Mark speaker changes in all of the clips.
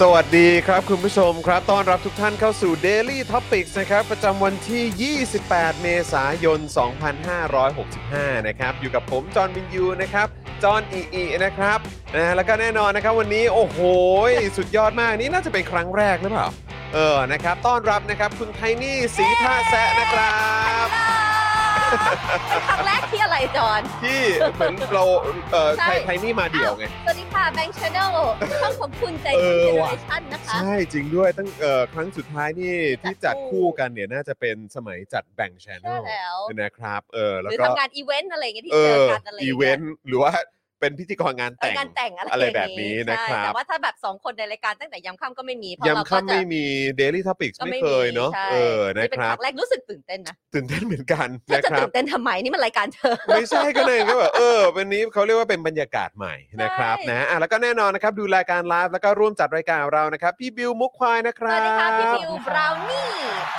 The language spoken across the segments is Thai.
Speaker 1: สวัสดีครับคุณผู้ชมครับ ต้อนรับทุกท่านเข้าสู่ Daily Topics นะครับ ประจำวันที่ 28 เมษายน 2565 นะครับ อยู่กับผม จอห์นวินยูนะครับ จอห์นอีอีนะครับนะฮะแล้วก็แน่นอนนะครับวันนี้โอ้โห สุดยอดมากนี่น่าจะเป็นครั้งแรกหรือเปล่า เออนะครับ ต้อนรับนะครับคุณไทนี่สีท่าแซะนะครับ
Speaker 2: ครั้งแรกที่อะไรจอน
Speaker 1: ที่เหมือนเราเอ่อไท
Speaker 2: ใช่
Speaker 1: ไทนี่มาเดี่ยวไง
Speaker 2: สวัสดีค่ะแบงค์ชาแนลช่องของคุณใจ
Speaker 1: เอ
Speaker 2: ดี
Speaker 1: อ
Speaker 2: เจเนอ
Speaker 1: ว่ะ
Speaker 2: เรชั่นนะคะ
Speaker 1: ใช่จริงด้วยตั้งเอ่อครั้งสุดท้ายนี่ที่
Speaker 2: จั
Speaker 1: จั
Speaker 2: ด
Speaker 1: ด
Speaker 2: คู่
Speaker 1: คู่กันเนี่ยน่าจะเป็นสมัยจัดแบ่งแชนแน
Speaker 2: ใช่
Speaker 1: ล
Speaker 2: แล้ว
Speaker 1: นะครับ เออ
Speaker 2: ห
Speaker 1: แล้ว
Speaker 2: รือ
Speaker 1: ก็
Speaker 2: ทำงานอีเวนต์อะไรอย่างเงี้ยที่
Speaker 1: เอ
Speaker 2: เจอ
Speaker 1: อ
Speaker 2: กันอะไรอย่าง
Speaker 1: อี
Speaker 2: งี้ย
Speaker 1: เวนต์ หรือว่าเป็นพิธีกรงาน
Speaker 2: เออ
Speaker 1: แต่ง
Speaker 2: งานแต่งอะไร
Speaker 1: อะไรแบบนี้นะ
Speaker 2: ใช่
Speaker 1: ครับ
Speaker 2: แต่ว่าถ้าแบบสองคนในรายการตั้งแต่ยำค่ำก็ไม่มีเพราะเรา
Speaker 1: ยำ
Speaker 2: ก็
Speaker 1: ค่ำ
Speaker 2: จะ
Speaker 1: ไม่มี Daily Topics ไม่เคยเนาะ
Speaker 2: ใช่
Speaker 1: เออ นะ
Speaker 2: นี่เป็น
Speaker 1: ค
Speaker 2: ค
Speaker 1: รั
Speaker 2: รั้
Speaker 1: บ
Speaker 2: งแรกรู้สึกตื่นเต้นนะ
Speaker 1: ตื่นเต้นเหมือนกัน
Speaker 2: เธอ
Speaker 1: นะ
Speaker 2: จะ
Speaker 1: ครับ
Speaker 2: ตื่นเต้นทำไมนี่มันรายการเธอ
Speaker 1: ไม่ใช่ก็เลยก็แบบเออวันนี้เขาเรียกว่าเป็นบรรยากาศใหม่นะครับ
Speaker 2: ใช่
Speaker 1: นะอ่ะแล้วก็แน่นอนนะครับ ดูรายการไลฟ์แล้วก็ร่วมจัดรายการเรานะครับ พี่บิวมุกควายนะค
Speaker 2: ส
Speaker 1: รั
Speaker 2: วั
Speaker 1: บ
Speaker 2: สดีค่ะพี่บิวบราวนี่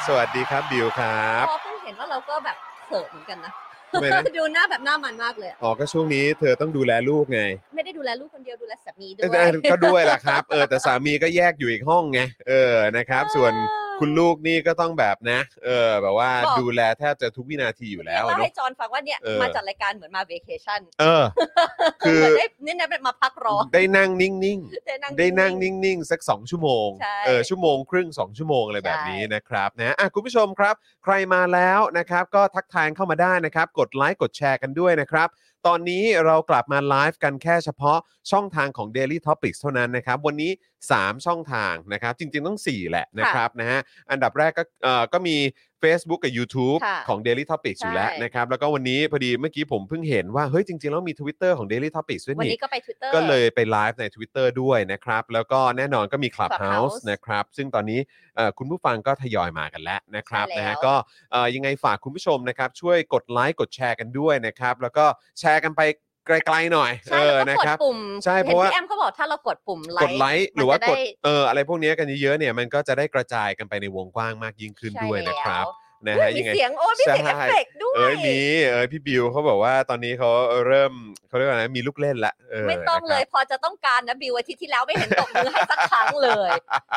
Speaker 1: สวัสดีครับบิวครับ
Speaker 2: พอเพิ่งเห็นว่าเราก็แบบเขินเหมือนกันนะ
Speaker 1: ทำไมนะ
Speaker 2: ดูหน้าแบบหน้ามันมากเลยอะ
Speaker 1: อ๋อก็ช่วงนี้เธอต้องดูแลลูกไง
Speaker 2: ไม่ได้ดูแลลูกคนเดียวดูแลสามีด้ว
Speaker 1: เอ้
Speaker 2: ย
Speaker 1: ยก็ด้วยล่ะครับ เออแต่สามีก็แยกอยู่อีกห้องไงเออนะครับ ส่วนคุณลูกนี่ก็ต้องแบบนะ เออ แบบว่า
Speaker 2: บอก
Speaker 1: ดูแลแทบจะทุกวินาทีอยู่แล้ว
Speaker 2: เล่า
Speaker 1: อะเน
Speaker 2: ให้
Speaker 1: อะ
Speaker 2: จอนฟังว่าเนี่ย
Speaker 1: เออ
Speaker 2: มาจัดรายการเหมือนมาเวเคชั่น
Speaker 1: เออ คือ
Speaker 2: เหมืนได้เนี่ยนะเป็นมาพักร้อน
Speaker 1: ได้นั่งนิ่ง
Speaker 2: ได้นั่ง
Speaker 1: ๆ ได้นั่งนิ่งๆ สัก 2 ชั่วโมง
Speaker 2: ใช่
Speaker 1: เออชั่วโมงครึ่ง 2 ชั่วโมงอะไรแบบนี้
Speaker 2: ใช่
Speaker 1: นะครับนะอ่ะคุณผู้ชมครับ ใครมาแล้วนะครับ ก็ทักทายเข้ามาได้นะครับ กดไลค์กดแชร์กันด้วยนะครับ ตอนนี้เรากลับมาไลฟ์กันแค่เฉพาะช่องทางของ Daily Topics เท่านั้นนะครับ วันนี้ 3 ช่องทางนะครับ จริงๆ ต้อง 4 แหละนะครับนะฮะอันดับแรกก็เอ่อก็มี Facebook กับ YouTube
Speaker 2: ค่ะ
Speaker 1: ของ Daily Topics อยู่แล้ว
Speaker 2: ใช่
Speaker 1: นะครับแล้วก็วันนี้พอดีเมื่อกี้ผมเพิ่งเห็นว่าเฮ้ยจริงๆแล้วมี Twitter ของ Daily Topics ด้วย
Speaker 2: วัน
Speaker 1: นี่
Speaker 2: นี้ก็ไป Twitter
Speaker 1: ก็เลยไปไลฟ์ใน Twitter ด้วยนะครับ แล้วก็แน่นอนก็มี Clubhouse
Speaker 2: Clubhouse
Speaker 1: นะครับ ซึ่งตอนนี้เอ่อคุณผู้ฟังก็ทยอยมากันแล้วนะครับ
Speaker 2: ใช่แล้ว
Speaker 1: นะฮะก็เอ่อยังไงฝากคุณผู้ชมนะครับ ช่วยกดไลค์กดแชร์กันด้วยนะครับ แล้วก็แชร์กันไปไกลๆหน่อยเอ
Speaker 2: ใช่
Speaker 1: อ
Speaker 2: แล้ว
Speaker 1: นะค
Speaker 2: ก็กด
Speaker 1: รับ
Speaker 2: ปุ่ม
Speaker 1: ใช่เพราะว่า
Speaker 2: ห็นพี่แอมเขาบอกถ้าเรากดปุ่มไล
Speaker 1: ก
Speaker 2: ค์
Speaker 1: ดไลค์หรือว่ากด
Speaker 2: มันจะได้
Speaker 1: เอออะไรพวกเนี้ยกันเยอะๆเนี่ยมันก็จะได้กระจายกันไปในวงกว้างมากยิ่งขึ้น
Speaker 2: ใช่
Speaker 1: ด้วยนะครับนะ
Speaker 2: แล้ว
Speaker 1: ฮะ
Speaker 2: มี
Speaker 1: ยังไง
Speaker 2: เสียงโอ้ยมีเสียง
Speaker 1: ใช่
Speaker 2: เอฟเฟกต์ด้วย
Speaker 1: เอ้ยมีเอ้ยพี่บิวเขาบอกว่าตอนนี้เขาเริ่มเขาเรียกว่าอะไรมีลูกเล่นละเออ
Speaker 2: ไม่ต้อง
Speaker 1: นะครับ
Speaker 2: เลยพอจะต้องการนะบิวอาทิตย์ที่แล้วไม่เห็นตบมือให้สักครั้งเลย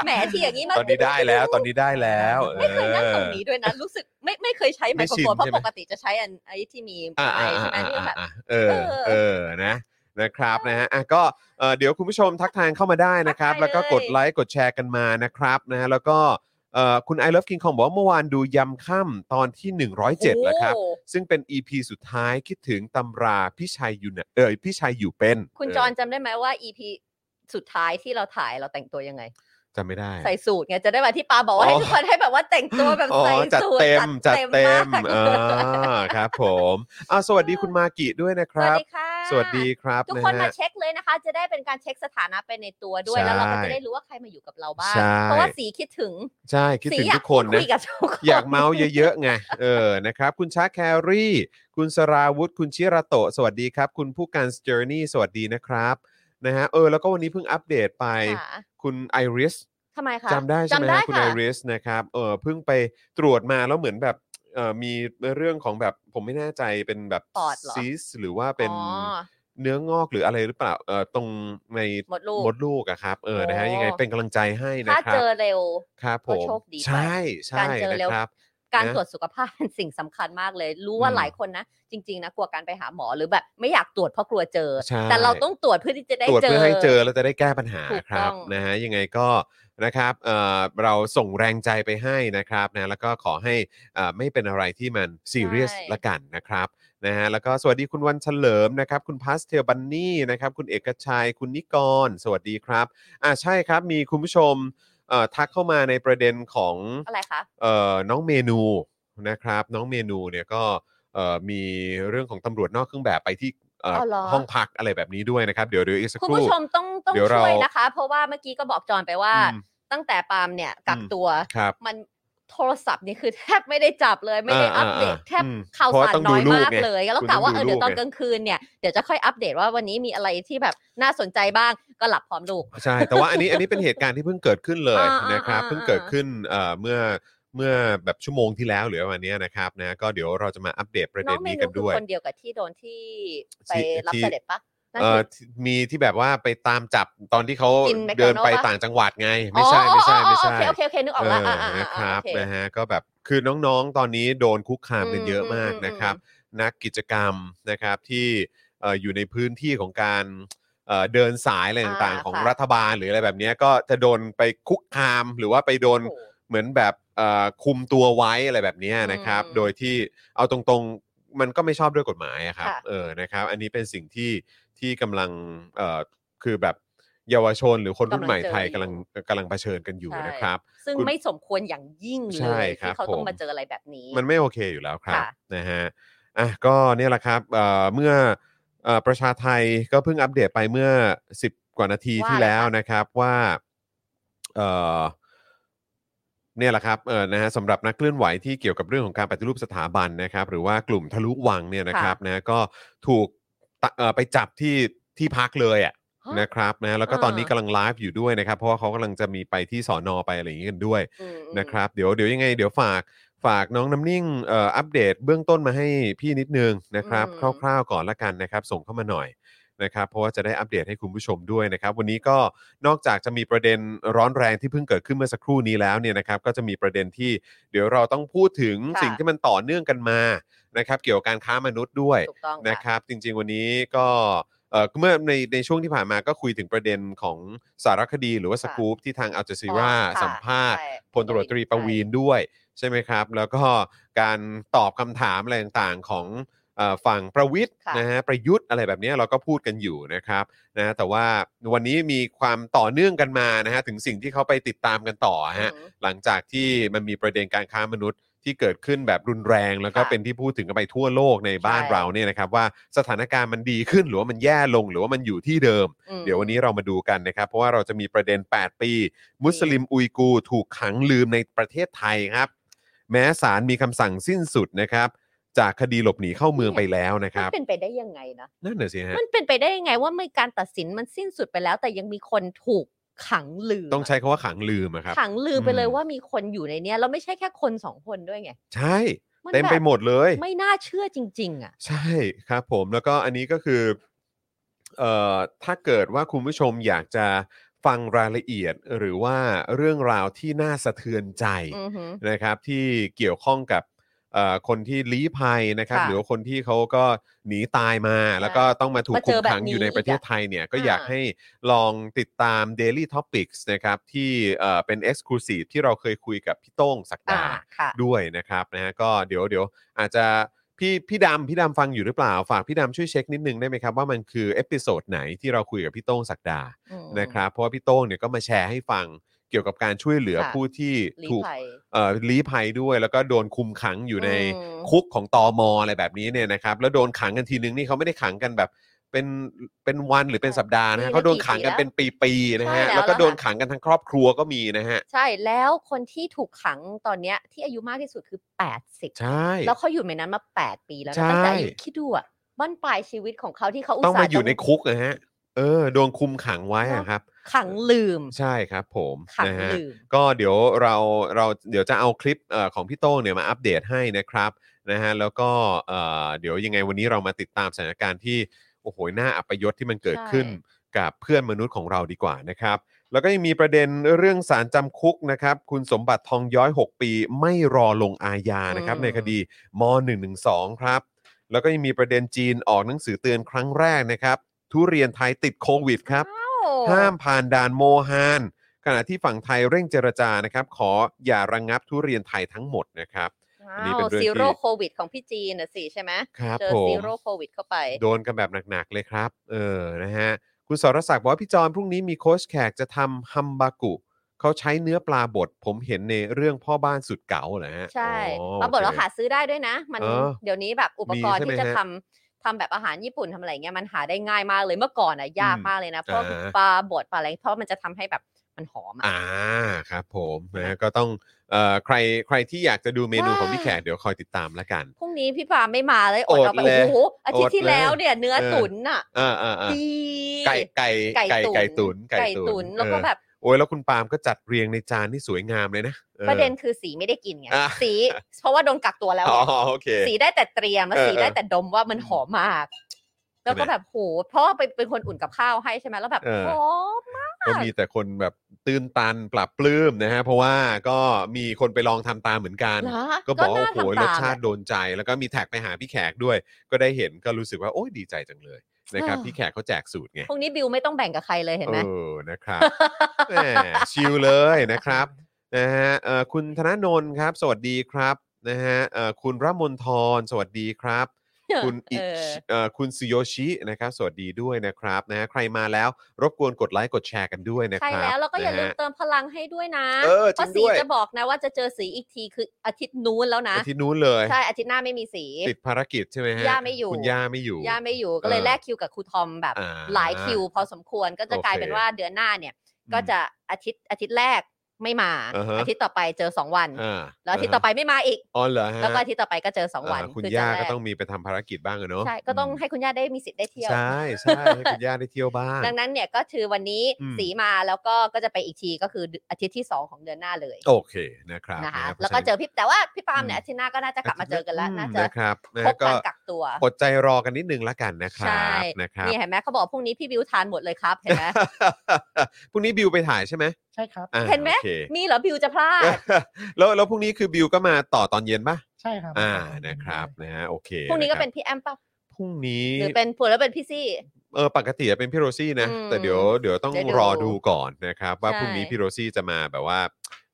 Speaker 2: แหมที่อย่างนี้มา
Speaker 1: ตอนนี้ได้แล้วตอนนี้ได้แล้วออ
Speaker 2: ไม่เคยนั่งตรงนี้ด้วยนะรู้สึกไม่ไม่เคยใช้ไม
Speaker 1: ไม่
Speaker 2: โคร
Speaker 1: ชิน
Speaker 2: โฟนเพราะ
Speaker 1: ใช่ไหม
Speaker 2: ปกติจะใช้อันไอ้ที่มี
Speaker 1: อ่า
Speaker 2: ไม
Speaker 1: อ่า
Speaker 2: ค์ใช่
Speaker 1: อ่า
Speaker 2: ไหมนี่แบบ
Speaker 1: อ่าเออ
Speaker 2: เออ
Speaker 1: เออนะนะครับนะฮะอ่ะก็เอ่อเดี๋ยวคุณผู้ชมทักทายเข้ามาได้นะครับ
Speaker 2: ทักทาย
Speaker 1: แล้วก็กด
Speaker 2: เลย
Speaker 1: ไลค์กดแชร์กันมานะครับนะฮะแล้วก็เอ่อคุณ I love King Kong บอกว่าเมื่อวานดูยำค่ำตอนที่ 107แล้วครับ
Speaker 2: โอ้
Speaker 1: ซึ่งเป็น EP สุดท้ายคิดถึงตำราพี่ชัยอยู่เนี่ยเออพี่ชัยอยู่เป็น
Speaker 2: คุณ
Speaker 1: เ
Speaker 2: จรจำได้ไหมว่า EP สุดท้ายที่เราถ่ายเราแต่งตัวยังไง
Speaker 1: จำไม่ได้
Speaker 2: ใส่สูทไงจะได้มาที่ปาบอกว่า
Speaker 1: อ๋
Speaker 2: ให้
Speaker 1: อ
Speaker 2: ทุกคนให้แบบว่าแต่งตัวแบบ
Speaker 1: อ๋อ
Speaker 2: ใส่
Speaker 1: จัด
Speaker 2: สูท
Speaker 1: เต็มจัดเต็ม
Speaker 2: าก
Speaker 1: อ่าครับผมอ่ะสวัสดีคุณมากิด้วยนะค
Speaker 2: สวั
Speaker 1: รั
Speaker 2: ส
Speaker 1: บ
Speaker 2: ดีค่ะ
Speaker 1: สวัสดีครับ
Speaker 2: ทุก
Speaker 1: นะ
Speaker 2: คน
Speaker 1: ฮะ
Speaker 2: มาเช็คเลยนะคะ จะได้เป็นการเช็คสถานะไปในตัวด้วย
Speaker 1: ใช่
Speaker 2: แล้วเราก็จะได้รู้ว่าใครมาอยู่กับเราบ้าง
Speaker 1: ใช่
Speaker 2: เพราะว่าสีคิดถึง
Speaker 1: ใช่คิด
Speaker 2: สี
Speaker 1: ถึง
Speaker 2: อยา
Speaker 1: ทุ
Speaker 2: ก
Speaker 1: กคน
Speaker 2: พูด
Speaker 1: นะ
Speaker 2: ยกับทุกคน
Speaker 1: อยากเมาส์เยอะๆไง เออ นะครับ คุณชาแครี่ คุณสราวุธ คุณชิระโตะ สวัสดีครับ คุณผู้การสเจอร์นี่ สวัสดีนะครับ นะฮะ เออ แล้วก็วันนี้เพิ่งอัปเดตไป
Speaker 2: ค่ะ
Speaker 1: คุณไอริส
Speaker 2: ทำไมคะ
Speaker 1: จำได้ใช่ไหม
Speaker 2: จำได้
Speaker 1: ฮะคุณไอ
Speaker 2: ค่ะ
Speaker 1: ริสนะครับ เออ เพิ่งไปตรวจมาแล้วเหมือนแบบ เออมีเรื่องของแบบ ผมไม่แน่ใจเป็นแบบ
Speaker 2: ปอดเหรอ
Speaker 1: ซีสหรือว่าเป็น
Speaker 2: อ๋อ
Speaker 1: เนื้องอกหรืออะไรหรือเปล่าเออตรงใน
Speaker 2: หมดลูก
Speaker 1: มดลูกอะครับเออนะฮะ
Speaker 2: โอ้
Speaker 1: ยังไงเป็นกำลังใจให้นะ
Speaker 2: ถ้า
Speaker 1: ครั
Speaker 2: เจ
Speaker 1: บ
Speaker 2: อเร็ว
Speaker 1: ครับผ
Speaker 2: ก็
Speaker 1: ม
Speaker 2: โชคดีไป
Speaker 1: ใช่ใช่
Speaker 2: การเจอ
Speaker 1: นะ
Speaker 2: เร็ว
Speaker 1: ครับ
Speaker 2: การ
Speaker 1: นะ
Speaker 2: ตรวจสุขภาพ เป็นสิ่งสำคัญมากเลย รู้ว่า
Speaker 1: อืม
Speaker 2: หลายคนนะ จริง ๆ นะกลัวการไปหาหมอหรือแบบไม่อยากตรวจเพราะกลัวเจอ
Speaker 1: ใช่
Speaker 2: แต่เราต้องตรวจเพื่อที่จะได้
Speaker 1: ตรวจ
Speaker 2: เจอ
Speaker 1: เพื่อให้เจอแล้วจะได้แก้ปัญหา
Speaker 2: ถูก
Speaker 1: ครั
Speaker 2: ต้
Speaker 1: บ
Speaker 2: อง
Speaker 1: นะฮะยังไงก็นะครับเอ่อเราส่งแรงใจไปให้นะครับนะแล้วก็ขอให้เอ่อไม่เป็นอะไรที่มันซีเรียสละกันนะครับนะฮะแล้วก็สวัสดีคุณวันเฉลิมนะครับ คุณพัสเทลบันนี่นะครับ คุณเอกชัย คุณนิกร สวัสดีครับอ่าใช่ครับมีคุณผู้ชมเอ่อทักเข้ามาในประเด็นของ
Speaker 2: อะไรคะ
Speaker 1: เอ่อน้องเมนูนะครับ น้องเมนูเนี่ยก็เอ่อมีเรื่องของตำรวจนอกเครื่องแบบไปที่เอ่อ
Speaker 2: อเหรอ
Speaker 1: ห้องพักอะไรแบบนี้ด้วยนะครับเดี๋ยวเดี๋ยวอีกสักค
Speaker 2: คุณ
Speaker 1: รู่
Speaker 2: ผู้ชมต้องต้อง
Speaker 1: เดี๋ยวเรา
Speaker 2: ช่วยนะคะ เพราะว่าเมื่อกี้ก็บอกจอนไปว่า
Speaker 1: อืม
Speaker 2: ตั้งแต่ปาล์มเนี่ยกักตัว
Speaker 1: ครับ
Speaker 2: มันโทรศัพท์นี่คือแทบไม่ได้จับเลยไม่ได้
Speaker 1: อ่า
Speaker 2: อัปเดต
Speaker 1: อ่า
Speaker 2: แทบ
Speaker 1: อืม
Speaker 2: ข่าว
Speaker 1: เพราะว่า
Speaker 2: สาร
Speaker 1: ต้องดู
Speaker 2: น้อย
Speaker 1: ลูก
Speaker 2: มาก
Speaker 1: ไง
Speaker 2: เลยแล้ว
Speaker 1: คุณ
Speaker 2: กะว่า
Speaker 1: ต้อง
Speaker 2: เอ
Speaker 1: ดูลู
Speaker 2: อเดี๋ยว
Speaker 1: ก
Speaker 2: ตอน
Speaker 1: ไง
Speaker 2: กลางคืนเนี่ยเดี๋ยวจะค่อยอัปเดตว่าวันนี้มีอะไรที่แบบน่าสนใจบ้างก็หลับพร้อมลูก
Speaker 1: ใช่ แต่ว่าอันนี้อันนี้เป็นเหตุการณ์ที่เพิ่งเกิดขึ้นเลย
Speaker 2: อ่าอ่าน
Speaker 1: นะครับ
Speaker 2: อ่า
Speaker 1: เพิ่งเกิด
Speaker 2: อ่า
Speaker 1: ขึ้นเอ่อเมื่อเมื่อแบบชั่วโมงที่แล้วหรือประมาณเนี้ยนะครับนะก็เดี๋ยวเราจะมาอัปเดตประ
Speaker 2: น้
Speaker 1: เด็
Speaker 2: อง
Speaker 1: น
Speaker 2: เม
Speaker 1: นี้
Speaker 2: นู
Speaker 1: กัน
Speaker 2: คือ
Speaker 1: ด้วย
Speaker 2: คนเดียวกับที่โดนที่ไป
Speaker 1: ที่
Speaker 2: รับ
Speaker 1: ที่
Speaker 2: เสด็จปะนั่น
Speaker 1: เอ่อ
Speaker 2: คือ
Speaker 1: มีที่แบบว่าไปตามจับตอนที่เขา
Speaker 2: กิน McDonald's
Speaker 1: เดินไป
Speaker 2: ปะ
Speaker 1: ต่างจังหวัดไง ไม่ใช่ไม่ใช่ไม่ใช่
Speaker 2: อ๋ออ๋อโอเคโอเคโอเคนึกออก
Speaker 1: เอ
Speaker 2: แล้ว
Speaker 1: อ
Speaker 2: อ่าอ่า
Speaker 1: นะค
Speaker 2: อ่า
Speaker 1: รับ
Speaker 2: โอเค
Speaker 1: นะฮะก็แบบคือน้องๆตอนนี้โดนคุกคามกันเยอะ
Speaker 2: อืม
Speaker 1: มาก
Speaker 2: อืม
Speaker 1: นะครับ
Speaker 2: อื
Speaker 1: นักกิจกรรมนะครับที่เอ่ออยู่ในพื้นที่ของการเอ่อเดินสายอะไรต่าง
Speaker 2: อ่า
Speaker 1: ๆ ของ
Speaker 2: ค่ะ
Speaker 1: รัฐบาลหรืออะไรแบบเนี้ยก็จะโดนไปคุกคามหรือว่าไปโดน
Speaker 2: โอ้โห
Speaker 1: เหมือนแบบเอ่อคุมตัวไว้อะไรแบบเนี้ยนะครับ
Speaker 2: อืม
Speaker 1: โดยที่เอาตรงๆมันก็ไม่ชอบด้วยกฎหมายอะครับ
Speaker 2: ค่ะ
Speaker 1: เออนะครับ อันนี้เป็นสิ่งที่ที่กำลังเอ่อคือแบบเยาวชนหรือคนรุ่นใหม่ไทยกำ
Speaker 2: กำลั
Speaker 1: ลัง
Speaker 2: ง
Speaker 1: กำลังเผชิญกันอยู่นะครับ
Speaker 2: ซึ่ง
Speaker 1: คุณ
Speaker 2: ไม่สมควรอย่างยิ่ง
Speaker 1: ใช่
Speaker 2: เลย
Speaker 1: ครับ
Speaker 2: ที่เขาต้อ
Speaker 1: ผ
Speaker 2: ง
Speaker 1: ม
Speaker 2: มาเจออะไรแบบนี้
Speaker 1: มันไม่โอเคอยู่แล้วครับ
Speaker 2: ค่ะ
Speaker 1: นะฮะอ่ะก็เนี่ยแหละครับเอ่อเมื่อเอ่อประชาไทยก็เพิ่งอัปเดตไปเมื่อ 10 กว่านาทีที่แล้วนะครับว่าเอ่อเนี่ยแหละครับเออนะฮะสำหรับนักเคลื่อนไหวที่เกี่ยวกับเรื่องของการปฏิรูปสถาบันนะครับ หรือว่ากลุ่มทะลุวังเนี่ยนะครับนะก็ถูกตะเอ่อไปจับที่ที่พักเลยอ่ะ
Speaker 2: ฮะ
Speaker 1: นะครับนะแล้วก็
Speaker 2: อ่า
Speaker 1: ตอนนี้กำลังไลฟ์อยู่ด้วยนะครับ เพราะว่าเขากำลังจะมีไปที่สอนอไปอะไรอย่างนี้กันด้วย
Speaker 2: อืมอืม
Speaker 1: นะครับเดี๋ยวเดี๋ยวยังไงเดี๋ยวฝากฝากน้องน้ำนิ่งเอ่ออัปเดตเบื้องต้นมาให้พี่นิดนึงนะครับ
Speaker 2: อืม
Speaker 1: คร่าวๆก่อนละกันนะครับ ส่งเข้ามาหน่อยนะครับ เพราะว่าจะได้อัปเดตให้คุณผู้ชมด้วยนะครับ วันนี้ก็นอกจากจะมีประเด็นร้อนแรงที่เพิ่งเกิดขึ้นเมื่อสักครู่นี้แล้วเนี่ยนะครับ ก็จะมีประเด็นที่เดี๋ยวเราต้องพูดถึง
Speaker 2: ค่ะ
Speaker 1: สิ่งที่มันต่อเนื่องกันมานะครับ เกี่ยวกับการค้ามนุษย์ด้วย
Speaker 2: ถูกต้อง
Speaker 1: นะ
Speaker 2: ค่ะ
Speaker 1: ครับจริงๆวันนี้ก็เอ่อเมื่อในในช่วงที่ผ่านมาก็คุยถึงประเด็นของสารคดีหรือว่าส
Speaker 2: ค่ะ
Speaker 1: กู๊ปที่ทางอัลจ z ซีรา
Speaker 2: อ๋อค่ะ
Speaker 1: สัมภาษณ์
Speaker 2: ใช่
Speaker 1: พลตำรวจตรีประวีนด้วย ใช่ไหมครับ แล้วก็การตอบคำถามอะไรต่างๆของเอ่อฝั่งประวิทย์
Speaker 2: ค่ะ
Speaker 1: นะฮะประยุทธ์อะไรแบบนี้เราก็พูดกันอยู่นะครับนะแต่ว่าวันนี้มีความต่อเนื่องกันมานะฮะถึงสิ่งที่เขาไปติดตามกันต่อฮะ
Speaker 2: อืม
Speaker 1: หลังจากที่มันมีประเด็นการค้ามนุษย์ที่เกิดขึ้นแบบรุนแรง แล้วก็
Speaker 2: ค่ะ
Speaker 1: เป็นที่พูดถึงกันไปทั่วโลกในบ้าน
Speaker 2: ใช่
Speaker 1: เราเนี่ยนะครับว่าสถานการณ์มันดีขึ้นหรือว่ามันแย่ลงหรือว่ามันอยู่ที่เดิม
Speaker 2: อืม
Speaker 1: เดี๋ยววันนี้เรามาดูกันนะครับ เพราะว่าเราจะมีประเด็น 8 ปี มุสลิมอุยกูร์ถูกขังลืมในประเทศไทยครับ แม้ศาลมีคำสั่งสิ้นสุดนะครับ จากคดีหลบหนีเข้าเมืองไปแล้วนะค
Speaker 2: มั
Speaker 1: รับ
Speaker 2: นเป็นไปได้ยังไงนะ
Speaker 1: นั่นน่ะสิฮะ
Speaker 2: มันเป็นไปได้ยังไงว่าไม่การตัดสินมันสิ้นสุดไปแล้ว แต่ยังมีคนถูกขังลืม
Speaker 1: ต้องใช้คาว่าขังลืมอะครับ
Speaker 2: ขังลืมไปเลย
Speaker 1: อืม
Speaker 2: ว่ามีคนอยู่ในเนี้ยแล้วไม่ใช่แค่คนสองคนด้วยไง
Speaker 1: ใช่
Speaker 2: น
Speaker 1: เต็มไป
Speaker 2: แบบ
Speaker 1: หมดเลย
Speaker 2: ไม่น่าเชื่อจริง ๆ อ่ะ
Speaker 1: ใช่ครับผมแล้วก็อันนี้ก็คือเอ่อถ้าเกิดว่าคุณผู้ชมอยากจะฟังรายละเอียดหรือว่าเรื่องราวที่น่าสะเทือนใจ
Speaker 2: อือหือ
Speaker 1: นะครับที่เกี่ยวข้องกับเอ่อคนที่ลี้ภัยนะครับ
Speaker 2: ค่ะ
Speaker 1: หรือว่าคนที่เขาก็หนีตายมา แล้วก็ต้องมาถูก
Speaker 2: มา
Speaker 1: คุ
Speaker 2: เจ
Speaker 1: ม
Speaker 2: อแบบ
Speaker 1: ขังอยู่ใน
Speaker 2: นี้
Speaker 1: ประเทศ
Speaker 2: อีกอะ
Speaker 1: ไทยเนี่ยก็
Speaker 2: อ่า
Speaker 1: อยากให้ลองติดตาม Daily Topics นะครับที่เอ่อเป็น Exclusive ที่เราเคยคุยกับพี่โต้งศัก
Speaker 2: อ่า
Speaker 1: ดา
Speaker 2: ค่ะ
Speaker 1: ด้วยนะครับนะฮะก็เดี๋ยวเดี๋ยวอาจจะพี่พี่ดำพี่ดำฟังอยู่หรือเปล่า ฝากพี่ดำช่วยเช็คนิดนึงได้ไหมครับ ว่ามันคือเอพิโซดไหนที่เราคุยกับพี่โต้งศักดา
Speaker 2: อืม
Speaker 1: นะครับเพราะว่าพี่โต้งเนี่ยก็มาแชร์ให้ฟังเกี่ยวกับการช่วยเหลือ
Speaker 2: ค่ะ
Speaker 1: ผู้ที่
Speaker 2: ลี้
Speaker 1: ถูก
Speaker 2: ภัย
Speaker 1: เอ่อลี้ภัยด้วย แล้วก็โดนคุมขังอยู่ใน
Speaker 2: อืม
Speaker 1: คุกของตอมอะไรแบบนี้เนี่ยนะครับแล้วโดนขังกันทีนึงนี่เขาไม่ได้ขังกันแบบเป็นเป็นวันหรือเป็นสัปดาห์นะฮะเขาโดนขังกันเป็นปีๆนะฮะแล้วก็โดนขังกันทั้งครอบครัวก็มีนะฮะ
Speaker 2: ใช่แล้วคนที่ถูกขังตอนเนี้ยที่อายุมากที่สุดคือ 80
Speaker 1: ใช่
Speaker 2: แล้วเขาอยู่ในนั้นมา 8 ปีแล้ว
Speaker 1: ใช่
Speaker 2: นะตั้งแต่อายุคิดดูอะบ้านปลายชีวิตของเขาที่เขาอุต
Speaker 1: ต้อง
Speaker 2: ส่า
Speaker 1: มา
Speaker 2: ห์
Speaker 1: อยู่ในคุกนะฮะ เออ โดนคุมขังไว้อะครับ
Speaker 2: ขังลืม
Speaker 1: ใช่ครับผม
Speaker 2: ขัง
Speaker 1: นะฮะ
Speaker 2: ลืม
Speaker 1: ก็เดี๋ยวเราเราเดี๋ยวจะเอาคลิปเอ่อของพี่โต้งเนี่ยมาอัปเดตให้นะครับนะฮะแล้วก็เอ่อเดี๋ยวยังไงวันนี้เรามาติดตามสถานการณ์ที่ โอ้โหหน้าอัปยศที่มันเกิดขึ้น
Speaker 2: ใช่
Speaker 1: กับเพื่อนมนุษย์ของเราดีกว่านะครับ แล้วก็ยังมีประเด็นเรื่องสารจำคุกนะครับ คุณสมบัติทองย้อย 6 ปีไม่รอลงอาญานะครับ
Speaker 2: อืม
Speaker 1: ในคดีม .112 ครับ แล้วก็ยังมีประเด็นจีนออกหนังสือเตือนครั้งแรกนะครับ ทุเรียนไทยติดโควิดครับ
Speaker 2: โอ้
Speaker 1: ห้ามผ่านด่านโมฮานขณะที่ฝั่งไทยเร่งเจรจานะครับ ขออย่าระงงับทุเรียนไทยทั้งหมดนะครับ อันนี้
Speaker 2: อ้า
Speaker 1: เป็
Speaker 2: วน
Speaker 1: เรื่องที่
Speaker 2: ซีโร่โควิดของพี่จีนน่ะสิใช่ไหม
Speaker 1: ครับ
Speaker 2: เจอ
Speaker 1: ผ
Speaker 2: ซี
Speaker 1: ม
Speaker 2: โร่โควิดเข้าไป
Speaker 1: โดนกันแบบหนัก ๆ เลยครับ เออ นะฮะ คุณสรศักดิ์บอกว่าพี่จอนพรุ่งนี้มีโค้ชแขกจะทำฮัมบากุ เขาใช้เนื้อปลาบด ผมเห็นในเรื่องพ่อบ้านสุดเก๋าเหรอฮะ
Speaker 2: ใช่
Speaker 1: อ๋อ
Speaker 2: ปรากฏว่า
Speaker 1: โอเค
Speaker 2: หาซื้อได้ด้วยนะ มัน
Speaker 1: เออ
Speaker 2: เดี๋ยวนี้แบบอุปกร
Speaker 1: มี
Speaker 2: ณ์
Speaker 1: ใช่ไหม
Speaker 2: ที่จะ
Speaker 1: ฮะ
Speaker 2: ทำทำแบบอาหารญี่ปุ่นทำอะไรเงี้ยมันหาได้ง่ายมากเลยเมื่อก่อนอ่ะยากมากเลยนะเพราะ
Speaker 1: อ่า
Speaker 2: ปลาบดปลาอะไรเพราะมันจะทำให้แบบมันหอมอ่ะ
Speaker 1: อ่า ครับผมนะฮะก็ต้อง เอ่อ ใคร ใครที่อยากจะดูเมนูของพี่แขกเดี๋ยวคอยติดตามละกัน
Speaker 2: พรุ่งนี้พี่ปาไม่มาเลยอด
Speaker 1: อด
Speaker 2: เอาไป
Speaker 1: เล
Speaker 2: โอ้
Speaker 1: ย
Speaker 2: โหอาทิตย์ที่
Speaker 1: อดเลย
Speaker 2: แล้วเนี่ยเนื้อ
Speaker 1: เออ
Speaker 2: ตุ๋นอ่ะ
Speaker 1: เออเออเออ
Speaker 2: ดี
Speaker 1: ไก่ ไก่ ไก่ ไก่ตุ๋น
Speaker 2: ไก่ตุ๋นแล้วก็
Speaker 1: เออ
Speaker 2: แบบ
Speaker 1: โอ้ยแล้วคุณปาล์มก็จัดเรียงในจานที่สวยงามเลยนะออ
Speaker 2: ประเด็นคือสีไม่ได้กินไง
Speaker 1: อ่ะ
Speaker 2: สี เพราะว่าโดนกักตัวแล้ว
Speaker 1: อ๋อ
Speaker 2: ไง
Speaker 1: โอเค
Speaker 2: สีได้แต่เตรียมแล้ว
Speaker 1: เออ
Speaker 2: สีได้แต่ดมว่ามันหอมมาก แล้วก็
Speaker 1: ใช่ไหม
Speaker 2: แบบโหเพราะว่าเป็นเป็นคนอุ่นกับข้าวให้ใช่ไหมแล้วแบบ
Speaker 1: เออ
Speaker 2: หอม
Speaker 1: ก็มีแต่คนแบบตื้นตันปรับปลื้มนะฮะ เพราะว่าก็มีคนไปลองทำตามเหมือนกัน
Speaker 2: เหรอ
Speaker 1: ก็บอกว่า
Speaker 2: ก็
Speaker 1: โอ้โหร
Speaker 2: น่าทำตาม
Speaker 1: สชาติโดนใจ แล้วก็มีแท็กไปหาพี่แขกด้วย ก็ได้เห็นก็รู้สึกว่าโอ้ยดีใจจังเลยนะครับ
Speaker 2: เออ
Speaker 1: พี่แขกเขาแจกสูตรไง
Speaker 2: พวกนี้บิวไม่ต้องแบ่งกับใครเลยเห็น
Speaker 1: เอ
Speaker 2: ไหม
Speaker 1: อนะครับ แหมชิลเลยนะครับนะฮะเอ่อคุณธนาโนนครับ สวัสดีครับนะฮะเอ่อคุณระมนทรสวัสดีครับ คุณอิ
Speaker 2: เออ
Speaker 1: เอ่อคุณสุโยชินะครับ สวัสดีด้วยนะครับนะฮะใครมาแล้วรบกวนกดไลค์กดแชร์กันด้วยนะค
Speaker 2: ใช่
Speaker 1: รับ
Speaker 2: แล้วแล้วก็อย่า
Speaker 1: นะ
Speaker 2: ลืม
Speaker 1: ฮะ
Speaker 2: เติมพลังให้ด้วยนะ
Speaker 1: เออจริง
Speaker 2: ราะสี
Speaker 1: ด้วย
Speaker 2: จะบอกนะว่าจะเจอสีอีกทีคืออาทิตย์นู้นแล้วนะ
Speaker 1: อาทิตย์นู้นเลย
Speaker 2: ใช่อาทิตย์หน้าไม่มีสี
Speaker 1: ติดภารกิจใช่ไหมฮะ
Speaker 2: ย่าไม่อยู่
Speaker 1: คุณย่าไม่อยู่
Speaker 2: ย่าไม่อยู่ก็เลย
Speaker 1: เออ
Speaker 2: แลกคิวกับครูทอมแบบ
Speaker 1: อ่า
Speaker 2: หลายคิว พอสมควรก็จะ
Speaker 1: โอเค
Speaker 2: กลายเป็นว่าเดือนหน้าเนี่ย ก็จะอาทิตย์อาทิตย์แรกไม่มา
Speaker 1: อ่าฮะ
Speaker 2: อาทิตย์ต่อไปเจอสองวัน
Speaker 1: อ่า
Speaker 2: แล้วอาทิตย์ต่อไปไม่มาอีก
Speaker 1: อ๋อเหรอฮะ
Speaker 2: แล้วก็อาทิตย์ต่อไปก็เจอสองวัน
Speaker 1: อ่าคุณ
Speaker 2: อ
Speaker 1: ย่า
Speaker 2: จะแล
Speaker 1: ก็ต้องมีไปทำภารกิจบ้างอะเนาะ
Speaker 2: ใช่ก็ต้องให้คุณย่าได้มีสิทธิ์ได้เที่ยว
Speaker 1: ใช่ใช่ให้คุณย่าได้เที่ยวบ้าง
Speaker 2: ดังนั้นเนี่ยก็คือวันนี้
Speaker 1: อืม
Speaker 2: สีมาแล้วก็ก็จะไปอีกทีก็คืออาทิตย์ที่ 2 ของเดือนหน้าเลย
Speaker 1: โอเคนะครับ
Speaker 2: นะคะ
Speaker 1: ฮเพรา
Speaker 2: แล้วก็
Speaker 1: ฉ
Speaker 2: เจอพี่แต่ว่าพี่ปาล์มเนี่ย
Speaker 1: อืม
Speaker 2: อาทิตย์หน้าก็น่าจะกลับมาเจอกันแล้ว
Speaker 1: ม
Speaker 2: น่าจะ
Speaker 1: นะครับนะ
Speaker 2: พ
Speaker 1: ฮะ
Speaker 2: บการกักตัว
Speaker 1: อดใจรอกันนิดนึงละกันนะค
Speaker 2: ใช่
Speaker 1: รับนะครับ
Speaker 2: นี่เห็นไหมเขาบอกพรุ่งนี้พี่บิวทานหมดเลยครับ เห็นไหม
Speaker 1: พรุ่งนี้บิวไปถ่ายใช่ไหม
Speaker 3: ใช่ครับ
Speaker 1: อ่า
Speaker 2: เห็นไหม
Speaker 1: โอเค
Speaker 2: มีเหรอบิวจะพลาด
Speaker 1: แล้วแล้วพรุ่งนี้คือบิวก็มาต่อตอนเย็นป่ะ
Speaker 3: ใช่ครับ
Speaker 1: อ่านะครับนะฮะโอเค
Speaker 2: พรุ่งนี้ก็
Speaker 1: ะคบ
Speaker 2: เป็นพี่แอมป่ะ
Speaker 1: พรุ่งนี้
Speaker 2: หรือเป็นผัวแล้วเป็นพี่ซี่
Speaker 1: เออปกติอะเป็นพี่โรซี่นะ
Speaker 2: อืม
Speaker 1: แต่เดี๋ยวเดี๋ยวต้อง
Speaker 2: เดี๋ยวดู
Speaker 1: รอดูก่อนนะครับ ว่า
Speaker 2: ใช่
Speaker 1: พรุ่งนี้พี่โรซี่จะมาแบบว่า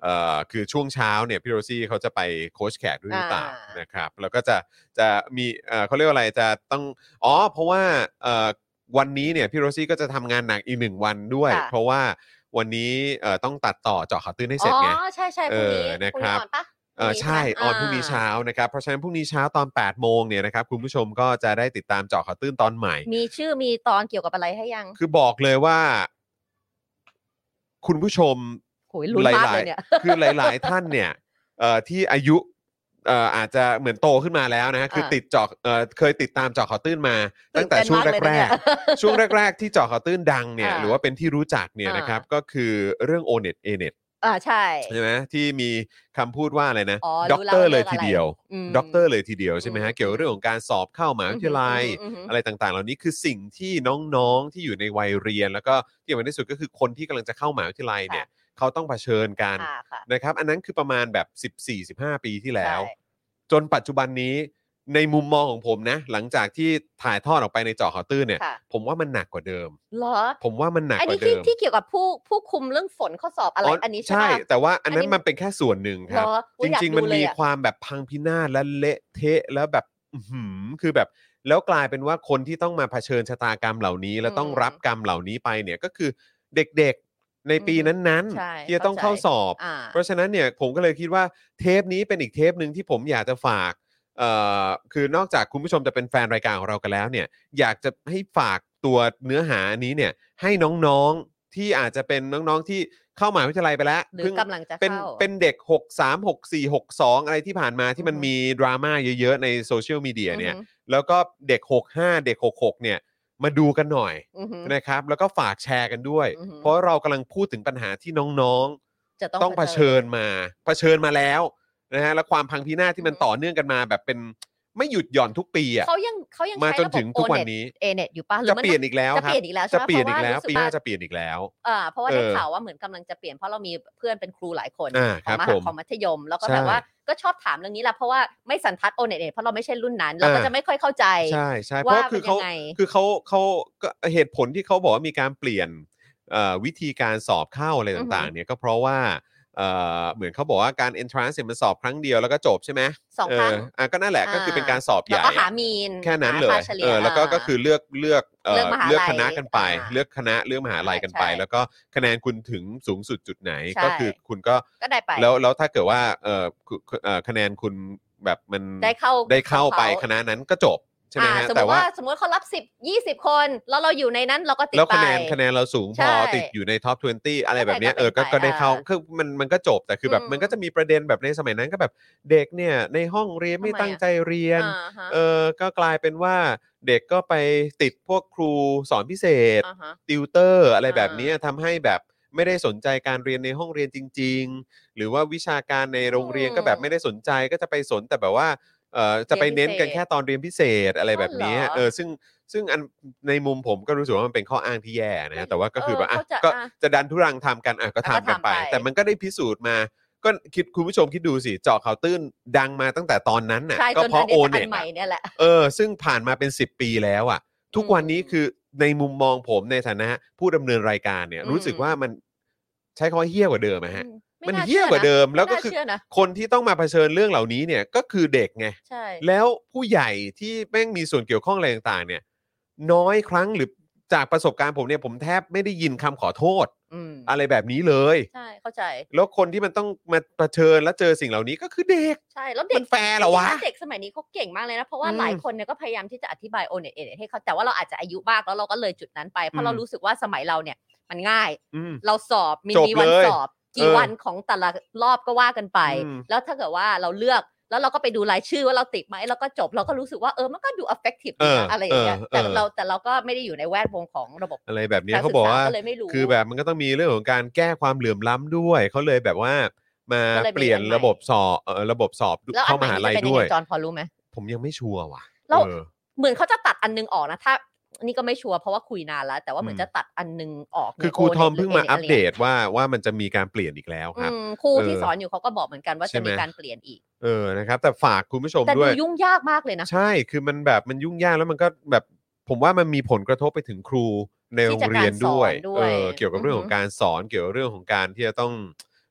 Speaker 1: เออคือช่วงเช้าเนี่ยพี่โรซี่เขาจะไปโค้ชแขกด้วยหรือเปล่านะครับ แล้วก็จะจะมีเออเขาเรียกว่าอะไรจะต้องอ๋อเพราะว่าเออวันนี้เนี่ยพี่โรซี่ก็จะทำงานหนักอีกหนึ่งวันด้วย
Speaker 2: ค่ะ
Speaker 1: เพราะว่าวันนี้เออต้องตัดต่อเจาะข่าวตื้นให้เสร็จ
Speaker 2: อ๋อ
Speaker 1: ไง
Speaker 2: ใช่ใช่พรุ่งนี้
Speaker 1: เออนะ
Speaker 2: พรุ่ง
Speaker 1: ครับ
Speaker 2: นี้อ่อนปะ
Speaker 1: เออใช่ออนพรุ่งนี้
Speaker 2: า
Speaker 1: เช้านะครับเพราะฉะนั้นพรุ่งนี้เช้าตอน8ปดโมงเนี่ยนะครับคุณผู้ชมก็จะได้ติดตามเจาะข่าวตื้นตอนใหม่
Speaker 2: มีชื่อมีตอนเกี่ยวกับอะไรให้ยัง
Speaker 1: คือบอกเลยว่า คุณผู้ชม
Speaker 2: โหยลุ้นมากเลยเนี่ย
Speaker 1: คือหลาย ๆ ท่านเนี่ยเอ่อที่อายุเอ่ออาจจะเหมือนโตขึ้นมาแล้วนะฮะคือ
Speaker 2: เออ
Speaker 1: ติดเจอกเอ่อเคยติดตามเจอกข่าวตื้นมา ตั้งแต่
Speaker 2: นเน
Speaker 1: ช่วง
Speaker 2: มากเลย
Speaker 1: แร
Speaker 2: นะเนี่
Speaker 1: ก
Speaker 2: ย
Speaker 1: ๆ ช่วงแรก ๆ ที่เจอกข่าวตื้นดังเนี่ย
Speaker 2: อ่า
Speaker 1: หรือว่าเป็นที่รู้จักเนี่ย
Speaker 2: อ่าน
Speaker 1: นะครับ ก็คือเรื่อง o n e t a n e t
Speaker 2: อ่าใช่
Speaker 1: ใช่ไหมที่มีคำพูดว่าอะไรนะ
Speaker 2: อ๋อ
Speaker 1: ด็อกเตอร์เลยทีเดียว
Speaker 2: ม
Speaker 1: ด็อกเตอร์เลยทีเดียวใช่ไหม
Speaker 2: อื
Speaker 1: ฮะ
Speaker 2: ม
Speaker 1: เกี่ยวกับเรื่องของการสอบเข้ามหาวิทยาลัย
Speaker 2: อืมอืมอืม
Speaker 1: อะไรต่างๆ เหล่านี้คือสิ่งที่น้องๆ ที่อยู่ในวัยเรียน แล้วก็ที่สำคัญที่สุดก็คือคนที่กำลังจะเข้ามหาวิทยาลัยเนี่ย
Speaker 2: ค่ะ
Speaker 1: เขาต้องเผชิญกัน
Speaker 2: อ่าค่ะ
Speaker 1: นะครับ อันนั้นคือประมาณแบบ 14 15 ปีที่แล้ว
Speaker 2: ใช่
Speaker 1: จนปัจจุบันนี้ในมุมมองของผมนะ หลังจากที่ถ่ายทอดออกไปในเจอข่าวตื้นเนี่ย
Speaker 2: ค่ะ
Speaker 1: ผมว่ามันหนักกว่าเดิม
Speaker 2: เหรอ
Speaker 1: ผมว่ามันหนัก
Speaker 2: อัน
Speaker 1: ก
Speaker 2: นี้
Speaker 1: ว่า
Speaker 2: ที่
Speaker 1: เดิม
Speaker 2: ที่เกี่ยวกับผู้ผู้คุมเรื่องฝนข้อสอบอะไรอันนี้ใช่
Speaker 1: ใช่
Speaker 2: ปะ
Speaker 1: แต่ว่าอันนั้น
Speaker 2: อันนี้
Speaker 1: มันเป็นแค่ส่วนหนึ่งค
Speaker 2: เหร
Speaker 1: รับ
Speaker 2: อ
Speaker 1: จ
Speaker 2: อุ๊ยอยาก
Speaker 1: ริง ๆ
Speaker 2: ดู
Speaker 1: มัน
Speaker 2: เลย
Speaker 1: มี
Speaker 2: อะ
Speaker 1: ความแบบพังพินาศและเละเทะแล้วแบบอื้อหือคือแบบแล้วกลายเป็นว่าคนที่ต้องมาเผชิญชะตากรรมเหล่านี้ และต้องรับกรรมเหล่านี้ไปเนี่ยก็คือเด็กๆในปีนั้น
Speaker 2: ใช่
Speaker 1: ๆที่จะต้องเข้า
Speaker 2: เข้าใจ
Speaker 1: สอบ
Speaker 2: อ่า
Speaker 1: เพราะฉะนั้นเนี่ยผมก็เลยคิดว่าเทปนี้เป็นอีกเทปหนึ่งที่ผมอยากจะฝากเอ่อคือนอกจากคุณผู้ชมจะเป็นแฟนรายการของเรากันแล้วเนี่ยอยากจะให้ฝากตัวเนื้อหานี้เนี่ยให้น้องๆที่อาจจะเป็นน้องๆที่เข้ามหาวิทยาลัยไปแล้ว
Speaker 2: หรือ
Speaker 1: เพิ่
Speaker 2: กำลังจะเข้า
Speaker 1: เป็นเป็นเด็ก 6 3 6 4 6 2 อะไรที่ผ่านมาที่มัน
Speaker 2: อือฮึ
Speaker 1: มีดราม่าเยอะๆ ในโซเชียลมีเดียเนี่ย
Speaker 2: อือ
Speaker 1: แล้วก็เด็ก 65 เด็ก 66 เนี่ยมาดูกันหน่อย
Speaker 2: หืออือหือ
Speaker 1: นะครับ แล้วก็ฝากแชร์กันด้วย
Speaker 2: อือฮึ
Speaker 1: เพราะเรากำลังพูดถึงปัญหาที่น้องๆ
Speaker 2: จะ
Speaker 1: ต้
Speaker 2: ต้
Speaker 1: อ
Speaker 2: อง ง
Speaker 1: เผชิญมาเผชิญมาแล้วนะฮะและความพังพินาศที่มันต่อเนื่องกันมาแบบเป็น ไม่หยุดหย่อนทุกปีอ่ะ
Speaker 2: เขายังเขายัง
Speaker 1: มา
Speaker 2: ใช้
Speaker 1: จน
Speaker 2: ระบบ
Speaker 1: ถึงทุกวันนี้
Speaker 2: เอเน็ตอยู่ปะหรื
Speaker 1: จะ
Speaker 2: อมั
Speaker 1: เปลี่ยนอีกแล้วค
Speaker 2: จะเป
Speaker 1: รับ
Speaker 2: ลี่ยนอีกแล้ว
Speaker 1: จะ
Speaker 2: ใช่ปะ
Speaker 1: เปลี่ยนอีกแล้ว
Speaker 2: เพ
Speaker 1: ปี
Speaker 2: ระ
Speaker 1: หน้า
Speaker 2: รู้สึ
Speaker 1: จะเปลี่ยนอีกแล้ว
Speaker 2: เออเพราะว่า
Speaker 1: เออ
Speaker 2: ได้ข่าวว่าเหมือนกำลังจะเปลี่ยนเพราะเรามีเพื่อนเป็นครูหลายคน
Speaker 1: อ่าค
Speaker 2: ขอ
Speaker 1: รั
Speaker 2: ง
Speaker 1: บ
Speaker 2: ม
Speaker 1: ผ
Speaker 2: หาม ของมัธยม แล้วก็
Speaker 1: ใช่
Speaker 2: แบบว่าก็ชอบถามเรื่องนี้แหละเพราะว่าไม่สันทัดโอเน็ตเพราะเราไม่ใช่รุ่นนั้นเราก็
Speaker 1: อ่า
Speaker 2: จะไม่ค่อยเข้าใจ
Speaker 1: ใช่ใช่เพ
Speaker 2: ว่า
Speaker 1: ราะคื
Speaker 2: เป็น
Speaker 1: อ
Speaker 2: ยั
Speaker 1: เขา
Speaker 2: งไง
Speaker 1: คือเขาเขาก็เหตุผลที่เขาบอกว่ามีการเปลี่ยนเอ่อวิธีการสอบเข้าอะไรต่างๆ เนี่ยก็เพราะว่าเอ่อเหมือนเขาบอกว่าการ entrance เนี่ยมันสอบครั้งเดียวแล้วก็จบใช่ไหม
Speaker 2: สอง
Speaker 1: เอ
Speaker 2: ค
Speaker 1: อ
Speaker 2: รั้
Speaker 1: ง อ่ะก็นั่นแหละ
Speaker 2: อ่า
Speaker 1: ก็คือเป็นการสอบให
Speaker 2: แล้ว
Speaker 1: ญ่
Speaker 2: ก็หา
Speaker 1: อะ
Speaker 2: มีน
Speaker 1: แค่นั้นเล
Speaker 2: หาย ค่าฉ
Speaker 1: เออแล้วก็
Speaker 2: า
Speaker 1: ก็คือเลือกเลือก
Speaker 2: เลือกมหาลัย
Speaker 1: เลือกคณะกันไป
Speaker 2: อ่า
Speaker 1: เลือกคณะเลือกมหาลัยกันไป
Speaker 2: ใช่
Speaker 1: แล้วก็คะแนนคุณถึงสูงสุดจุดไหน
Speaker 2: ใช่
Speaker 1: ก็คือคุณก็
Speaker 2: ก็ได้ไป
Speaker 1: แล้วแล้วถ้าเกิดว่าเออคุณเอ่อคะแนนคุณแบบมัน
Speaker 2: ได้เข้า
Speaker 1: ได้เข้าไป
Speaker 2: ของข
Speaker 1: คณะนั้นก็จบใช่ไหม
Speaker 2: อ่า
Speaker 1: ฮะ
Speaker 2: สมม
Speaker 1: แต่
Speaker 2: ติ
Speaker 1: ว่า
Speaker 2: ว่าสมมติเขารับ10 20 คน แล้วเราอยู่ในนั้นเราก็ติด
Speaker 1: แล้วคะแนน
Speaker 2: ไป
Speaker 1: คะแนนเราสูง
Speaker 2: ใช่
Speaker 1: พอติดอยู่ในท็อป 20 อะไรแบบเนี้ย
Speaker 2: ก็
Speaker 1: เอ
Speaker 2: ได้
Speaker 1: อ
Speaker 2: ก็
Speaker 1: ก็
Speaker 2: เป็น
Speaker 1: ก็
Speaker 2: ไป
Speaker 1: ได้เข้า
Speaker 2: อ่ะ
Speaker 1: คือมันมันก็จบแต่คือแบบ
Speaker 2: อืม
Speaker 1: มันก็จะมีประเด็นแบบในสมัยนั้นก็แบบเด็กเนี่ยในห้องเรียนไม่
Speaker 2: ทำไมอ่ะ
Speaker 1: ตั้งใจเรียน
Speaker 2: อ่าฮะ
Speaker 1: เออก็กลายเป็นว่าเด็กก็ไปติดพวกครูสอนพิเศษ
Speaker 2: อ่าฮะ
Speaker 1: ติวเตอร์อะไร
Speaker 2: อ่า
Speaker 1: แบบเนี้ยทำให้แบบไม่ได้สนใจการเรียนในห้องเรียนจริง ๆ หรือว่าวิชาการในโรงเรียนก็แบบไม่ได้สนใจก็จะไปสนแต่แบบว่าเออจะไปเน้นกันแค่ตอนเรียนพิเศษอะไรแบบเนี้ย
Speaker 2: อ๋อเหรอ
Speaker 1: เออซึ่งซึ่งอันในมุมผมก็รู้สึกว่ามันเป็นข้ออ้างที่แย่นะฮะแต่ว่าก็คือแบบอ่ะ
Speaker 2: เออเข้าใจ
Speaker 1: ก็
Speaker 2: อ่ะ
Speaker 1: จะดันทุรังทำกันอ่ะก็ทำกันไป
Speaker 2: ก็ทำไป
Speaker 1: แต่มันก็ได้พิสูจน์มา ก็คิดคุณผู้ชมคิดดูสิเจาะข่าวตื้นดังมาตั้งแต่ตอนนั้นน่ะ
Speaker 2: ใช่
Speaker 1: ก็
Speaker 2: จน
Speaker 1: เพราะ
Speaker 2: น
Speaker 1: โอ
Speaker 2: นี้
Speaker 1: เน็
Speaker 2: อั
Speaker 1: ต
Speaker 2: นใหม่เนี่ยแหละ
Speaker 1: เออซึ่งผ่านมาเป็น 10 ปีแล้วอะ่ะ ทุกวันนี้คือในมุมมองผมในฐานะผู้ดำเนินรายการเนี่ย
Speaker 2: อืม
Speaker 1: รู้สึกว่ามันใช้คำว่าเฮี้ยกว่าเดิมอะฮะ
Speaker 2: อื
Speaker 1: มัน
Speaker 2: ไา
Speaker 1: เฮี้ยกว่าเดิม
Speaker 2: ชื่นะ
Speaker 1: แล้วก็คือ
Speaker 2: ไม่น่าเชื่อนะ
Speaker 1: คนที่ต้องมาเผชิญเรื่องเหล่านี้เนี่ยก็คือเด็กไง
Speaker 2: ใช่
Speaker 1: แล้วผู้ใหญ่ที่แม่งมีส่วนเกี่ยวข้องอะไรต่างๆ เนี่ย น้อยครั้งหรือจากประสบการณ์ผมเนี่ยผมแทบไม่ได้ยินคำขอโทษ
Speaker 2: อืม
Speaker 1: อะไรแบบนี้เลย
Speaker 2: ใช่เข้าใจ
Speaker 1: แล้วคนที่มันต้องมาเผชิญและเจอสิ่งเหล่านี้ก็คือเด็ก
Speaker 2: ใช่แล้วเด็
Speaker 1: มั
Speaker 2: ก
Speaker 1: นแฟร์เหรอวะ
Speaker 2: เด็กสมัยนี้เขาเก่งมากเลยนะ เพราะว่า
Speaker 1: อืม
Speaker 2: หลายคนเนี่ยก็พยายามที่จะอธิบายโอเน็ตเอเน็ตให้เขาแต่ว่าเราอาจจะอายุมากแล้วเราก็เลยจุดนั้นไป เพ
Speaker 1: อืม
Speaker 2: ราะเรารู้สึกว่าสมัยเราเนี่ย มันง่าย
Speaker 1: อืม
Speaker 2: เราสอบมี
Speaker 1: จบ
Speaker 2: มีวัน
Speaker 1: เลย
Speaker 2: สอบ กี่
Speaker 1: เออ
Speaker 2: วันของแต่ละรอบก็ว่ากันไป
Speaker 1: อืม
Speaker 2: แล้วถ้าเกิดว่าเราเลือกแล้วเราก็ไปดูรายชื่อว่าเราติดไหมแล้วก็จบเราก็รู้สึกว่าเออมันก็ดู effective ดีนะอะไรอย่างเงี้ยแต่เราแต่เราก็ไม่ได้อยู่ในแวดวงของระบบ
Speaker 1: อะไรแบบเนี้ย
Speaker 2: การ
Speaker 1: เขา
Speaker 2: ศึก
Speaker 1: บอก
Speaker 2: ษา
Speaker 1: ว่า
Speaker 2: ก็เลยไม่รู้
Speaker 1: คือแบบมันก็ต้องมีเรื่องของการแก้ความเหลื่อมล้ำด้วย เขาเลยแบบว่ามา
Speaker 2: ก็เลยมี
Speaker 1: เปลี่ยน
Speaker 2: อันใหม่
Speaker 1: ระบบสอบเอ่อระบบสอบ
Speaker 2: แล้วอั
Speaker 1: เข้าน
Speaker 2: ให
Speaker 1: ม
Speaker 2: ม่
Speaker 1: หา
Speaker 2: นี่
Speaker 1: ลัย
Speaker 2: จะเป็นยัง
Speaker 1: ด้วย
Speaker 2: ไงจอห์นพอรู้ไหม
Speaker 1: ผมยังไม่ชัวร์ว่ะ
Speaker 2: แล้ว
Speaker 1: เออ
Speaker 2: เหมือนเขาจะตัดอันนึงออกนะถ้านี่ก็ไม่ชัวร์เพราะว่าคุยนานแล้ว แต่ว่าเหมือน
Speaker 1: อืม
Speaker 2: จะตัดอันนึงออก
Speaker 1: คือ
Speaker 2: ใน
Speaker 1: ครู
Speaker 2: O-net
Speaker 1: ทอมเพิ่งมา
Speaker 2: หรื
Speaker 1: อัป
Speaker 2: A-net อะไร
Speaker 1: เด
Speaker 2: เงี้ย
Speaker 1: ตว่าว่ามันจะมีการเปลี่ยนอีกแล้วครับ
Speaker 2: อืมครูที่
Speaker 1: เออ
Speaker 2: สอนอยู่เขาก็บอกเหมือนกันว่า
Speaker 1: ใช่
Speaker 2: จะ
Speaker 1: ไหม
Speaker 2: มีการเปลี่ยนอีก
Speaker 1: เออนะครับ แต่ฝากคุณผู้ชม
Speaker 2: แต่
Speaker 1: ด้
Speaker 2: ดู
Speaker 1: วย
Speaker 2: ยุ่งยากมากเลยนะ
Speaker 1: ใช่คือมันแบบมันยุ่งยากแล้วมันก็แบบผมว่ามันมีผลกระทบไปถึงครูในโรงเรียนด้วย
Speaker 2: ที่จะการสอนด้วย
Speaker 1: เออเกี่ยวกับเรื่องข
Speaker 2: อือ
Speaker 1: อ
Speaker 2: ฮึ
Speaker 1: งการสอนเกี่ยวกับเรื่องของการที่จะต้อง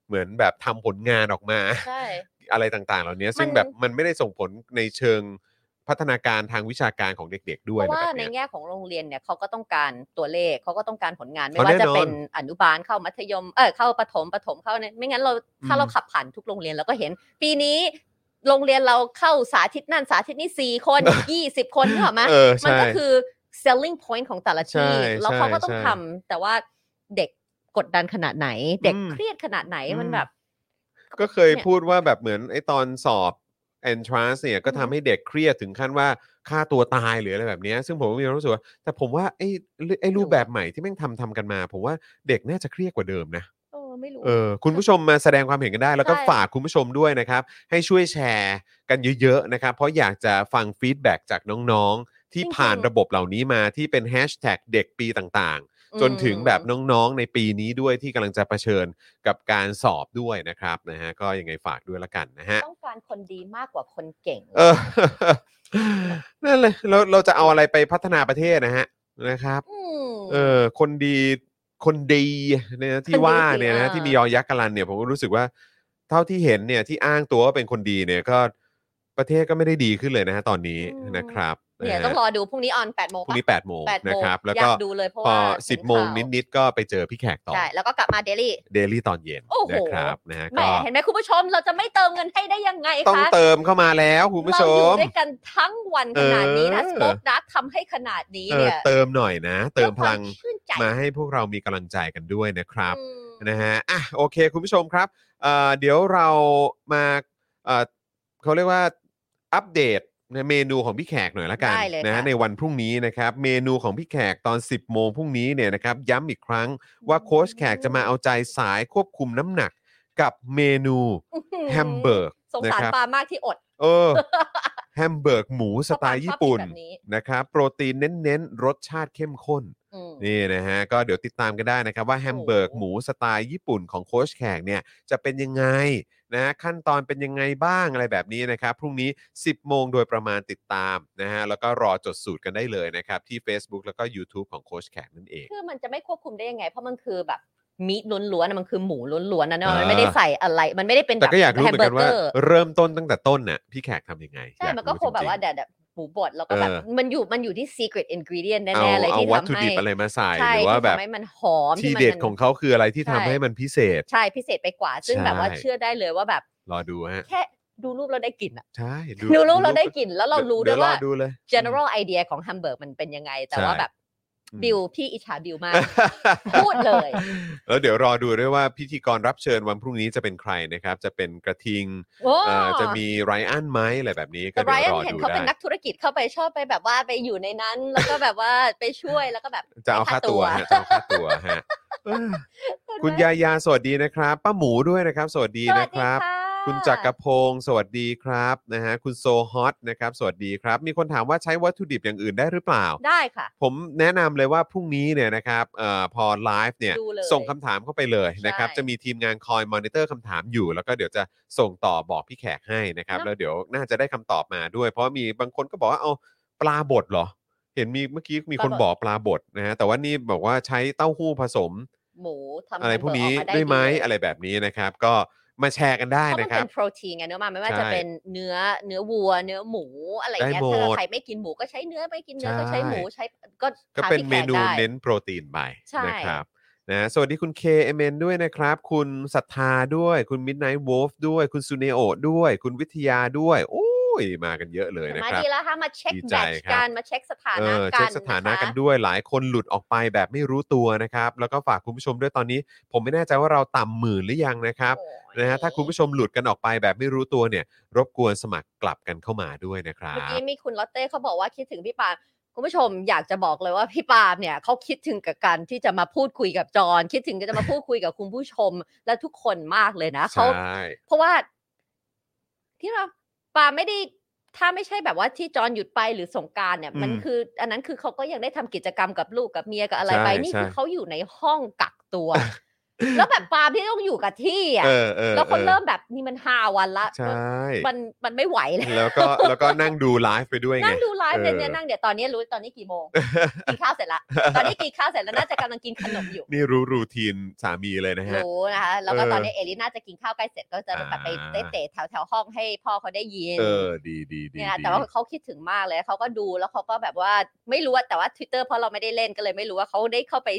Speaker 1: เหมือนแบบทำผลงานออกมา
Speaker 2: ใช่
Speaker 1: อะไรต่างๆ เหล่านี้ซึ่ง
Speaker 2: มัน
Speaker 1: แบบมันไม่ได้ส่งผลในเชิงพัฒนาการทางวิชาการของเด็กๆ ด้ว
Speaker 2: เพ
Speaker 1: ย
Speaker 2: ราะว่า
Speaker 1: แบบ
Speaker 2: ใน
Speaker 1: เนี้ย
Speaker 2: แง่ของโรงเรียนเนี่ยเขาก็ต้องการตัวเลขเขาก็ต้องการผลงานไม่
Speaker 1: เอา
Speaker 2: ว่า
Speaker 1: แน่
Speaker 2: จะ
Speaker 1: นอน
Speaker 2: เป็นอนุบาลเข้ามัธยมเออเข้าประถมประถมเข้าเนี่ยไม่งั้นเราถ้า
Speaker 1: อืม
Speaker 2: เราขับผ่านทุกโรงเรียนเราก็เห็น ปีนี้โรงเรียนเราเข้าสาธิตนั่นสาธิตนี่สี่ คนยี่สิบคนเหรอไหม
Speaker 1: เออ
Speaker 2: มัน
Speaker 1: ใช่
Speaker 2: ก็คือ selling point ของแต่ละที่
Speaker 1: ใช่
Speaker 2: แล้วเขาก็ต้อง
Speaker 1: ใช่
Speaker 2: ทำแต่ว่าเด็กกดดันขนาดไหน เด็ก
Speaker 1: อืม
Speaker 2: เครียดขนาดไหน
Speaker 1: อืม
Speaker 2: มันแบบ
Speaker 1: ก็เคยพูดว่าแบบเหมือนไอ้ตอนสอบ entrance เนี่ยก็ทำให้เด็กเครียดถึงขั้นว่าฆ่าตัวตายหรืออะไรแบบเนี้ยซึ่งผมก็มีความรู้สึกว่า แต่ผมว่าไอ้ไอ้รูปแบบใหม่ที่แม่งทำทำกันมา ผมว่าเด็กน่าจะเครียดกว่าเดิมนะ
Speaker 2: เออไม่รู้
Speaker 1: เออคุณผู้ชมมาแสดงความเห็นกันได้ แล้วก็
Speaker 2: ใช่
Speaker 1: ฝากคุณผู้ชมด้วยนะครับ ให้ช่วยแชร์กันเยอะๆนะครับ เพราะอยากจะฟังฟีดแบ็กจากน้องๆ ที่ผ่านระบบเหล่านี้มาที่เป็นแฮชแท็กเด็กปีต่าง
Speaker 2: อื
Speaker 1: ๆ
Speaker 2: ม
Speaker 1: จนถึงแบบน้องๆ ในปีนี้ด้วยที่กำลังจะเผชิญกับการสอบด้วยนะครับนะฮะก็ยังไงฝากด้วยละกันนะฮะ
Speaker 2: ต้องการคนดีมากกว่าคนเก่ง
Speaker 1: เออ นั่นเลยเราเราจะเอาอะไรไปพัฒนาประเทศนะฮะนะครับ
Speaker 2: อืม
Speaker 1: เออคนดีคนดีเนี่ยนะที่ว่าเนี่ย
Speaker 2: คนดี
Speaker 1: นะ
Speaker 2: อ่า
Speaker 1: ที่มียอยักษ์กลันเนี่ยผมก็รู้สึกว่า เท่าที่เห็นเนี่ยที่อ้างตัวว่าเป็นคนดีเนี่ยก็ประเทศก็ไม่ได้ดีขึ้นเลยนะฮะตอนนี้นะครับ
Speaker 2: เนี่
Speaker 1: ะ
Speaker 2: ย
Speaker 1: ฮะ
Speaker 2: ต้องรอดูพรุ่งนี้ออนแปดโมง
Speaker 1: พรุ่งนี้8
Speaker 2: ปะ
Speaker 1: ปดโมง
Speaker 2: แปดโม
Speaker 1: นะ
Speaker 2: ง
Speaker 1: ครับ แล้ว
Speaker 2: อยา
Speaker 1: ก็
Speaker 2: กดูเลยเพราะ
Speaker 1: พอ
Speaker 2: ว่า
Speaker 1: สิบโมง
Speaker 2: เป็ข่าว
Speaker 1: นิดๆก็ไปเจอพี่แขกต่อ
Speaker 2: ใช่แล้วก็กลับมาเดลี่
Speaker 1: เดลี่ตอนเย็น
Speaker 2: โอ้โห
Speaker 1: นะครับนะฮะ
Speaker 2: แหม
Speaker 1: ก็
Speaker 2: เห็นไหมคุณผู้ชมเราจะไม่เติมเงินให้ได้ยังไงคะ
Speaker 1: ต้องเติมเข้ามาแล้วคุณผู้ช
Speaker 2: เราอยู่
Speaker 1: ม
Speaker 2: ด้วยกันทั้งวันขนาดนี้นะ
Speaker 1: เออ
Speaker 2: สปอคดักทำให้ขนาดนี้
Speaker 1: เออ
Speaker 2: เนี่ย
Speaker 1: เติมหน่อยนะ เติมพลัง
Speaker 2: พื่อความชื่นใจ
Speaker 1: มาให้พวกเรามีกำลังใจกันด้วยนะครับ
Speaker 2: อืม
Speaker 1: นะฮะ อ่ะ โอเค คุณผู้ชมครับเอ่อเดี๋ยวเรามาเอ่อเขาเรียกว่าอัปเดตในเมนูของพี่แขกหน่อยละกัน
Speaker 2: ได้เลย
Speaker 1: นะฮะ
Speaker 2: ค่ะ
Speaker 1: ในวันพรุ่งนี้นะครับ เมนูของพี่แขกตอน 10 โมงพรุ่งนี้เนี่ยนะครับ ย้ำอีกครั้งว่าโค้ชแขกจะมาเอาใจสายควบคุมน้ำหนักกับเมนูแฮมเบอร์ก
Speaker 2: สงสาร
Speaker 1: นะคบ
Speaker 2: ปามากที่อด
Speaker 1: เออ แฮมเบิร์กหมูสไตล์ญี่ปุ่น
Speaker 2: เพราะความชอบกินแบบนี้
Speaker 1: นะครับโปรตีนเน้นๆ รสชาติเข้มข้น
Speaker 2: อืม
Speaker 1: นี่นะฮะ ก็เดี๋ยวติดตามกันได้นะครับ ว่าแฮมเบิร์ก
Speaker 2: โอ้
Speaker 1: ห
Speaker 2: โห
Speaker 1: มูสไตล์ญี่ปุ่นของโค้ชแขกเนี่ย จะเป็นยังไงนะฮะขั้นตอนเป็นยังไงบ้างอะไรแบบนี้นะครับ พรุ่งนี้ 10 โมงโดยประมาณติดตามนะฮะ แล้วก็รอจดสูตรกันได้เลยนะครับ ที่ Facebook แล้วก็ YouTube ของโค้ชแขกนั่นเอง
Speaker 2: คือมันจะไม่ควบคุมได้ยังไง เพราะมันคือแบบมีดล้วนๆอะมันคือหมูล้วนๆนะเนอะ
Speaker 1: อ่ามั
Speaker 2: มันไม่ได้ใส่อะไร มันไม่ได้เป็น
Speaker 1: แต่ก็อยากรู้
Speaker 2: แฮ
Speaker 1: เหมือนกันว่า
Speaker 2: บอร์เอร์
Speaker 1: เริ่มต้นตั้งแต่ต้นน่ะพี่แขกทำยังไง
Speaker 2: ใช่
Speaker 1: อยา
Speaker 2: มันก็คงแบบว่า
Speaker 1: รู้จริ
Speaker 2: แดดหมูบดแล้วก็แบบ
Speaker 1: เออ
Speaker 2: มันอยู่มันอยู่ที่ secret ingredient
Speaker 1: ๆเอา
Speaker 2: แน่ๆเลย
Speaker 1: เอา
Speaker 2: ที่
Speaker 1: วัต
Speaker 2: ทำ
Speaker 1: ถุ
Speaker 2: ให้
Speaker 1: ดิบอะไรมาใส่
Speaker 2: ใช่
Speaker 1: หรือว่า
Speaker 2: ที่
Speaker 1: แบบ
Speaker 2: ทำให้มันหอม
Speaker 1: ที
Speaker 2: มัน
Speaker 1: เด็ดของเขาคืออะไรที่ทำให้มันพิเศษ
Speaker 2: ใช่พิเศษไปกว่า ซึ่งแบบว่า
Speaker 1: ใช่
Speaker 2: เชื่อได้เลยว่าแบบ
Speaker 1: รอดูฮะ
Speaker 2: แค่ดูรูปเราได้กลิ่นอะ
Speaker 1: ใช่
Speaker 2: ดูรูปเราได้กลิ่นแล้วเรารู้ด้วยว่า
Speaker 1: เอดูเลย
Speaker 2: general idea ของแฮมเบิร์กมันเป็นยังไง แต่ว่า
Speaker 1: ใช่
Speaker 2: แบบ
Speaker 1: อืม
Speaker 2: บิวพี่อิจฉาบิวมาก พูด เลย
Speaker 1: แล้วเดี๋ยวรอดูด้วยว่าพิธีกรรับเชิญวันพรุ่งนี้จะเป็นใครนะครับ จะเป็นกระทิง
Speaker 2: โอ้
Speaker 1: เอ่อจะมีไรอันไหมอะไรแบบนี้ก็
Speaker 2: แต่ไบร
Speaker 1: เดี๋ยว
Speaker 2: อั
Speaker 1: น รอ
Speaker 2: เห็น
Speaker 1: ดู
Speaker 2: เขา
Speaker 1: ได้
Speaker 2: เป็นนักธุรกิจเข้าไปชอบไปแบบว่าไปอยู่ในนั้น แล้วก็แบบว่าไปช่วยแล้วก็แบบ
Speaker 1: จะเอาค่าตัว
Speaker 2: ให้
Speaker 1: ฮะจะ
Speaker 2: ค่าตัว
Speaker 1: เอาค่าตัวฮะเออคุณยายาสวัสดีนะครับป้าหมูด้วยนะครับ สวัสดี
Speaker 2: สวั
Speaker 1: นะค
Speaker 2: สดี
Speaker 1: รับ
Speaker 2: ะ
Speaker 1: คุณจักรพงศ์สวัสดีครับนะฮะคุณโซฮอตนะครับ สวัสดีครับ มีคนถามว่าใช้วัตถุดิบอย่างอื่นได้หรือเปล่า
Speaker 2: ได้ค่ะ
Speaker 1: ผมแนะนำเลยว่าพรุ่งนี้เนี่ยนะครับเออพอไลฟ์เนี่ย
Speaker 2: ดูเลย
Speaker 1: ส่งคำถามเข้าไปเลยนะครับ
Speaker 2: ใช่
Speaker 1: จะมีทีมงานคอยมอนิเตอร์คำถามอยู่ แล้วก็เดี๋ยวจะส่งต่อบอกพี่แขกให้นะครับ
Speaker 2: เนอะ
Speaker 1: แล้วเดี๋ยวน่าจะได้คำตอบมาด้วย เพราะมีบางคนก็บอกว่าเอาปลาบดเหรอ เห็นมีเมื่อกี้มีคนบอกปลาบดนะฮะแต่ว่านี่บอกว่าใช้เต้าหู้ผสม
Speaker 2: หมูทำ
Speaker 1: อะไรพวกนี้
Speaker 2: แฮเบอ
Speaker 1: ได้
Speaker 2: ร์ออกา
Speaker 1: ไหม
Speaker 2: เลย
Speaker 1: อะไรแบบนี้นะครับ ก็มาแชร์กันได้
Speaker 2: เพราะมั
Speaker 1: นะ
Speaker 2: น
Speaker 1: ครั
Speaker 2: เป็
Speaker 1: บ
Speaker 2: นโปรตีนไงเนื้อมาไม่ว่า
Speaker 1: ใช่
Speaker 2: จะเป็นเนื้อเนื้อวัว เนื้อหมูอะไรอย่างเงี้
Speaker 1: ได้
Speaker 2: ย
Speaker 1: หมด
Speaker 2: ถ้าใครไม่กินหมูก็ใช้เนื้อไม่กินเนื้อก็ใช้
Speaker 1: ใช่
Speaker 2: หมูใช้ก็
Speaker 1: ก็
Speaker 2: หา
Speaker 1: เป็น
Speaker 2: ที่
Speaker 1: เม
Speaker 2: แขก
Speaker 1: นู
Speaker 2: ได้
Speaker 1: เน้นโปรตีนไป
Speaker 2: ใช่
Speaker 1: นะครับนะสวัสดีคุณ k m n ด้วยนะครับ คุณศรัทธาด้วย คุณ Midnight Wolf ด้วย คุณซูเนโอด้วย คุณวิทยาด้วยโอ้ยมากันเยอะเลยนะ
Speaker 2: มา
Speaker 1: ครับ
Speaker 2: ดีแล้วค่ะมาเช็ค
Speaker 1: ดี
Speaker 2: แบ
Speaker 1: ใจ
Speaker 2: ต
Speaker 1: ครับ
Speaker 2: กันมาเช็คสถา
Speaker 1: เอ
Speaker 2: นะ
Speaker 1: อ
Speaker 2: กัน
Speaker 1: เช็คสถานะกัน
Speaker 2: ค
Speaker 1: ด้วยหลายคนหลุดออกไปแบบไม่รู้ตัวนะครับ แล้วก็ฝากคุณผู้ชมด้วยตอนนี้ ผมไม่แน่ใจว่าเราต่ำหมื่นหรือยังนะครับนะฮะถ้าคุณผู้ชมหลุดกันออกไปแบบไม่รู้ตัวเนี่ย รบกวนสมัครกลับกันเข้ามาด้วยนะครั
Speaker 2: เมื่อบ กี้มีคุณลอตเต้เขาบอกว่าคิดถึงพี่ปาล์มคุณผู้ชมอยากจะบอกเลยว่าพี่ปาล์มเนี่ยเขาคิดถึงกับการที่จะมาพูดคุยกับจอห์นคิดถึงก็จะมาพูดคุยกับคุณผู้ชมและทุกคนมากเลยนะ
Speaker 1: ใช
Speaker 2: เขา
Speaker 1: ่
Speaker 2: เพราะว่าที่เราปาล์มไม่ได้ถ้าไม่ใช่แบบว่าที่จอห์นหยุดไปหรือสงกรารเนี่ย มัน
Speaker 1: อืม
Speaker 2: คือ อันนั้นคือเขาก็ยังได้ทำกิจกรรมกับลูกกับเมียกับอะไร
Speaker 1: ใช่
Speaker 2: ไปนี่
Speaker 1: ใช่
Speaker 2: คือเขาอยู่ในห้องกัก ตัว แล้วแบบปาล์มที่ต้องอยู่กับที่อ่ะ
Speaker 1: เออเออ
Speaker 2: แล้วคน
Speaker 1: ออ
Speaker 2: เริ่มแบบนี่มันห้าวันละ
Speaker 1: ใช่
Speaker 2: มันมันไม่ไหวแล้ว
Speaker 1: แล้วก็แล้วก็นั่งดูไลฟ์ไปด้วยไง
Speaker 2: นั่งดูไลฟ์เลยเนี่ย
Speaker 1: เออ
Speaker 2: นั่งเดี๋ยวตอนนี้รู้ตอนนี้กี่โม ง กินข้าวเสร็จละตอนนี้กินข้าวเสร็จแล้วน่าจะกำลังกินขนมอยู่
Speaker 1: นี่รู้รูทีนสามีเลยนะฮะ
Speaker 2: รู้นะคะแล้วก็
Speaker 1: เออ
Speaker 2: ตอนนี้เอลิน่าจะกินข้าวใกล้เสร็จก็จะแบบไป
Speaker 1: อ่า
Speaker 2: เตะแถวแถวๆห้องให้พ่อเขาได้ยิน
Speaker 1: เออดีดีดี
Speaker 2: เนี่ยนะ
Speaker 1: ดี
Speaker 2: แต่ว่าเขาคิดถึงมากเลยเขาก็ดูแล้วเขาก็แบบว่าไม่รู้ว่าแต่ว่า Twitter เพราะเราไม่ได้เล่นก็เลยไม่รู้ว่าเขาได้เข้าไป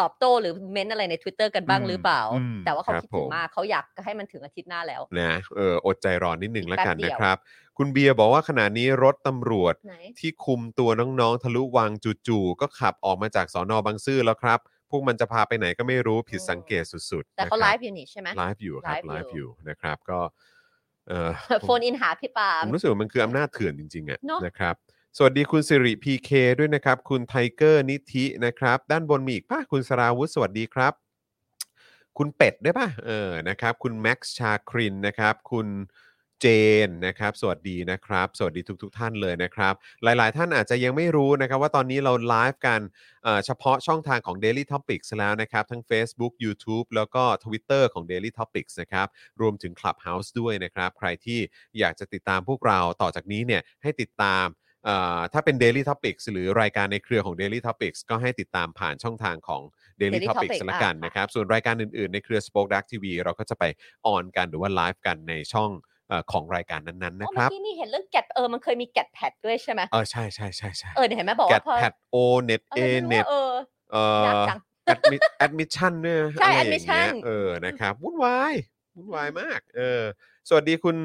Speaker 2: ตอบโต้หรือเม้นอะไรใน Twitter กันบ้างหรือเปล่า
Speaker 1: ม
Speaker 2: แต่ว่าเขา
Speaker 1: รับ
Speaker 2: คิดถึ
Speaker 1: ผ
Speaker 2: งมากเขาอยากให้มันถึงอาทิตย์หน้าแล้ว
Speaker 1: นะเอออดใจรอนิดหนึ่ง
Speaker 2: อีก
Speaker 1: แล้ว
Speaker 2: แป๊บ
Speaker 1: กัน
Speaker 2: เดี
Speaker 1: นะ
Speaker 2: ยว
Speaker 1: ครับ คุณเบียร์บอกว่าขณะนี้รถตำรวจ
Speaker 2: ไหน
Speaker 1: ที่คุมตัวน้องๆ ทะลุวังจู่ๆก็ขับออกมาจากสอนอบางซื่อแล้วครับ พวกมันจะพาไปไหนก็ไม่รู้ผิด
Speaker 2: อืม
Speaker 1: สังเกตสุดๆ
Speaker 2: แต่เขา
Speaker 1: นะ
Speaker 2: ไล
Speaker 1: ครับ
Speaker 2: ฟ์อยู่นี่ใช่ไหม
Speaker 1: ไลฟ์อยู่ครับไล
Speaker 2: ไลฟ์
Speaker 1: ฟ์อ
Speaker 2: อยู่
Speaker 1: ยู่นะครับก็เอ อผม
Speaker 2: โฟนอินหาพี่ปาล์
Speaker 1: ผม มรู้สึกว่ามันคืออำนาจเถื่อนจริงๆอะ
Speaker 2: เนอะ
Speaker 1: นะครับ สวัสดีคุณสิริ PK ด้วยนะครับ คุณไทเกอร์นิธินะครับ ด้านบนมีอีกป่ะคุณสราวุธสวัสดีครับ คุณเป็ดด้วยป่ะเออนะครับ คุณแม็กซ์ชาครินนะครับ คุณเจนนะครับ สวัสดีนะครับ สวัสดีทุกๆทท่านเลยนะครับ หลายๆ ท่านอาจจะยังไม่รู้นะครับ ว่าตอนนี้เราไลฟ์กัน เอ่อเฉพาะช่องทางของ Daily Topics แล้วนะครับ ทั้ง Facebook YouTube แล้วก็ Twitter ของ Daily Topics นะครับ รวมถึง Clubhouse ด้วยนะครับ ใครที่อยากจะติดตามพวกเราต่อจากนี้เนี่ยให้ติดตามเอ่อถ้าเป็น Daily Topics หรือรายการในเครือของ Daily Topics ก็ให้ติดตามผ่านช่องทางของ Daily,
Speaker 2: Daily
Speaker 1: Topics
Speaker 2: Topics
Speaker 1: ละกัน
Speaker 2: อ่ะ
Speaker 1: นะครับ ส่วนรายการอื่นๆ ในเครือ Spoke Dark TV เราก็จะไปออนกันหรือว่าไลฟ์กันในช่องเอ่อของรายการนั้นๆนะ
Speaker 2: อ๋อ
Speaker 1: ครับ
Speaker 2: เมื่อกี้นี่เห็นเรื่องแกดเออมันเคยมีแกดแพดด้วยใช่ไหม
Speaker 1: เออใช่ใช่ใช่ใช่
Speaker 2: เออเดี๋ยวเห็นไหมบอก
Speaker 1: แกด
Speaker 2: ว่าพอ
Speaker 1: แพดโอเน็ต
Speaker 2: อะ
Speaker 1: เอ
Speaker 2: ไรไม่รู้
Speaker 1: เน็ต
Speaker 2: ว่าเออ
Speaker 1: เอ่
Speaker 2: ยาก
Speaker 1: อ
Speaker 2: จัง
Speaker 1: แอดมิแอดมิชชั่นเนี่ยนะ
Speaker 2: ใช่
Speaker 1: อะไรอย่างเงี้ย
Speaker 2: admission
Speaker 1: เออนะครับวุ่นวายวุ่นวายมากเออสวัสดีคุณ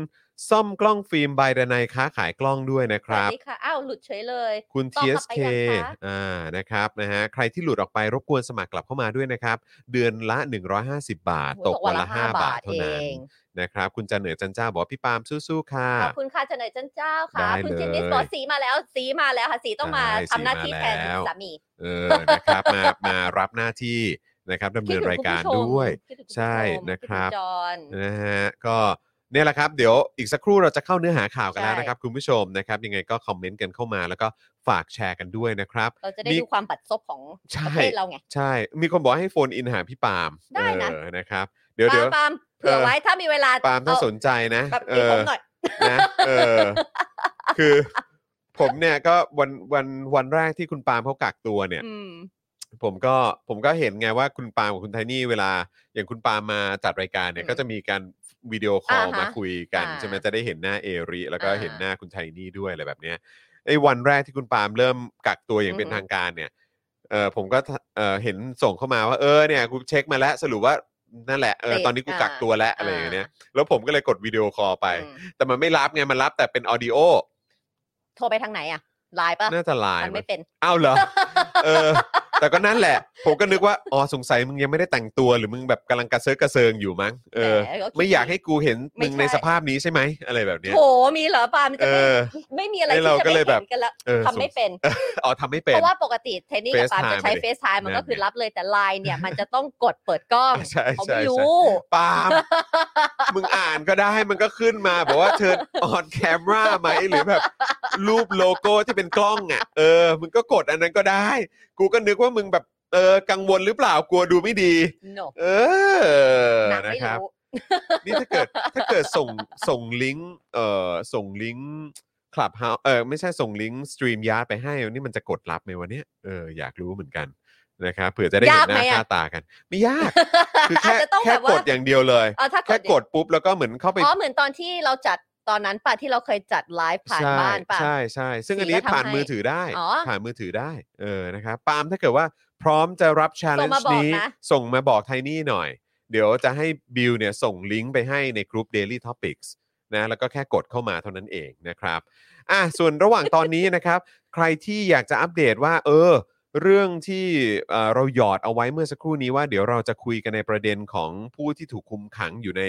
Speaker 1: ซ่อมกล้องฟิล์มใบดนายค้าขายกล้องด้วยนะค
Speaker 2: สวั
Speaker 1: รับ
Speaker 2: สดีค่ะอ้าวหลุดเฉยเลย
Speaker 1: คุณ
Speaker 2: ต่อกลับไป
Speaker 1: TSK
Speaker 2: ยังคะ
Speaker 1: อ่านะครับนะฮะใครที่หลุดออกไปรบกวนสมัครกลับเข้ามาด้วยนะครับ เดือนละ 150 บาท
Speaker 2: โอ้
Speaker 1: ต
Speaker 2: โห
Speaker 1: กวันละ 5 บาทเท่า
Speaker 2: เอ
Speaker 1: นั้น
Speaker 2: ง
Speaker 1: นะครับคุณจันเหนือจันเจ้าบอกว่าพี่ปาล์มสู้ๆค่ะ
Speaker 2: ขอบคุณค่ะเจาหนอยจันเจ้าค่ะ
Speaker 1: ได้
Speaker 2: คุณ
Speaker 1: เลย
Speaker 2: เจนนิสบอกสีมาแล้วสีมาแล้วค่ะสีต้องมา
Speaker 1: ได้
Speaker 2: ทำหน้า
Speaker 1: สีมา
Speaker 2: ที่แทน
Speaker 1: แล้ว
Speaker 2: สามี
Speaker 1: เออนะครับมามารับหน้าที่นะครับดำ
Speaker 2: คิ
Speaker 1: เนิน
Speaker 2: ถึง
Speaker 1: ราย
Speaker 2: คุณ
Speaker 1: การ
Speaker 2: ผู้ชม
Speaker 1: ด้วย
Speaker 2: คิดถึงคุณผู้ชม
Speaker 1: ใช่นะครับ
Speaker 2: คิดถึงจอห์น
Speaker 1: นะฮะก็ เนี่ยแหละครับ เดี๋ยวอีกสักครู่เราจะเข้าเนื้อหาข่าวกันแล้ว
Speaker 2: ใช่
Speaker 1: นะครับ คุณผู้ชมนะครับ ยังไงก็คอมเมนต์กันเข้ามาแล้วก็ฝากแชร์กันด้วยนะครับ
Speaker 2: เราจะได้
Speaker 1: มี
Speaker 2: ดูความบัดซบของ
Speaker 1: ใช่
Speaker 2: ประเทศเราไง
Speaker 1: ใช่ มีคนบอกให้โฟนอินหาพี่ปาล์ม
Speaker 2: ได้นะ
Speaker 1: เออนะครับ เดี๋ยว
Speaker 2: ปา
Speaker 1: เดี๋ยว
Speaker 2: ล์มปาล์มเผื่อ
Speaker 1: เออ
Speaker 2: ไว้ถ้ามีเวลา
Speaker 1: ปาล์มถ้า
Speaker 2: เอ
Speaker 1: สนใจนะ
Speaker 2: แบบ
Speaker 1: เอ
Speaker 2: มีผ
Speaker 1: อ
Speaker 2: มหน่อย
Speaker 1: นะเออ คือผมเนี่ยก็วันวันวันแรกที่คุณปาล์มเขากักตัวเนี่ย
Speaker 2: อืม
Speaker 1: ผมก็ผมก็เห็นไงว่าคุณปาล์มกับคุณไทนี่เวลา อย่างคุณปาล์มมาจัดรายการเนี่ย
Speaker 2: อืม
Speaker 1: ก็จะมีการวิดีโอคอล
Speaker 2: อ่าฮะ
Speaker 1: มาคุยกัน
Speaker 2: อ่า
Speaker 1: ใช่ไหมจะได้เห็นหน้าเอริ แล้วก็
Speaker 2: อ่า
Speaker 1: เห็นหน้าคุณไทนี่ด้วยอะไรแบบเนี้ยไอ้วันแรกที่คุณปาล์มเริ่มกักตัวอย่างเป็น
Speaker 2: อือฮึ
Speaker 1: ทางการเนี่ยเออผมก็เออเห็นส่งเข้ามาว่าเออเนี่ยกูเช็คมาแล้วสรุปว่านั่นแหละเออ
Speaker 2: ติด
Speaker 1: ตอนนี้กูกักตัวแล้วอะไรอย่างเงี้ยแล้วผมก็เลยกดวิดีโอคอลไป
Speaker 2: อืม
Speaker 1: แต่มันไม่รับไงมันรับแต่เป็นออดิโอ
Speaker 2: โทรไปทางไหนอะไลน์ปะ
Speaker 1: น่าจะไล
Speaker 2: มั
Speaker 1: น์มั้
Speaker 2: นไม่
Speaker 1: ง
Speaker 2: เป็น
Speaker 1: อ้าวเหรอ เออแต่ก็นั่นแหละ ผมก็นึกว่าอ๋อสงสัยมึงยังไม่ได้แต่งตัวหรือมึงแบบกำลังกระเซิร์กกระเซิงอยู่มั้งเออ
Speaker 2: แหคิด
Speaker 1: ไม่อยาก
Speaker 2: ดี
Speaker 1: ให้กูเห็น
Speaker 2: ไม่
Speaker 1: มึงใน
Speaker 2: ใช่
Speaker 1: สภาพนี้ใช่ไหมอะไรแบบเนี้ย
Speaker 2: โถมีเหรอปาล์มจะ
Speaker 1: เออ
Speaker 2: ไม่ไม่มีอะไร
Speaker 1: ไอ้
Speaker 2: ที่
Speaker 1: เรา
Speaker 2: จะ
Speaker 1: ก็เล
Speaker 2: ไม่
Speaker 1: ยแบบ
Speaker 2: เห็นกันละ
Speaker 1: เออ
Speaker 2: ทำไม่เป็น
Speaker 1: อ๋อทำไม่เป็น
Speaker 2: เพราะว่าปกติเทนนี่กับ
Speaker 1: FaceTime
Speaker 2: ปาล์มจะใช้
Speaker 1: ไปดิ
Speaker 2: เฟซไทม์มันก็คือ
Speaker 1: นั่นไง
Speaker 2: รับเลยแต่ไลน์เนี่ยมันจะต้องกดเปิดกล้อง
Speaker 1: ใช่
Speaker 2: เขา
Speaker 1: ใช่
Speaker 2: ไม่
Speaker 1: ใช่
Speaker 2: รู้
Speaker 1: ปาล์มมึงอ่านก็ได้มันก็ขึ้นมาบอกว่าเชิญออนแคมราไหมหรือแบบรูปโลโก้ที่เป็นกล้องอ่ะเออมึงก็กดอันนั้นก็ได้ กูก็นึกว่ามึงแบบเออกังวลหรือเปล่ากลัวดูไม่ดี
Speaker 2: no
Speaker 1: เออ
Speaker 2: หนัก
Speaker 1: นะ
Speaker 2: ไม่
Speaker 1: ครับ
Speaker 2: รู้
Speaker 1: นี่ถ้าเกิด ถ้าเกิดส่งส่งลิงก์เอ่อส่งลิงก์คลับเฮาเออไม่ใช่ส่งลิงก์สตรีมยาร์ดไปให้นี่มันจะกดรับไหมวันนี้เอออยากรู้เหมือนกันนะครับเผื่อจะได้เห็นหน้าย
Speaker 2: ากไหม
Speaker 1: ค่า
Speaker 2: อะ
Speaker 1: ตากัน ไม่ยากคือ
Speaker 2: อาจ
Speaker 1: แค่
Speaker 2: จะต้อง
Speaker 1: แค่
Speaker 2: แบบว่า
Speaker 1: กดอย่างเดียวเลย
Speaker 2: เออถ้าก
Speaker 1: แค่
Speaker 2: ดดิ
Speaker 1: กดปุ๊บแล้วก็เหมือนเข้าไป
Speaker 2: อ๋อเหมือนตอนที่เราจัดตอนนั้นป่ะที่เราเคยจัดไลฟ์ผ่าน
Speaker 1: ใช่
Speaker 2: บ้านป่ะ
Speaker 1: ใช่ใช่ซึ่งอัน
Speaker 2: สี
Speaker 1: นี้
Speaker 2: ก็ทำ
Speaker 1: ผ่าน
Speaker 2: ให้
Speaker 1: มือถือได้
Speaker 2: อ๋อ
Speaker 1: ผ่านมือถือได้เออนะครับปาล์มถ้าเกิดว่าพร้อมจะรับชาเล
Speaker 2: ส่
Speaker 1: น
Speaker 2: งมา
Speaker 1: จ์
Speaker 2: บอก
Speaker 1: นี้
Speaker 2: นะ
Speaker 1: ส่งมาบอกไทนี่หน่อย เดี๋ยวจะให้บิวเนี่ยส่งลิงก์ไปให้ในกลุ่ม Daily Topics นะแล้วก็แค่กดเข้ามาเท่านั้นเองนะครับอ่ะส่วนระหว่างตอนนี้นะครับ ใครที่อยากจะอัปเดตว่า เออ เรื่องที่เอ่อเราหยอดเอาไว้เมื่อสักครู่นี้ว่าเดี๋ยวเราจะคุยกันในประเด็นของผู้ที่ถูกคุมขังอยู่ใน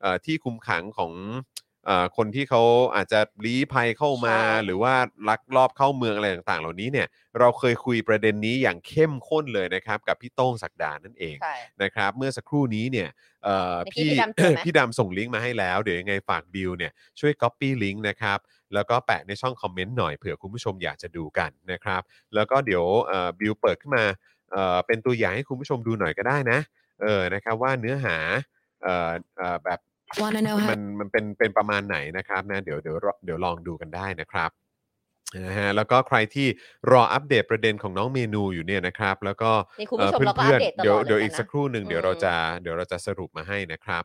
Speaker 1: เอ่อที่คุมขังของเอ่อคนที่เขาอาจจะลี้ภัยเข้ามา
Speaker 2: ใช่
Speaker 1: หรือว่าลักลอบเข้าเมืองอะไรต่างๆ เหล่านี้เนี่ย เราเคยคุยประเด็นนี้อย่างเข้มข้นเลยนะครับ กับพี่โต้งศักดานั่นเอง
Speaker 2: ใช่
Speaker 1: นะครับเมื่อสักครู่นี้เนี่ยเอ่อ
Speaker 2: เมื่อกี้
Speaker 1: พี่
Speaker 2: พี่ดำ
Speaker 1: พี่ดำ
Speaker 2: ส่งไหม
Speaker 1: ส่งลิงก์มาให้แล้ว เดี๋ยวยังไงฝากบิวเนี่ยช่วย Copy ลิงก์นะครับ แล้วก็แปะในช่องคอมเมนต์หน่อยเผื่อคุณผู้ชมอยากจะดูกันนะครับ แล้วก็เดี๋ยวเอ่อบิวเปิดขึ้นมาเอ่อเป็นตัวอย่างให้คุณผู้ชมดูหน่อยก็ได้นะเออนะครับว่าเนื้อหาเอ่อเอ่อแบบ
Speaker 4: Wanna know
Speaker 1: มั
Speaker 4: how
Speaker 1: นมันเป็นเป็นประมาณไหนนะครับนะเดี๋ยวเดี๋ยวรอเดี๋ยวลองดูกันได้นะครับนะฮะแล้วก็ใครที่รออัปเดตประเด็นของน้องเมนูอยู่เนี่ยนะครับ แล้วก็
Speaker 2: นี่คุณ
Speaker 1: เอ่อ
Speaker 2: ผู้ชมเราก็อัปเดตตลอด
Speaker 1: เดี๋ยว
Speaker 2: ลนะ
Speaker 1: เดี๋ยวอีกสักครู่หนึ่ง
Speaker 2: อืม
Speaker 1: เดี๋ยวเราจะเดี๋ยวเราจะสรุปมาให้นะครับ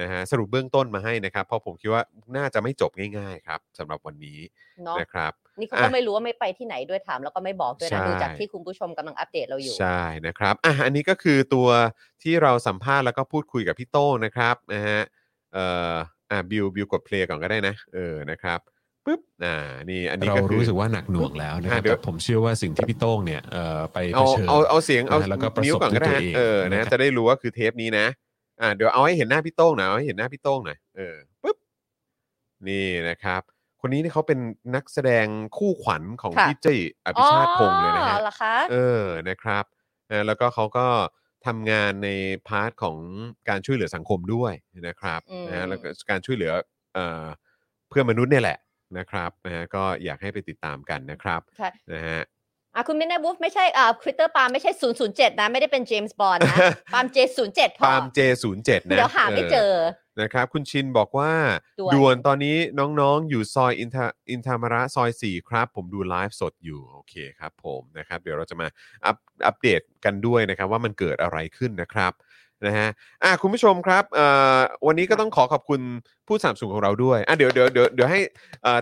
Speaker 1: นะฮะสรุปเบื้องต้นมาให้นะครับ เพราะผมคิดว่าน่าจะไม่จบง่าย ๆ ครับสำหรับวันนี้
Speaker 2: เนาะ
Speaker 1: นะครับ
Speaker 2: นี่เขาก็ไม่รู้ว่าไม่ไปที่ไหนด้วยถามแล้วก็ไม่บอกด้วยนะ
Speaker 1: ใช่
Speaker 2: ดูจากที่คุณผู้ชมกำลังอัปเดตเราอยู่
Speaker 1: ใช่นะครับอ่ะอันนี้ก็คือตัวที่เราสัมภาษณ์แล้วก็พูดคุยกับพี่โต้งนะครับนะฮะเอ่ออ่ะบิวบิวกดเพลย์ก่อนก็ได้นะ เออนะครับปึ๊บอ่านี่อันนี้
Speaker 5: เรา
Speaker 1: ก็คือ
Speaker 5: รู้สึกว่าหนักหน่วงแล้วนะครับ
Speaker 1: อ่ะเดี๋ยว
Speaker 5: แต่ผมเชื่อว่าสิ่งที่พี่โต้งเนี่ยเอ่อไปเผ
Speaker 1: เอา
Speaker 5: ชิญ
Speaker 1: เอาเอาเสียงเอา
Speaker 5: นะฮะแล้วก็ประสบ
Speaker 1: นิ้วก่อนก็ได้
Speaker 5: ด้วย
Speaker 1: ฮะ
Speaker 5: ตัวเอง
Speaker 1: เออ
Speaker 5: นะ
Speaker 1: นะ
Speaker 5: ครับ
Speaker 1: จะได้รู้ว่าคือเทปนี้นะ อ่าเดี๋ยวเอาให้เห็นหน้าพี่โต้งหน่อยเอาให้เห็นหน้าพี่โต้งหน่อยเออปึ๊บนี่นะครับ คนนี้นี่เขาเป็นนักแสดงคู่ขวัญของ
Speaker 2: ค่ะ
Speaker 1: พี่เจ้ยอภิชาติพงษ์เลยนะฮะ
Speaker 2: อ๋อเหรอคะ
Speaker 1: เออ นะครับนะแล้วก็เขาก็ทำงานในพาร์ทของการช่วยเหลือสังคมด้วยนะครับ
Speaker 2: อืม
Speaker 1: นะแล้วก็การช่วยเหลือเอ่อเพื่อนมนุษย์เนี่ยแหละนะครับนะฮะก็อยากให้ไปติดตามกันนะครับ
Speaker 2: ค่ะ
Speaker 1: นะฮะ
Speaker 2: อ่ะคุณมินนาบูฟไม่ใช่อ่าควิตเตอร์ปาล์มไม่ใช่ 007 นะ ไม่ได้เป็นเจมส์บอนด์ นะ ปาล์ม J07 พอ
Speaker 1: ปาล์ม J07 นะ
Speaker 2: เดี๋ยวหาไม่เจอ
Speaker 1: นะครับ คุณชินบอกว่า
Speaker 2: ด่วน
Speaker 1: ด่วนตอนนี้น้องๆ อยู่ซอยอินทาอินทามระซอย 4 ครับ ผมดูไลฟ์สดอยู่โอเคครับผมนะครับ เดี๋ยวเราจะมาอัปอัปเดตกันด้วยนะครับ ว่ามันเกิดอะไรขึ้นนะครับ นะฮะอ่ะคุณผู้ชมครับเอ่อวันนี้ก็ต้องขอขอบคุณผู้สามสูงของเราด้วยอ่ะเดี๋ยวเดี๋ยวเดี๋ยวเดี๋ยวให้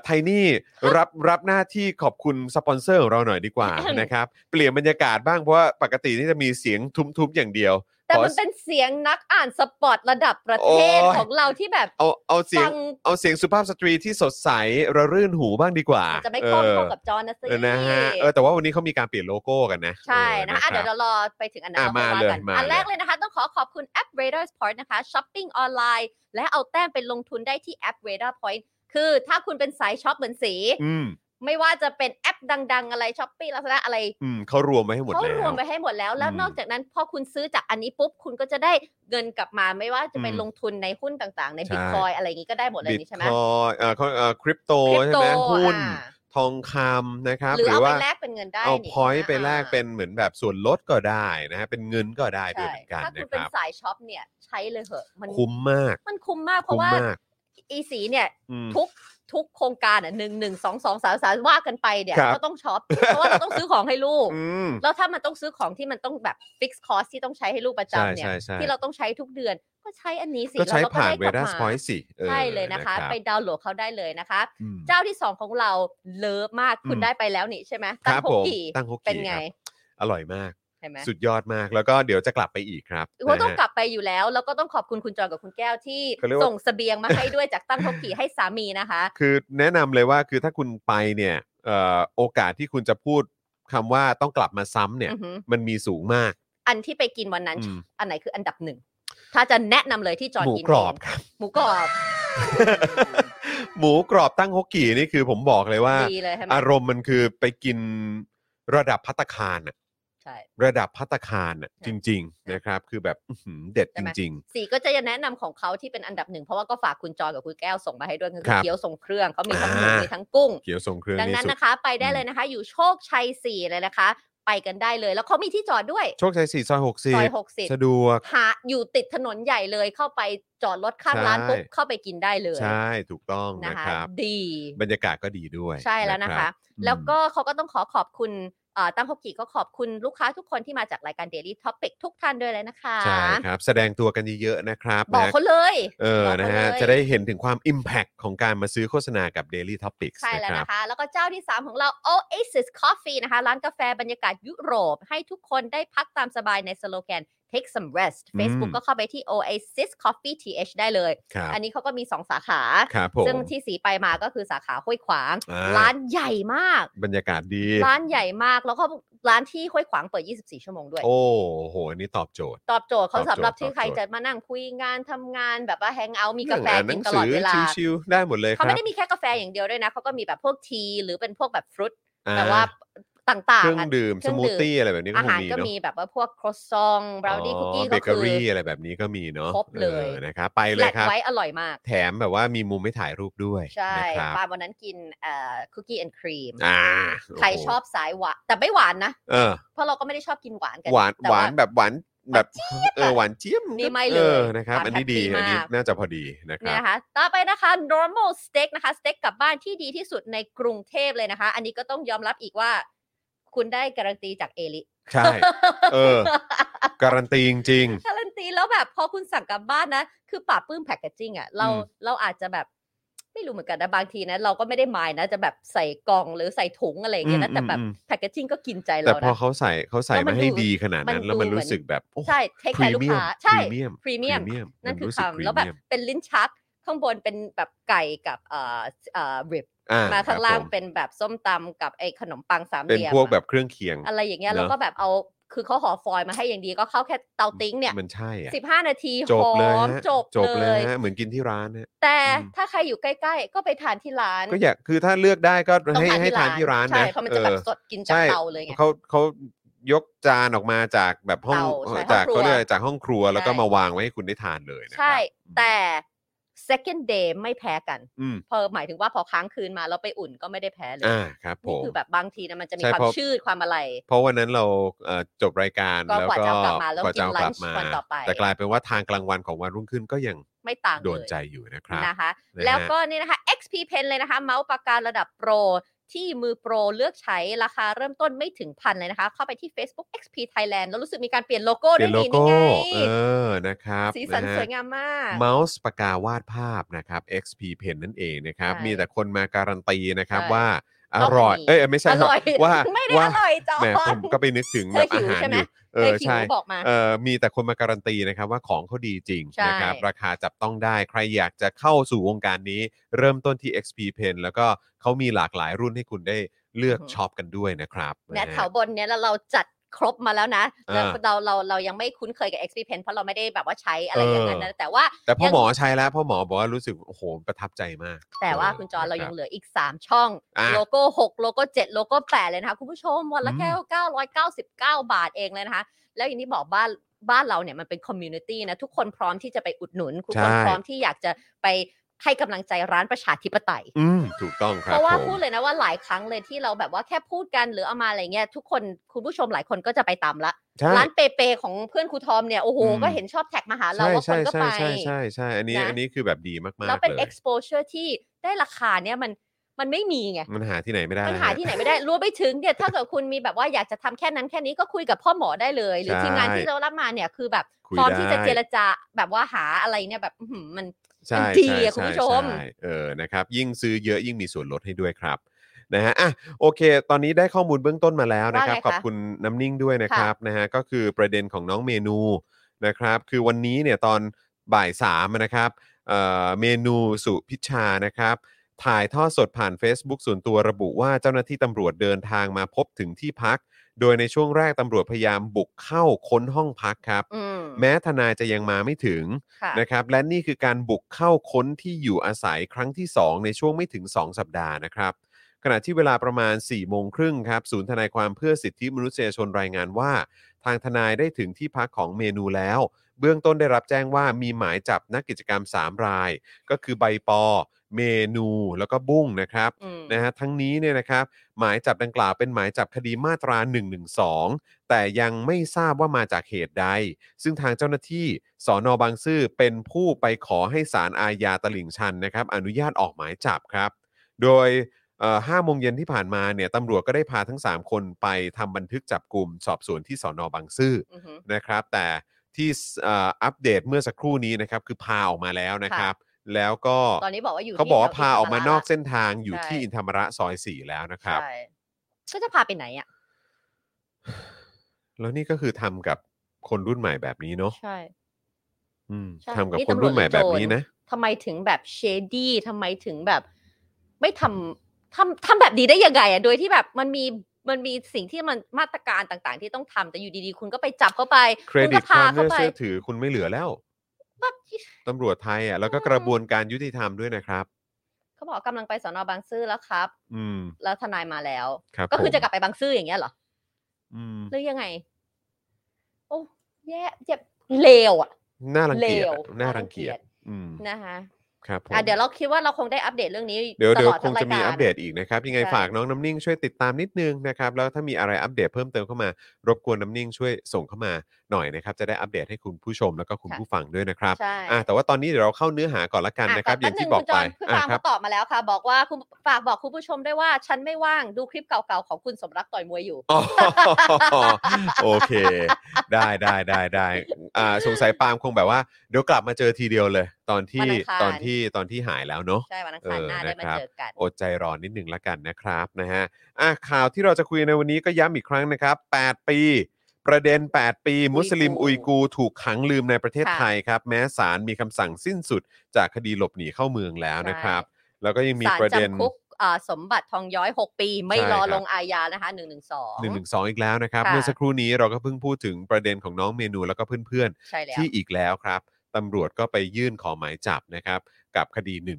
Speaker 1: ไทนี่อ Tiny รับรับหน้าที่ขอบคุณสปอนเซอร์ของเราหน่อยดีก ว่า นะครับเปลี่ยนบรรยากาศบ้างเพราะว่าปกตินี่จะมีเสียงทุ้มๆอย่างเดียว
Speaker 2: แต่
Speaker 1: ขอ
Speaker 2: มันเป็นเสียงนักอ่านสปอร์ตระดับประเทศ
Speaker 1: โอ้ย
Speaker 2: ของเราที่แบบ
Speaker 1: เอาเอาเสีย
Speaker 2: ฟั
Speaker 1: ง
Speaker 2: ง
Speaker 1: เอาเสียงสุภาพสตรีที่สดใสระรื่นหูบ้างดีกว่า
Speaker 2: อาจจะไม่คล่องเท่ากับจอห์นนะสิ
Speaker 1: เออนะฮะเออแต่ว่าวันนี้เขามีการเปลี่ยนโลโก้กันนะ
Speaker 2: ใช่
Speaker 1: ออ
Speaker 2: นะอ่ะเดี๋ยว
Speaker 1: ค
Speaker 2: เรา
Speaker 1: รับ
Speaker 2: รอไปถึงอันนั้น
Speaker 1: อ่ะ
Speaker 2: เรา
Speaker 1: มา
Speaker 2: ค่อยว่า
Speaker 1: เลย
Speaker 2: กัน
Speaker 1: มา
Speaker 2: อันแรก
Speaker 1: เลย
Speaker 2: เลยนะคะ ต้องขอขอบคุณแอป Radar Sport นะคะช้อปปิ้งออนไลน์และเอาแต้มไปลงทุนได้ที่แอป Radar Point คือถ้าคุณเป็นสายช็อปเหมือนสี
Speaker 1: อืม
Speaker 2: ไม่ว่าจะเป็นแอปดัง ๆ อะไรช้อปปี้ลักษณะอะไร
Speaker 1: อืมเขารวมไว้ให้หมด
Speaker 2: เขา
Speaker 1: แล้ว
Speaker 2: รวมไปให้หมดแล้ว แล้ว
Speaker 1: อืม
Speaker 2: นอกจากนั้นพอคุณซื้อจากอันนี้ปุ๊บ คุณก็จะได้เงินกลับมาไม่ว่าจะไป
Speaker 1: อืม
Speaker 2: ลงทุนในหุ้นต่างๆ ใน
Speaker 1: ใช่
Speaker 2: บิตคอยอะไรอย่างนี้ก็ได้หมดเลย
Speaker 1: บิตค
Speaker 2: นี่ใช่ไหม
Speaker 1: อยเอ่อเขาเอ่อคริปโต
Speaker 2: คริป
Speaker 1: ใช่
Speaker 2: โต
Speaker 1: ไหมหุ้น
Speaker 2: อ่า
Speaker 1: ทองคำนะครับ
Speaker 2: หรือ
Speaker 1: หรือ
Speaker 2: เอาไป
Speaker 1: ว่า
Speaker 2: แลกเป็นเงินได้
Speaker 1: เอา
Speaker 2: นี่
Speaker 1: พอยต์
Speaker 2: ใช่หม
Speaker 1: ไปแลกเป็นเหมือนแบบส่วนลดก็ได้นะฮะเป็นเงินก็ได้ด้วยเห
Speaker 2: ใช่
Speaker 1: มือนกัน
Speaker 2: ถ้าคุ
Speaker 1: นะ
Speaker 2: ณ
Speaker 1: ค
Speaker 2: เป็น
Speaker 1: รับ
Speaker 2: สายช็อปเนี่ยใช้เลยเหอะมัน
Speaker 1: คุ้มมาก
Speaker 2: มันคุ้มมากเพ
Speaker 1: คุ้
Speaker 2: ราะ
Speaker 1: ม
Speaker 2: ว่าม
Speaker 1: าก
Speaker 2: อีสีเนี่ย
Speaker 1: อืม
Speaker 2: ทุกทุกโครงการอ่ะหนึ่งหนึ่งสองสองสามสามว่ากันไปเนี่ย
Speaker 1: ครับ
Speaker 2: ก็ต้องช็อปเพราะว่าเราต้องซื้อของให้ลูก
Speaker 1: อืม
Speaker 2: แล้วถ้ามันต้องซื้อของที่มันต้องแบบฟิกซ์คอสที่ต้องใช้ให้ลูกประจำเนี่ย
Speaker 1: ใช่ใช่ใช่
Speaker 2: ที่เราต้องใช้ทุกเดือนก็ใช้อันนี้สิ
Speaker 1: ก็ใช้
Speaker 2: แล้ว
Speaker 1: ผ่าน
Speaker 2: ได้
Speaker 1: เว
Speaker 2: กลับ
Speaker 1: ดัส
Speaker 2: มา
Speaker 1: พอยต์สิออ
Speaker 2: ใช่เลยนะคะ
Speaker 1: รับ
Speaker 2: ไปดาวน์โหลดเขาได้เลยนะคะ
Speaker 5: อืม
Speaker 2: เจ้าที่ 2 ของเราเลิฟมากคุณ
Speaker 5: อืม
Speaker 2: ได้ไปแล้วนี่ใช่ไหม
Speaker 1: ค
Speaker 2: ตั้ง
Speaker 1: รับ
Speaker 2: ห
Speaker 1: ผ
Speaker 2: ก
Speaker 1: ม
Speaker 2: กี่
Speaker 1: ตั้งฮกกี้
Speaker 2: เป็นไง
Speaker 1: ครับอร่อยมาก
Speaker 2: เห็นไหม
Speaker 1: สุดยอดมากแล้วก็เดี๋ยวจะกลับไปอีกครับ
Speaker 2: โอ้ต้อง
Speaker 1: นะฮะ
Speaker 2: กลับไปอยู่แล้ว แล้วก็ต้องขอบคุณคุณจอยกับคุณแก้วที่
Speaker 1: เขาเรียกว่า
Speaker 2: ส่งเสบียงมาให้ด้วยจากตั้งฮกกี่ให้สามีนะคะ
Speaker 1: คือแนะนำเลยว่าคือถ้าคุณไปเนี่ยเอ่อโอกาสที่คุณจะพูดคำว่าต้องกลับมาซ้ำเนี่ย
Speaker 2: อือหือ
Speaker 1: มันมีสูงมาก
Speaker 2: อันที่ไปกินวันนั้น
Speaker 1: อืม
Speaker 2: อันไหนคืออันดับหนึ่งถ้าจะแนะนำเลยที่จอย
Speaker 1: หมู
Speaker 2: กิน
Speaker 1: กรอบ
Speaker 2: เง
Speaker 1: ครับ
Speaker 2: หมูกรอบ
Speaker 1: หมูกรอบตั้งฮกกี่นี่คือผมบอกเลยว่า
Speaker 2: ดีเลยใช่ไหม
Speaker 1: อารมณ์มันคือไปกินระดับพัตตาคารน่ะ
Speaker 2: ใช่
Speaker 1: ระดับพัตตาคารน่ะ
Speaker 2: ใช่
Speaker 1: จริง ๆ นะครับ คือแบบอื้อหือเด็ดจ
Speaker 2: ใช่ไหม
Speaker 1: ริง
Speaker 2: สีก็จะแนะนำของเขาที่เป็นอันดับหนึ่ง เพราะว่าก็ฝากคุณจอยกับคุณแก้วส่งมาให้ด้วยก็คื
Speaker 1: ค
Speaker 2: อ
Speaker 1: รับ
Speaker 2: เกี๊ยวทรงเครื่องเขามีทั้งหมู
Speaker 1: อ่ามี
Speaker 2: มีทั้งกุ้ง
Speaker 1: ๆ เกี๊ยวทรงเครื่อง
Speaker 2: ดัง
Speaker 1: นี่
Speaker 2: นั้น
Speaker 1: สุด
Speaker 2: นะคะ ไปได้เลยนะคะ อยู่โชคชัย 4 เลยนะคะ ไปกันได้เลย แล้วเขามีที่จอดด้วย
Speaker 1: โชคชัยสี่ซอยหกสิ
Speaker 2: ซอบ ย60
Speaker 1: สะดวก
Speaker 2: หาอยู่ติดถนนใหญ่เลยเข้าไปจอดรถข้างร้านปุ๊บ
Speaker 1: ใช่
Speaker 2: เข้าไปกินได้เลย
Speaker 1: ใช่ถูกต้อง
Speaker 2: นะ
Speaker 1: นะคะ ครับ
Speaker 2: ดี
Speaker 1: บรรยากาศก็ดีด้วย
Speaker 2: ใช่แล้วนะ
Speaker 1: รั
Speaker 2: คะ
Speaker 1: บ อืม
Speaker 2: แล้วก็เขาก็ต้องขอขอบคุณเอ่อตั้มพกิก็ขอบคุณลูกค้าทุกคนที่มาจากรายการ Daily Topic ทุกท่านด้วยเลยนะคะ
Speaker 1: ใช่ครับ แสดงตัวกันเยอะๆนะครับ
Speaker 2: บอก
Speaker 1: นะ
Speaker 2: เขาเลย
Speaker 1: เออบ
Speaker 2: ก
Speaker 1: นะ
Speaker 2: เขา
Speaker 1: ฮะ
Speaker 2: เลย
Speaker 1: จะได้เห็นถึงความ Impact ของการมาซื้อโฆษณากับ Daily Topics
Speaker 2: ใช่แล้ว
Speaker 1: นะครับ
Speaker 2: นะคะ แล้วก็เจ้าที่ 3 ของเรา Oasis Coffee นะคะ ร้านกาแฟบรรยากาศยุโรป ให้ทุกคนได้พักตามสบายในสโลแกน Take some rest
Speaker 1: อืม
Speaker 2: Facebook ก็เข้าไปที่ Oasis Coffee TH ได้เลย
Speaker 1: ครับ
Speaker 2: อันนี้เขาก็มี 2 สาขา
Speaker 1: ครับผม
Speaker 2: ซึ่งที่สีไปมาก็คือสาขาห้วยขวาง
Speaker 1: อ่า
Speaker 2: ร้านใหญ่มาก
Speaker 1: บรรยากาศดี
Speaker 2: ร้านใหญ่มาก แล้วก็ร้านที่ห้วยขวางเปิด 24 ชั่วโมงด้วย
Speaker 1: โอ้โห อันนี้ตอบโจทย์
Speaker 2: ตอบโจทย์เขา
Speaker 1: ตอบโจทย์
Speaker 2: สำหรับที่ใคร
Speaker 1: ตอบโจทย์
Speaker 2: จะมานั่งคุยงานทำงานแบบว่าแฮงเอาท์มีกาแฟ
Speaker 1: อ่นห
Speaker 2: กิ
Speaker 1: นั
Speaker 2: น
Speaker 1: ง
Speaker 2: ตล
Speaker 1: สื
Speaker 2: อดเวลา
Speaker 1: ชิวๆได้หมดเลยค
Speaker 2: เขา
Speaker 1: รับ
Speaker 2: ไม่ได้มีแค่กาแฟอย่างเดียวด้วยนะเขาก็มีแบบพวกทีหรือเป็นพวกแบบฟรุต
Speaker 1: อ่
Speaker 2: แบบว่าต่าง
Speaker 1: เครื่อ
Speaker 2: ๆ
Speaker 1: ง
Speaker 2: อะ
Speaker 1: ดื่ม
Speaker 2: เค
Speaker 1: ส
Speaker 2: รื่อง
Speaker 1: มูทตี้อะไรแบบนี้ก็
Speaker 2: อา
Speaker 1: คง
Speaker 2: หาร
Speaker 1: มี
Speaker 2: ก็
Speaker 1: เนาะ
Speaker 2: มีแบบว่าพวกครอสซองบราวนี่คุกกี้
Speaker 1: เบ
Speaker 2: ก็
Speaker 1: เกอ
Speaker 2: คือ
Speaker 1: รี่อะไรแบบนี้ก็มีเนาะ
Speaker 2: ครบเลย
Speaker 1: ออนะครับ ไปเล
Speaker 2: แล
Speaker 1: ย
Speaker 2: ก
Speaker 1: ครับ
Speaker 2: ไว้อร่อยมาก
Speaker 1: แถมแบบว่ามีมุมให้ถ่ายรูปด้วย
Speaker 2: ใช่
Speaker 1: นะครับ
Speaker 2: ปาล์มวันนั้นกินเอ่อคุกกี้แอนด์ครีม
Speaker 1: อ่า
Speaker 2: ใคร
Speaker 1: โโห
Speaker 2: ชอบสายหวานแต่ไม่หวานนะ
Speaker 1: เออ
Speaker 2: เพราะเราก็ไม่ได้ชอบกินหวานกัน
Speaker 1: หวาน
Speaker 2: แต่
Speaker 1: หวานแบบหวานแบบเออ
Speaker 2: อะ
Speaker 1: หวานเจี๊ยบ
Speaker 2: นี่ไม่
Speaker 1: ออ
Speaker 2: เลย
Speaker 1: นะครับ
Speaker 2: หวาน
Speaker 1: อันนี้ดี
Speaker 2: แฮปปี้
Speaker 1: อันนี้
Speaker 2: มาก
Speaker 1: น่าจะพอดีนะครับ
Speaker 2: นะคะต่อไปนะคะ normal steak นะคะสเต็กกลับบ้านที่ดีที่สุดในกรุงเทพเลยนะคะ อันนี้ก็ต้องยอมรับอีกว่า คุณได้การันตีจากเอลิ
Speaker 1: ใช่ เออ การันตีจริง
Speaker 2: การันตีแล้วแบบพอคุณสั่งกลับบ้านนะ คือป่าบปลื้มแพคเกจจิ้งอ่ะเรา
Speaker 1: อืม
Speaker 2: เราอาจจะแบบ ไม่รู้เหมือนกันนะบางทีนะ เราก็ไม่ได้หมายนะ จะแบบใส่กล่องหรือใส่ถุงอะไรอย่างเงี้ยนะ
Speaker 1: อืม
Speaker 2: แต่แบบ
Speaker 1: อืม
Speaker 2: แพคเกจจิ้งก็กินใจ
Speaker 1: ๆ แต่
Speaker 2: เรา
Speaker 1: พอ
Speaker 2: นะ
Speaker 1: เขาใส่เขาใส่
Speaker 2: แล้วมั
Speaker 1: มาน ให้
Speaker 2: ดู
Speaker 1: ดีขนาดนั้น
Speaker 2: มัน
Speaker 1: แล้วมัน
Speaker 2: ดูเห
Speaker 1: รู้
Speaker 2: มือน
Speaker 1: สึกแบบโอ้
Speaker 2: ใช่เทค
Speaker 1: พ
Speaker 2: แค
Speaker 1: รี
Speaker 2: ร์ลูก
Speaker 1: เมียม
Speaker 2: ค้า
Speaker 1: พ
Speaker 2: ใช่
Speaker 1: รีเมียม
Speaker 2: พรีเมียม นั่นคือคำแล้วแบบเป็นลิ้นชักข้างบนเป็นแบบไก่กับเอ่อเอ่อริบมาข้างล่าง
Speaker 1: เป็น
Speaker 2: เป็นแบบส้มตำกับไอ้ขนมปังสามเห
Speaker 1: เป็น
Speaker 2: ลี่ยม
Speaker 1: พวก
Speaker 2: อะ
Speaker 1: แบบเครื่องเคียง
Speaker 2: อะไรอย่างเงี้ย
Speaker 1: เนอะ
Speaker 2: แล้วก็แบบเอาคือเขาห่อฟอยล์มาให้อย่างดีก็เข้าแค่เตาติ้งเนี่ย
Speaker 1: มันใช่อะ
Speaker 2: สิบห้านาที
Speaker 1: จบเลย
Speaker 2: หอม
Speaker 1: ฮะ
Speaker 2: จบ
Speaker 1: จบ
Speaker 2: เล
Speaker 1: เลย
Speaker 2: ย
Speaker 1: ฮะเหมือนกินที่ร้านฮะ
Speaker 2: แต่
Speaker 1: อืม
Speaker 2: ถ้าใครอยู่ใกล้ๆ ก็ไปทานที่ร้าน
Speaker 1: ก็อยากคือถ้าเลือกได้ก็
Speaker 2: ต้อง
Speaker 1: ให้ให้ทานที่ร้าน
Speaker 2: ใช่
Speaker 1: นะ
Speaker 2: เพราะมันจะแบบ
Speaker 1: เออ
Speaker 2: สดกินจากเตาเลยไง
Speaker 1: เขาเขายกจานออกมาจากแบบห้อง
Speaker 2: เตาใช่
Speaker 1: จาก
Speaker 2: ห้องครั
Speaker 1: เขา
Speaker 2: ว
Speaker 1: เรียกอะไรจากห้องครัวแล้วก็
Speaker 2: ใช่
Speaker 1: มาวางไว้ให้คุณได้ทานเลยนะครับ
Speaker 2: ใช่ แต่ second day ไม่แพ้กัน
Speaker 1: อืม
Speaker 2: พอหมายถึงว่าพอค้างคืนมาเราไปอุ่นก็ไม่ได้แพ้เลย
Speaker 1: อ่าครับผ
Speaker 2: นี่
Speaker 1: ม
Speaker 2: คือแบบบางทีนะมันจะมี
Speaker 1: ใช่
Speaker 2: ความ
Speaker 1: เพราะ
Speaker 2: ชืดความอะไร
Speaker 1: เพราะวันนั้นเราเอ่อจบรายการ
Speaker 2: ก็
Speaker 1: แล้ว
Speaker 2: กว่า
Speaker 1: ก็
Speaker 2: จะเอากลับมาแล้ว
Speaker 1: กว่าจะเอากลับมา
Speaker 2: กิน lunch วันต่อไป
Speaker 1: แต่กลายเป็นว่าทางกลางวันของวันรุ่งขึ้นก็ยัง
Speaker 2: ไม่ต่าง
Speaker 1: โดน
Speaker 2: เลย
Speaker 1: ใจอยู่นะครับ
Speaker 2: นะคะ
Speaker 1: นะฮะ
Speaker 2: แล้วก็นี่นะคะ XP Pen เลยนะคะ เมาส์ปากการะดับโปร ที่มือโปรเลือกใช้ราคาเริ่มต้นไม่ถึงพันเลยนะคะ เข้าไปที่ Facebook XP Thailand แล้วรู้สึกมีการเปลี่ยนโลโก้
Speaker 1: เป็
Speaker 2: ด้วน
Speaker 1: โล
Speaker 2: ยนี่นี่
Speaker 1: โก้
Speaker 2: ไง
Speaker 1: เออนะครับ
Speaker 2: สีสันะ
Speaker 1: ฮะ
Speaker 2: สวยงามมาก
Speaker 1: เมาส์ปากกาวาดภาพนะครับ XP Pen นั่นเองนะครับ
Speaker 2: ใช่
Speaker 1: มีแต่คนมาการันตีนะครับ
Speaker 2: ใช่
Speaker 1: ว่าอ
Speaker 2: ต้อง
Speaker 1: ร่อย
Speaker 2: มี
Speaker 1: เอ้ยไม่ใช่
Speaker 2: อร่อย
Speaker 1: ครับว่า
Speaker 2: ไม่ได้
Speaker 1: ว่า
Speaker 2: อร่อยจอน
Speaker 1: แหมผมก็ไปนึกถึงแบบ
Speaker 2: เคยหิ
Speaker 1: อาว หาร
Speaker 2: ใช่ไห
Speaker 1: อ
Speaker 2: ม
Speaker 1: ยู่เอ
Speaker 2: เอ
Speaker 1: อ
Speaker 2: อใช่
Speaker 1: ใช่
Speaker 2: บอกมา
Speaker 1: เออมีแต่คนมาการันตีนะครับว่าของเขาดีจริง
Speaker 2: ใช่
Speaker 1: นะครับ ราคาจับต้องได้ใครอยากจะเข้าสู่วงการนี้ เริ่มต้นที่ XP Pen แล้วก็เขามีหลากหลายรุ่นให้คุณได้เลือกช็อปกันด้วยนะครับ
Speaker 2: แนท
Speaker 1: ฮ
Speaker 2: แถวบนเนี้ยแล้วเราจัด ครบมาแล้วนะแล้ว
Speaker 1: อ่า
Speaker 2: เราเราเรายังไม่คุ้นเคยกับ XP Pen เพราะเราไม่ได้แบบว่าใช้อะไรอย่างนั้นนะแต่ว่า
Speaker 1: แต่พ่อ
Speaker 2: ยัง
Speaker 1: หมอใช้แล้วพ่อหมอบอกว่ารู้สึกโอ้โหประทับใจมาก
Speaker 2: แต่ว่า
Speaker 1: เออ
Speaker 2: คุณจอน
Speaker 1: ค
Speaker 2: เรา
Speaker 1: รับ
Speaker 2: ยังเหลืออีก 3 ช่อง
Speaker 1: อ่ะ
Speaker 2: โลโก้ 6 โลโก้ 7 โลโก้ 8 เลยนะคะคุณผู้ชมวันละแค่999 บาทเองเลยนะคะ แล้วอย่างที่บอกบ้านบ้านเราเนี่ยมันเป็นคอมมูนิตี้นะ ทุกคนพร้อมที่จะไปอุดหนุนทุกคน
Speaker 1: ใช่
Speaker 2: พร้อมที่อยากจะไปให้กำลังใจร้านประชาธิปไตย
Speaker 1: อืมถูกต้องครับ
Speaker 2: เพราะว่า
Speaker 1: ผม
Speaker 2: พูดเลยนะว่าหลายครั้งเลยที่เราแบบว่าแค่พูดกันหรือเอามาอะไรเงี้ยทุกคนคุณผู้ชมหลายคนก็จะไปตามละ
Speaker 1: ใช่
Speaker 2: ร้านเปเปของเพื่อนครูทอมเนี่ยโอ้โห
Speaker 1: อืม
Speaker 2: ก็เห็นชอบแท็กมาหาเรา
Speaker 1: ใช่
Speaker 2: ว่าค
Speaker 1: ใช่
Speaker 2: นก็
Speaker 1: ใช่
Speaker 2: ไป
Speaker 1: ใช่ใช่ใช่อันนี้
Speaker 2: นะ
Speaker 1: อันนี้คือแบบดีมากๆ
Speaker 2: แล้วเป็น
Speaker 1: เลย
Speaker 2: exposure ที่ได้ราคาเนี่ยมันมันไม่มีไง
Speaker 1: มันหาที่ไหนไม่ได้
Speaker 2: มัน
Speaker 1: นะ
Speaker 2: หา
Speaker 1: ฮะ
Speaker 2: ที่ไหนไม่ได้ รวมไปถึงเนี่ย ถ้าเกิดคุณมีแบบว่าอยากจะทำแค่นั้นแค่นี้ก็คุยกับพ่อหมอได้เลย หรือ
Speaker 1: ใช่
Speaker 2: ทีมงานที่เรารับมาเนี่ยคือแบบ
Speaker 1: คุย
Speaker 2: พร้อมที่จะ
Speaker 1: ได้
Speaker 2: เจรจาแบบว่าหาอะไรเนี่ยแบบอื้อหือมัน
Speaker 1: ใช่
Speaker 2: มันดี
Speaker 1: ใช่
Speaker 2: อะคุณผู้ชม
Speaker 1: ใใเออนะครับ ยิ่งซื้อเยอะยิ่งมีส่วนลดให้ด้วยครับนะฮะอ่ะโอเค ตอนนี้ได้ข้อมูลเบื้องต้นมาแล้วนะครับ
Speaker 2: ว่าไงคะ
Speaker 1: ขอบคุณน้ำนิ่งด้วยนะครับนะฮะก็คือประเด็นของน้องเมนูนะครับ คือวันนี้เนี่ยตอนบ่ายสามนะครับเอ่อเมนูสุพิชานะครับ ถ่ายทอดสดผ่าน Facebook ส่วนตัวระบุว่าเจ้าหน้าที่ตำรวจเดินทางมาพบถึงที่พัก โดยในช่วงแรกตำรวจพยายามบุกเข้าค้นห้องพักครับ
Speaker 2: อืม
Speaker 1: แม้ทนายจะยังมาไม่ถึง
Speaker 2: ค่ะ
Speaker 1: นะครับและนี่คือการบุกเข้าค้นที่อยู่อาศัยครั้งที่ 2 ในช่วงไม่ถึง 2 สัปดาห์นะครับ ขณะที่เวลาประมาณ4ี่โมงครึ่งครับ ศูนย์ทนายความเพื่อสิทธิมนุษยชนรายงานว่า ทางทนายได้ถึงที่พักของเมนูแล้ว เบื้องต้นได้รับแจ้งว่ามีหมายจับนักกิจกรรม 3 ราย ก็คือใบปอ เมนู แล้วก็บุ้งนะครับ
Speaker 2: อืม
Speaker 1: นะฮะทั้งนี้เนี่ยนะครับหมายจับดังกล่าวเป็นหมายจับคดีมาตรา 112 แต่ยังไม่ทราบว่ามาจากเหตุใด ซึ่งทางเจ้าหน้าที่สอนอบางซื่อเป็นผู้ไปขอให้ศาลอาญาตลิ่งชันนะครับอนุญาตออกหมายจับครับ โดยเอ่อห้าโมงเย็นที่ผ่านมาเนี่ยตำรวจก็ได้พาทั้ง 3 คนไปทำบันทึกจับกลุ่มสอบสวนที่สอนอบางซื่อ
Speaker 2: อือหือ
Speaker 1: นะครับแต่ที่สเอ่ออัปเดตเมื่อสักครู่นี้นะครับคือพาออกมาแล้วนะครับ แล้วก็
Speaker 2: ตอนนี้บอกว่าอยู่ที่
Speaker 1: เขาบอกว่า
Speaker 2: แถว
Speaker 1: พาออกมา
Speaker 2: อินธ
Speaker 1: น
Speaker 2: รรมระ
Speaker 1: อกเส้นทางอยู่
Speaker 2: ใช่
Speaker 1: ที่อินธรรมระซอยสี่แล้วนะครับ
Speaker 2: ใช่ก็จะพาไปไหนอ่ะ
Speaker 1: แล้วนี่ก็คือทำกับคนรุ่นใหม่แบบนี้เนาะ
Speaker 2: ใช่
Speaker 1: อืม
Speaker 2: ใช่
Speaker 1: ทำกับ
Speaker 2: นี่
Speaker 1: คน
Speaker 2: ตำรวจ
Speaker 1: รุ่นใหม่
Speaker 2: หรือ
Speaker 1: แบ
Speaker 2: โจ
Speaker 1: บ
Speaker 2: ร
Speaker 1: นี้นะ
Speaker 2: ทำไมถึงแบบเชดี้ทำไมถึงแบบ ไม่ทำทำทำแบบนี้ได้ยังไงอ่ะโดยที่แบบมันมีมันมีสิ่งที่มันมาตรการต่างๆ ที่ต้องทำแต่อยู่ดีๆ คุณก็ไปจับเข้าไป
Speaker 1: เคร
Speaker 2: ณ
Speaker 1: ดิ
Speaker 2: ก็
Speaker 1: ตควา
Speaker 2: พาม เข้า
Speaker 1: น่า
Speaker 2: ไป
Speaker 1: เชื่อถือคุณไม่เหลือแล้ว
Speaker 2: แบบ
Speaker 1: ตำรวจไทยอ่ะแล้วก็
Speaker 2: อืม
Speaker 1: กระบวนการยุติธรรมด้วยนะครับ
Speaker 2: เขาบอกกำลังไปสอนอบางซื่อแล้วครับ
Speaker 1: อืม
Speaker 2: แล้วทนายมาแล้ว
Speaker 1: ครับ
Speaker 2: ก็คื
Speaker 1: ผ
Speaker 2: อ
Speaker 1: ม
Speaker 2: จะกลับไปบางซื่ออย่างเงี้ยเหรอ
Speaker 1: อืม
Speaker 2: หรือยังไง โอ้แย่เจ็บเลวอ่ะ
Speaker 1: น่ารัง
Speaker 2: เล
Speaker 1: เกียจ
Speaker 2: ว
Speaker 1: อะน่ารังเกียจอืม
Speaker 2: นะคะ
Speaker 1: ครับผม
Speaker 2: อ่ะเดี๋ยวเราคิดว่าเราคงได้อัปเดตเรื่องนี้
Speaker 1: เดี๋ยว
Speaker 2: ต
Speaker 1: เดี๋ย
Speaker 2: ล
Speaker 1: ว
Speaker 2: อด
Speaker 1: ค
Speaker 2: ทั้
Speaker 1: ง
Speaker 2: รา
Speaker 1: จะ
Speaker 2: ย
Speaker 1: มี
Speaker 2: การ
Speaker 1: อัปเดตอีกนะครับ ยังไง
Speaker 2: ใช่
Speaker 1: ฝากน้องน้ำนิ่งช่วยติดตามนิดนึงนะครับ แล้วถ้ามีอะไรอัปเดตเพิ่มเติมเข้ามา รบกวนน้ำนิ่งช่วยส่งเข้ามาหน่อยนะครับ จะได้อัปเดตให้คุณผู้ชมแล้วก็คุณผู้ฟังด้วยนะครับ
Speaker 2: ใช่
Speaker 1: อ่ะแต่ว่าตอนนี้เดี๋ยวเราเข้าเนื้อหาก่อนละกันนะครับ อ
Speaker 2: แป๊
Speaker 1: ย่างที่บอกไป
Speaker 2: หนึ่คุณจอนเพื่อ
Speaker 1: อ่ะ
Speaker 2: ฟัง
Speaker 1: ครั
Speaker 2: มาตอบมาแล้วค่ะ บอกว่าคุณฝากบอกคุณผู้ชมได้วยว่า ฉันไม่ว่างดูคลิปเก่าๆ ของคุณสมรักต่อยมวยอยู่
Speaker 1: อ๋อโอเค ได้ได้ได้ได้อ่าสงสัยปาล์มคงแบบว่าเดี๋ยวกลับมาเจอทีเดียวเลย ตอนที่
Speaker 2: วันอังคาร
Speaker 1: ตอนที่ตอนที่หายแล้วเนาะ
Speaker 2: ใช่วันอังคาร
Speaker 1: เออ
Speaker 2: หน้าได้มา
Speaker 1: นะครับ
Speaker 2: เจอกัน
Speaker 1: อดใจรอนิดหนึ่งละกันนะครับนะฮะอ่ะข่าวที่เราจะคุยในวันนี้ก็ย้ำอีกครั้งนะครับ 8 ปี ประเด็น 8 ปี มุสลิมอุยกูร์ถูกขังลืมในประเทศ
Speaker 2: ค่ะ
Speaker 1: ไทยครับ แม้ศาลมีคำสั่งสิ้นสุดจากคดีหลบหนีเข้าเมืองแล้วนะครับ
Speaker 2: ใช่
Speaker 1: แล้วก็ยังมี
Speaker 2: ศาล
Speaker 1: ประเด็น
Speaker 2: จำคุกอ่าสมบัติทองย้อย 6 ปี ไม่
Speaker 1: ใช่
Speaker 2: รอ
Speaker 1: ครับ
Speaker 2: ลงอาญานะคะ1นึงสอง
Speaker 1: 1นึอีกแล้วนะครับ
Speaker 2: ค่ะ
Speaker 1: เมื่อสักครู่นี้เราก็เพิ่งพูดถึงประเด็นของน้องเมนูแล้วก็เพื่อน
Speaker 2: ใช่แล้
Speaker 1: ๆ
Speaker 2: ว
Speaker 1: ที่อีกแล้วครับตำรวจก็ไปยื่นขอหมายจับนะครับ กับคดี1นึ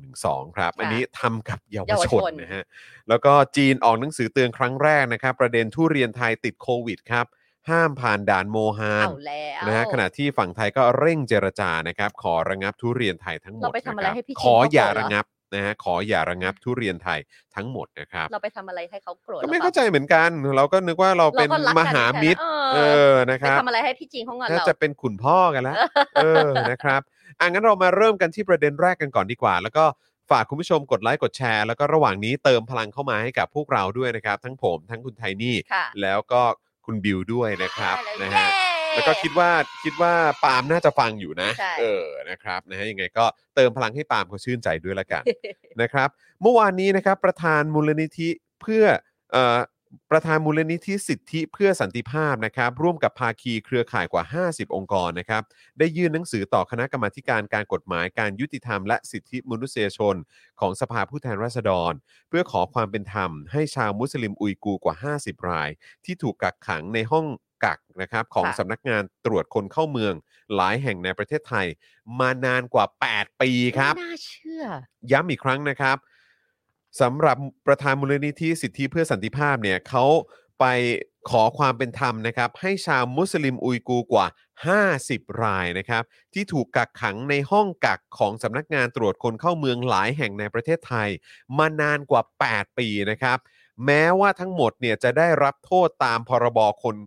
Speaker 1: ครับ
Speaker 2: ค่ะ
Speaker 1: อันนี้ทำกับเยาว
Speaker 2: เยาว
Speaker 1: ช
Speaker 2: ช
Speaker 1: น
Speaker 2: น
Speaker 1: นะฮะ แล้วก็จีนออกหนังสือเตือนครั้งแรกนะครับ ประเด็นทุเรียนไทยติดโควิดครับ ห้ามผ่านด่านโมฮาน
Speaker 2: เอาแล้ว
Speaker 1: นะฮะขณะที่ฝั่งไทยก็เร่งเจรจานะครับ ขอระงับทุเรียนไทยทั้งหมด
Speaker 2: เราไปทำอะไร
Speaker 1: นคบ
Speaker 2: ให้พี่จีน
Speaker 1: ขออย่า
Speaker 2: เขาโกรธเหรอ
Speaker 1: ระงับนะฮะขออย่าระงับทุเรียนไทยทั้งหมดนะครับ
Speaker 2: เราไปทำอะไรให้เขาโกรธ
Speaker 1: ก็ไม่
Speaker 2: หรือ
Speaker 1: เข้า
Speaker 2: ปล่
Speaker 1: ใจเหมือนกัน เราก็นึกว่าเรา
Speaker 2: เรา
Speaker 1: เป็น
Speaker 2: ก็รัก
Speaker 1: ม
Speaker 2: กัน
Speaker 1: หามิตร
Speaker 2: แค่นั้น
Speaker 1: เอ
Speaker 2: เออ
Speaker 1: อนะค
Speaker 2: ไป
Speaker 1: รับ
Speaker 2: ทำอะไรให้พี่จีนเขางอน
Speaker 1: น่า
Speaker 2: เรา
Speaker 1: จะเป็นขุนพ่อกันแล้ว เออ นะครับอ่ะงั้นเรามาเริ่มกันที่ประเด็นแรกกันก่อนดีกว่า แล้วก็ฝากคุณผู้ชมกดไลค์กดแชร์ แล้วก็ระหว่างนี้เติมพลังเข้ามาให้กับพวกเราด้วยนะครับ ทั้งผมทั้งคุณไทนี่
Speaker 2: ค่ะ
Speaker 1: แล้วก็คุณบิวด้วยนะครับ
Speaker 2: ได้เลย
Speaker 1: นะฮะ
Speaker 2: เย้
Speaker 1: แล้วก็คิดว่าคิดว่าปาล์มน่าจะฟังอยู่นะ
Speaker 2: ใช่
Speaker 1: เออ นะครับนะฮะยังไงก็เติมพลังให้ปาล์มเขาชื่นใจด้วยละ กัน นะครับ เมื่อวานนี้นะครับประธานมูลนิธิเพื่อเอ่อประธานมูลนิธิสิทธิเพื่อสันติภาพนะครับ ร่วมกับภาคีเครือข่ายกว่า 50 องค์กรนะครับ ได้ยื่นหนังสือต่อคณะกรรมาธิการการกฎหมายการยุติธรรมและสิทธิมนุษยชน ของสภาผู้แทนราษฎร เพื่อขอความเป็นธรรมให้ชาวมุสลิมอุยกูร์กว่า 50 ราย ที่ถูกกักขังในห้อง กักนะครับของ
Speaker 2: ค่ะ
Speaker 1: สำนักงานตรวจคนเข้าเมืองหลายแห่งในประเทศไทย มานานกว่า 8 ปีครับ
Speaker 2: ไม่น่าเชื่อ
Speaker 1: ย้ำอีกครั้งนะครับสำหรับประธานมูลนิธิสิทธิเพื่อสันติภาพเนี่ยเขาไปขอความเป็นธรรมนะครับ ให้ชาวมุสลิมอุยกูร์กว่า 50 รายนะครับ ที่ถูกกักขังในห้องกักของสำนักงานตรวจคนเข้าเมืองหลายแห่งในประเทศไทย มานานกว่า 8 ปีนะครับ แม้ว่าทั้งหมดเนี่ยจะได้รับโทษตามพรบคน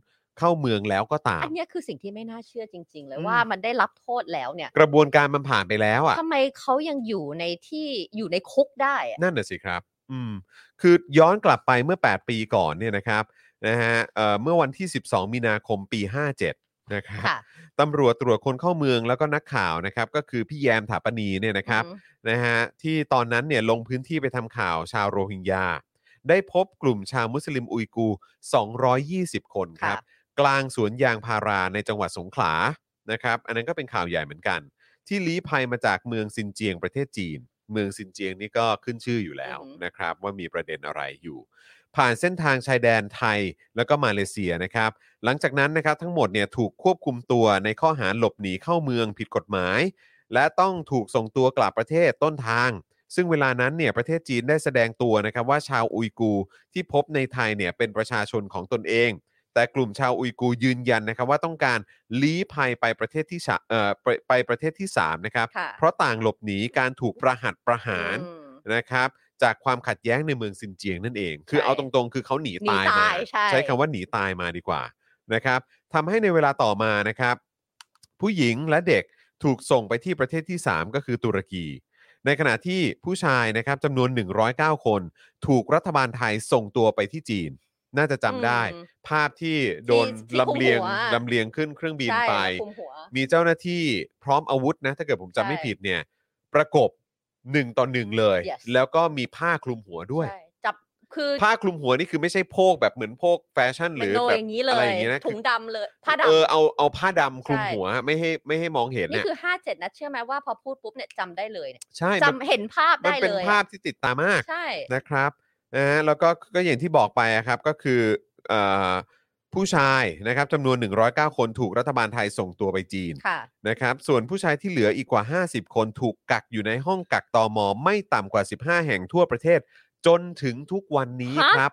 Speaker 1: เข้าเมืองแล้วก็ตาม
Speaker 2: อันเนี้ยคือสิ่งที่ไม่น่าเชื่อจริง ๆ เลย
Speaker 1: อืม
Speaker 2: ว่ามันได้รับโทษแล้วเนี่ย
Speaker 1: กระบวนการมันผ่านไปแล้วอ่ะ
Speaker 2: ทำไมเขายังอยู่ในที่อยู่ในคุกได้อะ
Speaker 1: นั่นน่ะสิครับ อืม คือย้อนกลับไปเมื่อ 8 ปีก่อนเนี่ยนะครับ นะฮะ เอ่อ เมื่อวันที่ 12 มีนาคมปี 57 นะครับ
Speaker 2: ค่ะ
Speaker 1: ตำรวจตรวจคนเข้าเมืองแล้วก็นักข่าวนะครับ ก็คือพี่แยมถาปนีเนี่ยนะครับ
Speaker 2: อืม
Speaker 1: นะฮะ ที่ตอนนั้นเนี่ยลงพื้นที่ไปทำข่าวชาวโรฮิงญา ได้พบกลุ่มชาวมุสลิมอุยกู 220 คนครับ กลางสวนยางพาราในจังหวัดสงขลา นะครับ อันนั้นก็เป็นข่าวใหญ่เหมือนกัน ที่ลี้ภัยมาจากเมืองซินเจียงประเทศจีน เมืองซินเจียงนี่ก็ขึ้นชื่ออยู่แล้วนะครับ ว่ามีประเด็นอะไรอยู่ ผ่านเส้นทางชายแดนไทยแล้วก็มาเลเซียนะครับ หลังจากนั้นนะครับทั้งหมดเนี่ยถูกควบคุมตัวในข้อหาหลบหนีเข้าเมืองผิดกฎหมาย และต้องถูกส่งตัวกลับประเทศต้นทาง ซึ่งเวลานั้นเนี่ยประเทศจีนได้แสดงตัวนะครับว่าชาวอุยกูร์ที่พบในไทยเนี่ยเป็นประชาชนของตนเอง แต่กลุ่มชาวอุยกูร์ยืนยันนะครับว่าต้องการลี้ภัยไปประเทศที่สะเอ่อไปไปประเทศที่สามนะครับ
Speaker 2: ค่ะ
Speaker 1: เพราะต่างหลบหนีการถูกประหัตประหาร
Speaker 2: อืม
Speaker 1: นะครับ จากความขัดแย้งในเมืองซินเจียงนั่นเอง คือ
Speaker 2: ใช่
Speaker 1: เอาตรงๆ คือเขาหนีตาย
Speaker 2: หนี
Speaker 1: มา
Speaker 2: ตายใช่
Speaker 1: คำว่าหนีตายมาดีกว่านะครับทำให้ในเวลาต่อมานะครับ ผู้หญิงและเด็กถูกส่งไปที่ประเทศที่ 3 ก็คือตุรกี ในขณะที่ผู้ชายนะครับจำนวน 109 คน ถูกรัฐบาลไทยส่งตัวไปที่จีน น่าจะจำได้
Speaker 2: อืม
Speaker 1: ภาพที่โดน
Speaker 2: ที่ที่
Speaker 1: ลำเลียง
Speaker 2: คุมหัว
Speaker 1: ลำเลียงขึ้นเครื่องบิน
Speaker 2: ใช่
Speaker 1: ไป
Speaker 2: คุมหัว
Speaker 1: มีเจ้าหน้าที่พร้อมอาวุธนะถ้าเกิดผมจำไม่
Speaker 2: ใช่
Speaker 1: ผิดเนี่ย ประกบหนึ่งต่อหนึ่งเลย
Speaker 2: Yes
Speaker 1: แล้วก็มีผ้าคลุมหัวด้วย
Speaker 2: ใช่จับคือ
Speaker 1: ผ้าคลุมหัวนี่คือไม่ใช่โพกแบบเหมือนโพกแฟชั่นห
Speaker 2: มั
Speaker 1: รื
Speaker 2: น
Speaker 1: อ
Speaker 2: โน
Speaker 1: แบบ
Speaker 2: อย่างนี้เล
Speaker 1: อะไร
Speaker 2: ย
Speaker 1: อย่างเงี้ยนะ
Speaker 2: ถุงดำเลย ผ้าดำ
Speaker 1: เออเอาเอาผ้าดำคลุม
Speaker 2: ใช่
Speaker 1: หัวไม่ให้ไม่ให้มองเห็น
Speaker 2: นี่
Speaker 1: เนี่ย
Speaker 2: คือห้าเจ็ดนะเชื่อไหมว่าพอพูดปุ๊บเนี่ยจำได้เลยเนี่ย
Speaker 1: ใช่
Speaker 2: จำ
Speaker 1: มัน
Speaker 2: เห็นภาพ
Speaker 1: มัน
Speaker 2: ได้
Speaker 1: เป็น
Speaker 2: เลยอะ
Speaker 1: ภาพที่ติดตามาก
Speaker 2: ใช่
Speaker 1: นะครับนะฮะแล้วก็ก็อย่างที่บอกไปอะครับก็คือเอ่อผู้ชายนะครับจำนวน 109 คนถูกรัฐบาลไทยส่งตัวไปจีน
Speaker 2: ค่ะ
Speaker 1: นะครับ ส่วนผู้ชายที่เหลืออีกกว่า 50 คนถูกกักอยู่ในห้องกักตอมอไม่ต่ำกว่า 15 แห่งทั่วประเทศ จนถึงทุกวันนี้
Speaker 2: ฮะ
Speaker 1: ครับ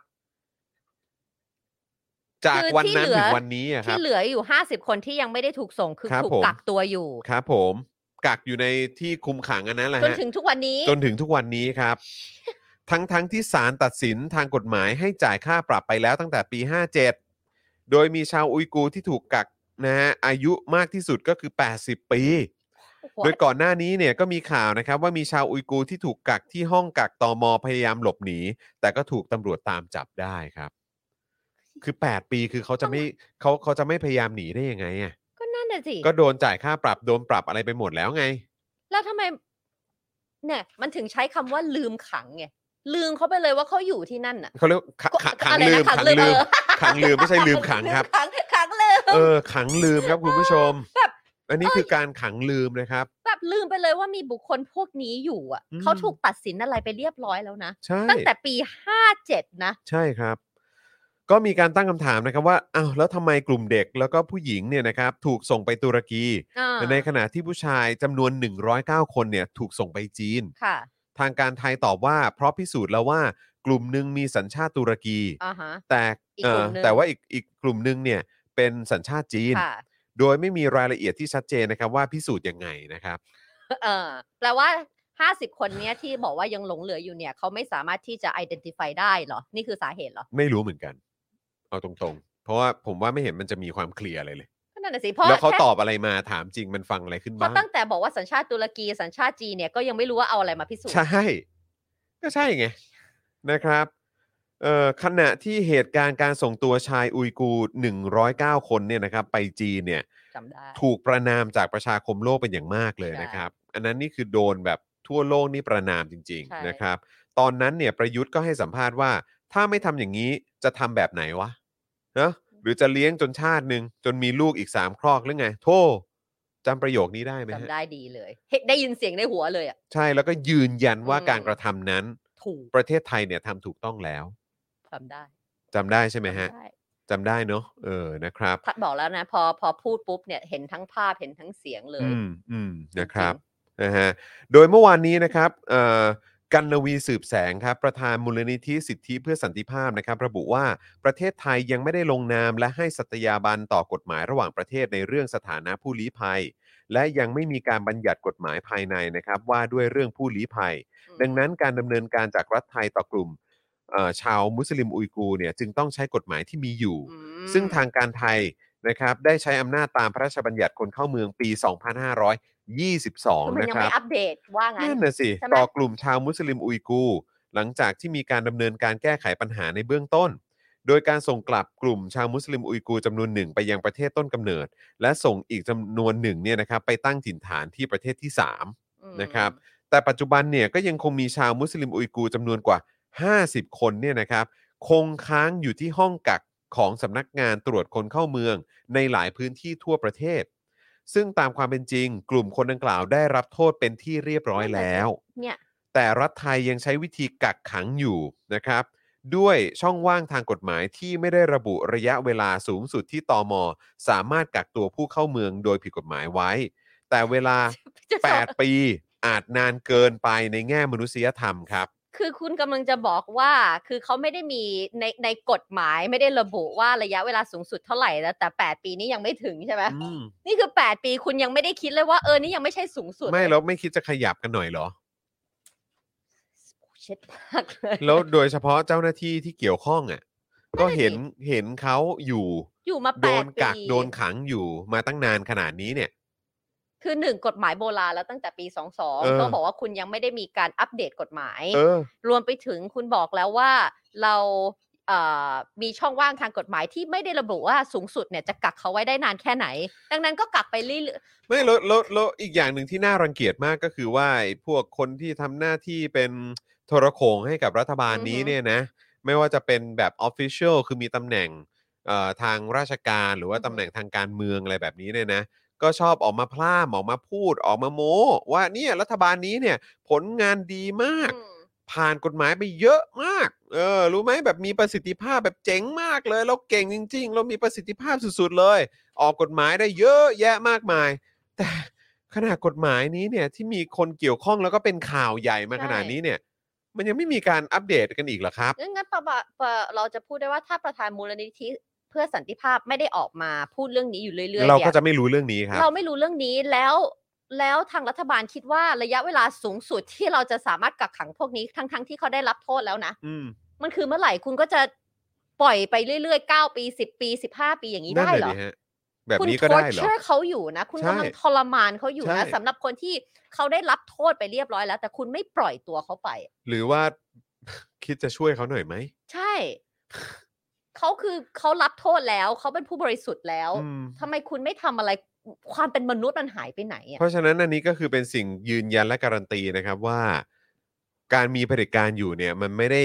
Speaker 1: จาก
Speaker 2: คือ
Speaker 1: วัน
Speaker 2: ที่
Speaker 1: นั้น
Speaker 2: เหลือ
Speaker 1: ถึงวันนี้อะค
Speaker 2: ที่
Speaker 1: รับ
Speaker 2: เหลืออยู่ห้าสิบคนที่ยังไม่ได้ถูกส่งคือ
Speaker 1: ครับ
Speaker 2: ถูก
Speaker 1: ผม
Speaker 2: กักตัวอยู่
Speaker 1: ครับผมกักอยู่ในที่คุมขังอันนั้นแหละ
Speaker 2: จน
Speaker 1: ฮะ
Speaker 2: ถึงทุกวันนี้
Speaker 1: จนถึงทุกวันนี้ครับ ทั้งทั้งที่ศาลตัดสินทางกฎหมายให้จ่ายค่าปรับไปแล้วตั้งแต่ปี 57 โดยมีชาวอุยกูร์ที่ถูกกักนะฮะอายุมากที่สุดก็คือ 80 ปี โดยก่อนหน้านี้เนี่ยก็มีข่าวนะครับ ว่ามีชาวอุยกูร์ที่ถูกกักที่ห้องกักตอมอพยายามหลบหนี แต่ก็ถูกตำรวจตามจับได้ครับ คือ 8 ปีคือเขาจะไม่เขาเขาจะไม่พยายามหนีได้ยังไงอ่ะ
Speaker 2: ก็นั่นน่ะสิ
Speaker 1: ก็โดนจ่ายค่าปรับโดนปรับอะไรไปหมดแล้วไง
Speaker 2: แล้วทำไม เนี่ย มันถึงใช้คำว่าลืมขังไง ลืมเขาไปเลยว่าเขาอยู่ที่นั่นน่ะ
Speaker 1: เขาเรียกขขขัง
Speaker 2: อะไร
Speaker 1: ลืม
Speaker 2: นะ
Speaker 1: ขังลืม
Speaker 2: เออ
Speaker 1: ขังลืมไม่ใช่ลืมขังครับ
Speaker 2: ขังขังลืม
Speaker 1: เออขังลืมครับคุณผู้ชม
Speaker 2: แบบ
Speaker 1: อันนี้คือการขังลืมนะครับ
Speaker 2: แบบลืมไปเลยว่ามีบุคคลพวกนี้อยู่อ่ะ
Speaker 1: อืม
Speaker 2: เขาถูกตัดสินอะไรไปเรียบร้อยแล้วนะ
Speaker 1: ใช่
Speaker 2: ตั้งแต่ปีห้าเจ็ดนะ
Speaker 1: ใช่ครับ ก็มีการตั้งคำถามนะครับว่าอ้าวแล้วทำไมกลุ่มเด็กแล้วก็ผู้หญิงเนี่ยนะครับ ถูกส่งไปตุรกี
Speaker 2: อ่า
Speaker 1: ในขณะที่ผู้ชายจำนวน 109 คนเนี่ยถูกส่งไปจีน
Speaker 2: ค่ะ
Speaker 1: ทางการไทยตอบว่า เพราะพิสูจน์แล้วว่ากลุ่มหนึ่งมีสัญชาติตุรกี
Speaker 2: อ่าฮะ
Speaker 1: แต่
Speaker 2: อีก
Speaker 1: เอก
Speaker 2: ลุ่
Speaker 1: อ
Speaker 2: มหนึ่ง
Speaker 1: แต่ว่าอีกอีกกลุ่มหนึ่งเนี่ยเป็นสัญชาติจีน
Speaker 2: ค่ะ
Speaker 1: โดยไม่มีรายละเอียดที่ชัดเจนนะครับว่าพิสูจน์ยังไงนะครับ
Speaker 2: เออแปลว่าห้าสิบคนเนี้ยที่บอกว่ายังหลงเหลืออยู่เนี่ยเขาไม่สามารถที่จะ identify ได้เหรอ นี่คือสาเหตุเหรอ
Speaker 1: ไม่รู้เหมือนกัน เอาตรงๆ เพราะว่าผมว่าไม่เห็นมันจะมีความเคลียร์อะไรเลย
Speaker 2: ก็นั่นน่ะสิเพราะ
Speaker 1: แล้วเขา
Speaker 2: แค่
Speaker 1: ตอบอะไรมาถามจริงมันฟังอะไรขึ้น
Speaker 2: เพ
Speaker 1: บ้า
Speaker 2: ราะ
Speaker 1: ง
Speaker 2: ตั้งแต่บอกว่าสัญชาติตุรกีสัญชาติจีนเนี่ยก็ยังไม่รู้ว่าเอาอะไรมาพิสูจน์
Speaker 1: ใช่ ก็ใช่ไง นะครับเอ่อขณะที่เหตุการณ์การส่งตัวชายอุยกูร์109 คนเนี่ยนะครับ ไปจีนเนี่ย
Speaker 2: จำได้
Speaker 1: ถูกประนามจากประชาคมโลกเป็นอย่างมากเลย
Speaker 2: ใช่
Speaker 1: นะครับ อันนั้นนี่คือโดนแบบทั่วโลกนี่ประนามจริง
Speaker 2: ใช่
Speaker 1: ๆนะครับ ตอนนั้นเนี่ยประยุทธ์ก็ให้สัมภาษณ์ว่า ถ้าไม่ทำอย่างนี้จะทำแบบไหนวะนะหรือจะเลี้ยงจนชาติหนึ่งจนมีลูกอีกสามครอกหรือไง โทษจำประโยคนี้ได้ไหมฮะ
Speaker 2: จำได้ดีเลยเห็นได้ยินเสียงในหัวเลยอ่ะ
Speaker 1: ใช่แล้วก็ยืนยันว่า
Speaker 2: อืม
Speaker 1: การกระทำนั้น
Speaker 2: ถูก
Speaker 1: ประเทศไทยเนี่ยทำถูกต้องแล้ว
Speaker 2: จำได้
Speaker 1: จำได้ใช่ไหมฮะ
Speaker 2: จำด้
Speaker 1: จำได้เนอะเออนะครับ
Speaker 2: พัดบอกแล้วนะ พอพอพูดปุ๊บเนี่ยเห็นทั้งภาพเห็นทั้งเสียงเลย
Speaker 1: อืมอืม
Speaker 2: จริงๆ
Speaker 1: นะครับนะฮะโดยเมื่อวานนี้นะครับเอ่อกันนวีสืบแสงครับประธานมูลนิธิสิทธิเพื่อสันติภาพนะครับ ระบุว่าประเทศไทยยังไม่ได้ลงนาม และให้สัตยาบันต่อกฎหมายระหว่างประเทศในเรื่องสถานะผู้ลี้ภัย และยังไม่มีการบัญญัติกฎหมายภายในนะครับ ว่าด้วยเรื่องผู้ลี้ภัย
Speaker 2: อืม
Speaker 1: ดังนั้นการดำเนินการจากรัฐไทยต่อกลุ่มเอ่อชาวมุสลิมอุยกูร์เนี่ยจึงต้องใช้กฎหมายที่มีอยู่
Speaker 2: อืม
Speaker 1: ซึ่งทางการไทยนะครับได้ใช้อำนาจตามพระราชบัญญัติคนเข้าเมืองปี
Speaker 2: คือ
Speaker 1: 2522
Speaker 2: มัน
Speaker 1: นะ
Speaker 2: ยัง
Speaker 1: ครับ
Speaker 2: ไม่อัปเดตว่างั้น
Speaker 1: นั่นน่ะสิ
Speaker 2: ใช่ไหม
Speaker 1: ต่อกลุ่มชาวมุสลิมอุยกูร์หลังจากที่มีการดำเนินการแก้ไขปัญหาในเบื้องต้น โดยการส่งกลับกลุ่มชาวมุสลิมอุยกูร์จำนวนหนึ่งไปยังประเทศต้นกำเนิด และส่งอีกจำนวนหนึ่งเนี่ยนะครับไปตั้งถิ่นฐานที่ประเทศที่ 3
Speaker 2: อืม
Speaker 1: นะครับ แต่ปัจจุบันเนี่ยก็ยังคงมีชาวมุสลิมอุยกูร์จำนวนกว่า 50 คนเนี่ยนะครับ คงค้างอยู่ที่ห้องกักของสำนักงานตรวจคนเข้าเมืองในหลายพื้นที่ทั่วประเทศ ซึ่งตามความเป็นจริง กลุ่มคนดังกล่าวได้รับโทษเป็นที่เรียบร้อยแล้ว
Speaker 2: เนี่ย
Speaker 1: แต่รัฐไทยยังใช้วิธีกักขังอยู่นะครับ ด้วยช่องว่างทางกฎหมายที่ไม่ได้ระบุระยะเวลาสูงสุดที่ตอมสามารถกักตัวผู้เข้าเมืองโดยผิดกฎหมายไว้ แต่เวลา
Speaker 2: จะสอบ
Speaker 1: 8 ปีอาจนานเกินไปในแง่มนุษยธรรมครับ
Speaker 2: คือคุณกำลังจะบอกว่า คือเขาไม่ได้มีในในกฎหมายไม่ได้ระบุว่าระยะเวลาสูงสุดเท่าไหร่แล้วแต่ 8 ปีนี้ยังไม่ถึงใช่ไหมนี่คือ 8 ปีคุณยังไม่ได้คิดเลยว่าเออนี่ยังไม่ใช่สูงสุด
Speaker 1: ไม่
Speaker 2: เลย
Speaker 1: แล้วไม่คิดจะขยับกันหน่อยเหรอ
Speaker 2: เช็ดมากเลย
Speaker 1: แล้วโดยเฉพาะเจ้าหน้าที่ที่เกี่ยวข้องอ่ะก็
Speaker 2: นั่นน่ะดิ
Speaker 1: เห็นเห็นเขาอยู่
Speaker 2: อยู่มา
Speaker 1: โด
Speaker 2: แปด
Speaker 1: น
Speaker 2: ปี
Speaker 1: กักโดนขังอยู่มาตั้งนานขนาดนี้เนี่ย
Speaker 2: คือหนึ่งกฎหมายโบราณแล้วตั้งแต่ปีสองสอง
Speaker 1: เออ
Speaker 2: ต้องบอกว่าคุณยังไม่ได้มีการอัปเดตกฎหมาย
Speaker 1: เออ
Speaker 2: รวมไปถึงคุณบอกแล้วว่าเราเอ่อมีช่องว่างทางกฎหมายที่ไม่ได้ระบุว่าสูงสุดเนี่ยจะกักเขาไว้ได้นานแค่ไหน ดังนั้นก็กักไปเรื่อย
Speaker 1: ไม่แล้วแล้วแล้วอีกอย่างหนึ่งที่น่ารังเกียจมากก็คือว่าไอ้พวกคนที่ทำหน้าที่เป็นโทรโขงให้กับรัฐบาลนี้เนี่ยนะ ไม่ว่าจะเป็นแบบออฟฟิเชียลคือมีตำแหน่งเอ่อทางราชการหรือว่าตำแหน่งทางการเมืองอะไรแบบนี้เนี่ยนะ ก็ชอบออกมาพล่ามออกมาพูดออกมาโม้ว่าเนี่ยรัฐบาลนี้เนี่ยผลงานดีมาก
Speaker 2: ๆอืม
Speaker 1: ผ่านกฎหมายไปเยอะมาก เออ รู้ไหมแบบมีประสิทธิภาพแบบเจ๋งมากเลย เราเก่งจริง ๆ เรามีประสิทธิภาพสุดๆเลย ออกกฎหมายได้เยอะแยะมากมาย แต่ขนาดกฎหมายนี้เนี่ยที่มีคนเกี่ยวข้องแล้วก็เป็นข่าวใหญ่มา
Speaker 2: ใช่
Speaker 1: ขนาดนี้เนี่ย มันยังไม่มีการอัปเดตกันอีกเหรอครับ
Speaker 2: งั้นงั้นประมาณประเราจะพูดได้ว่าถ้าประธานมูลนิธิเพื่อสันติภาพไม่ได้ออกมาพูดเรื่องนี้อยู่เรื่อยๆ
Speaker 1: เราก็
Speaker 2: นี่ย
Speaker 1: จะไม่รู้เรื่องนี้ครับ
Speaker 2: เราไม่รู้เรื่องนี้แล้วแล้วทางรัฐบาลคิดว่าระยะเวลาสูงสุดที่เราจะสามารถกักขังพวกนี้ทั้งๆที่เขาได้รับโทษแล้วนะ
Speaker 1: อืม
Speaker 2: มันคือเมื่อไหร่คุณก็จะปล่อยไปเรื่อยๆเก้าปีสิบปีสิบห้าปีอย่างนี้
Speaker 1: นั่น
Speaker 2: ได้
Speaker 1: เลย
Speaker 2: เหรอ
Speaker 1: ดิฮะ แบบ
Speaker 2: คุณ
Speaker 1: นี้ก็ได้เหรอ
Speaker 2: เชื่อเขาอยู่นะ คุณ
Speaker 1: ใช่
Speaker 2: กำลังทรมานเขาอยู่นะ
Speaker 1: ใช่
Speaker 2: สำหรับคนที่เขาได้รับโทษไปเรียบร้อยแล้ว แต่คุณไม่ปล่อยตัวเขาไป
Speaker 1: หรือว่า คิดจะช่วยเขาหน่อยไหม
Speaker 2: ใช่ เขาคือเขารับโทษแล้ว เขาเป็นผู้บริสุทธิ์แล้ว
Speaker 1: อืม
Speaker 2: ทำไมคุณไม่ทำอะไรความเป็นมนุษย์มันหายไปไหน
Speaker 1: เพ
Speaker 2: อ่ะ
Speaker 1: ราะฉะนั้นอันนี้ก็คือเป็นสิ่งยืนยันและการันตีนะครับว่า การมีเผด็จการอยู่เนี่ย มันไม่ได้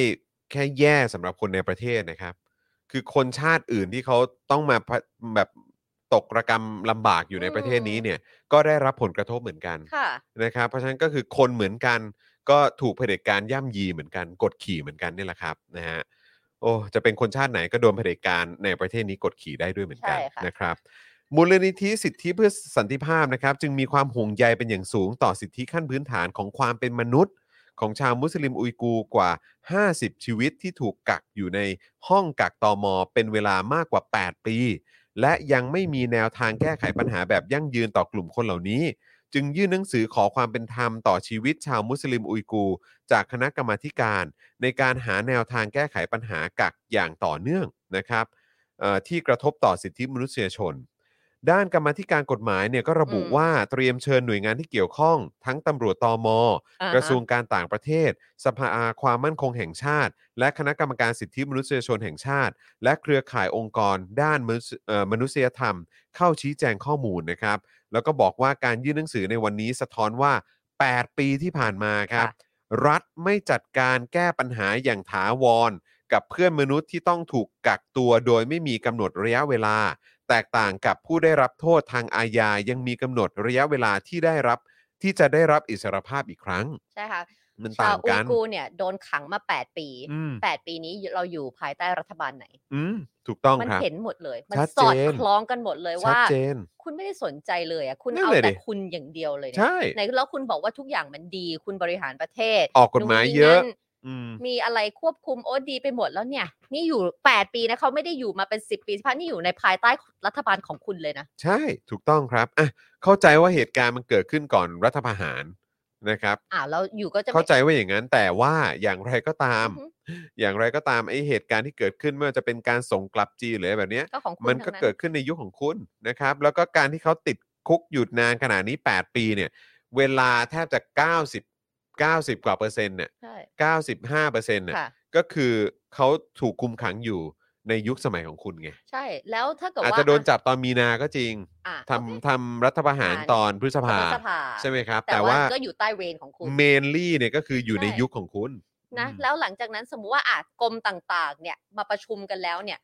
Speaker 1: แค่แย่สำหรับคนในประเทศนะครับ คือคนชาติอื่นที่เขาต้องมาพะแบบตกระกรรมลำบากอยู่ในประเทศนี้เนี่ย ก็ได้รับผลกระทบเหมือนกัน
Speaker 2: ค่ะ
Speaker 1: นะครับ เพราะฉะนั้นก็คือคนเหมือนกัน ก็ถูกเผด็จการย่ำยีเหมือนกัน กดขี่เหมือนกันเนี่ยแหละครับนะฮะโอ้จะเป็นคนชาติไหนก็โดนเผด็จการในประเทศนี้กดขี่ได้ด้วยเหมือนกัน
Speaker 2: ใช่ค่ะ
Speaker 1: นะครับ มูลนิธิสิทธิเพื่อสันติภาพนะครับ จึงมีความห่วงใยเป็นอย่างสูงต่อสิทธิขั้นพื้นฐานของความเป็นมนุษย์ ของชาวมุสลิมอุยกูร์กว่า 50 ชีวิตที่ถูกกักอยู่ในห้องกักตอมอเป็นเวลามากกว่า 8 ปี และยังไม่มีแนวทางแก้ไขปัญหาแบบยั่งยืนต่อกลุ่มคนเหล่านี้ จึงยื่นหนังสือขอความเป็นธรรมต่อชีวิตชาวมุสลิมอุยกูร์จากคณะกรรมาธิการ ในการหาแนวทางแก้ไขปัญหากักอย่างต่อเนื่องนะครับเอ่อที่กระทบต่อสิทธิมนุษยชน ด้านกรรมาธิการกฎหมายเนี่ยก็ระบุ
Speaker 2: อืม
Speaker 1: ว่าเตรียมเชิญหน่วยงานที่เกี่ยวข้อง ทั้งตำรวจตอม
Speaker 2: อ่าฮะ
Speaker 1: กระทรวงการต่างประเทศ สภาความมั่นคงแห่งชาติ และคณะกรรมการสิทธิมนุษยชนแห่งชาติ และเครือข่ายองค์กร ด้านมนุษยเอ่อมนุษยธรรม เข้าชี้แจงข้อมูลนะครับ แล้วก็บอกว่าการยื่นหนังสือในวันนี้สะท้อนว่า 8 ปีที่ผ่านมาครับ
Speaker 2: ค่ะ
Speaker 1: รัฐไม่จัดการแก้ปัญหาอย่างถาวร กับเพื่อนมนุษย์ที่ต้องถูกกักตัวโดยไม่มีกำหนดระยะเวลา แตกต่างกับผู้ได้รับโทษทางอาญายังมีกำหนดระยะเวลาที่ได้รับ ที่จะได้รับอิสรภาพอีกครั้ง
Speaker 2: ใช่ค่ะ
Speaker 1: มัน
Speaker 2: ชา
Speaker 1: ต่าว ง
Speaker 2: อุย
Speaker 1: กัน
Speaker 2: กูร์เนี่ยโดนขังมา 8 ปี
Speaker 1: อืม
Speaker 2: 8 ปีนี้เราอยู่ภายใต้รัฐบาลไหน
Speaker 1: อืมถูกต้อง
Speaker 2: มัน
Speaker 1: ครับ
Speaker 2: เห็นหมดเลย มัน
Speaker 1: ชัด
Speaker 2: สอด
Speaker 1: เจน
Speaker 2: คล้องกันหมดเลย
Speaker 1: ชัด
Speaker 2: ว่า
Speaker 1: เจน
Speaker 2: คุณไม่ได้สนใจเลยอ่ะ คุณ
Speaker 1: นั่น
Speaker 2: เอา
Speaker 1: เลย
Speaker 2: แต่
Speaker 1: ดิ
Speaker 2: คุณอย่างเดียวเลยเนี่ย
Speaker 1: ใช่
Speaker 2: ไหนแล้วคุณบอกว่าทุกอย่างมันดี คุณบริหารประเทศ
Speaker 1: ออกกฎหมายเยอะ
Speaker 2: นู่นนี่นั่น
Speaker 1: อืม
Speaker 2: มีอะไรควบคุมโอ้ดีไปหมดแล้วเนี่ย นี่อยู่ 8 ปีนะเขาไม่ได้อยู่มาเป็น 10 ปีสิบพันนี่อยู่ในภายใต้รัฐบาลของคุณเลยนะ
Speaker 1: ใช่ถูกต้องครับอ่ะเข้าใจว่าเหตุการณ์มันเกิดขึ้นก่อนรัฐประหารนะครับ
Speaker 2: อ่าวแล้วอยู่ก็จะไม่
Speaker 1: เข้าใจว่าอย่างนั้นแต่ว่าอย่างไรก็ตาม
Speaker 2: อือหื
Speaker 1: อย่างไรก็ตามไอ้เหตุการณ์ที่เกิดขึ้นไม่ว่าจะเป็นการส่งกลับจีนหรืออะไรแบบเนี้ย
Speaker 2: ก็ของคุณ
Speaker 1: มันก็
Speaker 2: ทั้ง
Speaker 1: เกิดขึ้นในยุคของคุณนะครับ แล้วก็การที่เขาติดคุกหยุดนานขนาดนี้ 8 ปีเนี่ย เวลาแทบจะ 90 90 กว่าเปอร์เซ็นต์เนี่ย
Speaker 2: ใช่
Speaker 1: 95เปอร์เซ็นต์เนี่ย
Speaker 2: ค่ะ
Speaker 1: ก็คือเขาถูกคุมขังอยู่ในยุคสมัยของคุณไง
Speaker 2: ใช่ แล้วถ้าเกิด
Speaker 1: อาจ
Speaker 2: ว่า
Speaker 1: จะโดนจับตอนมีนาก็จริง
Speaker 2: อ่ะ
Speaker 1: ทำทำรัฐประหารตอนพฤษ
Speaker 2: โอเค
Speaker 1: ภา
Speaker 2: รัฐภา
Speaker 1: ใช่ไหมครับ
Speaker 2: แต่
Speaker 1: แต่
Speaker 2: ว่า
Speaker 1: ว่า
Speaker 2: ก็อยู่ใต้เวรของคุณ
Speaker 1: เมนลี่เนี่ยก็คืออยู่ใน
Speaker 2: ใช่
Speaker 1: ยุคของคุณ
Speaker 2: นะ
Speaker 1: อืม
Speaker 2: แล้วหลังจากนั้นสมมุติว่าอาจกรมต่างๆ เนี่ยมาประชุมกันแล้วเนี่ย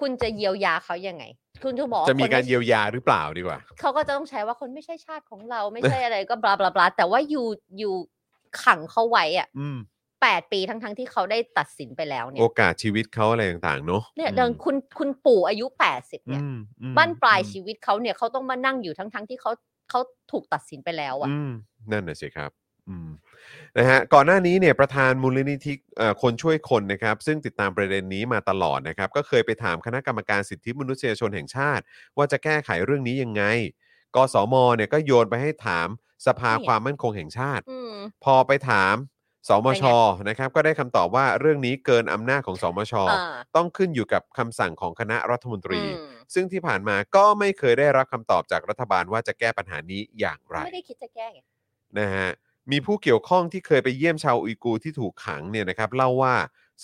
Speaker 2: คุณจะเยียวยาเขายังไง คุณจะบอกว่
Speaker 1: จะมี
Speaker 2: คนไ
Speaker 1: การเยียวยาหรือเปล่าดีกว่า
Speaker 2: เขาก็จะต้องใช้ว่าคนไม่ใช่ชาติของ เรา ไม่ใช่อะไรก็บลาบลาบลาแต่ว่าอยู่อยู่ขังเขาไว้อ่ะ
Speaker 1: อืม
Speaker 2: แปดปีทั้งๆที่เขาได้ตัดสินไปแล้วเนี่
Speaker 1: โอย กาสชีวิตเขาอะไรต่างๆ เนาะ
Speaker 2: เนี่ยดังคุณคุณปู่อายุแปดสิบ
Speaker 1: อื
Speaker 2: เนี่ย
Speaker 1: มอืม
Speaker 2: บ้านปลาย
Speaker 1: อืม
Speaker 2: ชีวิตเขาเนี่ยเขาต้องมานั่งอยู่ทั้งๆที่เขาเขาถูกตัดสินไปแล้วอ่ะ
Speaker 1: อืมนั่นน่ะสิครับอืมนะฮะก่อนหน้านี้เนี่ยประธานมูลนิธิเอ่อคนช่วยคนนะครับ ซึ่งติดตามประเด็นนี้มาตลอดนะครับ ก็เคยไปถามคณะกรรมการสิทธิมนุษยชนแห่งชาติ ว่าจะแก้ไขเรื่องนี้ยังไง กสมเนี่ยก็โยนไปให้ถามสภา
Speaker 2: เนี่ย
Speaker 1: ความมั่นคงแห่งชาติ
Speaker 2: อืม
Speaker 1: พอไปถามสม
Speaker 2: เป็น
Speaker 1: ช
Speaker 2: ไง
Speaker 1: นะครับ ก็ได้คำตอบว่าเรื่องนี้เกินอำนาจของสมช
Speaker 2: อ่า
Speaker 1: ต้องขึ้นอยู่กับคำสั่งของคณะรัฐมนตรี
Speaker 2: อืม
Speaker 1: ซึ่งที่ผ่านมาก็ไม่เคยได้รับคำตอบจากรัฐบาลว่าจะแก้ปัญหานี้อย่างไร
Speaker 2: ไม่ได้คิดจะแก้ไง
Speaker 1: นะฮะมีผู้เกี่ยวข้องที่เคยไปเยี่ยมชาวอุยกูร์ที่ถูกขังเนี่ยนะครับเล่าว่า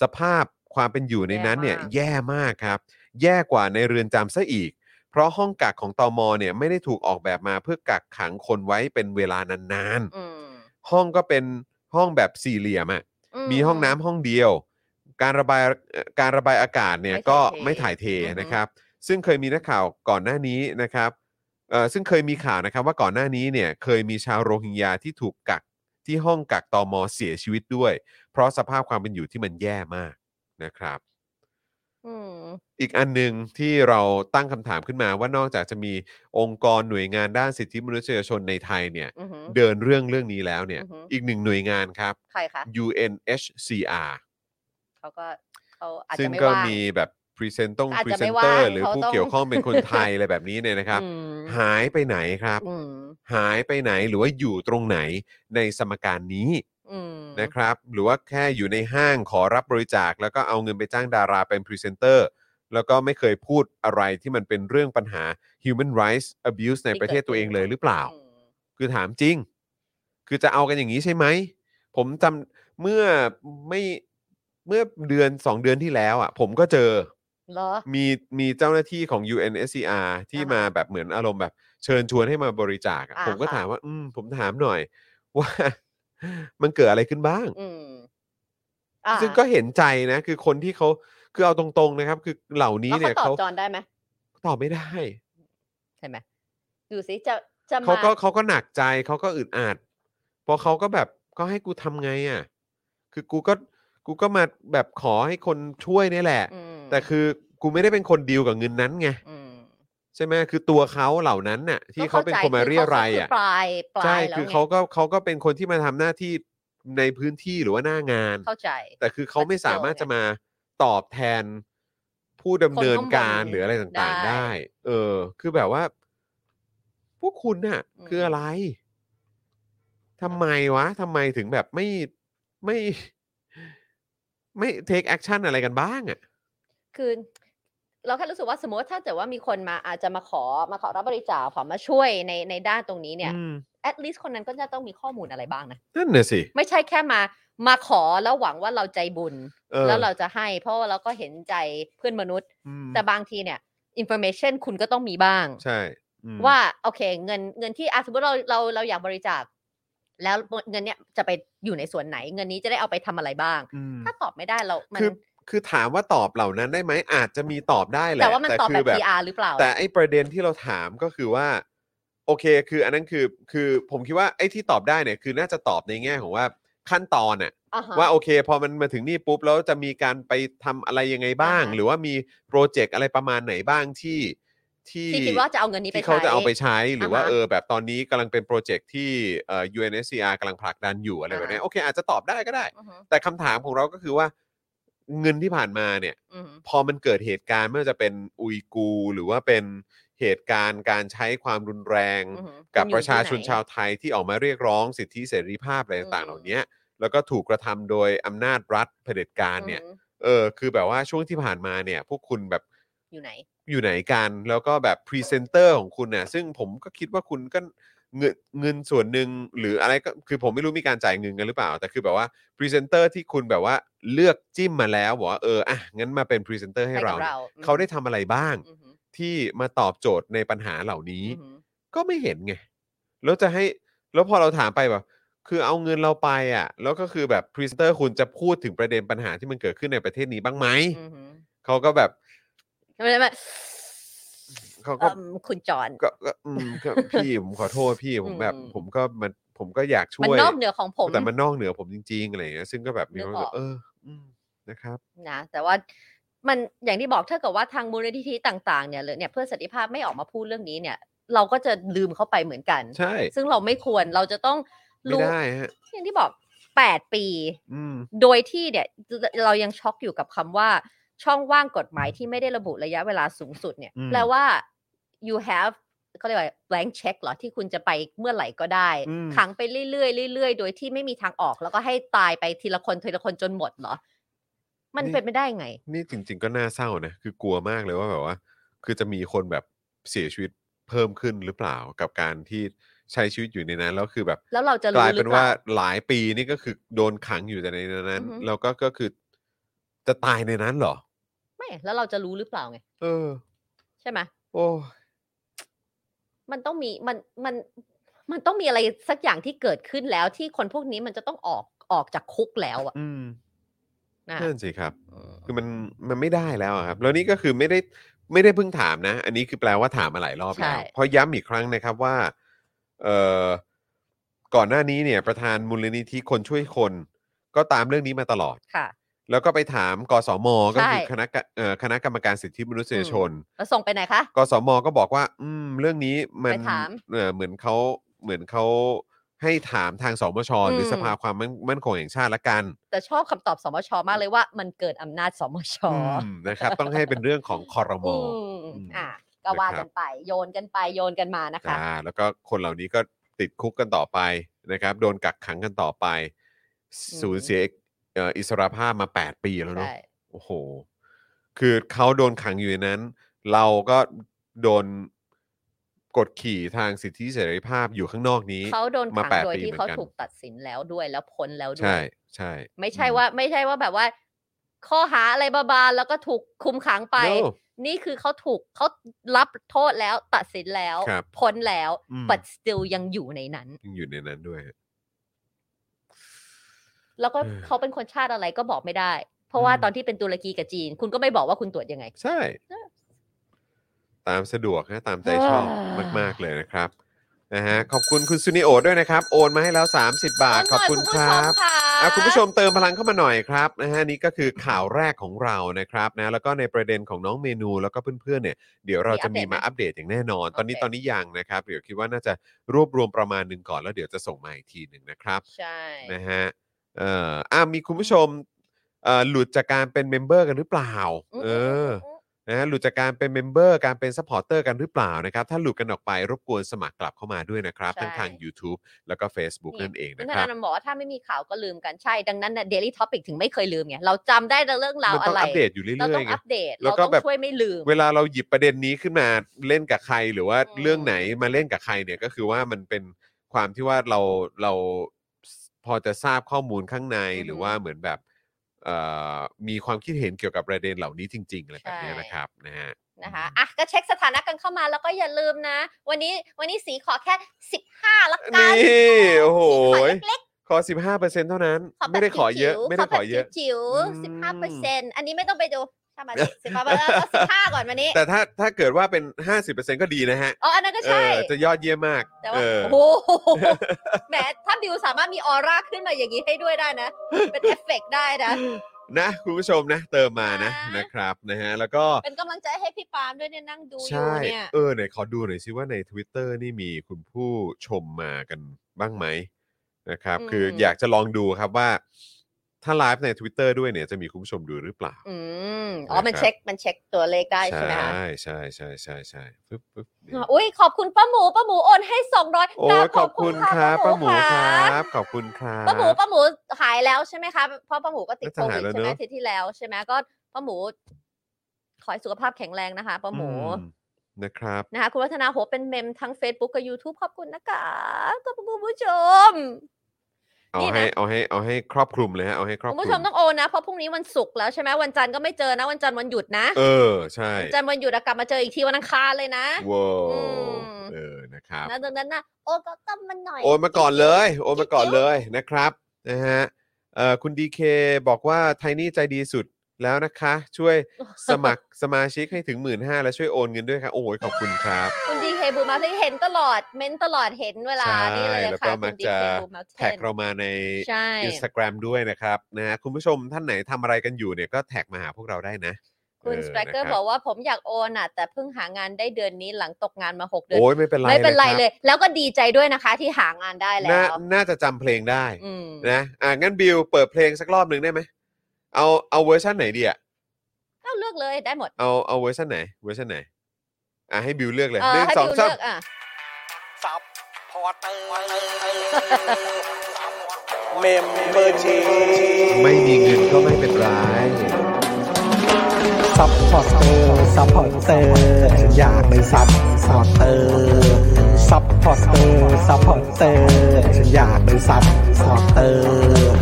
Speaker 1: สภาพความเป็นอยู่ในนั้นเนี่ยแย่มากครับ แย่กว่าในเรือนจำซะอีก เพราะห้องกักของตมเนี่ยไม่ได้ถูกออกแบบมาเพื่อกักขังคนไว้เป็นเวลานานๆ
Speaker 2: อืม
Speaker 1: ห้องก็เป็นห้องแบบสี่เหลี่ยมอะมีห้องน้ำห้องเดียว การระบายเอ่อการระบายอากาศเนี่ย
Speaker 2: ไม่ถ่าย
Speaker 1: ก็
Speaker 2: เท
Speaker 1: ไม่ถ่ายเท
Speaker 2: อือฮึ
Speaker 1: นะครับ ซึ่งเคยมีนักข่าวก่อนหน้านี้นะครับเอ่อซึ่งเคยมีข่าวนะครับว่าก่อนหน้านี้เนี่ยเคยมีชาวโรฮิงญาที่ถูกกักที่ห้องกักตอมอเสียชีวิตด้วย เพราะสภาพความเป็นอยู่ที่มันแย่มากนะครับ
Speaker 2: อืม
Speaker 1: อีกอันหนึ่งที่เราตั้งคำถามขึ้นมาว่านอกจากจะมีองค์กรหน่วยงานด้านสิทธิมนุษยชนในไทยเนี่ย
Speaker 2: อือหือ
Speaker 1: เดินเรื่องเรื่องนี้แล้วเนี่ย
Speaker 2: อือฮึ
Speaker 1: อีกหนึ่งหน่วยงานครับ
Speaker 2: ใครคะ
Speaker 1: UNHCR
Speaker 2: เขาก็เขาอาจ
Speaker 1: ซึ่
Speaker 2: จะ
Speaker 1: ง
Speaker 2: ไม่
Speaker 1: ก็
Speaker 2: ว่าง
Speaker 1: มีแบบพรีเซนต์ต้อง
Speaker 2: อาจ
Speaker 1: พรี
Speaker 2: จะ
Speaker 1: เซ
Speaker 2: ไม่
Speaker 1: นเตอ
Speaker 2: ว่า
Speaker 1: ร์
Speaker 2: ง
Speaker 1: หรือ
Speaker 2: เขา
Speaker 1: ผู้
Speaker 2: ต้อง
Speaker 1: เกี่ยวข้องเป็นคนไทย อะไรแบบนี้เนี่ยนะครับ
Speaker 2: อืม
Speaker 1: หายไปไหนครับ
Speaker 2: อืม
Speaker 1: หายไปไหนหรือว่าอยู่ตรงไหนในสมการนี้
Speaker 2: อืม
Speaker 1: นะครับ หรือว่าแค่อยู่ในห้างขอรับบริจาค แล้วก็เอาเงินไปจ้างดาราเป็นพรีเซนเตอร์ แล้วก็ไม่เคยพูดอะไรที่มันเป็นเรื่องปัญหา human rights abuse ในประเทศตัวเองเลยหรือเปล่า
Speaker 2: อืม
Speaker 1: คือถามจริง คือจะเอากันอย่างนี้ใช่ไหม ผมจำเมื่อไม่เมื่อเดือน 2 เดือนที่แล้วอ่ะ ผมก็เจอ
Speaker 2: เหรอ
Speaker 1: มีมีเจ้าหน้าที่ของ UNSCR ที่
Speaker 2: อ่าฮะ
Speaker 1: มาแบบเหมือนอารมณ์แบบเชิญชวนให้มาบริจาคอะ
Speaker 2: อ่า
Speaker 1: ผมก็
Speaker 2: ค่ะ
Speaker 1: ถามว่า อืม ผมถามหน่อย ว่า มันเกิดอะไรขึ้นบ้าง
Speaker 2: อืมอ่า
Speaker 1: ซึ่งก็เห็นใจนะ คือคนที่เขาคือเอาตรงๆนะครับ คือเหล่านี้
Speaker 2: แล้ว
Speaker 1: เนี่ย
Speaker 2: ตอบ
Speaker 1: เขา
Speaker 2: จอนได้ไหม
Speaker 1: ตอบไม่ได้
Speaker 2: เห็นไหมดูสิจะจะ
Speaker 1: เขา
Speaker 2: มา
Speaker 1: ก็เขาก็หนักใจเขาก็อึดอัดเพราะเขาก็แบบก็ให้กูทำไงอ่ะ คือกูก็กูก็มาแบบขอให้คนช่วยนี่แหละ
Speaker 2: อืม
Speaker 1: แต่คือกูไม่ได้เป็นคนดีลกับเงินนั้นไง
Speaker 2: ม
Speaker 1: ใช่ไหมคือตัวเขาเหล่านั้นน่ะ ที่เขาเป็นคนมาเรียราย
Speaker 2: ก็
Speaker 1: อ่ะ
Speaker 2: เข้าใจคือเขาคือปลายปลาย
Speaker 1: ใช่
Speaker 2: แล้ว
Speaker 1: คือ
Speaker 2: ไง
Speaker 1: เขาก็เขาก็เป็นคนที่มาทำหน้าที่ในพื้นที่หรือว่าหน้างาน
Speaker 2: เข้าใจ
Speaker 1: แต่คือเขาไม่สามารถจะมาตอบแทนผู้ดำเนินการหรืออะไรต่างๆ
Speaker 2: ได้
Speaker 1: ได้ เออ คือแบบว่า พวกคุณน่ะ
Speaker 2: อืม
Speaker 1: คืออะไรทำไมวะทำไมถึงแบบไม่ไม่ ไม่เทคแอคชั่นอะไรกันบ้างอ่ะ
Speaker 2: คือเราแค่รู้สึกว่าสมมติถ้าเกิดว่ามีคนมาอาจจะมาขอมาขอรับบริจาคขอมาช่วยในในด้านตรงนี้เนี่ย
Speaker 1: อืม
Speaker 2: at least คนนั้นก็จะต้องมีข้อมูลอะไรบ้างนะ
Speaker 1: นั่นน่ะสิ
Speaker 2: ไม่ใช่แค่มามาขอแล้วหวังว่าเราใจบุญ
Speaker 1: เออ
Speaker 2: แล้วเราจะให้ เพราะว่าเราก็เห็นใจเพื่อนมนุษย์
Speaker 1: อืม
Speaker 2: แต่บางทีเนี่ย information คุณก็ต้องมีบ้าง
Speaker 1: ใช่อืม
Speaker 2: ว่าโอเค เงินเงินที่อ่ะสมมติเราเราเราอยากบริจาค แล้วเงินเนี้ยจะไปอยู่ในส่วนไหน เงินนี้จะได้เอาไปทำอะไรบ้าง
Speaker 1: อืม
Speaker 2: ถ้าตอบไม่ได้เรา มัน
Speaker 1: คือคือถามว่าตอบเหล่านั้นได้ไหมอาจจะมีตอบได้แหละ
Speaker 2: แต่ว่ามันตอบ
Speaker 1: คื
Speaker 2: แบบ
Speaker 1: แบบ
Speaker 2: PR หรือเปล่า
Speaker 1: แต่ไอ้ประเด็นที่เราถามก็คือว่า โอเค คืออันนั้นคือคือผมคิดว่าไอ้ที่ตอบได้เนี่ยคือน่าจะตอบในแง่ของว่าขั้นตอนน่ะ
Speaker 2: อ่าฮะ
Speaker 1: ว่าโอเค พอมันมาถึงนี่ปุ๊บแล้วจะมีการไปทำอะไรยังไงบ้าง
Speaker 2: อ่าฮะ
Speaker 1: หรือว่ามีโปรเจกต์อะไรประมาณไหนบ้างที่ที่
Speaker 2: ที่คิดว่าจะเอาเงินนี้ไป
Speaker 1: ที่เขา
Speaker 2: ใช้
Speaker 1: จะเอาไปใช้หรือว่า
Speaker 2: อ่าฮะ
Speaker 1: เออแบบตอนนี้กำลังเป็นโปรเจกต์ที่เอ่อ UNSCR กำลังผลักดันอยู่อะไรแบบเนี้ย
Speaker 2: อ่าฮะ
Speaker 1: โอเค อาจจะตอบได้ก็ได้
Speaker 2: อือฮึ
Speaker 1: แต่คำถามของเราก็คือว่าเงินที่ผ่านมาเนี่ย
Speaker 2: อือฮึ
Speaker 1: พอมันเกิดเหตุการณ์ไม่ว่าจะเป็นอุยกูร์หรือว่าเป็นเหตุการณ์การใช้ความรุนแรง
Speaker 2: อือฮึ
Speaker 1: กับ
Speaker 2: คุณ
Speaker 1: ป
Speaker 2: อยู่
Speaker 1: ระชาชน
Speaker 2: ที่ไห
Speaker 1: ชาวไทยที่ออกมาเรียกร้องสิทธิเสรีภาพอะไรต่างๆ
Speaker 2: อืม
Speaker 1: เหล่านี้แล้วก็ถูกกระทำโดยอำนาจรัฐเผด็จการเนี่ย
Speaker 2: อือฮึ
Speaker 1: เออคือแบบว่าช่วงที่ผ่านมาเนี่ยพวกคุณแบบ
Speaker 2: อยู่ไหน
Speaker 1: อยู่ไหนกันแล้วก็แบบพรีเซนเตอร์ของคุณเนี่ยซึ่งผมก็คิดว่าคุณก็เงินเงินส่วนหนึ่งหรืออะไรก็คือผมไม่รู้มีการจ่ายเงินกันหรือเปล่า แต่คือแบบว่าพรีเซนเตอร์ที่คุณแบบว่าเลือกจิ้มมาแล้วบอกว่าเอออ่ะงั้นมาเป็นพรีเซนเตอร์ให้
Speaker 2: ให้กั
Speaker 1: เรา
Speaker 2: บ
Speaker 1: เนี่ย
Speaker 2: เราอืม
Speaker 1: เขาได้ทำอะไรบ้าง
Speaker 2: อือฮึ
Speaker 1: ที่มาตอบโจทย์ในปัญหาเหล่านี้
Speaker 2: อือฮึ
Speaker 1: ก็ไม่เห็นไง แล้วจะให้แล้วพอเราถามไปแบบ คือเอาเงินเราไปอ่ะ แล้วก็คือแบบพรีเซนเตอร์คุณจะพูดถึงประเด็นปัญหาที่มันเกิดขึ้นในประเทศนี้บ้างไหม
Speaker 2: อือฮึ
Speaker 1: เขาก็แบบ
Speaker 2: ไม่ไม่ไม่
Speaker 1: เขาก็
Speaker 2: เอิ่มคุณจอน
Speaker 1: ก็ก็อืม ก็ พี่ผมขอโทษพี่ผมแบบ
Speaker 2: อืม
Speaker 1: ผมก็มันผมก็อยากช่
Speaker 2: มัน
Speaker 1: วย
Speaker 2: นอกเหนือของผม
Speaker 1: แต่มันนอกเหนือผมจริงๆอะไรอย่างเงี้ยซึ่งก็แบบมี
Speaker 2: นึก
Speaker 1: ความ
Speaker 2: อ
Speaker 1: รู้
Speaker 2: อก
Speaker 1: สึกเอออืมนะครับ
Speaker 2: นะแต่ว่ามันอย่างที่บอกถ้าเกิดว่าทางมูลนิธิต่าง ๆ เนี่ยหรือเนี่ยเพื่อสันติภาพไม่ออกมาพูดเรื่องนี้เนี่ย เราก็จะลืมเขาไปเหมือนกัน
Speaker 1: ใช่
Speaker 2: ซึ่งเราไม่ควรเราจะต้อง
Speaker 1: ไม่
Speaker 2: รู้
Speaker 1: ได้ฮะ
Speaker 2: อย่างที่บอก 8 ปี
Speaker 1: อืม
Speaker 2: โดยที่เนี่ยเรายังช็อกอยู่กับคำว่าช่องว่างกฎหมายที่ไม่ได้ระบุระยะเวลาสูงสุดเนี่ย
Speaker 1: อืม
Speaker 2: แปลว่า you have เขาเรียกว่า blank check เหรอที่คุณจะไปเมื่อไหร่ก็ได้
Speaker 1: อืม
Speaker 2: ขังไปเรื่อยๆเรื่อยๆ โดยที่ไม่มีทางออก แล้วก็ให้ตายไปทีละคนทีละคนจนหมดเหรอ มัน
Speaker 1: นี่
Speaker 2: เป็นไม่ได้ไง
Speaker 1: นี่จริง ๆ ก็น่าเศร้านะคือกลัวมากเลยว่าแบบว่า คือจะมีคนแบบเสียชีวิตเพิ่มขึ้นหรือเปล่ากับการที่ใช้ชีวิตอยู่ในนั้นแล้วคือแบบ
Speaker 2: แล้วเราจะ
Speaker 1: ก
Speaker 2: รู้
Speaker 1: ลาย
Speaker 2: หรื
Speaker 1: เป็
Speaker 2: อน เป
Speaker 1: ว่า
Speaker 2: ล่า
Speaker 1: หลายปีนี่ก็คือโดนขังอยู่แต่ในนั้น
Speaker 2: อือหือ
Speaker 1: แล้วก็ก็คือจะตายในนั้นเหรอ
Speaker 2: ไม่ แล้วเราจะรู้หรือเปล่าไง
Speaker 1: เออ
Speaker 2: ใช่ไหม
Speaker 1: โอ้ย
Speaker 2: มันต้องมีมันมันมันต้องมีอะไรสักอย่างที่เกิดขึ้นแล้วที่คนพวกนี้มันจะต้องออกออกจากคุกแล้วอะ
Speaker 1: อืม
Speaker 2: นะ
Speaker 1: นั่นสิครับ
Speaker 2: เออ
Speaker 1: คือมันมันไม่ได้แล้วอะครับ แล้วนี่ก็คือไม่ได้ไม่ได้เพิ่งถามนะ อันนี้คือแปลว่าถามมาหลายรอบแล้วเพอย้ำอีกครั้งนะครับว่าเอ่อก่อนหน้านี้เนี่ย ประธานมูลนิธิคนช่วยคน ก็ตามเรื่องนี้มาตลอด
Speaker 2: ค่ะ แล้ว
Speaker 1: แล้วก็ไปถามกสมก็คือ
Speaker 2: ใช่
Speaker 1: คณะกะเอ่อคณะกรรมการสิทธิมนุษยชน
Speaker 2: ส่งไปไหนคะ
Speaker 1: กสมก็บอกว่า อืม เรื่องนี้มัน
Speaker 2: ไปถาม
Speaker 1: เอ่อเหมือนเขาเหมือนเขาให้ถามทางสมชหรืออ
Speaker 2: ม
Speaker 1: สภาความมั่นมั่นคงแห่งชาติละกัน
Speaker 2: แต่ชอบคำตอบสมชมากเลยว่ามันเกินอำนาจสมช
Speaker 1: มนะครับ ต้องให้เป็นเรื่องของคอรมอ
Speaker 2: ม
Speaker 1: อืม
Speaker 2: อ่ะก็ว่ากันไป โยนกันไปโยนกันมานะคะ
Speaker 1: ่าแล้วก็คนเหล่านี้ก็ติดคุกกันต่อไปนะครับ โดนกักขังกันต่อไป
Speaker 2: อืม
Speaker 1: สูญเสียเอ่ออิสรภาพมา 8 ปีแล้วเนาะ
Speaker 2: ใช่
Speaker 1: โอ้โห คือเขาโดนขังอยู่ในนั้น เราก็โดนกดขี่ทางสิทธิเสรีภาพอยู่ข้างนอกนี้
Speaker 2: เขาโดน
Speaker 1: มา
Speaker 2: ขัง
Speaker 1: แปด
Speaker 2: โดย
Speaker 1: ปี
Speaker 2: ที่
Speaker 1: เหมือน
Speaker 2: เขา
Speaker 1: กัน
Speaker 2: ถูกตัดสินแล้วด้วยแล้วพ้นแล้วด้ว
Speaker 1: ใช่
Speaker 2: ย
Speaker 1: ใช่
Speaker 2: ไม่ใช่
Speaker 1: อื
Speaker 2: ว่าไม่ใช่ว่าแบบว่า ข้อหาอะไรบาๆแล้วก็ถูกคุมขังไป
Speaker 1: โย่
Speaker 2: นี่คือเขาถูกเขารับโทษแล้วตัดสินแล้ว
Speaker 1: ครับ
Speaker 2: พ้นแล้ว
Speaker 1: อืม
Speaker 2: but still ยังอยู่ในนั้น
Speaker 1: ยังอยู่ในนั้นด้วย
Speaker 2: แล้วก็
Speaker 1: เออ
Speaker 2: เขาเป็นคนชาติอะไรก็บอกไม่ได้ เพราะว่า
Speaker 1: อืม
Speaker 2: ตอนที่เป็นตุรกีกับจีน คุณก็ไม่บอกว่าคุณตรวจยังไง
Speaker 1: ใช่ ตามสะดวกนะตามใจชอบมากๆเลยนะครับนะฮะขอบคุณคุณซูนิโอด้วยนะครับ โอนมาให้แล้ว 30 บาท ขอบคุณครับอ่ะคุณผู้ชมเติมพลังเข้ามาหน่อยครับนะฮะนี่ก็คือข่าวแรกของเรานะครับนะแล้วก็ในประเด็นของน้องเมนูแล้วก็เพื่อนๆเนี่ยเดี๋ยวเราจะมีมาอัปเดตอย่างแน่นอน ตอนนี้
Speaker 2: โอ
Speaker 1: ต
Speaker 2: เค
Speaker 1: อนนี้ยังนะครับเดี๋ยวคิดว่าน่าจะรวบรวมประมาณหนึ่งก่อนแล้วเดี๋ยวจะส่งมาอีกทีหนึ่งนะครับ
Speaker 2: ใช่
Speaker 1: นะฮะ เอ่ออ่ะมีคุณผู้ชมเอ่อหลุดจากการเป็นเมมเบอร์กันหรือเปล่า เออ นะฮะหลุดจากการเป็นเมมเบอร์การเป็นซัพพอร์เตอร์กันหรือเปล่านะครับ ถ้าหลุดกันออกไปรบกวนสมัครกลับเข้ามาด้วยนะครับ
Speaker 2: ใช่
Speaker 1: ทั้งทาง YouTube แล้วก็ Facebook นั่นเอง
Speaker 2: คุณ
Speaker 1: นะ
Speaker 2: ธ
Speaker 1: ครั
Speaker 2: นา
Speaker 1: บ
Speaker 2: โนมบอกว่าถ้าไม่มีข่าวก็ลืมกันใช่ดังนั้นเนี่ย daily topic ถึงไม่เคยลืมไงเราจำได้แต่เรื่องราว
Speaker 1: มั
Speaker 2: อะ
Speaker 1: ต้อง
Speaker 2: ไร
Speaker 1: อัปเดตอยู่เรื่
Speaker 2: เรา
Speaker 1: อ
Speaker 2: ต้อย
Speaker 1: ๆ
Speaker 2: ง
Speaker 1: ไง
Speaker 2: อัปเดต
Speaker 1: แล้
Speaker 2: เรา
Speaker 1: วก็
Speaker 2: ต้อง
Speaker 1: แบบ
Speaker 2: ช่วยไม่ลืม
Speaker 1: เวลาเราหยิบประเด็นนี้ขึ้นมาเล่นกับใครหรือว่า
Speaker 2: อืม
Speaker 1: เรื่องไหนมาเล่นกับใครเนี่ยก็คือว่ามันเป็นความที่ว่าเราเราพอจะทราบข้อมูลข้างในหรือว่าเหมือนแบบเอ่อมีความคิดเห็นเกี่ยวกับประเด็นเหล่านี้จริงๆอะไรแบบเนี้ยนะครับนะฮะ
Speaker 2: นะคะอ่ะก็เช็คสถานะกันเข้ามาแล้วก็อย่าลืมนะ วันนี้วันนี้สีขอแค่15ละกัน
Speaker 1: นี่โอ้โห
Speaker 2: สีขอเล็ก
Speaker 1: ขอ 15%เท่านั้น
Speaker 2: ๆขอแบบ
Speaker 1: ไม่ได้ขอเยอะ
Speaker 2: จิ๋วๆ
Speaker 1: ไม่ได้ขอเยอะ
Speaker 2: แบบจิ๋วๆ
Speaker 1: อืม
Speaker 2: 15%อันนี้ไม่ต้องไปดู ถ้ามาสิบมาแล้วสิบห้าก่อนวันนี้
Speaker 1: แต่ถ้าถ้าเกิดว่าเป็น 50%ก็ดีนะฮะ
Speaker 2: อ๋ออันนั้นก็ใช่
Speaker 1: เออจะยอดเยี่ยมมาก
Speaker 2: แต่
Speaker 1: เอ
Speaker 2: ว่า
Speaker 1: อ
Speaker 2: โอ้โห แหมถ้าบิวสามารถมีออร่าขึ้นมาอย่างนี้ให้ด้วยได้นะ เป็นเอฟเฟกต์ได้นะ
Speaker 1: นะ คุณผู้ชมนะ เติมมานะ
Speaker 2: นะ
Speaker 1: นะครับนะฮะแล้วก็
Speaker 2: เป็นกำลังใจให้พี่ปาล์มด้วยเนี่ยนั่งดูอยู่
Speaker 1: ใช่
Speaker 2: เนี่ย
Speaker 1: เออไหนขอดูหน่อยซิว่าใน Twitter นี่มีคุณผู้ชมมากันบ้างไหมนะครับ
Speaker 2: อืม
Speaker 1: คืออยากจะลองดูครับว่า ถ้าไลฟ์ใน Twitter ด้วยเนี่ยจะมีคุณผู้ชมดูหรือเปล่า
Speaker 2: อืมอ๋อมัน
Speaker 1: นะครับ
Speaker 2: เช็คมันเช็คตัวเลขได้ใช่ไหมคะ
Speaker 1: ใช่ใช่ใช่ใช่ใช่ปึ๊บปึ๊บนี่
Speaker 2: อุ้ยขอบคุณป้าหมูป้าหมูโอนให้สองร้อย
Speaker 1: โอ้ยขอบคุณครับป้าหมูครับ ขอบคุณครั
Speaker 2: ป้าหมู
Speaker 1: บ
Speaker 2: ป้าหมูหายแล้วใช่ไหมคะเพราะป้าหมูก็ติดโค
Speaker 1: น่าจะหาย
Speaker 2: วิด
Speaker 1: แล้ว
Speaker 2: ใช่ไหม
Speaker 1: เนอะ
Speaker 2: อาที่ที่แล้วใช่ไหมก็ป้าหมู ขอให้สุขภาพแข็งแรงนะคะป้าหมู
Speaker 1: อืนะครับ
Speaker 2: นะคะคุณวัฒนาโหเป็นเมมทั้ง Facebook กับ YouTube ขอบคุณนะคะขอบคุณคุณผู้ชม
Speaker 1: เอา
Speaker 2: นี่
Speaker 1: ให้
Speaker 2: นะ
Speaker 1: เอาให้เอาให้ครอบคลุมเลยฮะเอาให้ครอบ
Speaker 2: คุณ
Speaker 1: คลุ
Speaker 2: ผู้
Speaker 1: ม
Speaker 2: ชมต้องโอนนะ เพราะพรุ่งนี้วันศุกร์แล้วใช่ไหมวันจันทร์ก็ไม่เจอนะ วันจันทร์วันหยุดนะ
Speaker 1: เออใช่
Speaker 2: วันจันทร์วันหยุดอะกลับมาเจออีกทีวันอังคารเลยนะ
Speaker 1: ว้า
Speaker 2: อื
Speaker 1: ว
Speaker 2: ม
Speaker 1: เออนะครับ
Speaker 2: นะดังนั้นนะโอนก็กำมันหน่อย
Speaker 1: โอนมาก่อนเลย โอนมาก่อนเลยนะครับนะฮะเอ่อคุณดีเคบอกว่าไทนี่ใจดีสุดแล้วนะคะ ช่วยสมัคร สมาชิกให้ถึง 1 5ื่นและช่วยโอนเงินด้วยค่ะโอ้ยขอบคุณครับ
Speaker 2: คุณดีเคบูมาที่เห็นตลอดเม้นตลอดเห็นเวลา
Speaker 1: ใช่
Speaker 2: นี่เลย
Speaker 1: แล้วก็
Speaker 2: ค่ะ
Speaker 1: มัก
Speaker 2: คุณดี
Speaker 1: จะ
Speaker 2: เคบูมา
Speaker 1: แท็กเรามาใน
Speaker 2: ใช่
Speaker 1: Instagram ด้วยนะครับนะฮะคุณผู้ชมท่านไหนทำอะไรกันอยู่เนี่ยก็แท็กมาหาพวกเราได้นะ
Speaker 2: คุณสเปกเกอร์บอกว่าผมอยากโอนอ่ะแต่เพิ่งหางานได้เดือนนี้หลังตกงานมาหกเดือน
Speaker 1: โอ้ยไม่เป็นไร
Speaker 2: ไม่เป็นไรเลย ย แล้วก็ดีใจด้วยนะคะที่หางานได้
Speaker 1: น่า
Speaker 2: แล้ว
Speaker 1: น่าจะจำเพลงได้
Speaker 2: อืม
Speaker 1: นะอ่ะงั้นบิวเปิดเพลงสักรอบหนึ่งได้ไหมเอาเอาเวอร์ชันไหนดีอะ
Speaker 2: ก็เลือกเลยได้หมด
Speaker 1: เอาเอาเวอร์ชันไหนเวอร์ชันไหน อ่ะให้บิวเลือกเลย
Speaker 2: เอ
Speaker 1: ห
Speaker 2: อ
Speaker 1: นึ่ง
Speaker 2: ให้
Speaker 1: สอง
Speaker 2: บิว
Speaker 1: สาม
Speaker 2: เลือกอ่ะ
Speaker 4: ซับพอร์เตอร์เมมเบอร์ชี
Speaker 1: ไม่มีเงินก็ไม่เป็นไร
Speaker 3: ซัพพอร์เตอร์ซัพพอร์เตอร์อยากเป็นซัพพอร์เตอร์ซัพพอร์เตอร์ซัพพอร์เตอร์อยากเป็นซัพพอร์เตอร์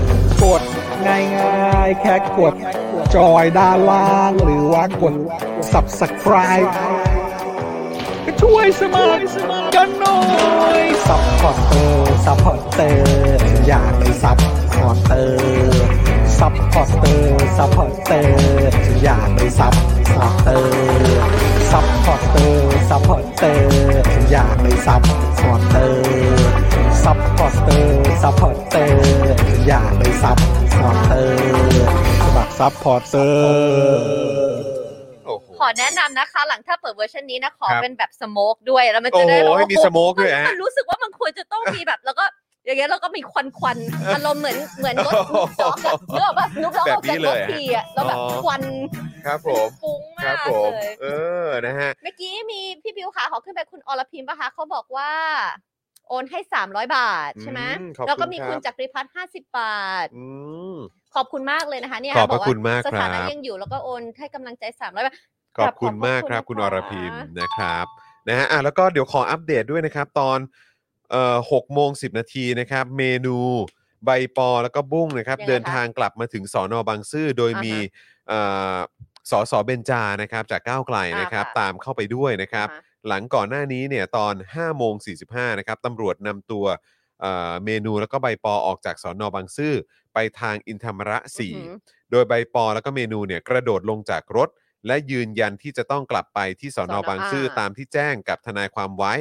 Speaker 3: กดง่ายง่ายๆแค่กด จอยด้านล่างหรือว่ากด subscribe ก็ช่วยสมัครกันหน่อยซัพพอร์เตอร์ซัพพอร์เตอร์อยากเป็นซัพพอร์เตอร์ซัพพอร์เตอร์ซัพพอร์เตอร์อยากเป็นซัพพอร์เตอร์ซัพพอร์เตอร์ซัพพอร์เตอร์อยากเป็นซัพพอร์เตอร์ซัพพอร์เตอร์ซัพพอร์เตอร์อยากเป็นซัพพอร์เตอร์สมัครซัพพอร์เตอร์
Speaker 1: โอ้โห
Speaker 2: ขอแนะนำนะคะ หลังถ้าเปิดเวอร์ชันนี้นะ ขอ
Speaker 1: ครับ
Speaker 2: เป็นแบบสโมกด้วยแล้วมันจะได้
Speaker 1: โอ้โห
Speaker 2: รู้ว่า
Speaker 1: ให้มี smoke ด้วย
Speaker 2: มัน
Speaker 1: ฮะ
Speaker 2: มันรู้สึกว่ามันควรจะต้องมีแบบ แล้วก็อย่างเงี้ยแล้วก็มีควันค วันๆอารมณ์เหมือนเหมือนรถนุ๊กล็อกอะเนื้อว่านุ๊กล็อก
Speaker 1: แบบ
Speaker 2: ออกจา
Speaker 1: นี้
Speaker 2: ก
Speaker 1: เล
Speaker 2: รถ
Speaker 1: ยอะ
Speaker 2: ทีอะแล้วแบบ
Speaker 1: อ๋อ
Speaker 2: ควัน
Speaker 1: ครับผม
Speaker 2: ฟุ้ง
Speaker 1: ค
Speaker 2: มา
Speaker 1: รับ
Speaker 2: ก
Speaker 1: ผม
Speaker 2: เลย
Speaker 1: เออนะฮะ
Speaker 2: เมื่อกี้มีพี่บิวขาขอขึ้นไปคุณอรพิมพ์ปะคะเขาบอกว่า โอนให้ 300 บาทใช่ไหม
Speaker 1: อืมขอบคุณ
Speaker 2: แล้วก็มี
Speaker 1: ครับ
Speaker 2: คุณจักริพัฒน์50 บาท
Speaker 1: อืม
Speaker 2: ขอบคุณมากเลยนะคะเนี่ย
Speaker 1: ขอบพระ
Speaker 2: กว่
Speaker 1: คุณมาก
Speaker 2: สถา
Speaker 1: ค
Speaker 2: นะ
Speaker 1: รับ
Speaker 2: ยังอยู่แล้วก็โอนให้กำลังใจ 300บาท
Speaker 1: ขอบคุณมากครับ
Speaker 2: ขอบคุณ
Speaker 1: คุณอรพิมพ์
Speaker 2: นะ
Speaker 1: นะค
Speaker 2: คะ
Speaker 1: รับนะฮะอ่ะแล้วก็เดี๋ยวขออัปเดตด้วยนะครับ ตอนเอ่อหกโมงสินาทีนะครับ เมนูใบปอแล้วก็บุ้งนะครับ
Speaker 2: ยังไงคะ
Speaker 1: เดินทางกลับมาถึงสอนอบางซื่อโดย
Speaker 2: อ่าฮะ
Speaker 1: มีเอ่อสอสอเบญจานะครับ จากก้าวไกลนะครับ
Speaker 2: อ่าค่ะ
Speaker 1: ตามเข้าไปด้วยนะครับ
Speaker 2: อ่าฮะ
Speaker 1: หลังก่อนหน้านี้เนี่ยตอน 5 โมง 45 นะครับตำรวจนำตัวเอ่อเมนูแล้วก็ใบปอออกจากสอนอบางซื่อไปทางอินธรรมระ
Speaker 2: อือหือ
Speaker 1: 4 โดยใบปอแล้วก็เมนูเนี่ยกระโดดลงจากรถ และยืนยันที่จะต้องกลับไปที่สอนอบางซื่อ
Speaker 2: สนอ่า
Speaker 1: ตามที่แจ้งกับทนายความไว้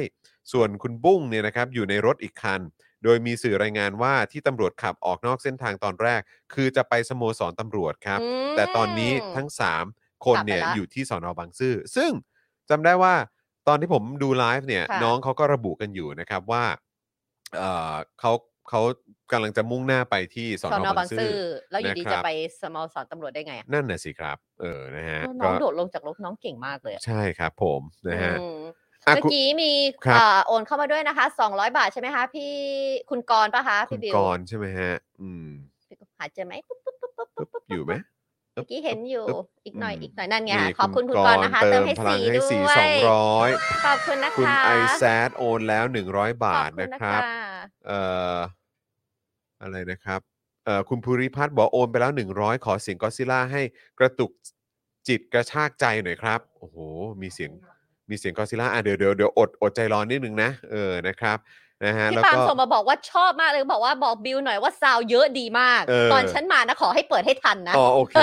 Speaker 1: ส่วนคุณบุ้งเนี่ยนะครับอยู่ในรถอีกคัน โดยมีสื่อรายงานว่าที่ตำรวจขับออกนอกเส้นทางตอนแรก คือจะไปสโมสรตำรวจครับ
Speaker 2: อืม
Speaker 1: แต่ตอนนี้ทั้ง 3 คนเนี่ย
Speaker 2: กลับไปละ
Speaker 1: อยู่ที่สอนอบางซื่อ ซึ่งจำได้ว่าตอนที่ผมดูไลฟ์เนี่ย
Speaker 2: ค่ะ
Speaker 1: น้องเขาก็ระบุกันอยู่นะครับว่าเอ่อเขาเขากำลังจะมุ่งหน้าไปที่สอน
Speaker 2: สอนอบ
Speaker 1: อา
Speaker 2: บาง ง
Speaker 1: ซื่
Speaker 2: ซื่
Speaker 1: อ
Speaker 2: อแล้วอยู่ดี
Speaker 1: นะครับ
Speaker 2: จะไปสโมสรตำรวจได้ไงอะ
Speaker 1: นั่นน่ะสิครับ เออนะฮะ
Speaker 2: น้
Speaker 1: ก็
Speaker 2: องโดดลงจากรถน้องเก่งมากเลยอะ
Speaker 1: ใช่ครับผมนะฮะ
Speaker 2: อืม
Speaker 1: อ่ะ
Speaker 2: เมื่อ
Speaker 1: คุณ
Speaker 2: กี้มี
Speaker 1: ครับ
Speaker 2: เอ่อโอนเข้ามาด้วยนะคะ 200 บาทใช่ไหมคะ พี่คุณกรณ์ปะคะ
Speaker 1: คุ
Speaker 2: พี่
Speaker 1: ณ
Speaker 2: บิว
Speaker 1: กรณ์ใช่ไหมฮะ อืม
Speaker 2: หาเจอไหมปุ๊บปุ๊บปุ๊บปุ๊บปุ๊บปุ๊บ
Speaker 1: อยู่ไหม
Speaker 2: เมื่อกี้เห็นอยู่
Speaker 1: อึ๊บ
Speaker 2: อีกหน่อยอีกหน่อยนั่นไงค่ะ
Speaker 1: นี่
Speaker 2: ขอบคุณคุณกรณ์นะคะเติมให้
Speaker 1: พลั
Speaker 2: สี
Speaker 1: งให้สี่
Speaker 2: ด้ว
Speaker 1: สอย งร้อย
Speaker 2: ขอบคุณนะคะ
Speaker 1: คุณไอแซดโอนแล้ว 100
Speaker 2: ข
Speaker 1: บา
Speaker 2: อ
Speaker 1: ท
Speaker 2: ณ
Speaker 1: นะครับ
Speaker 2: ะ
Speaker 1: เอ่ออะไรนะครับเอ่อคุณภูริพัฒน์บอกโอนไปแล้ว 100 ขอเสียงก็ซิล่าให้กระตุกจิตกระชากใจหน่อยครับ โอ้โห มีเสียงมีเสียงก็ซิล่าอ่ะเดี๋ยวเดี๋ยวเดี๋ยวอดอดใจรอนิดนึงนะ เออนะครับ นะฮะ
Speaker 2: พี่
Speaker 1: แล้ว
Speaker 2: ปาล์ม
Speaker 1: ก็
Speaker 2: ส่งมาบอกว่าชอบมากเลยบอกว่าบอกบิวหน่อยว่าซาวเยอะดีมาก
Speaker 1: เออ
Speaker 2: ตอนฉันมานะขอให้เปิดให้ทันนะ
Speaker 1: อ๋อโอเค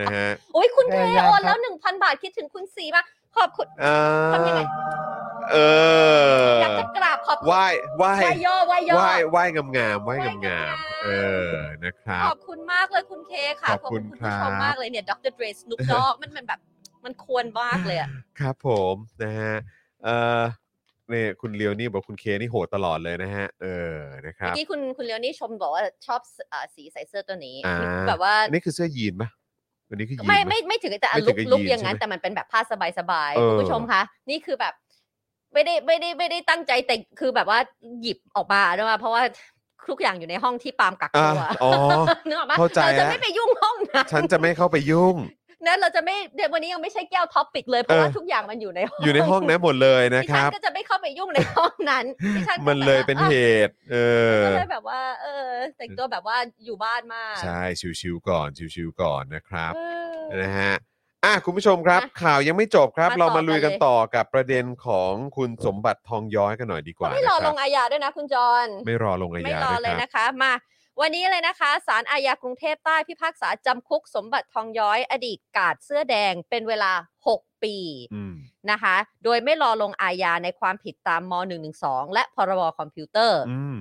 Speaker 1: นะฮะ
Speaker 2: โอ้ยคุณเท
Speaker 3: ได้
Speaker 2: โอ
Speaker 3: ค
Speaker 2: น
Speaker 3: รั
Speaker 2: แล้
Speaker 3: บ
Speaker 2: วหนึ่งพันบาทคิดถึงคุณสีมากขอบคุณ
Speaker 1: อ่า
Speaker 2: ทำยังไง
Speaker 1: เออ
Speaker 2: อยากจะกราบขอบคุณ
Speaker 1: ไหว้ไหว้
Speaker 2: ไหวย่อไหวย่อ
Speaker 1: ไหว้ไหว้งามๆไหว้งามๆ
Speaker 2: ไหว้งามๆ
Speaker 1: เออนะครับ
Speaker 2: ขอบคุณมากเลยคุณเคค่ะ
Speaker 1: ขอบคุณ
Speaker 2: ผู้
Speaker 1: ค
Speaker 2: ชม
Speaker 1: รับ
Speaker 2: มากเลยเนี่ยดรเดรสนุกดอกมันมันแบบมันควรมากเลยอะ
Speaker 1: ครับผมนะฮะเออเนี่ยคุณเลียวนี่บอกคุณเคนี่โหดตลอดเลยนะฮะ เออนะค
Speaker 2: เมื่
Speaker 1: รั
Speaker 2: อบ กี้คุณคุณเลียวนี่ชมบอกว่าชอบเอ่อสีใส่เสื้อตัวนี้
Speaker 1: อ่า
Speaker 2: แบบว่า
Speaker 1: อันนี้คือเสื้อยีนปะวันนี้คือยีน
Speaker 2: ไม่
Speaker 1: ปะ
Speaker 2: ไม่ไม่ถึงแต่อ่ะ
Speaker 1: ไม่ถึง
Speaker 2: ลุก
Speaker 1: กับ
Speaker 2: ลุก
Speaker 1: ยีน
Speaker 2: อย่างนั้น
Speaker 1: ใช่ไหม
Speaker 2: แต่มันเป็นแบบผ้าสบายสบายๆ
Speaker 1: เออ
Speaker 2: คุณผู้ชมคะนี่คือแบบ ไม่ได้ไม่ได้ไม่ได้ตั้งใจแต่งคือแบบว่าหยิบออกมาด้วยว่าเพราะว่าทุกอย่างอยู่ในห้องที่ปาล์มกัก
Speaker 1: อ่ะ
Speaker 2: ตัว
Speaker 1: อ๋อ
Speaker 2: เนกออกปะ
Speaker 1: เข้าใจ
Speaker 2: เราจะ
Speaker 1: แล้ว
Speaker 2: ไม่ไปยุ่งห้องนั้น
Speaker 1: ฉันจะไม่เข้าไปยุ่ง
Speaker 2: นะเราจะไม่เดี๋ยววันนี้ยังไม่ใช่แก้วท็อปปิกเลยเพราะว่า
Speaker 1: เออ
Speaker 2: ทุกอย่างมันอยู่ในห้อง
Speaker 1: อยู่ในห้องนั้นหมดเลยนะ
Speaker 2: ดิ
Speaker 1: ค
Speaker 2: ฉั
Speaker 1: รับ
Speaker 2: ก็จะไม่เข้าไปยุ่งในห้องนั้นดิฉันก็
Speaker 1: มันเลย
Speaker 2: แบ
Speaker 1: เป็
Speaker 2: บว่า
Speaker 1: น
Speaker 2: อ่ะ
Speaker 1: เหตุ เออ
Speaker 2: ก็เลยแบบว่า เออ แต่งตัวแบบว่าอยู่บ้านมาก
Speaker 1: ใช่ ชิวๆก่อน ชิวๆก่อนนะครับ
Speaker 2: เออ
Speaker 1: นะฮะ อ่ะคุณผู้ชมครับ
Speaker 2: อ่ะ
Speaker 1: ข่าวยังไม่จบครับ
Speaker 2: มา
Speaker 1: เรามา
Speaker 2: ต่อกัน
Speaker 1: ลุยกัน
Speaker 2: เลย
Speaker 1: ต่อกับประเด็นของคุณสมบัติทองย้อยกันหน่อยดีกว่า
Speaker 2: ไม่รอ
Speaker 1: นะค
Speaker 2: ล
Speaker 1: รับ
Speaker 2: งอาญาด้วยนะคุณจอน
Speaker 1: ไม่รอลงอา
Speaker 2: ไม่
Speaker 1: ญาร
Speaker 2: อ
Speaker 1: ด้
Speaker 2: เล
Speaker 1: วย ยครับ
Speaker 2: นะคะ มา วันนี้เลยนะคะศาลอาญากรุงเทพใต้พิพากษาจำคุกสมบัติทองย้อย อดีตกาดเสื้อแดงเป็นเวลา 6 ปี
Speaker 1: อืม
Speaker 2: นะคะ โดยไม่รอลงอาญาในความผิดตามม .112 และพรบคอมพิวเตอร์
Speaker 1: อืม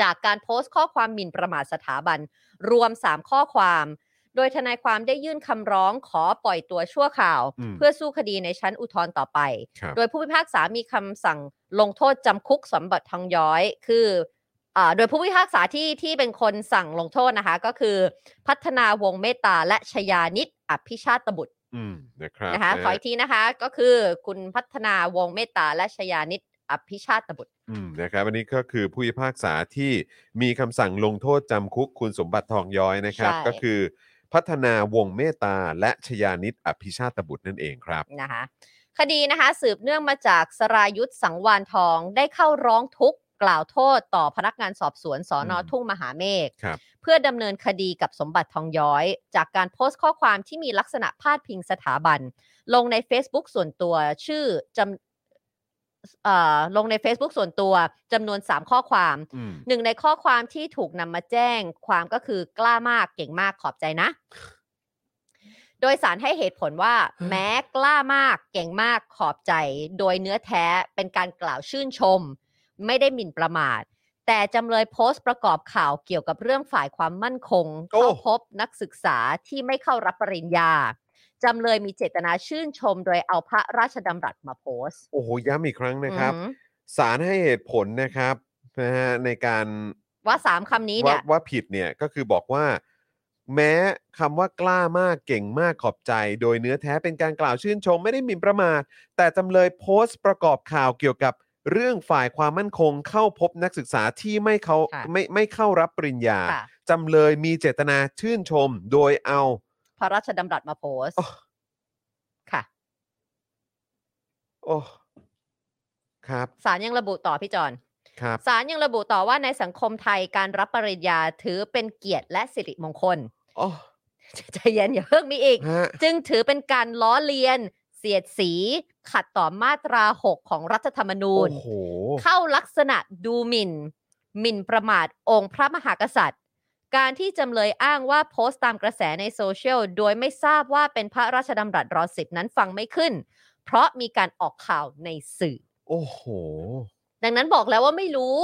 Speaker 2: จากการโพสต์ข้อความหมิ่นประมาทสถาบัน รวม 3 ข้อความ โดยทนายความได้ยื่นคำร้องขอปล่อยตัวชั่วคราว
Speaker 1: อืม
Speaker 2: เพื่อสู้คดีในชั้นอุทธรณ์ต่อไป
Speaker 1: ครับ
Speaker 2: โดยผู้พิพากษามีคำสั่งลงโทษจำคุกสมบัติทองย้อย คืออ่าโดยผู้พิพากษาที่ที่เป็นคนสั่งลงโทษนะคะ ก็คือ พัฒนาวงศ์เมตตาและชยานิตอภิชาตบุตร
Speaker 1: อืม นะครับ
Speaker 2: นะคะ
Speaker 1: นะ
Speaker 2: ขออีกทีนะคะ ก็คือ คุณพัฒนาวงศ์เมตตาและชยานิตอภิชาตบุตร
Speaker 1: อืม นะครับ อันนี้ก็คือผู้พิพากษาที่มีคำสั่งลงโทษจำคุกคุณสมบัติทองย้อยนะครับ
Speaker 2: ใช่
Speaker 1: ก็คือพัฒนาวงเมตตาและชยานิตอภิชาตบุตรนั่นเองครับ
Speaker 2: นะคะคดีนะคะสืบเนื่องมาจากสรายุทธสังวานทองได้เข้าร้องทุกข์กล่าวโทษต่อพนักงานสอบสวนสอนอ
Speaker 1: อืม
Speaker 2: ทุ่งมหาเมฆ
Speaker 1: ครับ
Speaker 2: เพื่อดำเนินคดีกับสมบัติทองย้อย จากการโพสต์ข้อความที่มีลักษณะพาดพิงสถาบัน ลงใน Facebook ส่วนตัวชื่อจำเอ่อลงใน Facebook ส่วนตัวจำนวน 3 ข้อความ
Speaker 1: อืม
Speaker 2: หนึ่งในข้อความที่ถูกนำมาแจ้งความก็คือกล้ามากเก่งมากขอบใจนะ โดยสารให้เหตุผลว่า แม้กล้ามากเก่งมากขอบใจ โดยเนื้อแท้เป็นการกล่าวชื่นชม ไม่ได้หมิ่นประมาท แต่จำเลยโพสต์ประกอบข่าวเกี่ยวกับเรื่องฝ่ายความมั่นคง
Speaker 1: โอ้
Speaker 2: เข้าพบนักศึกษาที่ไม่เข้ารับปริญญาจำเลยมีเจตนาชื่นชม โดยเอาพระราชดำรัสมาโพสต์
Speaker 1: โอ้โห ย้ำอีกครั้งนะครับ
Speaker 2: อือหือ
Speaker 1: ศาลให้เหตุผลนะครับนะฮะในการ
Speaker 2: ว่าสามคำนี้
Speaker 1: ว่า
Speaker 2: เนี่ย
Speaker 1: ว่าผิดเนี่ยก็คือบอกว่า แม้คำว่ากล้ามากเก่งมากขอบใจ โดยเนื้อแท้เป็นการกล่าวชื่นชมไม่ได้หมิ่นประมาท แต่จำเลยโพสต์ประกอบข่าวเกี่ยวกับเรื่องฝ่ายความมั่นคง เข้าพบนักศึกษาที่ไม่เขา
Speaker 2: ค่ะ
Speaker 1: ไม่ไม่เข้ารับปริญญา
Speaker 2: ค่ะ
Speaker 1: จำเลยมีเจตนาชื่นชม โดยเอา
Speaker 2: พระราชดำรัสมาโพสต์
Speaker 1: โอ้
Speaker 2: ค่ะ
Speaker 1: โอ้ครับ
Speaker 2: ศาลยังระบุต่อพี่จอน
Speaker 1: ครับ
Speaker 2: ศาลยังระบุต่อว่าในสังคมไทยการรับปริญญาถือเป็นเกียรติและสิริมงคล
Speaker 1: โอ้
Speaker 2: ใจเย็นอย่าเพิ่งมีอี ก
Speaker 1: ฮะ
Speaker 2: จึงถือเป็นการล้อเลียน เสียดสี ขัดต่อมาตรา 6 ของรัฐธรรมนู
Speaker 1: โอ้
Speaker 2: ญ
Speaker 1: โห
Speaker 2: เข้าลักษณะดูหมิ่นหมิ่นประมาทองค์พระมหากษัตริย์ การที่จำเลยอ้างว่าโพสต์ตามกระแสในโซเชียล โดยไม่ทราบว่าเป็นพระราชดำรัสรอสิบนั้นฟังไม่ขึ้น เพราะมีการออกข่าวในสื่อ
Speaker 1: โอ้โห
Speaker 2: ดังนั้นบอกแล้วว่าไม่รู้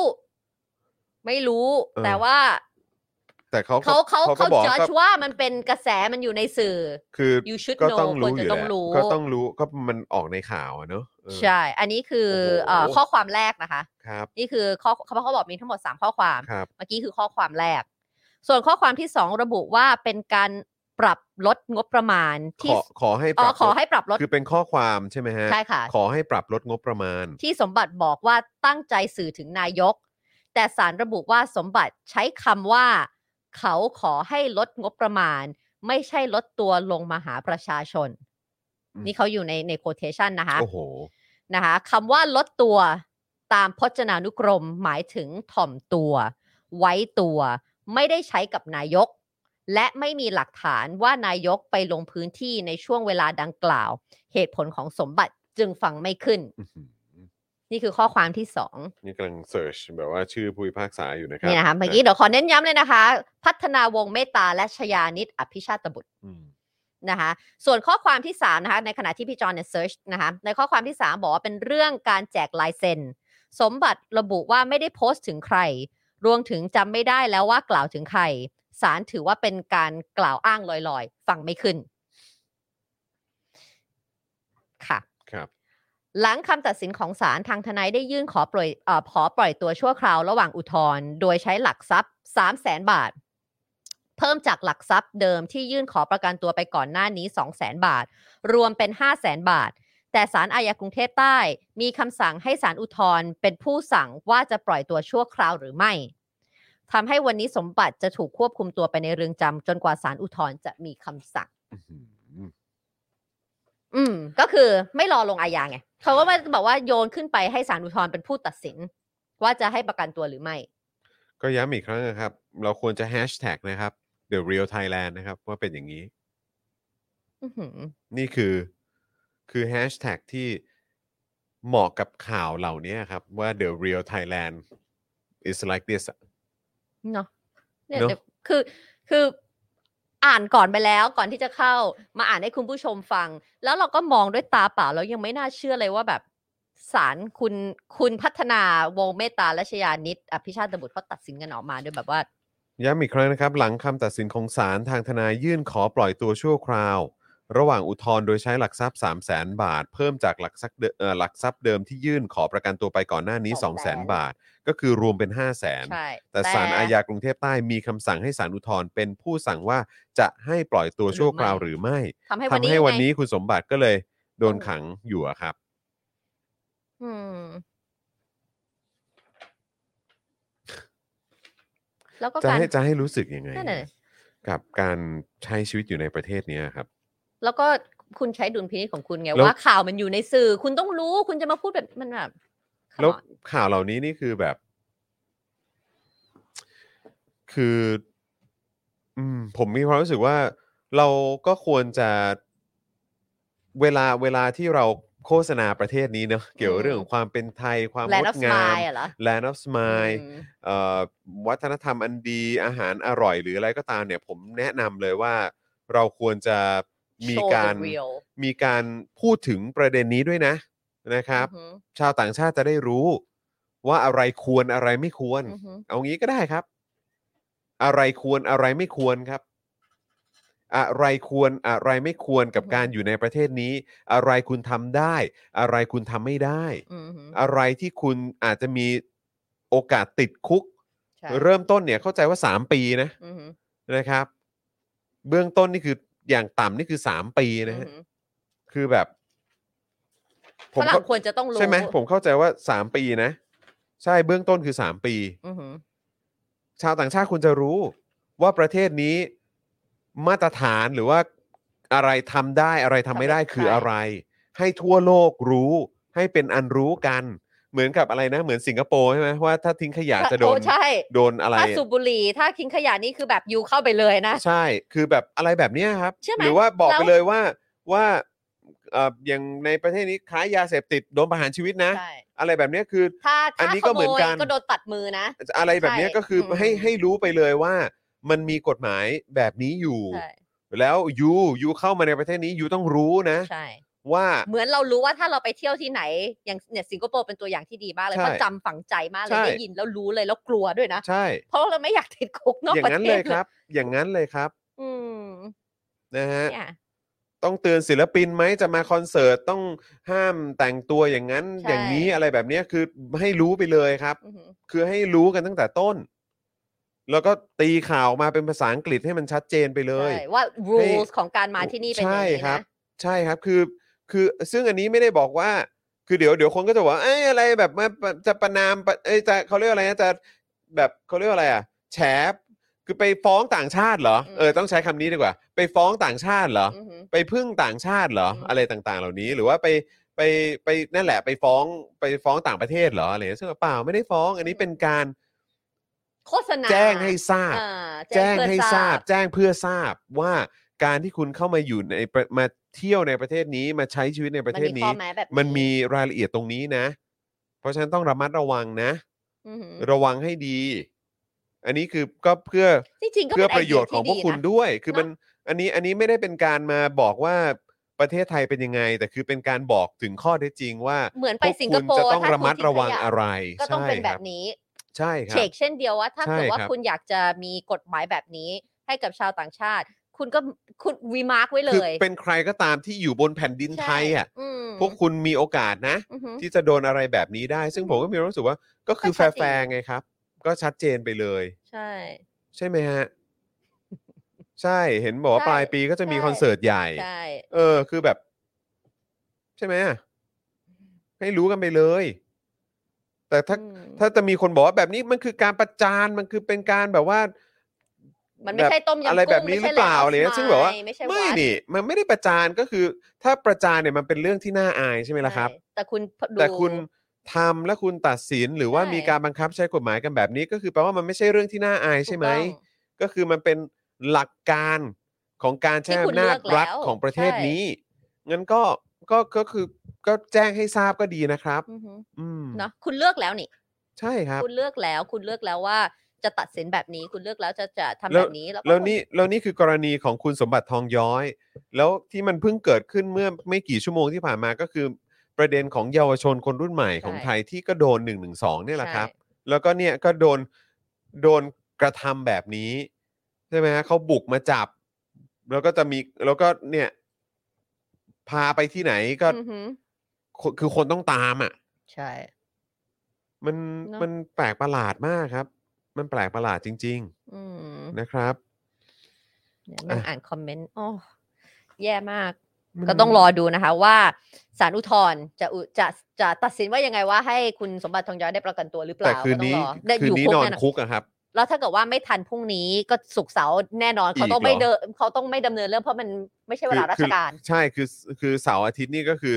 Speaker 2: ไม่รู้
Speaker 1: เออ
Speaker 2: แต่ว่า
Speaker 1: แต่เขาก็
Speaker 2: เขาเขา
Speaker 1: ก็
Speaker 2: เขา
Speaker 1: บอก
Speaker 2: จอ
Speaker 1: ก็
Speaker 2: ชว่ามันเป็นกระแสมันอยู่ในสื่อ
Speaker 1: คือ
Speaker 2: you should
Speaker 1: ก็
Speaker 2: know
Speaker 1: ต้อง
Speaker 2: คว
Speaker 1: รู้
Speaker 2: ร
Speaker 1: อ
Speaker 2: จะ
Speaker 1: ยู่
Speaker 2: ต้อง
Speaker 1: แล้ว
Speaker 2: รู้
Speaker 1: ก็ต้องรู้ก็มันออกในข่าวอะเนอะเออ
Speaker 2: ใช่ อันนี้คือเอ่อ
Speaker 1: โอ้โห
Speaker 2: ข้อความแรกนะคะ
Speaker 1: ครับ
Speaker 2: นี่คือข้อเขาเขาบอกมีทั้งหมด 3 ข้อความ
Speaker 1: ครับ
Speaker 2: เมื่อกี้คือข้อความแรก ส่วนข้อความที่ 2 ระบุว่าเป็นการปรับลดงบประมาณ
Speaker 1: ข
Speaker 2: ที่
Speaker 1: อขอให้ป
Speaker 2: อ๋อ
Speaker 1: รับ
Speaker 2: ขอให้ปรับลด
Speaker 1: คือเป็นข้อความใช่ไหมฮะ
Speaker 2: ใช่ค่ะ
Speaker 1: ขอให้ปรับลดงบประมาณ
Speaker 2: ที่สมบัติบอกว่าตั้งใจสื่อถึงนายก แต่สารระบุว่าสมบัติใช้คำว่า เขาขอให้ลดงบประมาณ ไม่ใช่ลดตัวลงมาหาประชาชน
Speaker 1: อืม
Speaker 2: นี่เขาอยู่ในในโคเทชันนะคะ
Speaker 1: โอ้โห
Speaker 2: นะคะคำว่าลดตัวตามพจนานุกรม หมายถึงถ่อมตัว ไว้ตัว ไม่ได้ใช้กับนายก และไม่มีหลักฐานว่านายกไปลงพื้นที่ในช่วงเวลาดังกล่าว เหตุผลของสมบัติจึงฟังไม่ขึ้น
Speaker 1: อื้อหือ
Speaker 2: นี่คือข้อความที่สอง
Speaker 1: นี่กำลังเสิร์ชแบบว่าชื่อผู้พิพากษาอยู่นะครับ
Speaker 2: นี่นะคะเมื่อกี้เดี๋ยวขอเน้นย้ำเลยนะคะ พัฒนาวงศ์เมตตาและชยานิตอภิชาตบุตร
Speaker 5: อืม
Speaker 2: นะคะส่วนข้อความที่ 3 นะคะในขณะที่พี่จอนเนี่ยเซิร์ชนะคะในข้อความที่ 3 บอกว่าเป็นเรื่องการแจกลายเซ็น สมบัติระบุว่าไม่ได้โพสต์ถึงใคร รวมถึงจำไม่ได้แล้วว่ากล่าวถึงใครสารถือว่าเป็นการกล่าวอ้างลอยๆ ฟังไม่ขึ้นค่ะ
Speaker 1: ครับ
Speaker 2: หลังคำตัดสินของศาลทางทนายได้ยื่นขอปล่อยเอ่อขอปล่อยตัวชั่วคราวระหว่างอุทธรณ์โดยใช้หลักทรัพย์ 3 0 0แสนบาท เพิ่มจากหลักทรัพย์เดิมที่ยื่นขอประกันตัวไปก่อนหน้านี้ 2 0 0แสนบาท รวมเป็น 5 0 0แสนบาท แต่ศาลอาญากรุงเทพใต้ มีคำสั่งให้ศาลอุทธรณ์เป็นผู้สั่งว่าจะปล่อยตัวชั่วคราวหรือไม่ทำให้วันนี้สมบัติจะถูกควบคุมตัวไปในเรือนจำจนกว่าศาลอุทธรณ์จะมีคำสั่ง
Speaker 5: อื้อหือ
Speaker 2: อืมก็คือไม่รอลงอาญาไงเขาก็ไม่บอกว่าโยนขึ้นไปให้ศาลอุทธรณ์เป็นผู้ตัดสิน ว่าจะให้ประกันตัวหรือไม่
Speaker 1: ก็ย้ำอีกครั้งนะครับ เราควรจะแฮชแท็กนะครับ The Real Thailand นะครับ ว่าเป็นอย่างนี้
Speaker 2: อื้อหือ
Speaker 1: นี่คือคือแฮชแท็กที่เหมาะกับข่าวเหล่านี้ครับ ว่า The Real Thailand is like this อะ
Speaker 2: เนาะเนี่ย
Speaker 1: เนอะ
Speaker 2: เดี๋ยวคือคืออ่านก่อนไปแล้วก่อนที่จะเข้ามาอ่านให้คุณผู้ชมฟัง แล้วเราก็มองด้วยตาเปล่าแล้วยังไม่น่าเชื่อเลยว่าแบบศาลคุณคุณพัฒนาวงศ์เมตตาและชยานิตอภิชาติบุตรเขาตัดสินกันออกมาด้วยแบบว่า
Speaker 1: ย้ำอีกครั้งนะครับ หลังคำตัดสินของศาลทางทนายยื่นขอปล่อยตัวชั่วคราว ระหว่างอุทธรณ์โดยใช้หลักทรัพย์ 3 0 0แสนบาท เพิ่มจากหลักทรัพย์เดิมเอ่อหลักทรัพย์เดิมที่ยื่นขอประกันตัวไปก่อนหน้านี้ 2 0 0แสน
Speaker 2: 200,000
Speaker 1: บาท ก็คือรวมเป็น 5 0 0แสน
Speaker 2: ใช่
Speaker 1: แต่ศาลอาญากรุงเทพใต้มีคำสั่งให้ศาลอุทธรณ์เป็นผู้สั่งว่าจะให้ปล่อยตัวชั่วคราวหรือไม่
Speaker 2: ทำให้วัน
Speaker 1: ทำ
Speaker 2: นี้
Speaker 1: ให้วัน
Speaker 2: ไง
Speaker 1: นี้คุณสมบัติก็เลยโดน
Speaker 2: อืม
Speaker 1: ขังอยู่อะครับ
Speaker 2: อืม แล้วก็
Speaker 1: จะ
Speaker 2: การ
Speaker 1: ให้จะให้รู้สึกยังไง
Speaker 2: นั่นน่ะดิ
Speaker 1: กับการใช้ชีวิตอยู่ในประเทศเนี้ยครับ
Speaker 2: แล้วก็คุณใช้ดุลพินิจของคุณไง
Speaker 1: แล้ว
Speaker 2: ว่าข่าวมันอยู่ในสื่อ คุณต้องรู้คุณจะมาพูดแบบมันแบบ come
Speaker 1: แล้ว
Speaker 2: on
Speaker 1: ข่าวเหล่านี้นี่คือแบบ คือ อืม ผมมีความรู้สึกว่า เราก็ควรจะเวลาเวลาที่เราโฆษณาประเทศนี้เนอะเกี่ยวกับเรื่องของความเป็นไทย ความง
Speaker 2: Land
Speaker 1: ด
Speaker 2: of
Speaker 1: งาม
Speaker 2: Smile อะเหรอ
Speaker 1: Land of Smile
Speaker 2: อืม
Speaker 1: เอ่อวัฒนธรรมอันดีอาหารอร่อยหรืออะไรก็ตามเนี่ย ผมแนะนำเลยว่าเราควรจะมี
Speaker 2: โชว์
Speaker 1: การ
Speaker 2: real
Speaker 1: มีการพูดถึงประเด็นนี้ด้วยนะ นะครับ
Speaker 2: อือ
Speaker 1: ชาวต่างชาติจะได้รู้ว่าอะไรควรอะไรไม่ควร
Speaker 2: หืออือหือ
Speaker 1: เอางี้ก็ได้ครับ อะไรควรอะไรไม่ควรครับ อะไรควรอะไรไม่ควรกับการอยู่ในประเทศนี้ อะไรคุณทำได้ อะไรคุณทำไม่ได้
Speaker 2: อือหือ
Speaker 1: อะไรที่คุณอาจจะมีโอกาสติดคุก
Speaker 2: ใช่
Speaker 1: เริ่มต้นเนี่ยเข้าใจว่า 3 ปีนะ
Speaker 2: อือหือ
Speaker 1: นะครับ เบื้องต้นนี่คืออย่างต่ำนี่คือ 3 ปี
Speaker 2: อือ
Speaker 1: นะฮะ
Speaker 2: หือ
Speaker 1: คือแบบ
Speaker 2: ฝรั่
Speaker 1: เข้า
Speaker 2: งควรจะต้องรู้
Speaker 1: ใช่ไหมผมเข้าใจว่าสามปีนะ ใช่เบื้องต้นคือสามปี
Speaker 2: อือหือ
Speaker 1: ชาวต่างชาติควรจะรู้ว่าประเทศนี้มาตรฐานหรือว่าอะไรทำได้อะไรทำไม่ได้คืออะไร ให้ทั่วโลกรู้ ให้เป็นอันรู้กัน เหมือนกับอะไรนะ เหมือนสิงคโปร์ใช่ไหมว่าถ้าทิ้งขยะจะโดน
Speaker 2: โอ้ใช่
Speaker 1: โดนอะไร
Speaker 2: ถ้า
Speaker 1: อะ
Speaker 2: สูบบุหรี่ถ้าทิ้งขยะนี่คือแบบยูเข้าไปเลยนะ
Speaker 1: ใช่คือแบบอะไรแบบเนี้ยครับ
Speaker 2: เชื่อไหม
Speaker 1: หรือว่าบอก
Speaker 2: แล้ว
Speaker 1: ไปเลยว่าว่าเอ่ออย่างในประเทศนี้ค้ายาเสพติดโดนประหารชีวิตนะ
Speaker 2: ใช่
Speaker 1: อะไรแบบเนี้ยคือ
Speaker 2: ถ้า
Speaker 1: อัน
Speaker 2: ถ้า
Speaker 1: นี้
Speaker 2: ข
Speaker 1: ก็เห
Speaker 2: โม
Speaker 1: มือน
Speaker 2: ย
Speaker 1: กัน
Speaker 2: ก็โดนตัดมือนะ
Speaker 1: อะไรแบบเนี้ย
Speaker 2: ใช่
Speaker 1: ก็คืออ
Speaker 2: ม
Speaker 1: ให้ให้รู้ไปเลยว่า มันมีกฎหมายแบบนี้อยู่
Speaker 2: ใช่
Speaker 1: แล้วยูยูเข้ามาในประเทศนี้ยูต้องรู้นะ
Speaker 2: ใช่
Speaker 1: ว่า
Speaker 2: เหมือนเรารู้ว่าถ้าเราไปเที่ยวที่ไหน อย่างเนี่ยสิงคโปร์เป็นตัวอย่างที่ดีมากเลย
Speaker 1: ใช่
Speaker 2: เพราะจำฝังใจมากเล
Speaker 1: ใช่
Speaker 2: ยได้ยินแล้วรู้เลยแล้วกลัวด้วยนะ
Speaker 1: ใช่
Speaker 2: เพราะเราไม่อยากติดคุกนอก
Speaker 1: อย่า
Speaker 2: ประ
Speaker 1: งนั้น
Speaker 2: เท
Speaker 1: เลย
Speaker 2: ศ
Speaker 1: ครับ อย่างนั้นเลยครับ
Speaker 2: อืม
Speaker 1: นะฮะ
Speaker 2: เนี่ย
Speaker 1: ต้องเตือนศิลปินไหมจะมาคอนเสิร์ตต้องห้ามแต่งตัวอย่างนั้น
Speaker 2: ใช่
Speaker 1: อย่างนี้อะไรแบบเนี้ยคือให้รู้ไปเลยครับ
Speaker 2: อื้อหือ
Speaker 1: คือให้รู้กันตั้งแต่ต้น แล้วก็ตีข่าวมาเป็นภาษาอังกฤษให้มันชัดเจนไปเลย
Speaker 2: ใช่ว่า rules ของการมาที่นี่เป็นยัง
Speaker 1: ใช่
Speaker 2: ไง
Speaker 1: ครับ
Speaker 2: นะ
Speaker 1: ใช่ครับคือคือซึ่งอันนี้ไม่ได้บอกว่า คือเดี๋ยวเดี๋ยวคนก็จะบอกว่าเอ้ยอะไรแบบมาจะประนามเอ้ยจะเขาเรียกอะไรนะจะแบบเขาเรียกว่าอะไรอ่ะแฉคือไปฟ้องต่างชาติเหรอ
Speaker 2: อืม
Speaker 1: เออต้องใช้คำนี้ดีกว่า ไปฟ้องต่างชาติเหรอ
Speaker 2: อื้อหือ
Speaker 1: ไปพึ่งต่างชาติเหรอ
Speaker 2: อืม
Speaker 1: อะไรต่างๆ เหล่านี้หรือว่าไปไปไปนั่นแหละไปฟ้องไปฟ้องต่างประเทศเหรออะไรซึ่งเปล่าไม่ได้ฟ้อง อันนี้เป็นการ
Speaker 2: โฆษณา
Speaker 1: แจ้งให้ทราบ
Speaker 2: อ่า
Speaker 1: แจ้ง
Speaker 2: เพื่อ
Speaker 1: ให้ทราบแจ้งเพื่อทราบว่าการที่คุณเข้ามาอยู่ในประมาเที่ยวในประเทศนี้มาใช้ชีวิตในประเทศ
Speaker 2: มัมีข้
Speaker 1: นี้
Speaker 2: อแม้แบบ
Speaker 1: มันมีรายละเอียดตรงนี้นะ เพราะฉะนั้นต้องระมัดระวังนะ
Speaker 2: อือหือ
Speaker 1: ระวังให้ดี อันนี้คือก็เพื่อ
Speaker 2: จริงๆก็
Speaker 1: เพื่อ
Speaker 2: ไดี
Speaker 1: ประโยชน์ของพวกคุณ
Speaker 2: ที่ดีนะ
Speaker 1: ด้วย คือ
Speaker 2: เนอะ
Speaker 1: มัน อันนี้ อันนี้ไม่ได้เป็นการมาบอกว่าประเทศไทยเป็นยังไง แต่คือเป็นการบอกถึงข้อเท็จจริงว่า
Speaker 2: เหมือน
Speaker 1: พ
Speaker 2: ไป
Speaker 1: วก
Speaker 2: สิงค
Speaker 1: คุณ
Speaker 2: โป
Speaker 1: จะ
Speaker 2: ร์
Speaker 1: ต้อง
Speaker 2: ถ้า
Speaker 1: ระมัด
Speaker 2: คุณทิ้ง
Speaker 1: ระวัง
Speaker 2: ขย
Speaker 1: อะไร
Speaker 2: ก็ต้องเป็นแบบ
Speaker 1: ใช่ครัใช่ค
Speaker 2: นี้
Speaker 1: รั
Speaker 2: เช
Speaker 1: บ
Speaker 2: กเช่นเดียวว่าถ้า
Speaker 1: ใช่
Speaker 2: เกิดว่า
Speaker 1: ครับ
Speaker 2: คุณอยากจะมีกฎหมายแบบนี้ให้กับชาวต่างชาติ คุณก็คุณวีมาร์กไว้เล
Speaker 1: คื
Speaker 2: ย
Speaker 1: เป็นใครก็ตามที่อยู่บนแผ่นดินไทยอ่ะ
Speaker 2: ใช่อืม
Speaker 1: พวกคุณมีโอกาสนะ
Speaker 2: อือหือ
Speaker 1: ที่จะโดนอะไรแบบนี้ได้ ซึ่งผมก็มีความรู้สึกว่า ก็คือ
Speaker 2: ก็
Speaker 1: แฟ
Speaker 2: ชัด
Speaker 1: ร์
Speaker 2: เจน
Speaker 1: แฟไงครับ ก็ชัดเจนไปเลย
Speaker 2: ใช่
Speaker 1: ใช่ไหมฮะ ใช่ เห็นบอกว่า
Speaker 2: ใช่
Speaker 1: ปลายปีก็จะมี
Speaker 2: ใช่
Speaker 1: คอนเสิร์ตใหญ่
Speaker 2: ใช่
Speaker 1: เออ คือแบบ ใช่ไหมอะให้รู้กันไปเลย แต่ถ้า
Speaker 2: อืม
Speaker 1: ถ้าจะมีคนบอกว่าแบบนี้มันคือการประจานมันคือเป็นการแบบว่า
Speaker 2: มั
Speaker 1: มัน
Speaker 2: ไม่ใช่ต้มยำกุ้ง
Speaker 1: อะไรแบบนี้หรือ
Speaker 2: ไม่ใช่
Speaker 1: เปล่า
Speaker 2: Life of
Speaker 1: อะไรเงี้ยซึ่งแบบว่า
Speaker 2: Mine ไม่ใช่
Speaker 1: ไม่
Speaker 2: วัด
Speaker 1: นี่ มันไม่ได้ประจานก็คือ ถ้าประจานเนี่ยมันเป็นเรื่องที่น่าอายใช่ไหมล่ะครับ
Speaker 2: ใช่แต่คุณดู
Speaker 1: แต่คุณทำและคุณตัดสินหรือว่า
Speaker 2: ใช่
Speaker 1: มีการบังคับใช้กฎหมายกันแบบนี้ ก็คือแปลว่ามันไม่ใช่เรื่องที่น่าอายใช่ไหม
Speaker 2: ถูกต้อง
Speaker 1: ก็คือมันเป็นหลักการของการใช้
Speaker 2: ที่คุณ
Speaker 1: อำนาจ
Speaker 2: เลือกแล้ว
Speaker 1: รัฐของประเทศ
Speaker 2: ใช่
Speaker 1: นี้งั้นก็ก็ก็คือก็แจ้งให้ทราบก็ดีนะครับ
Speaker 2: อือหือ
Speaker 1: อืม
Speaker 2: เนาะคุณเลือกแล้วนี่
Speaker 1: ใช่ครับ
Speaker 2: คุณเลือกแล้ว คุณเลือกแล้วว่าจะตัดสินแบบนี้ คุณเลือกแล้วจะจะทำ
Speaker 1: แล้
Speaker 2: แบ
Speaker 1: ว
Speaker 2: บนี้แล้วก็
Speaker 1: แล้วนี่แล้วนี่คือกรณีของคุณสมบัติทองย้อย แล้วที่มันเพิ่งเกิดขึ้นเมื่อไม่กี่ชั่วโมงที่ผ่านมาก็คือ ประเด็นของเยาวชนคนรุ่นใหม่ของไทยที่ก็โดน1นึเนี่ยแหละครับ
Speaker 2: ใช่
Speaker 1: แล้วก็เนี่ยก็โดนโดนกระทำแบบนี้ ใช่ไหมฮะเขาบุกมาจับ แล้วก็จะมีแล้วก็เนี่ย พาไปที่ไหนก็
Speaker 2: อือหือ
Speaker 1: คนคือคนต้องตามอ่ะ
Speaker 2: ใช่
Speaker 1: มัน
Speaker 2: เนอะ
Speaker 1: มันแปลกประหลาดมากครับ มันแปลกประหลาดจริง
Speaker 2: อืม
Speaker 1: ๆ นะครับ
Speaker 2: เดี๋ยวนั่งอ่านคอมเมนต์อ๋อแย่มาก
Speaker 1: มัน
Speaker 2: ก็ต้องรอดูนะคะว่าศาลอุทธรณ์จะอุจะจะตัดสินว่ายังไงว่าให้คุณสมบัติทองย้อยได้ประกันตัวหรือเป
Speaker 1: แต่
Speaker 2: ล่า
Speaker 1: คืน
Speaker 2: ก็ต้อ
Speaker 1: นี้
Speaker 2: งรอได้
Speaker 1: คื
Speaker 2: อนยู่
Speaker 1: นี้
Speaker 2: คุก
Speaker 1: นอน
Speaker 2: แน่นอน
Speaker 1: คุกอะครับ
Speaker 2: แล้วถ้าเกิดว่าไม่ทันพรุ่งนี้ก็สุกร์เสาร์แน่นอนเขา
Speaker 1: อีก
Speaker 2: ต้องไม่
Speaker 1: เหรอ
Speaker 2: เดินเขาต้องไม่ดำเนินเรื่องเพราะมันไม่ใช่เวลาราชการ
Speaker 1: ใช่คือคือเสาร์อาทิตย์นี่ก็คือ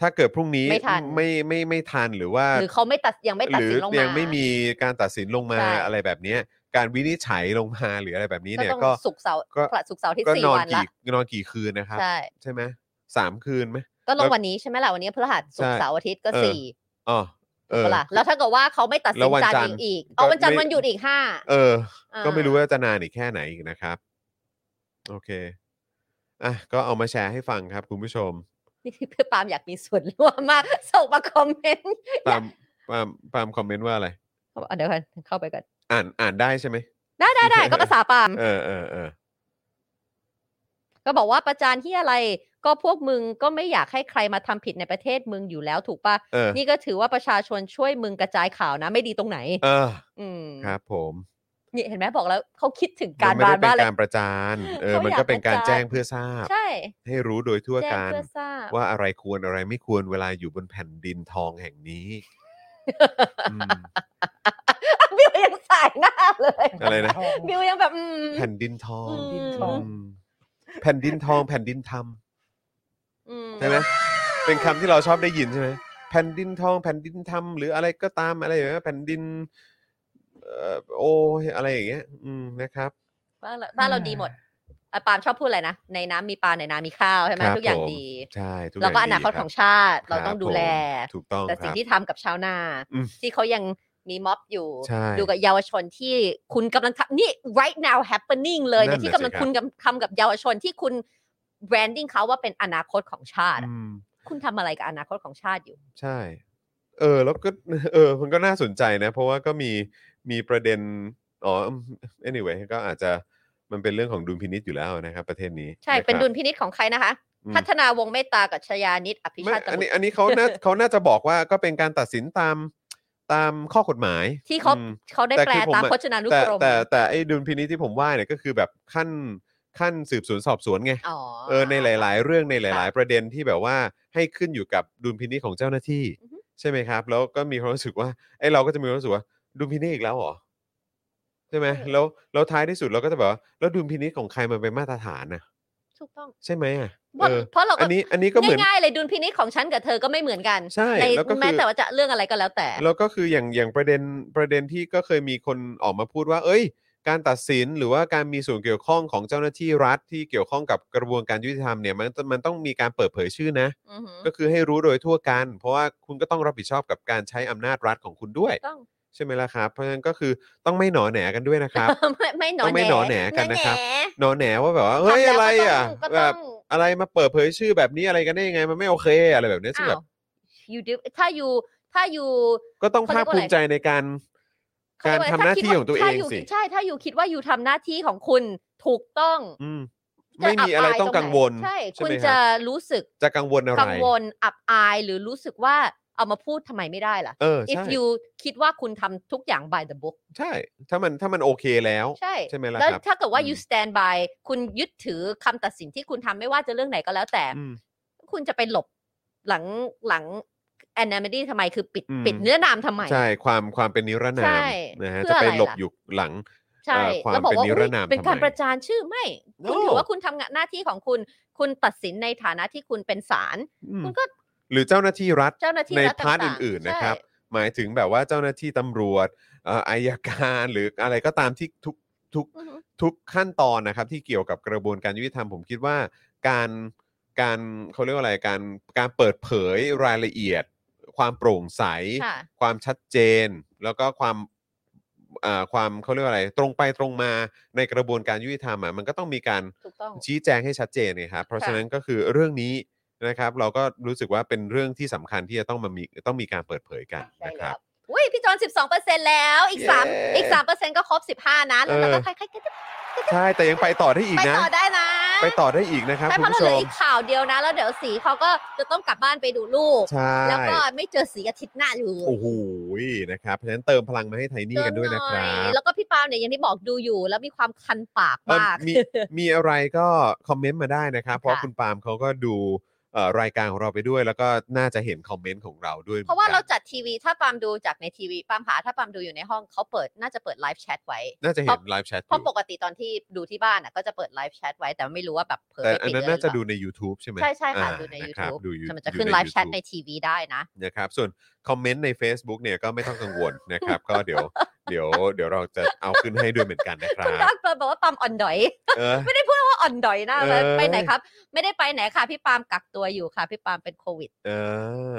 Speaker 1: ถ้าเกิดพรุ่งนี้
Speaker 2: ไม่ทัน
Speaker 1: ไม่ไม่ไม่ทันหรือว่า
Speaker 2: หรือเขาไม่ตัดยังไม่ตัดสินลง
Speaker 1: หรือ
Speaker 2: มา
Speaker 1: ยังไม่มีการตัดสินลงมา
Speaker 2: ใช่
Speaker 1: อะไรแบบเนี้ยการวินิจฉัยลงมาหรืออะไรแบบนี้
Speaker 2: ก็
Speaker 1: เนี่ย
Speaker 2: ต้อง
Speaker 1: ก็
Speaker 2: สุกร์เสาร์
Speaker 1: ก็
Speaker 2: สุกร์เสาร์ที่
Speaker 1: ก็
Speaker 2: สี่
Speaker 1: นอน
Speaker 2: วันละ
Speaker 1: กี่นอนกี่คืนนะครับ
Speaker 2: ใช่
Speaker 1: ใช่ไหมสามคืนไหม
Speaker 2: ก็ล
Speaker 1: แล้
Speaker 2: ง
Speaker 1: ว
Speaker 2: วันนี้ใช่ไหมล่ะวันนี้พฤหัสสุกร์
Speaker 1: ใช่
Speaker 2: เสาร์อาทิตย์ก็
Speaker 1: เออ
Speaker 2: สี่
Speaker 1: อ๋อเออ
Speaker 2: ถูกปะล่ะแล้วถ้าเกิดว่าเขาไม่ตัด
Speaker 1: แล้
Speaker 2: สิน
Speaker 1: ววัน
Speaker 2: จันท
Speaker 1: จันท
Speaker 2: ร์
Speaker 1: ร์
Speaker 2: อีกอีก
Speaker 1: ก็
Speaker 2: เอาวันจันท
Speaker 1: ไม่
Speaker 2: ร์วันหยุดอีกห้า
Speaker 1: เออ
Speaker 2: อ่า
Speaker 1: ก็ไม่รู้ว่าจะนานอีกแค่ไหนอีกนะครับ โอเคอ่ะก็เอามาแชร์ให้ฟังครับคุณผู้ช ม
Speaker 2: นี่เพื่อปาล์มอยากมีส่วนร่วมมาก ส่งมาคอมเมนต์
Speaker 1: ตามตามตามคอมเมนต์ว่าอะไร
Speaker 2: เขาบอกอ่ะเดี๋ยวกันเข้าไปก่อน
Speaker 1: อ่านอ่านได้ใช่ไหม
Speaker 2: ได้ได้ได้ก็ภาษาปาล์ม
Speaker 1: เออเออเออ
Speaker 2: ก็บอกว่าประจานที่อะไร ก็พวกมึงก็ไม่อยากให้ใครมาทำผิดในประเทศมึงอยู่แล้วถูกปะ
Speaker 1: เออ
Speaker 2: นี่ก็ถือว่าประชาชนช่วยมึงกระจายข่าวนะ ไม่ดีตรงไหน
Speaker 1: เออ
Speaker 2: อืม
Speaker 1: ครับผม
Speaker 2: นี่เห็นไหมบอกแล้วเขาคิดถึงการ
Speaker 1: มัน
Speaker 2: บา
Speaker 1: ไม่
Speaker 2: น
Speaker 1: ได้เป็
Speaker 2: ว่าน อะไร
Speaker 1: การประจานเออ
Speaker 2: เขา
Speaker 1: มัน
Speaker 2: อยาก
Speaker 1: ก็เป็นการ
Speaker 2: ประจาน
Speaker 1: แจ้งเพื่อทราบ
Speaker 2: ใช่
Speaker 1: ให้รู้โดยทั่ว
Speaker 2: แจ้ง
Speaker 1: กัน
Speaker 2: เพื่อทราบ
Speaker 1: ว่าอะไรควรอะไรไม่ควรเวลาอยู่บนแผ่นดินทองแห่งนี้อืม
Speaker 2: บิว ยังสายหน้าเลย
Speaker 1: อะไรนะ
Speaker 2: บิวยังแบบอืม
Speaker 1: แผ่นดินทอง
Speaker 2: อืม
Speaker 3: ดินทอง
Speaker 1: อืมแผ่นดินทอง แผ่นดินธรรม
Speaker 2: อืม
Speaker 1: ใช่ไหมเป็นคำที่เราชอบได้ยินใช่ไหมแผ่นดินทองแผ่นดินธรรมหรืออะไรก็ตามอะไรอย่างเงี้ยแผ่นดิน เอ่อโอ้ยอะไรอย่างเงี้ย อืมนะครับ
Speaker 2: บ้านเราบ้านเราดีหมดอ่ะปาล์มชอบพูดอะไรนะในน้ำมีปลาในนามีข้าวใช่ไหม
Speaker 1: ครับ
Speaker 2: ทุกอย่าง
Speaker 1: ผม
Speaker 2: ดี
Speaker 1: ใช่ทุก
Speaker 2: แล้วก็
Speaker 1: ย่
Speaker 2: อนาคต
Speaker 1: ดี
Speaker 2: ของชาติเราต้องดูแล
Speaker 1: ครับผมถูกต้อง
Speaker 2: แต่
Speaker 1: ค
Speaker 2: สิ่ง
Speaker 1: รับ
Speaker 2: ที่ทำกับชาวนา
Speaker 1: อืม
Speaker 2: ที่เขายังมีม็อบอยู่
Speaker 1: ใช่
Speaker 2: ดูกับเยาวชนที่คุณกำลังทำนี่ right now happening เลย
Speaker 1: นั่
Speaker 2: เนี่ย
Speaker 1: น
Speaker 2: ที่
Speaker 1: น่ะ
Speaker 2: กำลัง
Speaker 1: สิครับ
Speaker 2: คุณกำทำกับเยาวชนที่คุณ branding เขาว่าเป็นอนาคตของชาติอะ
Speaker 1: อืม
Speaker 2: คุณทำอะไรกับอนาคตของชาติอยู่
Speaker 1: ใช่ เออ แล้วก็ เออ มันก็น่าสนใจนะ เพราะว่าก็มี มีประเด็น อ๋ อ anyway ก็อาจจะ มันเป็นเรื่องของดุลพินิจอยู่แล้วนะครับ ประเทศนี้
Speaker 2: ใช่
Speaker 1: ะ
Speaker 2: เป็น
Speaker 1: ครับ
Speaker 2: ดุลพินิษของใครนะคะ
Speaker 1: อืม
Speaker 2: พัฒนาวงเมตตากับชยานิตอภิ
Speaker 1: ไม่
Speaker 2: ชาติต
Speaker 1: อัน
Speaker 2: บุ
Speaker 1: นี้
Speaker 2: ตร
Speaker 1: อันนี้เขาน่า เขาน่าจะบอกว่าก็เป็นการตัดสินตาม ตามข้อกฎหมาย
Speaker 2: ที่เขา
Speaker 1: อืม
Speaker 2: เขาได้
Speaker 1: แต่
Speaker 2: แปล
Speaker 1: คือผม
Speaker 2: ตาม
Speaker 1: อะ
Speaker 2: พจนานุ
Speaker 1: แต่
Speaker 2: กรม
Speaker 1: แต่แต่ไอ้ดุลพินิจที่ผมว่าเนี่ยก็คือแบบขั้น ขั้นสืบสวนสอบสวนไง
Speaker 2: อ๋อ
Speaker 1: เออ ในหลาย ๆ เรื่องในหลาย
Speaker 2: ค่ะ
Speaker 1: ๆ ประเด็นที่แบบว่าให้ขึ้นอยู่กับดุลพินิจของเจ้าหน้าที่
Speaker 2: อือฮึ
Speaker 1: ใช่ไหมครับ แล้วก็มีความรู้สึกว่าไอ้เราก็จะมีความรู้สึกว่าดุลพินิจอีกแล้วเหรอใช่ไหมแล้วแล้วท้ายที่สุดเราก็จะแบบว่าแล้วดุลพินิจของใครมันเป็นมาตรฐานนะ
Speaker 2: ถูกต้อง
Speaker 1: ใช่ไหมอ่ะ
Speaker 2: ว่า
Speaker 1: เออ
Speaker 2: เพราะเรา
Speaker 1: อั
Speaker 2: ก็
Speaker 1: นนี้อันนี้ก็เหมือน
Speaker 2: ง่ายๆเลยดุลพินิษของฉันกับเธอก็ไม่เหมือนกัน
Speaker 1: ใช่
Speaker 2: ใน
Speaker 1: แล้วก็คือ
Speaker 2: แม้แต่ว่าจะเรื่องอะไรก็แล้วแต่
Speaker 1: แล้วก็คืออย่างอย่างประเด็นประเด็นที่ก็เคยมีคนออกมาพูดว่า เอ้ย การตัดสินหรือว่าการมีส่วนเกี่ยวข้องของเจ้าหน้าที่รัฐที่เกี่ยวข้องกับกระบวนการยุติธรรมเนี่ยมันมันต้องมีการเปิดเผยชื่อนะ
Speaker 2: อือหือ
Speaker 1: ก็คือให้รู้โดยทั่วกัน เพราะว่าคุณก็ต้องรับผิดชอบกับการใช้อำนาจรัฐของคุณด้วย
Speaker 2: ต้อง
Speaker 1: ใช่ไหมล่ะครับ เพราะฉะนั้นก็คือต้องไม่หนอแหนกันด้วย นะครับ
Speaker 2: ไม่ไม่หนอ
Speaker 1: ต้องไม่
Speaker 2: แหน
Speaker 1: หนอแหน่กันนะครับ
Speaker 2: แห
Speaker 1: หนอแหนว่าแบบว่าเฮ้ยอะ
Speaker 2: ทำแล้ว
Speaker 1: ไรอ่ะ
Speaker 2: ก็
Speaker 1: แบ
Speaker 2: ต้อบ ง
Speaker 1: อะไรมาเปิดเผยชื่อแบบนี้อะไรกันได้ยังไงมันไม่โอเคอะไรแบบเนี้ยซึ่ง
Speaker 2: อ้า
Speaker 1: แบบ
Speaker 2: ว you do ถ้า you ถ้า you
Speaker 1: ก็ต้องภาคภูมิใจในการ
Speaker 2: เขา
Speaker 1: การ
Speaker 2: เยว่
Speaker 1: ทำ
Speaker 2: ถ้
Speaker 1: หน้า
Speaker 2: คิด
Speaker 1: ที่
Speaker 2: ว่
Speaker 1: ของตัวเอ
Speaker 2: ถ้าง ยู่
Speaker 1: สิ
Speaker 2: ใช่ ถ้าอยู่คิดว่าอยู่ทำหน้าที่ของคุณถูกต้อง
Speaker 1: อืม ไม่มีอะไร
Speaker 2: จ
Speaker 1: ต้องกังวล
Speaker 2: ใช่
Speaker 1: ใช่
Speaker 2: คุณ
Speaker 1: ไหม
Speaker 2: จะ
Speaker 1: รับ
Speaker 2: รู้สึก
Speaker 1: จะกังวลอะไร
Speaker 2: กังวลอับอายหรือรู้สึกว่าเอามาพูดทำไมไม่ได้ล่ะ
Speaker 1: เออ
Speaker 2: if
Speaker 1: ใช่
Speaker 2: you คิดว่าคุณทำทุกอย่าง by the book
Speaker 1: ใช่ ถ้ามันถ้ามันโอเคแล้ว
Speaker 2: ใช่
Speaker 1: ใช่ไหมล่ะ
Speaker 2: แล้ว
Speaker 1: ครับ
Speaker 2: ถ้าเกิดว่า
Speaker 1: อืม
Speaker 2: you stand by คุณยึดถือคำตัดสินที่คุณทำไม่ว่าจะเรื่องไหนก็แล้วแต่
Speaker 1: อืม
Speaker 2: คุณจะไปหลบหลังหลัง anonymity ทำไมคือปิด
Speaker 1: อืม
Speaker 2: ปิดเนื้อนามทำไม
Speaker 1: ใช่ความความเป็นนิรนา
Speaker 2: ใช่
Speaker 1: มนะฮะ
Speaker 2: เพื่
Speaker 1: จะ
Speaker 2: อ
Speaker 1: ไป
Speaker 2: อะไร
Speaker 1: หลบ
Speaker 2: ล่ะ
Speaker 1: อยู่หลัง
Speaker 2: ใช่
Speaker 1: เอ่อความ
Speaker 2: แล้วบอกว่า
Speaker 1: เป็นนิ
Speaker 2: อุ๊
Speaker 1: ร
Speaker 2: ย
Speaker 1: นาม
Speaker 2: เป็น
Speaker 1: ทำ
Speaker 2: การ
Speaker 1: ไม
Speaker 2: ประจานชื่อไม่ คุณ
Speaker 1: No
Speaker 2: ถือว่าคุณทำงานหน้าที่ของคุณ คุณตัดสินในฐานะที่คุณเป็นศาล
Speaker 1: อืม
Speaker 2: คุณก็
Speaker 1: หรือเจ้าหน้าที่รัฐ
Speaker 2: เจ้าหน้าที่
Speaker 1: ใน
Speaker 2: รัฐ
Speaker 1: พาร์ท
Speaker 2: ต่งๆ
Speaker 1: อื่นๆ
Speaker 2: ใช่
Speaker 1: นะครับ หมายถึงแบบว่าเจ้าหน้าที่ตำรวจเอ่ออายการหรืออะไรก็ตามที่ทุกทุก
Speaker 2: อือฮึ
Speaker 1: ทุกขั้นตอนนะครับ ที่เกี่ยวกับกระบวนการยุติธรรมผมคิดว่าการการเขาเรียกว่าอะไรการการเปิดเผยรายละเอียด ความโปร่งใส
Speaker 2: ค่ะ
Speaker 1: ความชัดเจน แล้วก็ความเอ่อความเขาเรียกว่าอะไร ตรงไปตรงมาในกระบวนการยุติธรรมอ่ะมันก็ต้องมีการ
Speaker 2: ถูกต้อง
Speaker 1: ชี้แจงให้ชัดเจนเนี่ยครับ เพราะ
Speaker 2: ค่ะ
Speaker 1: ฉะนั้นก็คือเรื่องนี้นะครับ เราก็รู้สึกว่าเป็นเรื่องที่สำคัญที่จะต้องมามีต้องมีการเปิดเผยกัน
Speaker 2: ใช่
Speaker 1: นะครับ
Speaker 2: แล้ว อุ้ยพี่จอนสิบสองเปอร์เซ็นแล้วอีกสาม
Speaker 1: เย้
Speaker 2: อีกสามเปอร์เซ็นก็ครบสิบห้านะแล้วเรา
Speaker 1: เอ
Speaker 2: ก็
Speaker 1: อ
Speaker 2: ใครๆก็จะ
Speaker 1: ใช่แต่ยังไปต่อได้อีก
Speaker 2: ไป
Speaker 1: นะ
Speaker 2: ต่อได้นะ
Speaker 1: ไปต่อได้อีกนะครับ
Speaker 2: ใช่
Speaker 1: คุ
Speaker 2: เพ
Speaker 1: ณ
Speaker 2: ราะเรา
Speaker 1: ผู้ช
Speaker 2: เหลือ
Speaker 1: ม
Speaker 2: อีกข่าวเดียวนะ แล้วเดี๋ยวสีเขาก็จะต้องกลับบ้านไปดูลูก
Speaker 1: ใช่
Speaker 2: แล้วก็ไม่เจอสีอาทิตย์หน้าอยู่
Speaker 1: โอ้โหนะครับเพราะฉะนั้นเติมพลังมาให้ไทนี่กันด้วยนะครั
Speaker 2: เจอห
Speaker 1: บ
Speaker 2: อยแล้วก็พี่ปาล์มเนี่ยอยังที่บอกดูอยู่ แล้วมีความคันปาก
Speaker 1: เอ่อ
Speaker 2: มาก
Speaker 1: มี มีอะไรก็คอมเมนต์มาได้นะครับ เพราะ
Speaker 2: ค่ะ
Speaker 1: คุณปาล์มเขาก็ดูเอ่อรายการของเราไปด้วย แล้วก็น่าจะเห็นคอมเมนต์ของเราด้วย
Speaker 2: เพราะว่า
Speaker 1: หมื
Speaker 2: เรา
Speaker 1: อนกัน
Speaker 2: จัดทีวีถ้าปาล์มดูจากในทีวีปาล์มหาถ้าปาล์มดูอยู่ในห้องเขาเปิดน่าจะเปิดไลฟ์แชทไว้
Speaker 1: น่าจะเห็นไลฟ์แชท
Speaker 2: เพราะปกติตอนที่ดูที่บ้านอ่ะก็จะเปิดไลฟ์แชทไว้แต่ไม่รู้ว่าแบบเผลอ
Speaker 1: แต่
Speaker 2: ไป
Speaker 1: อัน
Speaker 2: ปิด
Speaker 1: นั้น
Speaker 2: เลยหรื
Speaker 1: น่า
Speaker 2: อ
Speaker 1: จะ
Speaker 2: เป
Speaker 1: ดู
Speaker 2: ล่า
Speaker 1: ใน YouTube ใช่ไหม
Speaker 2: ใช่ใช่ค่ะ
Speaker 1: อ่า
Speaker 2: ดูใน
Speaker 1: นะครับ
Speaker 2: YouTube
Speaker 1: ดู You-
Speaker 2: มันจะ
Speaker 1: อยู่
Speaker 2: ขึ้น
Speaker 1: ใ
Speaker 2: ไลฟ์แชท
Speaker 1: YouTube
Speaker 2: ในทีวีได้นะ
Speaker 1: นะครับส่วนคอมเมนต์ใน Facebook เนี่ยก็ไม่ต้องกังวล นะครับ ก็เดี๋ยวเดี๋ยวเดี๋ยวเราจะเอาขึ้นให้ด้วยเหมือนกันนะครั
Speaker 2: คุณ
Speaker 1: บ
Speaker 2: ดักเปิร์บอกว่าปาล์มอ่อนดอย
Speaker 1: เออ
Speaker 2: ว่าอ่อนดอยนะ
Speaker 1: เอ้ย
Speaker 2: ไปไหนครับ ไม่ได้ไปไหนค่ะพี่ปาล์มกักตัวอยู่ค่ะพี่ปาล์มเป็นโควิด
Speaker 1: เออ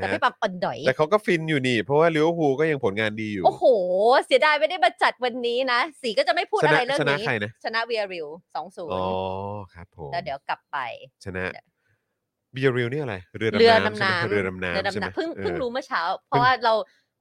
Speaker 1: นะ
Speaker 2: แต่
Speaker 1: ฮะ
Speaker 2: พี่ปาล์มอ่อนดอย
Speaker 1: แต่เขาก็ฟินอยู่นี่ เพราะว่าลิเวอร์พูลก็ยังผลงานดีอยู่
Speaker 2: โอ้โห เสียดายไม่ได้มาจัดวันนี้นะ สีก็จะไม่พูด
Speaker 1: ช
Speaker 2: อะ
Speaker 1: นะ
Speaker 2: ไรเรื่อง
Speaker 1: ชนะ
Speaker 2: นี้
Speaker 1: ใครนะ
Speaker 2: ชนะเวียริวสองศูน
Speaker 1: อ๋อ
Speaker 2: ย์
Speaker 1: ครับผม
Speaker 2: แล้วเดี๋ยวกลับไป
Speaker 1: ชนะเบียริลนี่อะไร เรือ
Speaker 2: เรือ
Speaker 1: ดำ
Speaker 2: ดำน้ำ
Speaker 1: น้ำใช่ไหมเรือดำน้ำใช่ไหม
Speaker 2: เพิ่ง
Speaker 1: ออ
Speaker 2: เพิ่งรู้เมื่อเช้า เพราะว่าเรา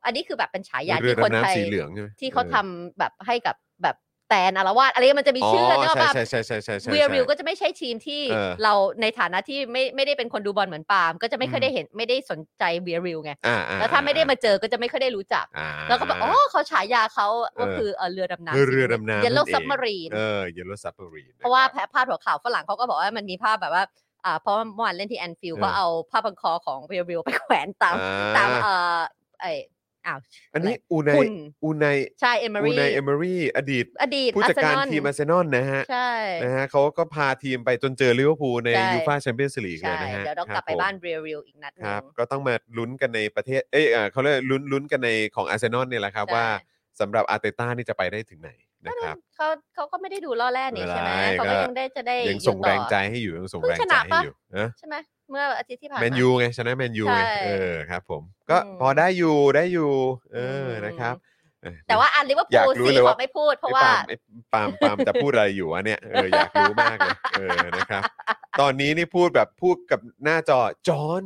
Speaker 2: อันนี้คือแบบเป็นฉายา
Speaker 1: เรือ
Speaker 2: ที่คน
Speaker 1: ดำ
Speaker 2: ไทย
Speaker 1: น้ำสีเหลืองใช่ไหม
Speaker 2: ที่เขา
Speaker 1: ออ
Speaker 2: ทำแบบให้กับแบบแตนอารวาสอะไรมันจะมีชื่อกัน
Speaker 1: อ
Speaker 2: เนาะแบบ
Speaker 1: ใช่ใช่ใช่ใช่ใช่ใช่
Speaker 2: เวียริวก็จะไม่ใช่ทีมที่
Speaker 1: เออ
Speaker 2: เราในฐานะที่ไม่ไม่ได้เป็นคนดูบอลเหมือนปาล์มก็จะไม่ค่อ
Speaker 1: อืม
Speaker 2: ยได้เห็นไม่ได้สนใจเวียริวไง
Speaker 1: อ่าอ่
Speaker 2: แล้วถ้าไม่ได้มาเจอก็จะไม่ค่อยได้รู้จัก
Speaker 1: อ่า
Speaker 2: แล้วก็แบบอ๋อเขาฉายาเขาก็คือเออเรือดำน้ำ
Speaker 1: เรือดำน้ำ
Speaker 2: เยลโล่
Speaker 1: นั่นเอง
Speaker 2: ซับมารีน
Speaker 1: เออเยลโลซับเปอรี
Speaker 2: เพราะว่าแพพาดหัวข่าวฝรั่งเขาก็บอกว่ามันมีภาพแบบว่าอ่าเพราะว่าเมื่อวานเล่นที่แอนฟิล
Speaker 1: เออ
Speaker 2: ก็เอาผ้าพันคอของเวลวิลไปแขวนตามตามเอ่อไออ้าว
Speaker 1: อันนี้
Speaker 2: ะ
Speaker 1: อู
Speaker 2: ไร
Speaker 1: ไน
Speaker 2: คุณ
Speaker 1: อูไน
Speaker 2: ใช่เอม r
Speaker 1: อู
Speaker 2: รี
Speaker 1: ไนเอเมอรี่อดีต
Speaker 2: อดีต
Speaker 1: ผู้จัดการ
Speaker 2: อาร์เซนอล
Speaker 1: ทีมอาร์เซนอลนะฮะ
Speaker 2: ใช่
Speaker 1: นะฮะเขาก็พาทีมไปจนเจอลิเวอร์พูลใน
Speaker 2: ใช่
Speaker 1: ยูฟ a าแชมเปี้ยนส์ลีกเล
Speaker 2: ใช่
Speaker 1: ยนะฮะ
Speaker 2: เดี๋ยวต้องกลับไป
Speaker 1: คผม
Speaker 2: บ้านเวลวิลอีกนัดห
Speaker 1: ค
Speaker 2: นึ
Speaker 1: รับ
Speaker 2: ง
Speaker 1: ก็ต้องมาลุ้นกันในประเทศ เอ้ยเอ่อเขาเรียกลุ้นลุ้นกันในของอาร์เซนอลเนี่ยแหละครับ
Speaker 2: ใช่
Speaker 1: ว่าสำหรับอาร์เตต้านี่จะไปได้ถึงไหนนะครับ
Speaker 2: เขาเขาก็ไม่ได้ดูล่อแร่นี่ใช่ไหม
Speaker 1: ไม่
Speaker 2: เขาก็
Speaker 1: ก็
Speaker 2: ยังได้จะได้
Speaker 1: ยังส่ง
Speaker 2: อยู่ต่อ
Speaker 1: แรงใจให้อยู่ยังส่ง
Speaker 2: เพิ่
Speaker 1: แรง ง
Speaker 2: ช
Speaker 1: ใจ
Speaker 2: นะ
Speaker 1: ให้
Speaker 2: ปะ
Speaker 1: อยู่นะ
Speaker 2: ใช่ไหมเมื่ออาทิตย์ที่ผ่าน
Speaker 1: แม
Speaker 2: มา
Speaker 1: นยูไงชนะแมนยูไง
Speaker 2: ใช่
Speaker 1: เออครับผมก็
Speaker 2: อืม
Speaker 1: พอได้อยู่ได้อยู่ เออนะครับเออ
Speaker 2: แต่ว่าอันลิเวอร์
Speaker 1: อยา
Speaker 2: พู
Speaker 1: ก
Speaker 2: ล
Speaker 1: รู้
Speaker 2: สี
Speaker 1: เลย
Speaker 2: ข
Speaker 1: ว่า
Speaker 2: อไม่พูดเพราะว่า
Speaker 1: ไอ้ปาล์มไอ้ปาล์มปาล์มจะพูดอะไรอยู่วะเนี่ยเอออยากรู้มากเลยเออนะครับ ตอนนี้นี่พูดแบบพูดกับหน้าจอจอน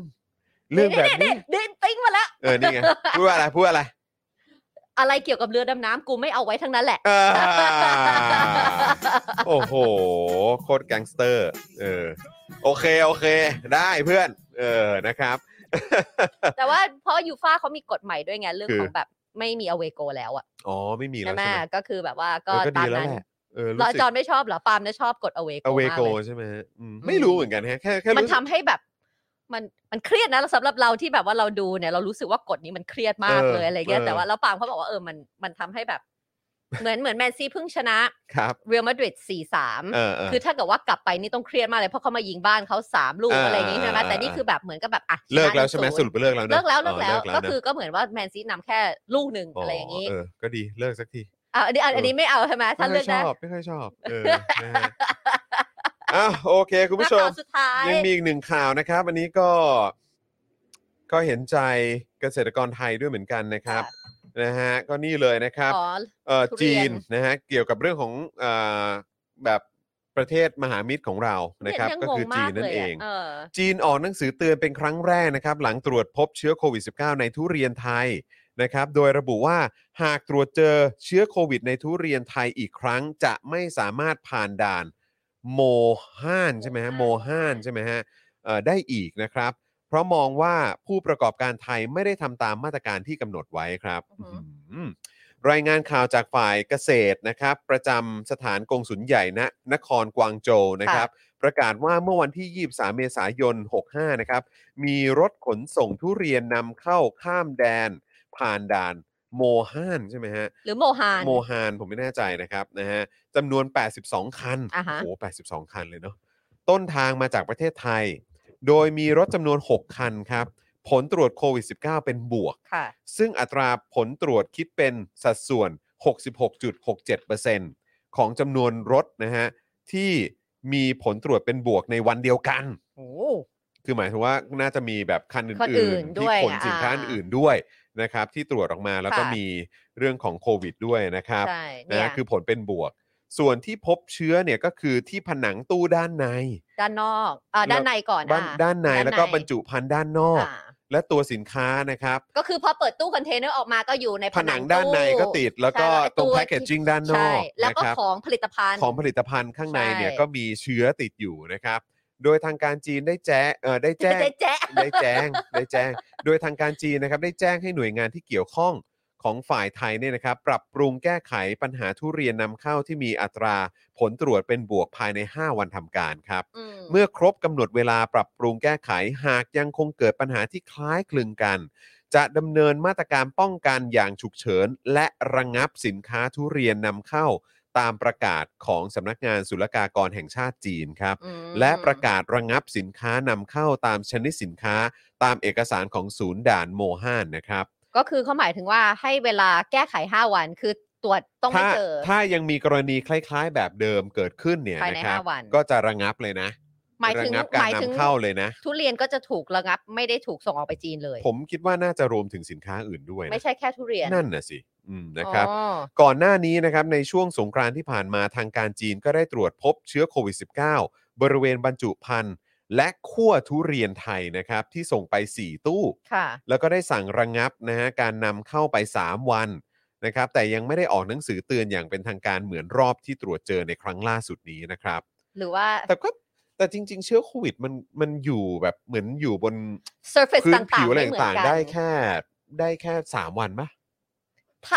Speaker 1: เรื่องแบบนี้
Speaker 2: เดินติ้งมาแล้ว
Speaker 1: เออนี่ไงพูดว่าอะไรพูดอะไร
Speaker 2: อะไรเกี่ยวกับเรือดำน้ำกูไม่เอาไว้ทั้งนั้นแหละ
Speaker 1: อ่าโอ้โหโคตรแก๊งสเตอร์เออโอเคโอเค ได้เพื่อน เออนะครับ
Speaker 2: แต่ว่าเพราะยูฟ่าเขามีกฎใหม่ด้วยไงเรื่อง
Speaker 1: คือ
Speaker 2: ของแบบไม่มีอเวโกแล้วอะ
Speaker 1: อ๋อไม่มีแล้
Speaker 2: ใช่
Speaker 1: ว
Speaker 2: ไหม
Speaker 1: ใช่ไหม
Speaker 2: ก็คือแบบว่า
Speaker 1: เอ
Speaker 2: ก็
Speaker 1: อก็ดี
Speaker 2: ตาม
Speaker 1: แล้ว
Speaker 2: นั้น
Speaker 1: แหละเออ
Speaker 2: ร
Speaker 1: รู้
Speaker 2: อ
Speaker 1: สึก
Speaker 2: จอนไม่ชอบเหรอปาล์มน่ะชอบกฎอเวโก
Speaker 1: อเว
Speaker 2: มาก
Speaker 1: โก
Speaker 2: เลย
Speaker 1: ใช่ไหมอืม
Speaker 2: อืม
Speaker 1: ไม่รู้เหมือนกันแค่แค่แค่
Speaker 2: มัน
Speaker 1: รู้สึก
Speaker 2: ทำให้แบบ มันมันเครียดนะสำหรับเราที่แบบว่าเราดูเนี่ยเรารู้สึกว่ากฎนี้มันเครียดมาก
Speaker 1: เออ
Speaker 2: เลยอะไรเงี้ย
Speaker 1: เออ
Speaker 2: แต่ว่าแล้วปาล์มเขาบอกว่าเออมันมันทำให้แบบ เหมือนเหมือนแมนซีเพิ่งชนะครับ เรอัลมาดริดสี่สาม
Speaker 1: เออเออ
Speaker 2: คือถ้าเกิดว่ากลับไปนี่ต้องเครียดมากเลยเพราะเขามายิงบ้านเขาสามลูก
Speaker 1: อ่า
Speaker 2: อะไรอย่างงี้ใช่ไหม
Speaker 1: อ่า
Speaker 2: แต่นี่
Speaker 1: อ่า
Speaker 2: คือแบบเหมือนกับแบบอ่ะ
Speaker 1: เลิก
Speaker 2: นะ
Speaker 1: แล้วใช่ไหม
Speaker 2: ศู
Speaker 1: ส
Speaker 2: นย์
Speaker 1: รุปเลิกแล้วนะ
Speaker 2: เลิกแล้วเลิก
Speaker 1: อ๋อ
Speaker 2: แล้ว
Speaker 1: เลิกแล้ว
Speaker 2: ก็
Speaker 1: นะ
Speaker 2: คือก็เหมือนว่าแมนซีนำแค่ลูกหนึ่งอะไรอย่าง
Speaker 1: นี้
Speaker 2: งี้
Speaker 1: เออ ก็ดีเลิกสักที
Speaker 2: อ่ะอันนี้อันอันนี้ไม่เอาใช่ไหมถ้า
Speaker 1: ไม่
Speaker 2: เลื
Speaker 1: ค่อก ยช
Speaker 2: อได้
Speaker 1: อบไม่ค่อยชอบเออนะฮะอ่ะโอเค คุณผู้ช
Speaker 2: ข่าม วสุดท้าย
Speaker 1: ยังมีอีกหนึ่งข่าวนะครับ อันนี้ก็ก็เห็นใจเกษตรกรไทยด้วยเหมือนกันนะครับ
Speaker 2: ค่ะ
Speaker 1: นะฮะก็นี่เลยนะครับ
Speaker 2: อ๋อ
Speaker 1: เอ่อ
Speaker 2: ทุเรี
Speaker 1: จี
Speaker 2: ยน
Speaker 1: นนะฮะเกี่ยวกับเรื่องของเอ่อแบบประเทศมหามิตรของเรา
Speaker 2: เนี่
Speaker 1: นะ
Speaker 2: ย
Speaker 1: ครับ
Speaker 2: ยัง
Speaker 1: ก็
Speaker 2: งง
Speaker 1: คือจี
Speaker 2: มาน ก
Speaker 1: นั่
Speaker 2: เล
Speaker 1: น
Speaker 2: ย
Speaker 1: เอง
Speaker 2: อะเออ
Speaker 1: จีนออกหนังสือเตือนเป็นครั้งแรกนะครับ หลังตรวจพบเชื้อโควิด -19 ในทุเรียนไทยนะครับ โดยระบุว่าหากตรวจเจอเชื้อโควิดในทุเรียนไทยอีกครั้ง จะไม่สามารถผ่านด่านโมห้านใช่ไหมฮะโมห้านใช่ไหมฮะเอ่อได้อีกนะครับ เพราะมองว่าผู้ประกอบการไทยไม่ได้ทำตามมาตรการที่กำหนดไว้ครับ
Speaker 2: อือหือ
Speaker 1: อืมรายงานข่าวจากฝ่ายเกษตรนะครับ ประจำสถานกงสุลใหญ่ณนครกวางโจวนะครับ ประกาศว่าเมื่อวันที่ 23 เมษายน 65 นะครับ มีรถขนส่งทุเรียนนำเข้าข้ามแดน ผ่านด่านโมฮันใช่ไหมฮะ
Speaker 2: หรือโมฮาน
Speaker 1: โมฮานผมไม่แน่ใจนะครับนะฮะจำนวน 82 คัน
Speaker 2: อ่าฮะ
Speaker 1: โอ้โห82 คันเลยเนาะต้นทางมาจากประเทศไทย โดยมีรถจำนวน 6 คันครับ ผลตรวจโควิด -19 เป็นบวก
Speaker 2: ค่ะ
Speaker 1: ซึ่งอัตราผลตรวจคิดเป็นสัดส่วน 66.67%ของจำนวนรถนะฮะ ที่มีผลตรวจเป็นบวกในวันเดียวกัน
Speaker 2: โอ้
Speaker 1: คือหมายถึงว่าน่าจะมีแบบคันอ
Speaker 2: คนอื่
Speaker 1: ื่น
Speaker 2: น
Speaker 1: ๆ
Speaker 2: ด้
Speaker 1: ที่
Speaker 2: วย
Speaker 1: ขนสินค้า
Speaker 2: อ่า
Speaker 1: อื่นๆด้วยนะครับ ที่ตรวจออกมาแล้วก็
Speaker 2: ค่ะ
Speaker 1: มีเรื่องของโควิดด้วยนะครับ
Speaker 2: ใช่เนี่ย
Speaker 1: นะคือผลเป็นบวก ส่วนที่พบเชื้อเนี่ยก็คือที่ผนังตู้ด้านใน
Speaker 2: ด้านนอกอ่า
Speaker 1: แล้ว
Speaker 2: ด้านในก่อน
Speaker 1: บ้าน
Speaker 2: อ่ะ
Speaker 1: ด้านในแล้วก็บรรจุภัณฑ์ด้านนอก
Speaker 2: อ่า
Speaker 1: และตัวสินค้านะครับ
Speaker 2: ก็คือพอเปิดตู้คอนเทนเนอร์ออกมาก็อยู่ใน
Speaker 1: ผนังด้านในก็ติดแล้วก็
Speaker 2: ใช่
Speaker 1: ตรง
Speaker 2: ไอ้
Speaker 1: แพคเกจจิ้งด้านนอ
Speaker 2: ใช่
Speaker 1: ก
Speaker 2: แล้วก็
Speaker 1: นะครับ
Speaker 2: ของผลิตภัณฑ์
Speaker 1: ของผลิตภัณฑ์ข้างในเนี่ย
Speaker 2: ใช่
Speaker 1: ก็มีเชื้อติดอยู่นะครับ โดยทางการจีนได้แจ้งเอ่อได้แจ้ง
Speaker 2: ได้แจ๊ะ
Speaker 1: ได้แจ้งได้แจ้ง โดยทางการจีนนะครับได้แจ้งให้หน่วยงานที่เกี่ยวข้องของฝ่ายไทยเนี่ยนะครับ ปรับปรุงแก้ไขปัญหาทุเรียนนำเข้าที่มีอัตราผลตรวจเป็นบวกภายใน 5 วันทำการครับ เมื่อครบกำหนดเวลาปรับปรุงแก้ไขหากยังคงเกิดปัญหาที่คล้ายคลึงกัน จะดำเนินมาตรการป้องกันอย่างฉุกเฉิน และระงงับสินค้าทุเรียนนำเข้า ตามประกาศของสำนักงานศุลกากรแห่งชาติจีนครับ
Speaker 2: อืม
Speaker 1: และประกาศระงับสินค้านำเข้าตามชนิดสินค้า ตามเอกสารของศูนย์ด่านโมฮานนะครับ
Speaker 2: ก็คือเขาหมายถึงว่าให้เวลาแก้ไข 5 วันคือตรวจต้องไม่
Speaker 1: ถ้า
Speaker 2: เจอ
Speaker 1: ถ้ายังมีกรณีคล้าย ๆ แบบเดิมเกิดขึ้นเนี่ย
Speaker 2: ภายใน
Speaker 1: นะครับ
Speaker 2: ห้าวัน
Speaker 1: ก็จะระงับเลยนะ
Speaker 2: หมายถึ
Speaker 1: ระ
Speaker 2: ง
Speaker 1: งับ
Speaker 2: ห
Speaker 1: กาม
Speaker 2: าร ยถึง
Speaker 1: นำเข้าเลยนะ
Speaker 2: ทุเรียนก็จะถูกระงับไม่ได้ถูกส่งออกไปจีนเลย
Speaker 1: ผมคิดว่าน่าจะรวมถึงสินค้าอื่นด้วยนะ
Speaker 2: ไม่ใช่แค่ทุเรียน
Speaker 1: นั่นน่ะสิอืมนะครับ
Speaker 2: อ๋อ
Speaker 1: ก่อนหน้านี้นะครับในช่วงสงกรานต์ที่ผ่านมาทางการจีนก็ได้ตรวจพบเชื้อโควิด -19 บริเวณบรรจุภัณฑ์และขั้วทุเรียนไทยนะครับ ที่ส่งไป 4 ตู้
Speaker 2: ค่ะ
Speaker 1: แล้วก็ได้สั่งระงงับนะฮะการนำเข้าไป 3 วันนะครับ แต่ยังไม่ได้ออกหนังสือเตือนอย่างเป็นทางการเหมือนรอบที่ตรวจเจอในครั้งล่าสุดนี้นะครับ
Speaker 2: หรือว่า
Speaker 1: แต่ก็แต่จริง ๆ เชื้อโควิดมันมันอยู่แบบเหมือนอยู่บน
Speaker 2: surface
Speaker 1: พื้น
Speaker 2: ต่าง
Speaker 1: ผิว
Speaker 2: ๆ
Speaker 1: อะไร
Speaker 2: ไม่เหมือน
Speaker 1: ต่าง
Speaker 2: กัน
Speaker 1: ๆ ได้แค่ได้แค่ 3 วันปะ
Speaker 2: ถ้า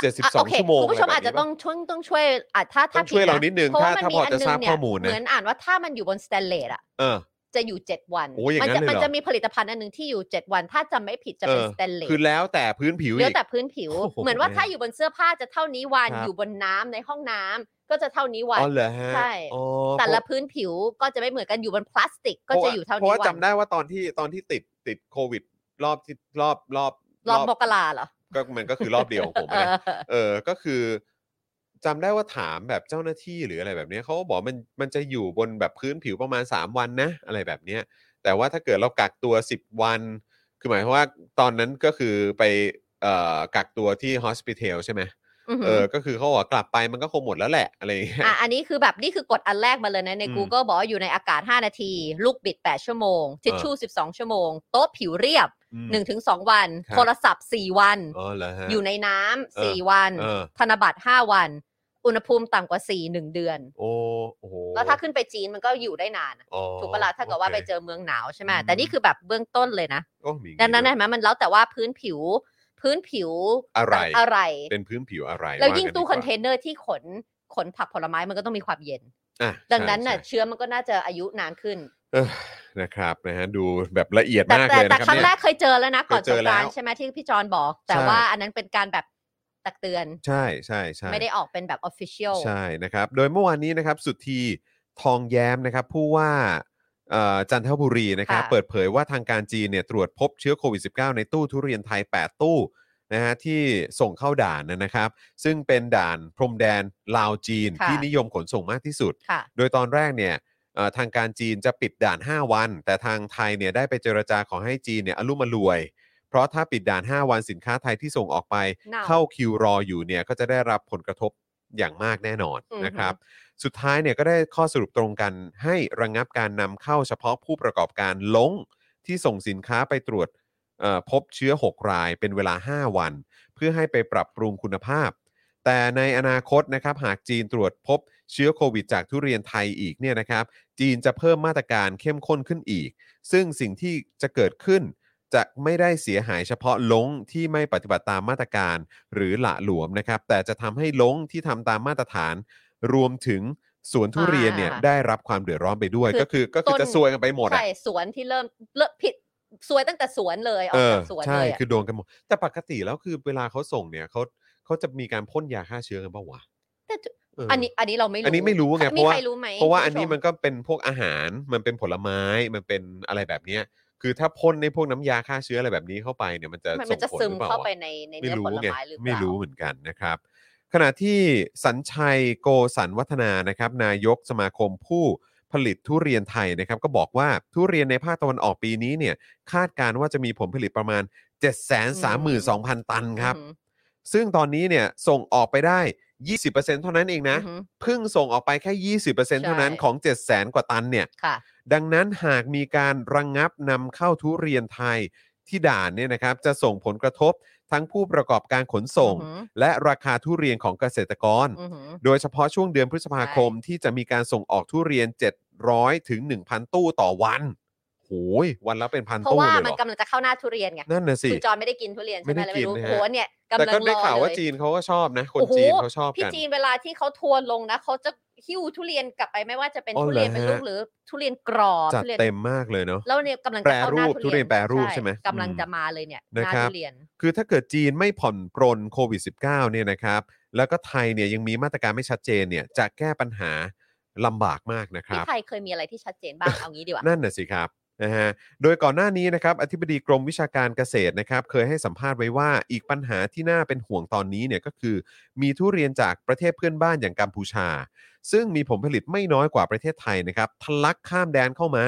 Speaker 1: 72
Speaker 2: ะโเค
Speaker 1: ชั่วโมง
Speaker 2: คุณผู้ชม
Speaker 1: อะไรแบบนี้
Speaker 2: อาจจะต้องช่วยต้องช่วยอาจถ้าถ้า
Speaker 1: ต้องช่วย
Speaker 2: ผิดะ
Speaker 1: เรานิดนึง
Speaker 2: เพระ
Speaker 1: ถ้า
Speaker 2: ว่
Speaker 1: ถ้ามีพอ
Speaker 2: มันมีอัน
Speaker 1: จะ
Speaker 2: นึ
Speaker 1: ทราบ
Speaker 2: งเนี่
Speaker 1: ข้
Speaker 2: ย
Speaker 1: อมูลนะ
Speaker 2: เหมือนอ่านว่าถ้ามันอยู่บนสแตนเลสอะ
Speaker 1: เออ
Speaker 2: จะอยู่ 7 วัน
Speaker 1: โอ้อย่าง
Speaker 2: มั
Speaker 1: นั้น
Speaker 2: จะ
Speaker 1: เลยเหรอ
Speaker 2: มัจะมีผลิตภัณฑ์อันหนึงที่อยู่ 7 วันถ้าจำไม่ผิดจะเป็น
Speaker 1: ออ
Speaker 2: สแตนเลส
Speaker 1: คือแล้วแต่พื้นผิว
Speaker 2: เหลื
Speaker 1: อี
Speaker 2: อก แต่พื้นผิ ว
Speaker 1: โอ้โห
Speaker 2: เหมือนว่าถ้าอยู่บนเสื้อผ้าจะเท่านี้วัน
Speaker 1: ครับ
Speaker 2: อยู่บนน้ำในห้องน้ำก็จะเท่านี้วัน
Speaker 1: อ๋อเหรอฮะ
Speaker 2: ใช่
Speaker 1: อ๋อ
Speaker 2: แต่ละ
Speaker 1: เพรา
Speaker 2: พื้นผิวก็จะไม่เหมือนกันอยู่บนพลาสติกก็จะอยู่เท่า
Speaker 1: เพราะ
Speaker 2: นี้
Speaker 1: ว่า
Speaker 2: วัน
Speaker 1: จำได้ว่าตอนที่ตอนที่ติดติดโควิด รอบที่รอบรอบ
Speaker 2: รอบมกราเหรอ
Speaker 1: ก็มันก็คือรอบเดียวของผม
Speaker 2: เอ
Speaker 1: นะ
Speaker 2: อ
Speaker 1: เออ ก็คือจำได้ว่าถามแบบเจ้าหน้าที่หรืออะไรแบบเนี้ยเขาก็บอกมันมันจะอยู่บนแบบพื้นผิวประมาณ 3 วันนะ อะไรแบบเนี้ย แต่ว่าถ้าเกิดเรากักตัว 10 วัน คือหมายความว่าตอนนั้นก็คือไปเอ่อกักตัวที่ hospital ใช่ไหม
Speaker 2: อือหื
Speaker 1: เอ
Speaker 2: อ
Speaker 1: อ ก็คือเขาบอกกลับไปมันก็คงหมดแล้วแหละ อะไรอย่างเงี้ย
Speaker 2: อ่ะ อันนี้คือแบบนี่คือกฎอันแรกมาเลยนะ ใน
Speaker 1: อืม
Speaker 2: Google บอกว่าอยู่ในอากาศ 5 นาที ลูกบิด 8 ชั่วโมง ทิชชู่ 12 ชั่วโมง โต๊ะผิวเรียบ
Speaker 1: อืม
Speaker 2: 1-2 วัน
Speaker 1: ครับ
Speaker 2: โทรศัพท์ 4 วัน
Speaker 1: อ๋อเหรอฮะ
Speaker 2: อยู่ในน้
Speaker 1: เอ
Speaker 2: ำ
Speaker 1: อ
Speaker 2: สี่วัน
Speaker 1: เออ
Speaker 2: ธนบัตร 5 วัน อุณหภูมิต่ำกว่า 4 1 เดือน
Speaker 1: โอ้โอ้โห
Speaker 2: แล้วถ้าขึ้นไปจีนมันก็อยู่ได้นานอะ
Speaker 1: อ๋อ
Speaker 2: ถูกปะล่ะถ้าเกิดว่า
Speaker 1: โค
Speaker 2: ไปเจอเมืองหนาวใช่ไหม
Speaker 1: อืม
Speaker 2: แต่นี่คือแบบเบื้องต้นเลยนะ
Speaker 1: โอ้มีอย่า
Speaker 2: ดังนั้น
Speaker 1: ด้วย
Speaker 2: เห็นไหมมันแล้วแต่ว่าพื้นผิว พื้นผิว
Speaker 1: อะไร
Speaker 2: อะไร
Speaker 1: เป็นพื้นผิวอะไร
Speaker 2: แล้ว
Speaker 1: า
Speaker 2: ยิ่ง
Speaker 1: กั
Speaker 2: ตู้
Speaker 1: ดีก
Speaker 2: ค
Speaker 1: ว่า
Speaker 2: อนเทนเนอร์ที่ขนขนผักผลไม้มันก็ต้องมีความเย็น
Speaker 1: อ่ะ
Speaker 2: ดังนั้นน่ะ
Speaker 1: ใช่ใช่
Speaker 2: เชื้อมันก็น่าจะอายุนานขึ้น
Speaker 1: เออนะครับนะฮะดูแบบละเอียด
Speaker 2: แต่
Speaker 1: มาก
Speaker 2: แต่
Speaker 1: เลย
Speaker 2: แต่
Speaker 1: นะค
Speaker 2: ค
Speaker 1: รั
Speaker 2: รั้
Speaker 1: บ
Speaker 2: ง
Speaker 1: เนี่
Speaker 2: แร
Speaker 1: ย
Speaker 2: กเคยเจอแล้วนะก่อน
Speaker 1: เคยเจ
Speaker 2: ส
Speaker 1: อง
Speaker 2: กราน
Speaker 1: แล้
Speaker 2: ต์
Speaker 1: ว
Speaker 2: ใช่ไหมที่พี่จอนบอก แต่
Speaker 1: ใช่
Speaker 2: ว่าอันนั้นเป็นการแบบตักเตือน
Speaker 1: ใช่ใช่ใช่
Speaker 2: ไม่ได้ออกเป็นแบบออฟฟิเชียล
Speaker 1: ใช่นะครับ โดยเมื่อวานนี้นะครับสุทธีทองแย้มนะครับผู้ว่าเอ่อจันทบุรีนะครับ
Speaker 2: ค่ะ
Speaker 1: เปิดเผยว่าทางการจีนเนี่ยตรวจพบเชื้อโควิด -19 ในตู้ทุเรียนไทย 8 ตู้ นะฮะที่ส่งเข้าด่านนะครับ ซึ่งเป็นด่านพรมแดนลาวจีน
Speaker 2: ค่ะ
Speaker 1: ที่นิยมขนส่งมากที่สุด
Speaker 2: ค่ะ
Speaker 1: โดยตอนแรกเนี่ยเอ่อทางการจีนจะปิดด่าน 5 วัน แต่ทางไทยเนี่ยได้ไปเจรจาขอให้จีนเนี่ยอลุ่มอรวย เพราะถ้าปิดด่าน 5 วันสินค้าไทยที่ส่งออกไป
Speaker 2: เน่า
Speaker 1: เข้าคิวรออยู่เนี่ยก็จะได้รับผลกระทบอย่างมากแน่นอน
Speaker 2: อือฮึ
Speaker 1: นะครับ สุดท้ายเนี่ยก็ได้ข้อสรุปตรงกันให้ระงงับการนำเข้าเฉพาะผู้ประกอบการลงที่ส่งสินค้าไปตรวจเอ่อพบเชื้อ 6 รายเป็นเวลา 5 วัน เพื่อให้ไปปรับปรุงคุณภาพ แต่ในอนาคตนะครับหากจีนตรวจพบเชื้อโควิดจากทุเรียนไทยอีกเนี่ยนะครับ จีนจะเพิ่มมาตรการเข้มข้นขึ้นอีก ซึ่งสิ่งที่จะเกิดขึ้น จะไม่ได้เสียหายเฉพาะลงที่ไม่ปฏิบัติตามมาตรการหรือหละหลวมนะครับ แต่จะทำให้ลงที่ทำตามมาตรฐาน รวมถึงสวนทุเรียนเนี่ย
Speaker 2: อ่า
Speaker 1: ได้รับความเดือดร้อนไปด้วย
Speaker 2: คือ
Speaker 1: ก็คือก็คือ
Speaker 2: ต้น
Speaker 1: จะซวยกันไปหมดอะ
Speaker 2: ใช่สวนที่เริ่มเลิกผิดสวยตั้งแต่สวนเลยอ
Speaker 1: เออ
Speaker 2: อกจากสวน
Speaker 1: ใช่
Speaker 2: เลยอะ
Speaker 1: คือโดนกันหมด แต่ปกติแล้วคือเวลาเขาส่งเนี่ยเขาเขาจะมีการพ่นยาฆ่าเชื้อกันป่าวะ
Speaker 2: แต่
Speaker 1: เอออ
Speaker 2: อันนี้อันนี้เราไม่รู้
Speaker 1: อันนี้ไม่รู้ไงเพ
Speaker 2: มี
Speaker 1: ราะว่า
Speaker 2: ใครรู้ไหม
Speaker 1: เพราะว่าอันนี้
Speaker 2: คุณผู้ช
Speaker 1: มันก็เป็นพวกอาหารมันเป็นผลไม้มันเป็นอะไรแบบเนี้ยคือถ้าพ่นในพวกน้ำยาฆ่าเชื้ออะไรแบบนี้เข้าไปเนี่ยมันจะ
Speaker 2: มัน
Speaker 1: ส่ง
Speaker 2: จะ
Speaker 1: ผล
Speaker 2: ซึม
Speaker 1: หรือเปล่า
Speaker 2: เข้าไป
Speaker 1: วะ
Speaker 2: ในใน
Speaker 1: ไม่
Speaker 2: เนื้อ
Speaker 1: รู้
Speaker 2: ผล
Speaker 1: ไง
Speaker 2: ไม้หรือเปล่า
Speaker 1: ไม่รู้เหมือนกันนะครับ ขณะที่สัญชัยโกสันวัฒนานะครับนายกสมาคมผู้ผลิตทุเรียนไทยนะครับ ก็บอกว่าทุเรียนในภาคตะวันออกปีนี้เนี่ยคาดการณ์ว่าจะมีผลผลิตประมาณ 732,000 ตันครับ
Speaker 2: อือหือ
Speaker 1: ซึ่งตอนนี้เนี่ยส่งออกไปได้ 20%เท่านั้นเองนะ
Speaker 2: อือหือ
Speaker 1: เพิ่งส่งออกไปแค่ 20%เท่านั้น
Speaker 2: ใช่
Speaker 1: ของ 700,000 กว่าตันเนี่ย
Speaker 2: ค่ะ
Speaker 1: ดังนั้นหากมีการระงงับนำเข้าทุเรียนไทยที่ด่านเนี่ยนะครับ จะส่งผลกระทบทั้งผู้ประกอบการขนส่ง
Speaker 2: อือหือ
Speaker 1: และราคาทุเรียนของเกษตรกร
Speaker 2: อือหือ
Speaker 1: โดยเฉพาะช่วงเดือนพฤษภาคม
Speaker 2: ใช่
Speaker 1: ที่จะมีการส่งออกทุเรียน 700ถึง1,000 ตู้ต่อวันโหยวันละเป็นพัน
Speaker 2: เพราะ
Speaker 1: ตู้
Speaker 2: ว่า
Speaker 1: เลยเห
Speaker 2: มั
Speaker 1: รอก
Speaker 2: นำลังจะเข้าหน้าทุเรียนไง
Speaker 1: นั่นน่ะสิ
Speaker 2: คุณจอนไม่ได้กินทุเรียนใช่ไหม
Speaker 1: ไม่ได้
Speaker 2: เลยไม่รู้
Speaker 1: กินนะฮะ
Speaker 2: โหเนี่ย
Speaker 1: แต่
Speaker 2: กำลัง
Speaker 1: ก็
Speaker 2: ร
Speaker 1: ได้
Speaker 2: อ
Speaker 1: ข่าวว่า
Speaker 2: เลย
Speaker 1: จีนเขาก็ชอบนะ คน
Speaker 2: โอ้โห
Speaker 1: จีนเขาชอบ
Speaker 2: พี่
Speaker 1: กัน
Speaker 2: จีนเวลาที่เขาทัวร์ลงนะเขาจะหิ้วทุเรียนกลับไปไม่ว่าจะเป็น
Speaker 1: อ๋อ
Speaker 2: ทุเรียนเป็น
Speaker 1: เหรอ
Speaker 2: ลู
Speaker 1: ฮะ
Speaker 2: กหรือทุเรียนกรอบ
Speaker 1: จัด
Speaker 2: ทุเรียน
Speaker 1: เต็มมากเลยเนาะ
Speaker 2: แล้วเนี่ยกำลัง
Speaker 1: แปร
Speaker 2: จะเข้า
Speaker 1: รู
Speaker 2: หน้า
Speaker 1: ป
Speaker 2: ทุ
Speaker 1: ทุเรียนแปรรูปใช่ไหม
Speaker 2: กำลัง
Speaker 1: อืม
Speaker 2: จะมาเลยเนี่ยห
Speaker 1: นะ
Speaker 2: น้า
Speaker 1: ครับ
Speaker 2: ทุเรียน
Speaker 1: คือถ้าเกิดจีนไม่ผ่อนปรนโควิด -19 เนี่ยนะครับ แล้วก็ไทยเนี่ยยังมีมาตรการไม่ชัดเจนเนี่ยจะแก้ปัญหาลำบากมากนะค
Speaker 2: ที่
Speaker 1: รับ
Speaker 2: ไทยเคยมีอะไรที่ชัดเจนบ้างเอางี้ดีกว่า
Speaker 1: นั่นน่ะสิครับนะฮะโดยก่อนหน้านี้นะครับอธิบดีกรมวิชาการเกษตรนะครับเคยให้สัมภาษณ์ไว้ว่าอีกปัญหาที่น่าเป็นห่วงตอนนี้เนี่ยก็คือ มีทุเรียนจากประเทศเพื่อนบ้านอย่างกัมพูชา ซึ่งมีผลผลิตไม่น้อยกว่าประเทศไทยนะครับทะลักข้ามแดนเข้ามา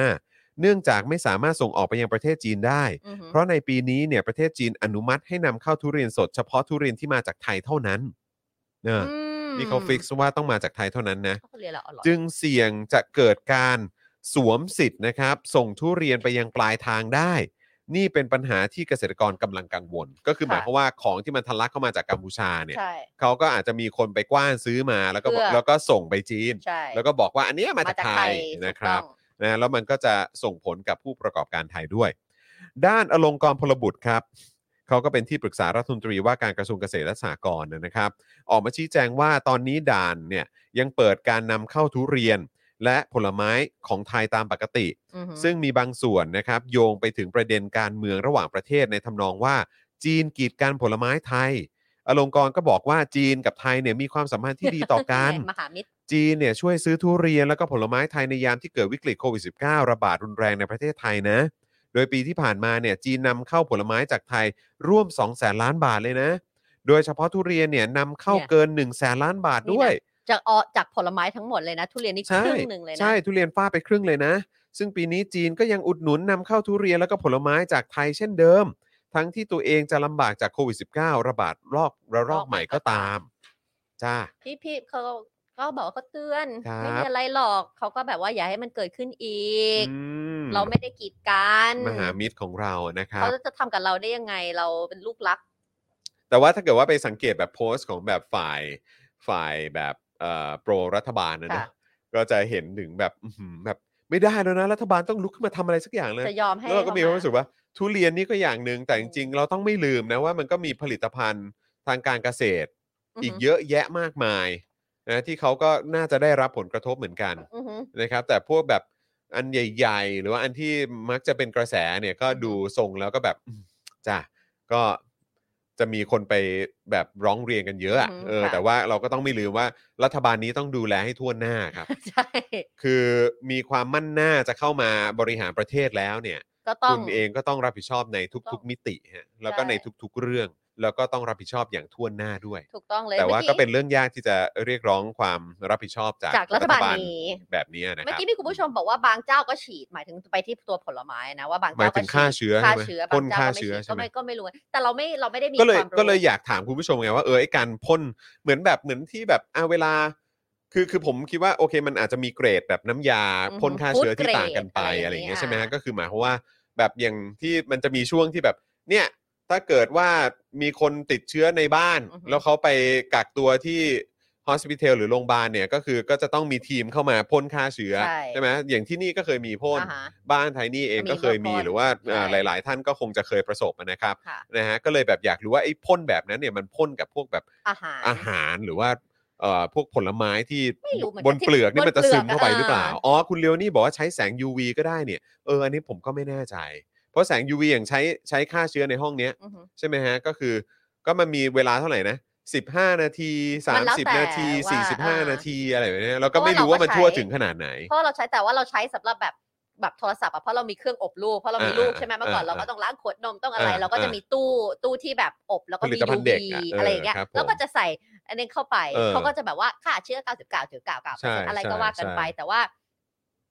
Speaker 1: เนื่องจากไม่สามารถส่งออกไปยังประเทศจีนได้
Speaker 2: อือหือ
Speaker 1: เพราะในปีนี้เนี่ยประเทศจีนอนุมัติให้นำเข้าทุเรียนสดเฉพาะทุเรียนที่มาจากไทยเท่านั้นเนอะ
Speaker 2: ม
Speaker 1: นี่เขาฟิกซ์ว่าต้องมาจากไทยเท่านั้นนะ
Speaker 2: ทุเรียนเราอร่อย
Speaker 1: จึงเสี่ยงจะเกิดการสวมสิทธิ์นะครับ ส่งทุเรียนไปยังปลายทางได้ นี่เป็นปัญหาที่เกษตรกรกำลังกังวล ก็คือห
Speaker 2: ค่ะ
Speaker 1: มายความว่าของที่มันทะลักเข้ามาจากกัมพูชาเนี่ย
Speaker 2: ใช่
Speaker 1: เขาก็อาจจะมีคนไปกว้านซื้อมาแล้วก็บอก
Speaker 2: เพื่อ
Speaker 1: แล้วก็ส่งไปจีน
Speaker 2: ใช่
Speaker 1: แล้วก็บอกว่าอันเนี้ยมาจากไทยนะครับ
Speaker 2: ถูกต้อง
Speaker 1: นะแล้วมันก็จะส่งผลกับผู้ประกอบการไทยด้วย ด้านอลงกรณ์พลบุตรครับ เขาก็เป็นที่ปรึกษารัฐมนตรีว่าการกระทรวงเกษตรและสหกรณ์นะครับ ออกมาชี้แจงว่าตอนนี้ด่านเนี่ยยังเปิดการนำเข้าทุเรียน และผลไม้ของไทยตามปกติ
Speaker 2: อือหือ
Speaker 1: ซึ่งมีบางส่วนนะครับ โยงไปถึงประเด็นการเมืองระหว่างประเทศในทำนองว่าจีนกีดกันผลไม้ไทย อลงกรณ์ก็บอกว่าจีนกับไทยเนี่ยมีความสัมพันธ์ที่ดีต่อกัน
Speaker 2: แหล่งมหามิตร
Speaker 1: จีนเนี่ยช่วยซื้อทุเรียนแล้วก็ผลไม้ไทยในยามที่เกิดวิกฤตโควิด -19 ระบาดรุนแรงในประเทศไทยนะ โดยปีที่ผ่านมาเนี่ยจีนนำเข้าผลไม้จากไทยร่วม 2 0 0แสนล้านบาทเลยนะ โดยเฉพาะทุเรียนเนี่ยนำเข้า
Speaker 2: เนี่ย
Speaker 1: เกิน 1 0 0 0 0แสนล้านบาทด้วย
Speaker 2: จากออจากผลไม้ทั้งหมดเลยนะ ทุเรียนนี่ค
Speaker 1: ใช่
Speaker 2: รึ่งหนึ่งเลยนะ
Speaker 1: ใช่ทุเรียนฟาดไปครึ่งเลยนะ ซึ่งปีนี้จีนก็ยังอุดหนุนนำเข้าทุเรียนแล้วก็ผลไม้จากไทยเช่นเดิม ทั้งที่ตัวเองจะลำบากจากโควิด -19 ระบาดรอบระลอกใหม่ก็ตามจ้า
Speaker 2: พี่พี่เขาเขาบอกว่าเขาเตือน
Speaker 1: ครับ
Speaker 2: ไม่มีอะไรหรอก เขาก็แบบว่าอย่าให้มันเกิดขึ้นอีก
Speaker 1: อืม
Speaker 2: เราไม่ได้กีดกัน
Speaker 1: มหามิตรของเรานะครับ
Speaker 2: เขาจะทำกับเราได้ยังไงเราเป็นลูกรัก
Speaker 1: แต่ว่าถ้าเกิดว่าไปสังเกตแบบโพสต์ของแบบฝ่ายฝ่ายแบบเอ่อโปรรัฐบาลนะนะ
Speaker 2: ค่ะ
Speaker 1: ก็จะเห็นถึงแบบอื้อหือแบบไม่ได้แล้วนะรัฐบาลต้องลุกขึ้นมาทำอะไรสักอย่างเลย
Speaker 2: จะยอมให้
Speaker 1: แล้วเราก็มีความรู้สึ
Speaker 2: เข
Speaker 1: กว่าทุเรียนนี่ก็อย่างหนึ่งแต่
Speaker 2: อื
Speaker 1: จ
Speaker 2: ม
Speaker 1: ริงๆ เราต้องไม่ลืมนะว่ามันก็มีผลิตภัณฑ์ทางการเกษตร อีก
Speaker 2: หื
Speaker 1: เยอะแยะมากมายนะที่เขาก็น่าจะได้รับผลกระทบเหมือนกัน
Speaker 2: อือหือ
Speaker 1: นะครับ แต่พวกแบบอันใหญ่ ๆ หรือว่าอันที่มักจะเป็นกระแสเนี่ยก็
Speaker 2: อือฮึ
Speaker 1: ดูทรงแล้วก็แบบอืมจ้ะก็จะมีคนไปแบบร้องเรียนกันเยอะอะเออ แต่ว่าเราก็ต้องไม่ลืมว่ารัฐบาลนี้ต้องดูแลให้ทั่วหน้า ครับ
Speaker 2: ใช่
Speaker 1: คือมีความมั่นหน้าจะเข้ามาบริหารประเทศแล้วเนี่ย
Speaker 2: ก็ต้อง
Speaker 1: คุณเองก็ต้องรับผิดชอบใน
Speaker 2: ต้
Speaker 1: ทุ
Speaker 2: อก ง
Speaker 1: ๆ มิติฮะแล้วก็
Speaker 2: ใช่
Speaker 1: ในทุก ๆ เรื่อง แล้วก็ต้องรับผิดชอบอย่างทั่วหน้าด้วย
Speaker 2: ถูกต้องเลย
Speaker 1: แต่ว่า
Speaker 2: มื่อ
Speaker 1: ก็เป็นเรื่องยากที่จะเรียกร้องความรับผิดชอบจาก
Speaker 2: จากรัฐบาลนี้
Speaker 1: แบบนี้นะครับ
Speaker 2: เมื่อกี้มีคุณผู้ชมบอกว่าบางเจ้าก็ฉีดหมายถึงไปที่ตัวผลไม้นะว่าบาง
Speaker 1: หมา
Speaker 2: เจ้าย ก็
Speaker 1: ถึงฆ่าเชื้อ
Speaker 2: ฆ่า
Speaker 1: ใช่ไหม
Speaker 2: เชื้อ
Speaker 1: พ่น
Speaker 2: บางเจ้า
Speaker 1: ฆ่า
Speaker 2: ก็ไม่ฉี
Speaker 1: เชื้อ
Speaker 2: ด
Speaker 1: ใช่
Speaker 2: ก็
Speaker 1: ไหม
Speaker 2: ไม่ก็ไม่รู้ แต่เราไม่เราไม่ได้มี
Speaker 1: ก็เลย
Speaker 2: ความรู้
Speaker 1: ก็เลยอยากถามคุณผู้ชมไงว่าเออไอการพ่นเหมือนแบบเหมือนที่แบบอ่าเวลา คือคือผมคิดว่าโอเคมันอาจจะมีเกรดแบบน้ำยา
Speaker 2: อือฮึ
Speaker 1: พ่นฆ่าเชื้อ
Speaker 2: food
Speaker 1: ที่ต่างกันไป
Speaker 2: grade
Speaker 1: อะไรอย่างเงี้ย
Speaker 2: อะไรอย่างเงี้ย
Speaker 1: ใช่ไหมฮะก็คือหมายความว่าแบบอย่างที่มันจะมีช่วงที่แบบ เนี่ยถ้าเกิดว่ามีคนติดเชื้อในบ้าน แล้วเขาไปกักตัวที่ hospital หรือโรงพยาบาลเนี่ยก็คือก็จะต้องมีทีมเข้ามาพ่นฆ่าเชื้อ
Speaker 2: ใช่
Speaker 1: ไหมอย่างที่นี่ก็เคยมีพ่น
Speaker 2: อ่าฮะ
Speaker 1: บ้านไทนี่เองก็เคยมี
Speaker 2: มีก็พ่น
Speaker 1: หรือว่าอ่า
Speaker 2: ใช่
Speaker 1: หลาย ๆ ท่านก็คงจะเคยประสบนะครับ
Speaker 2: ค่ะ
Speaker 1: นะฮะก็เลยแบบอยากรู้ว่าไอ้พ่นแบบนั้นเนี่ยมันพ่นกับพวกแบบ
Speaker 2: อาหาร
Speaker 1: อาหารหรือว่าเอ่อพวกผลไม้ที่
Speaker 2: ไม่รู้เหมือนกัน
Speaker 1: บนเปลือกนี่
Speaker 2: ที่
Speaker 1: มันจะซึมเข้าไป
Speaker 2: บน
Speaker 1: ห
Speaker 2: เปลือกอะ
Speaker 1: รือเปล่า
Speaker 2: เอออ๋
Speaker 1: อ๋อคุณเลียวนี่บอกว่าใช้แสง UV ก็ได้เนี่ยเอออันนี้ผมก็ไม่แน่ใจ เพราะแสง UV อย่างใช้ใช้ฆ่าเชื้อในห้องเนี้ย
Speaker 2: อือหือ
Speaker 1: ใช่ไหมฮะ ก็คือก็มันมีเวลาเท่าไหร่นะ15 นาที
Speaker 2: มันแล้ว
Speaker 1: 30
Speaker 2: แต่
Speaker 1: นาที
Speaker 2: ว่าเออ
Speaker 1: 45 นาทีอะไรแบบเนี้ยเราก็ไม่
Speaker 2: เพราะว่า
Speaker 1: รู้ว่ามัน
Speaker 2: เราก็
Speaker 1: ทั่ว
Speaker 2: ใช้
Speaker 1: ถึงขนาดไหน
Speaker 2: เพราะเราใช้แต่ว่าเราใช้สำหรับแบบแบบโทรศัพท์อะเพราะเรามีเครื่องอบลูกเพราะเรามี
Speaker 1: อ่า
Speaker 2: ลูกใช่ไหมเมื่อก่อน
Speaker 1: อ่า
Speaker 2: เราก็ต้องล้างขวดนมต้องอะไร
Speaker 1: อ่า
Speaker 2: เราก็จะมีตู้ตู้ที่แบบอบแล้วก็
Speaker 1: ผลิ
Speaker 2: มี
Speaker 1: ตภัณฑ์เด็ก
Speaker 2: UV
Speaker 1: อะเออ
Speaker 2: อะไรอย่างเงี้ย
Speaker 1: ครับผม
Speaker 2: แล้วก็จะใส่อันนี้เข้าไป
Speaker 1: เออ
Speaker 2: เขาก็จะแบบว่าฆ่าเชื้อ 99ถึง
Speaker 1: ใช่
Speaker 2: 99อะไร
Speaker 1: ใช่
Speaker 2: ก็ว่ากันไป
Speaker 1: ใช่
Speaker 2: แต่ว่า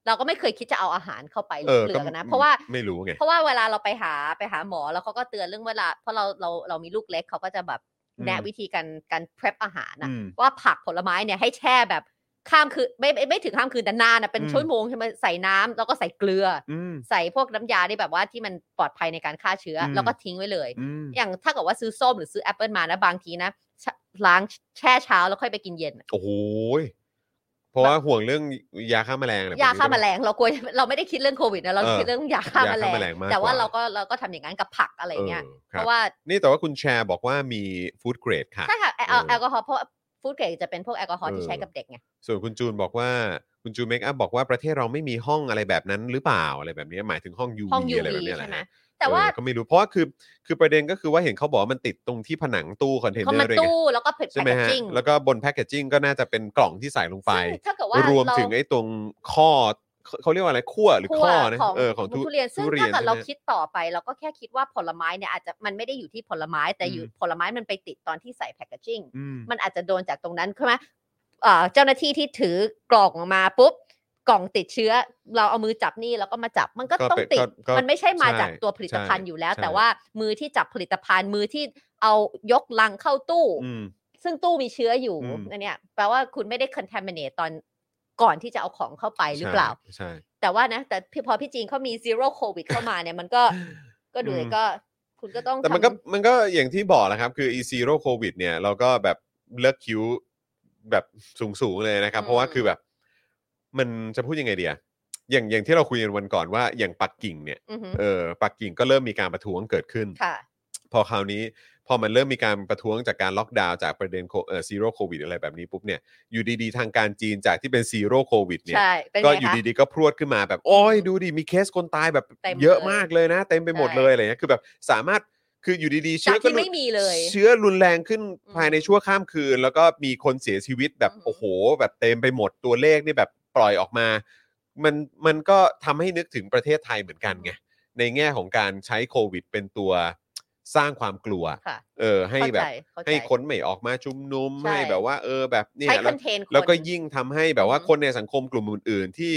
Speaker 2: เราก็ไม่เคยคิดจะเอาอาหารเข้าไปหรื
Speaker 1: เอ
Speaker 2: อ
Speaker 1: อ
Speaker 2: เปลื
Speaker 1: ก็
Speaker 2: อกอะนะเพราะว่า
Speaker 1: ไม่รู้ไง
Speaker 2: เพราะว่าเวลาเราไปหาไปหาหมอแล้วเขาก็เตือนเรื่องเวลา เพราะเราเราเรามีลูกเล็กเขาก็จะแบบแนะ
Speaker 1: อืม
Speaker 2: วิธีการการ prep อาหารนะ
Speaker 1: อืม
Speaker 2: ว่าผักผลไม้เนี่ยให้แช่แบบข้ามคืนไม่ไม่ไม่ถึงข้ามคืนแต่นานนะเป็น
Speaker 1: อืม
Speaker 2: ชั่วโมงใช่ไหมใส่น้ำแล้วก็ใส่เกลืออ
Speaker 1: อืม
Speaker 2: ใส่พวกน้ำยาที่แบบว่าที่มันปลอดภัยในการฆ่าเชื้ออ
Speaker 1: ม
Speaker 2: แล้วก็ทิ้งไว้เลย
Speaker 1: อืม
Speaker 2: อย่างถ้าเกิดว่าซื้อส้มหรือซื้อแอปเปิลมานะบางทีนะชะล้างแช่เช้าแล้วค่อยไปกินเย็นอะ
Speaker 1: โอ้โหยเพราะว่าห่วงเรื่องยาฆ่าแมลงอะไร
Speaker 2: ยา
Speaker 1: แบบนี้
Speaker 2: ฆ่า
Speaker 1: ด้
Speaker 2: แม
Speaker 1: วย
Speaker 2: ลงเรากลัวเราไม่ได้คิดเรื่องโควิดนะเรา
Speaker 1: เออ
Speaker 2: คิดเรื่องยาฆ่า
Speaker 1: า
Speaker 2: ย
Speaker 1: ฆ่า
Speaker 2: แม
Speaker 1: แม
Speaker 2: ล
Speaker 1: ล
Speaker 2: ง
Speaker 1: งมาก
Speaker 2: แต่ว่าก
Speaker 1: ว่า
Speaker 2: เราก็เราก็ทำอย่างนั้นกับผักอะไรอย่างเงี้ย
Speaker 1: ออค
Speaker 2: เพ
Speaker 1: บ
Speaker 2: ราะว่า
Speaker 1: นี่แต่ว่าคุณแชร์บอกว่ามีฟู้ดเกรดค่ะ
Speaker 2: ใช่ค่ะแอล
Speaker 1: เออ
Speaker 2: แอลกอฮอล์เพราะฟู้ดเกรดจะเป็นพวกแอลกอฮอล์
Speaker 1: เออ
Speaker 2: ที่ใช้กับเด็กไง
Speaker 1: ส่วนคุณจูนบอกว่าคุณจูนเมคอัพบอกว่าประเทศเราไม่มีห้องอะไรแบบนั้นหรือเปล่าอะไรแบบนี้หมายถึงห้อง UV
Speaker 2: ห้อง UV
Speaker 1: อะไรแบบนี้แหละ
Speaker 2: ใช่ไหม
Speaker 1: ฮะ
Speaker 2: แต่ว่า
Speaker 1: เออก็ไม่รู้เพราะว่าคือคือประเด็นก็คือว่าเห็นเขาบอกว่ามันติดตรงที่ผนังตู้คอนเทน
Speaker 2: เขา
Speaker 1: เนอ
Speaker 2: มา
Speaker 1: ร์ด้วยไง
Speaker 2: ตู้แล้วก็แพ็ค
Speaker 1: ใช่ไหมฮะ
Speaker 2: เกจิ้ง
Speaker 1: แล้วก็บนแพคเกจจิ้งก็น่าจะเป็นกล่องที่ใส่ลงไป
Speaker 2: ซึ่งถ้าเกิดว่าร ร
Speaker 1: วมถึงไอ้ตรงข้อเขาเรียกว่าอะไรขั้วหรือ
Speaker 2: คั่ว
Speaker 1: ข้อนะ
Speaker 2: ของ
Speaker 1: เออของทุ
Speaker 2: ทุเรียนซึ่ง
Speaker 1: ทุเรีย
Speaker 2: ถ้าน เกิด
Speaker 1: ใช่
Speaker 2: เรา
Speaker 1: ไหม
Speaker 2: คิดต่อไป เราก็แค่คิดว่าผลไม้เนี่ยอาจจะมันไม่ได้อยู่ที่ผลไม้แต่อยู่
Speaker 1: อืม
Speaker 2: ผลไม้มันไปติดตอนที่ใส่แพ็คเกจิ้ง
Speaker 1: อืม
Speaker 2: มันอาจจะโดนจากตรงนั้นใช่ไหมเอ่อเจ้าหน้าที่ที่ถือกล่องออกมาปุ๊บกล่องติดเชื้อ เราเอามือจับนี่แล้วก็มาจับมันก็
Speaker 1: ก็
Speaker 2: ต้อง
Speaker 1: เป็น
Speaker 2: ติด
Speaker 1: ก็ก็
Speaker 2: มันไม่ใช่มาจาก
Speaker 1: ใช่
Speaker 2: ตัวผลิตภัณฑ์อยู่แล้ว
Speaker 1: ใช่
Speaker 2: แต่ว่ามือที่จับผลิตภัณฑ์มือที่เอายกลังเข้าตู้
Speaker 1: อืม
Speaker 2: ซึ่งตู้มีเชื้ออยู่
Speaker 1: อืม
Speaker 2: อันเนี่ยแปลว่าคุณไม่ได้ contaminate ตอนก่อนที่จะเอาของเข้าไปหรือเปล่า
Speaker 1: ใช่
Speaker 2: แต่ว่านะ แต่พอพี่จีนเขามี zero covid เข้ามาเนี่ย มันก็ก็ดูเลย
Speaker 1: อืม
Speaker 2: ก็ คุณก็ต้อง
Speaker 1: แต่มันก็
Speaker 2: ท
Speaker 1: มันก็อย่างที่บอกแหละครับ คือ e ีโร่โควิดเนี่ยเราก็แบบเลิกคิ้วแบบสูงๆเลยนะครับ
Speaker 2: อืม
Speaker 1: เพราะว่าคือแบบ มันจะพูดยังไงเดียอย่างอย่างที่เราคุยกันวันก่อนว่าอย่างปักกิ่งเนี่ย
Speaker 2: ำอือหือ
Speaker 1: เออปักกิ่งก็เริ่มมีการประท้วงเกิดขึ้น
Speaker 2: ค่ะ
Speaker 1: พอคราวนี้ พอมันเริ่มมีการประท้วงจากการล็อกดาวน์จากประเด็นโคเอ่อซีโร่โควิดอะไรแบบนี้ปุ๊บเนี่ยอยู่ดีๆ ทางการจีนจากที่เป็นซีโร่โควิดเนี่ย
Speaker 2: ใช่ เป็น
Speaker 1: ก็
Speaker 2: ไง
Speaker 1: อยู่
Speaker 2: คะ
Speaker 1: ดีๆก็พรวดขึ้นมาแบบ โอ้ยดูดิ มีเคสคนตายแบบ
Speaker 2: เต็ม
Speaker 1: เยอะ
Speaker 2: เลย
Speaker 1: มากเลยนะ เต็มไปหมด
Speaker 2: ใช่
Speaker 1: เลยอะไรเงี้ยคือแบบสามารถคืออยู่ดีๆ เชื้
Speaker 2: จา
Speaker 1: อก ก็
Speaker 2: ที่ไม่มีเลย
Speaker 1: เชื้อรุนแรงขึ้น
Speaker 2: อืม
Speaker 1: ภายในชั่วข้ามคืน แล้วก็มีคนเสียชีวิตแบบ
Speaker 2: อืม
Speaker 1: โอ้โห แบบเต็มไปหมดตัวเลขนี่แบบปล่อยออกมา มันมันก็ทำให้นึกถึงประเทศไทยเหมือนกันไงในแง่ของการใช้โควิด เป็นตัวสร้างความกลัว
Speaker 2: ค่ะ
Speaker 1: เออให้
Speaker 2: เข้า
Speaker 1: แบ
Speaker 2: ใจ
Speaker 1: บ
Speaker 2: เข้าใจ
Speaker 1: ให้คนไม่ออกมาชุมนุม
Speaker 2: ใช่
Speaker 1: ให้แบบว่า เออแบบเนี่ย
Speaker 2: ใช้
Speaker 1: แล้
Speaker 2: คว อนเทนต์
Speaker 1: แล้วก็
Speaker 2: คน
Speaker 1: ยิ่งทำให้แบบว่า
Speaker 2: อืม
Speaker 1: คนในสังคมกลุ่มอื่นๆที่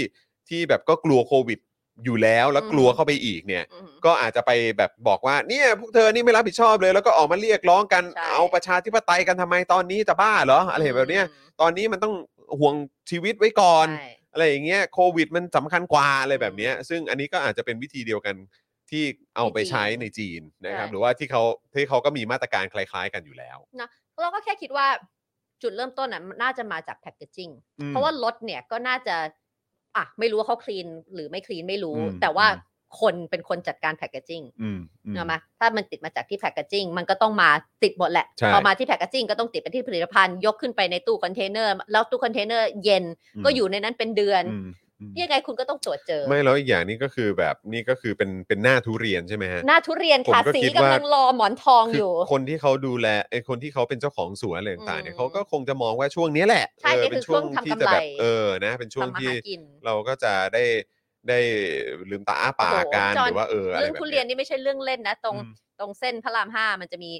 Speaker 1: ที่แบบก็กลัวโควิดอยู่แล้วแล้ว
Speaker 2: อืม
Speaker 1: กลัวเข้าไปอีกเนี่ย
Speaker 2: อือหือ
Speaker 1: ก็อาจจะไปแบบบอกว่าเนี่ยพวกเธอนี่ไม่รับผิดชอบเลย แล้วก็ออกมาเรียกร้องกัน
Speaker 2: ใช่
Speaker 1: เอาประชาธิปไตยกันทำไมตอนนี้จะบ้าเหรออะไรแบบเนี้ย
Speaker 2: อืม
Speaker 1: ตอนนี้มันต้องห่วงชีวิตไว้ก่อน
Speaker 2: ใช่
Speaker 1: อะไรอย่างเงี้ยโควิดมันสำคัญกว่าอะไรแบบเนี้ยซึ่งอันนี้ก็อาจจะเป็นวิธีเดียวกันที่เอาไปใช้ในจีนนะครับ
Speaker 2: ใช่
Speaker 1: หรือว่าที่เขาที่เขาก็มีมาตรการคล้าย ๆ กันอยู่แล้ว
Speaker 2: เราก็แค่คิดว่าจุดเริ่มต้นน่ะน่าจะมาจากแพคเกจิ้ง
Speaker 1: อืม
Speaker 2: เพราะว่ารถเนี่ยก็น่าจะ อ่ะ ไม่รู้ว่าเขาคลีนหรือไม่คลีนไม่รู้
Speaker 1: อืม
Speaker 2: แต่ว่า
Speaker 1: อืม
Speaker 2: คนเป็นคนจัดการแพคเกจิ้ง
Speaker 1: อืมอืม
Speaker 2: เนกอะไหมถ้ามันติดมาจากที่แพคเกจิ้งมันก็ต้องมาติดหมดแหละ
Speaker 1: ใช่
Speaker 2: พอมาที่แพคเกจิ้งก็ต้องติดไปที่ผลิตภัณฑ์ยกขึ้นไปในตู้คอนเทนเนอร์ แล้วตู้คอนเทนเนอร์เย็นก็อยู่ในนั้นเป็นเดือน
Speaker 1: อืมอืม
Speaker 2: ยังไงคุณก็ต้องตรวจเจอ
Speaker 1: ไม่แล้วอีกอย่างนี้ก็คือแบบนี่ก็คือเป็นเป็นหน้าทุเรียนใช่ไหมฮะ
Speaker 2: หน้าทุเรียนค่ะ
Speaker 1: ผมก็
Speaker 2: สี
Speaker 1: คิด
Speaker 2: กำ
Speaker 1: ว่า
Speaker 2: ลังรอหมอนทอง
Speaker 1: คือ อยู่ คนที่เขาดูแลไอ้คนที่เขาเป็นเจ้าของสวนอะไรต่างๆเนี่ย
Speaker 2: อืม
Speaker 1: เขาก็คงจะมองว่าช่วงเนี้ยแหละ
Speaker 2: ใช่
Speaker 1: เออ
Speaker 2: นี่คือ
Speaker 1: เป็นช่วง
Speaker 2: ช่วงทำ
Speaker 1: ที่จะแบบ
Speaker 2: กำไร
Speaker 1: เออนะ เป็นช่วง
Speaker 2: ทำมา
Speaker 1: ที่
Speaker 2: หากิน
Speaker 1: เราก็จะได้ได้ลืมตาอ้าปากกัน
Speaker 2: โอ้โหจอ
Speaker 1: ห
Speaker 2: ห์น
Speaker 1: รือว่าเอออะไร
Speaker 2: เรื่อง
Speaker 1: แบบ
Speaker 2: ทุเรีย
Speaker 1: เนี้ย
Speaker 2: นนี่ไม่ใช่เรื่องเล่นนะ ตรงตรงเส้นพระรามห้ามันจะมี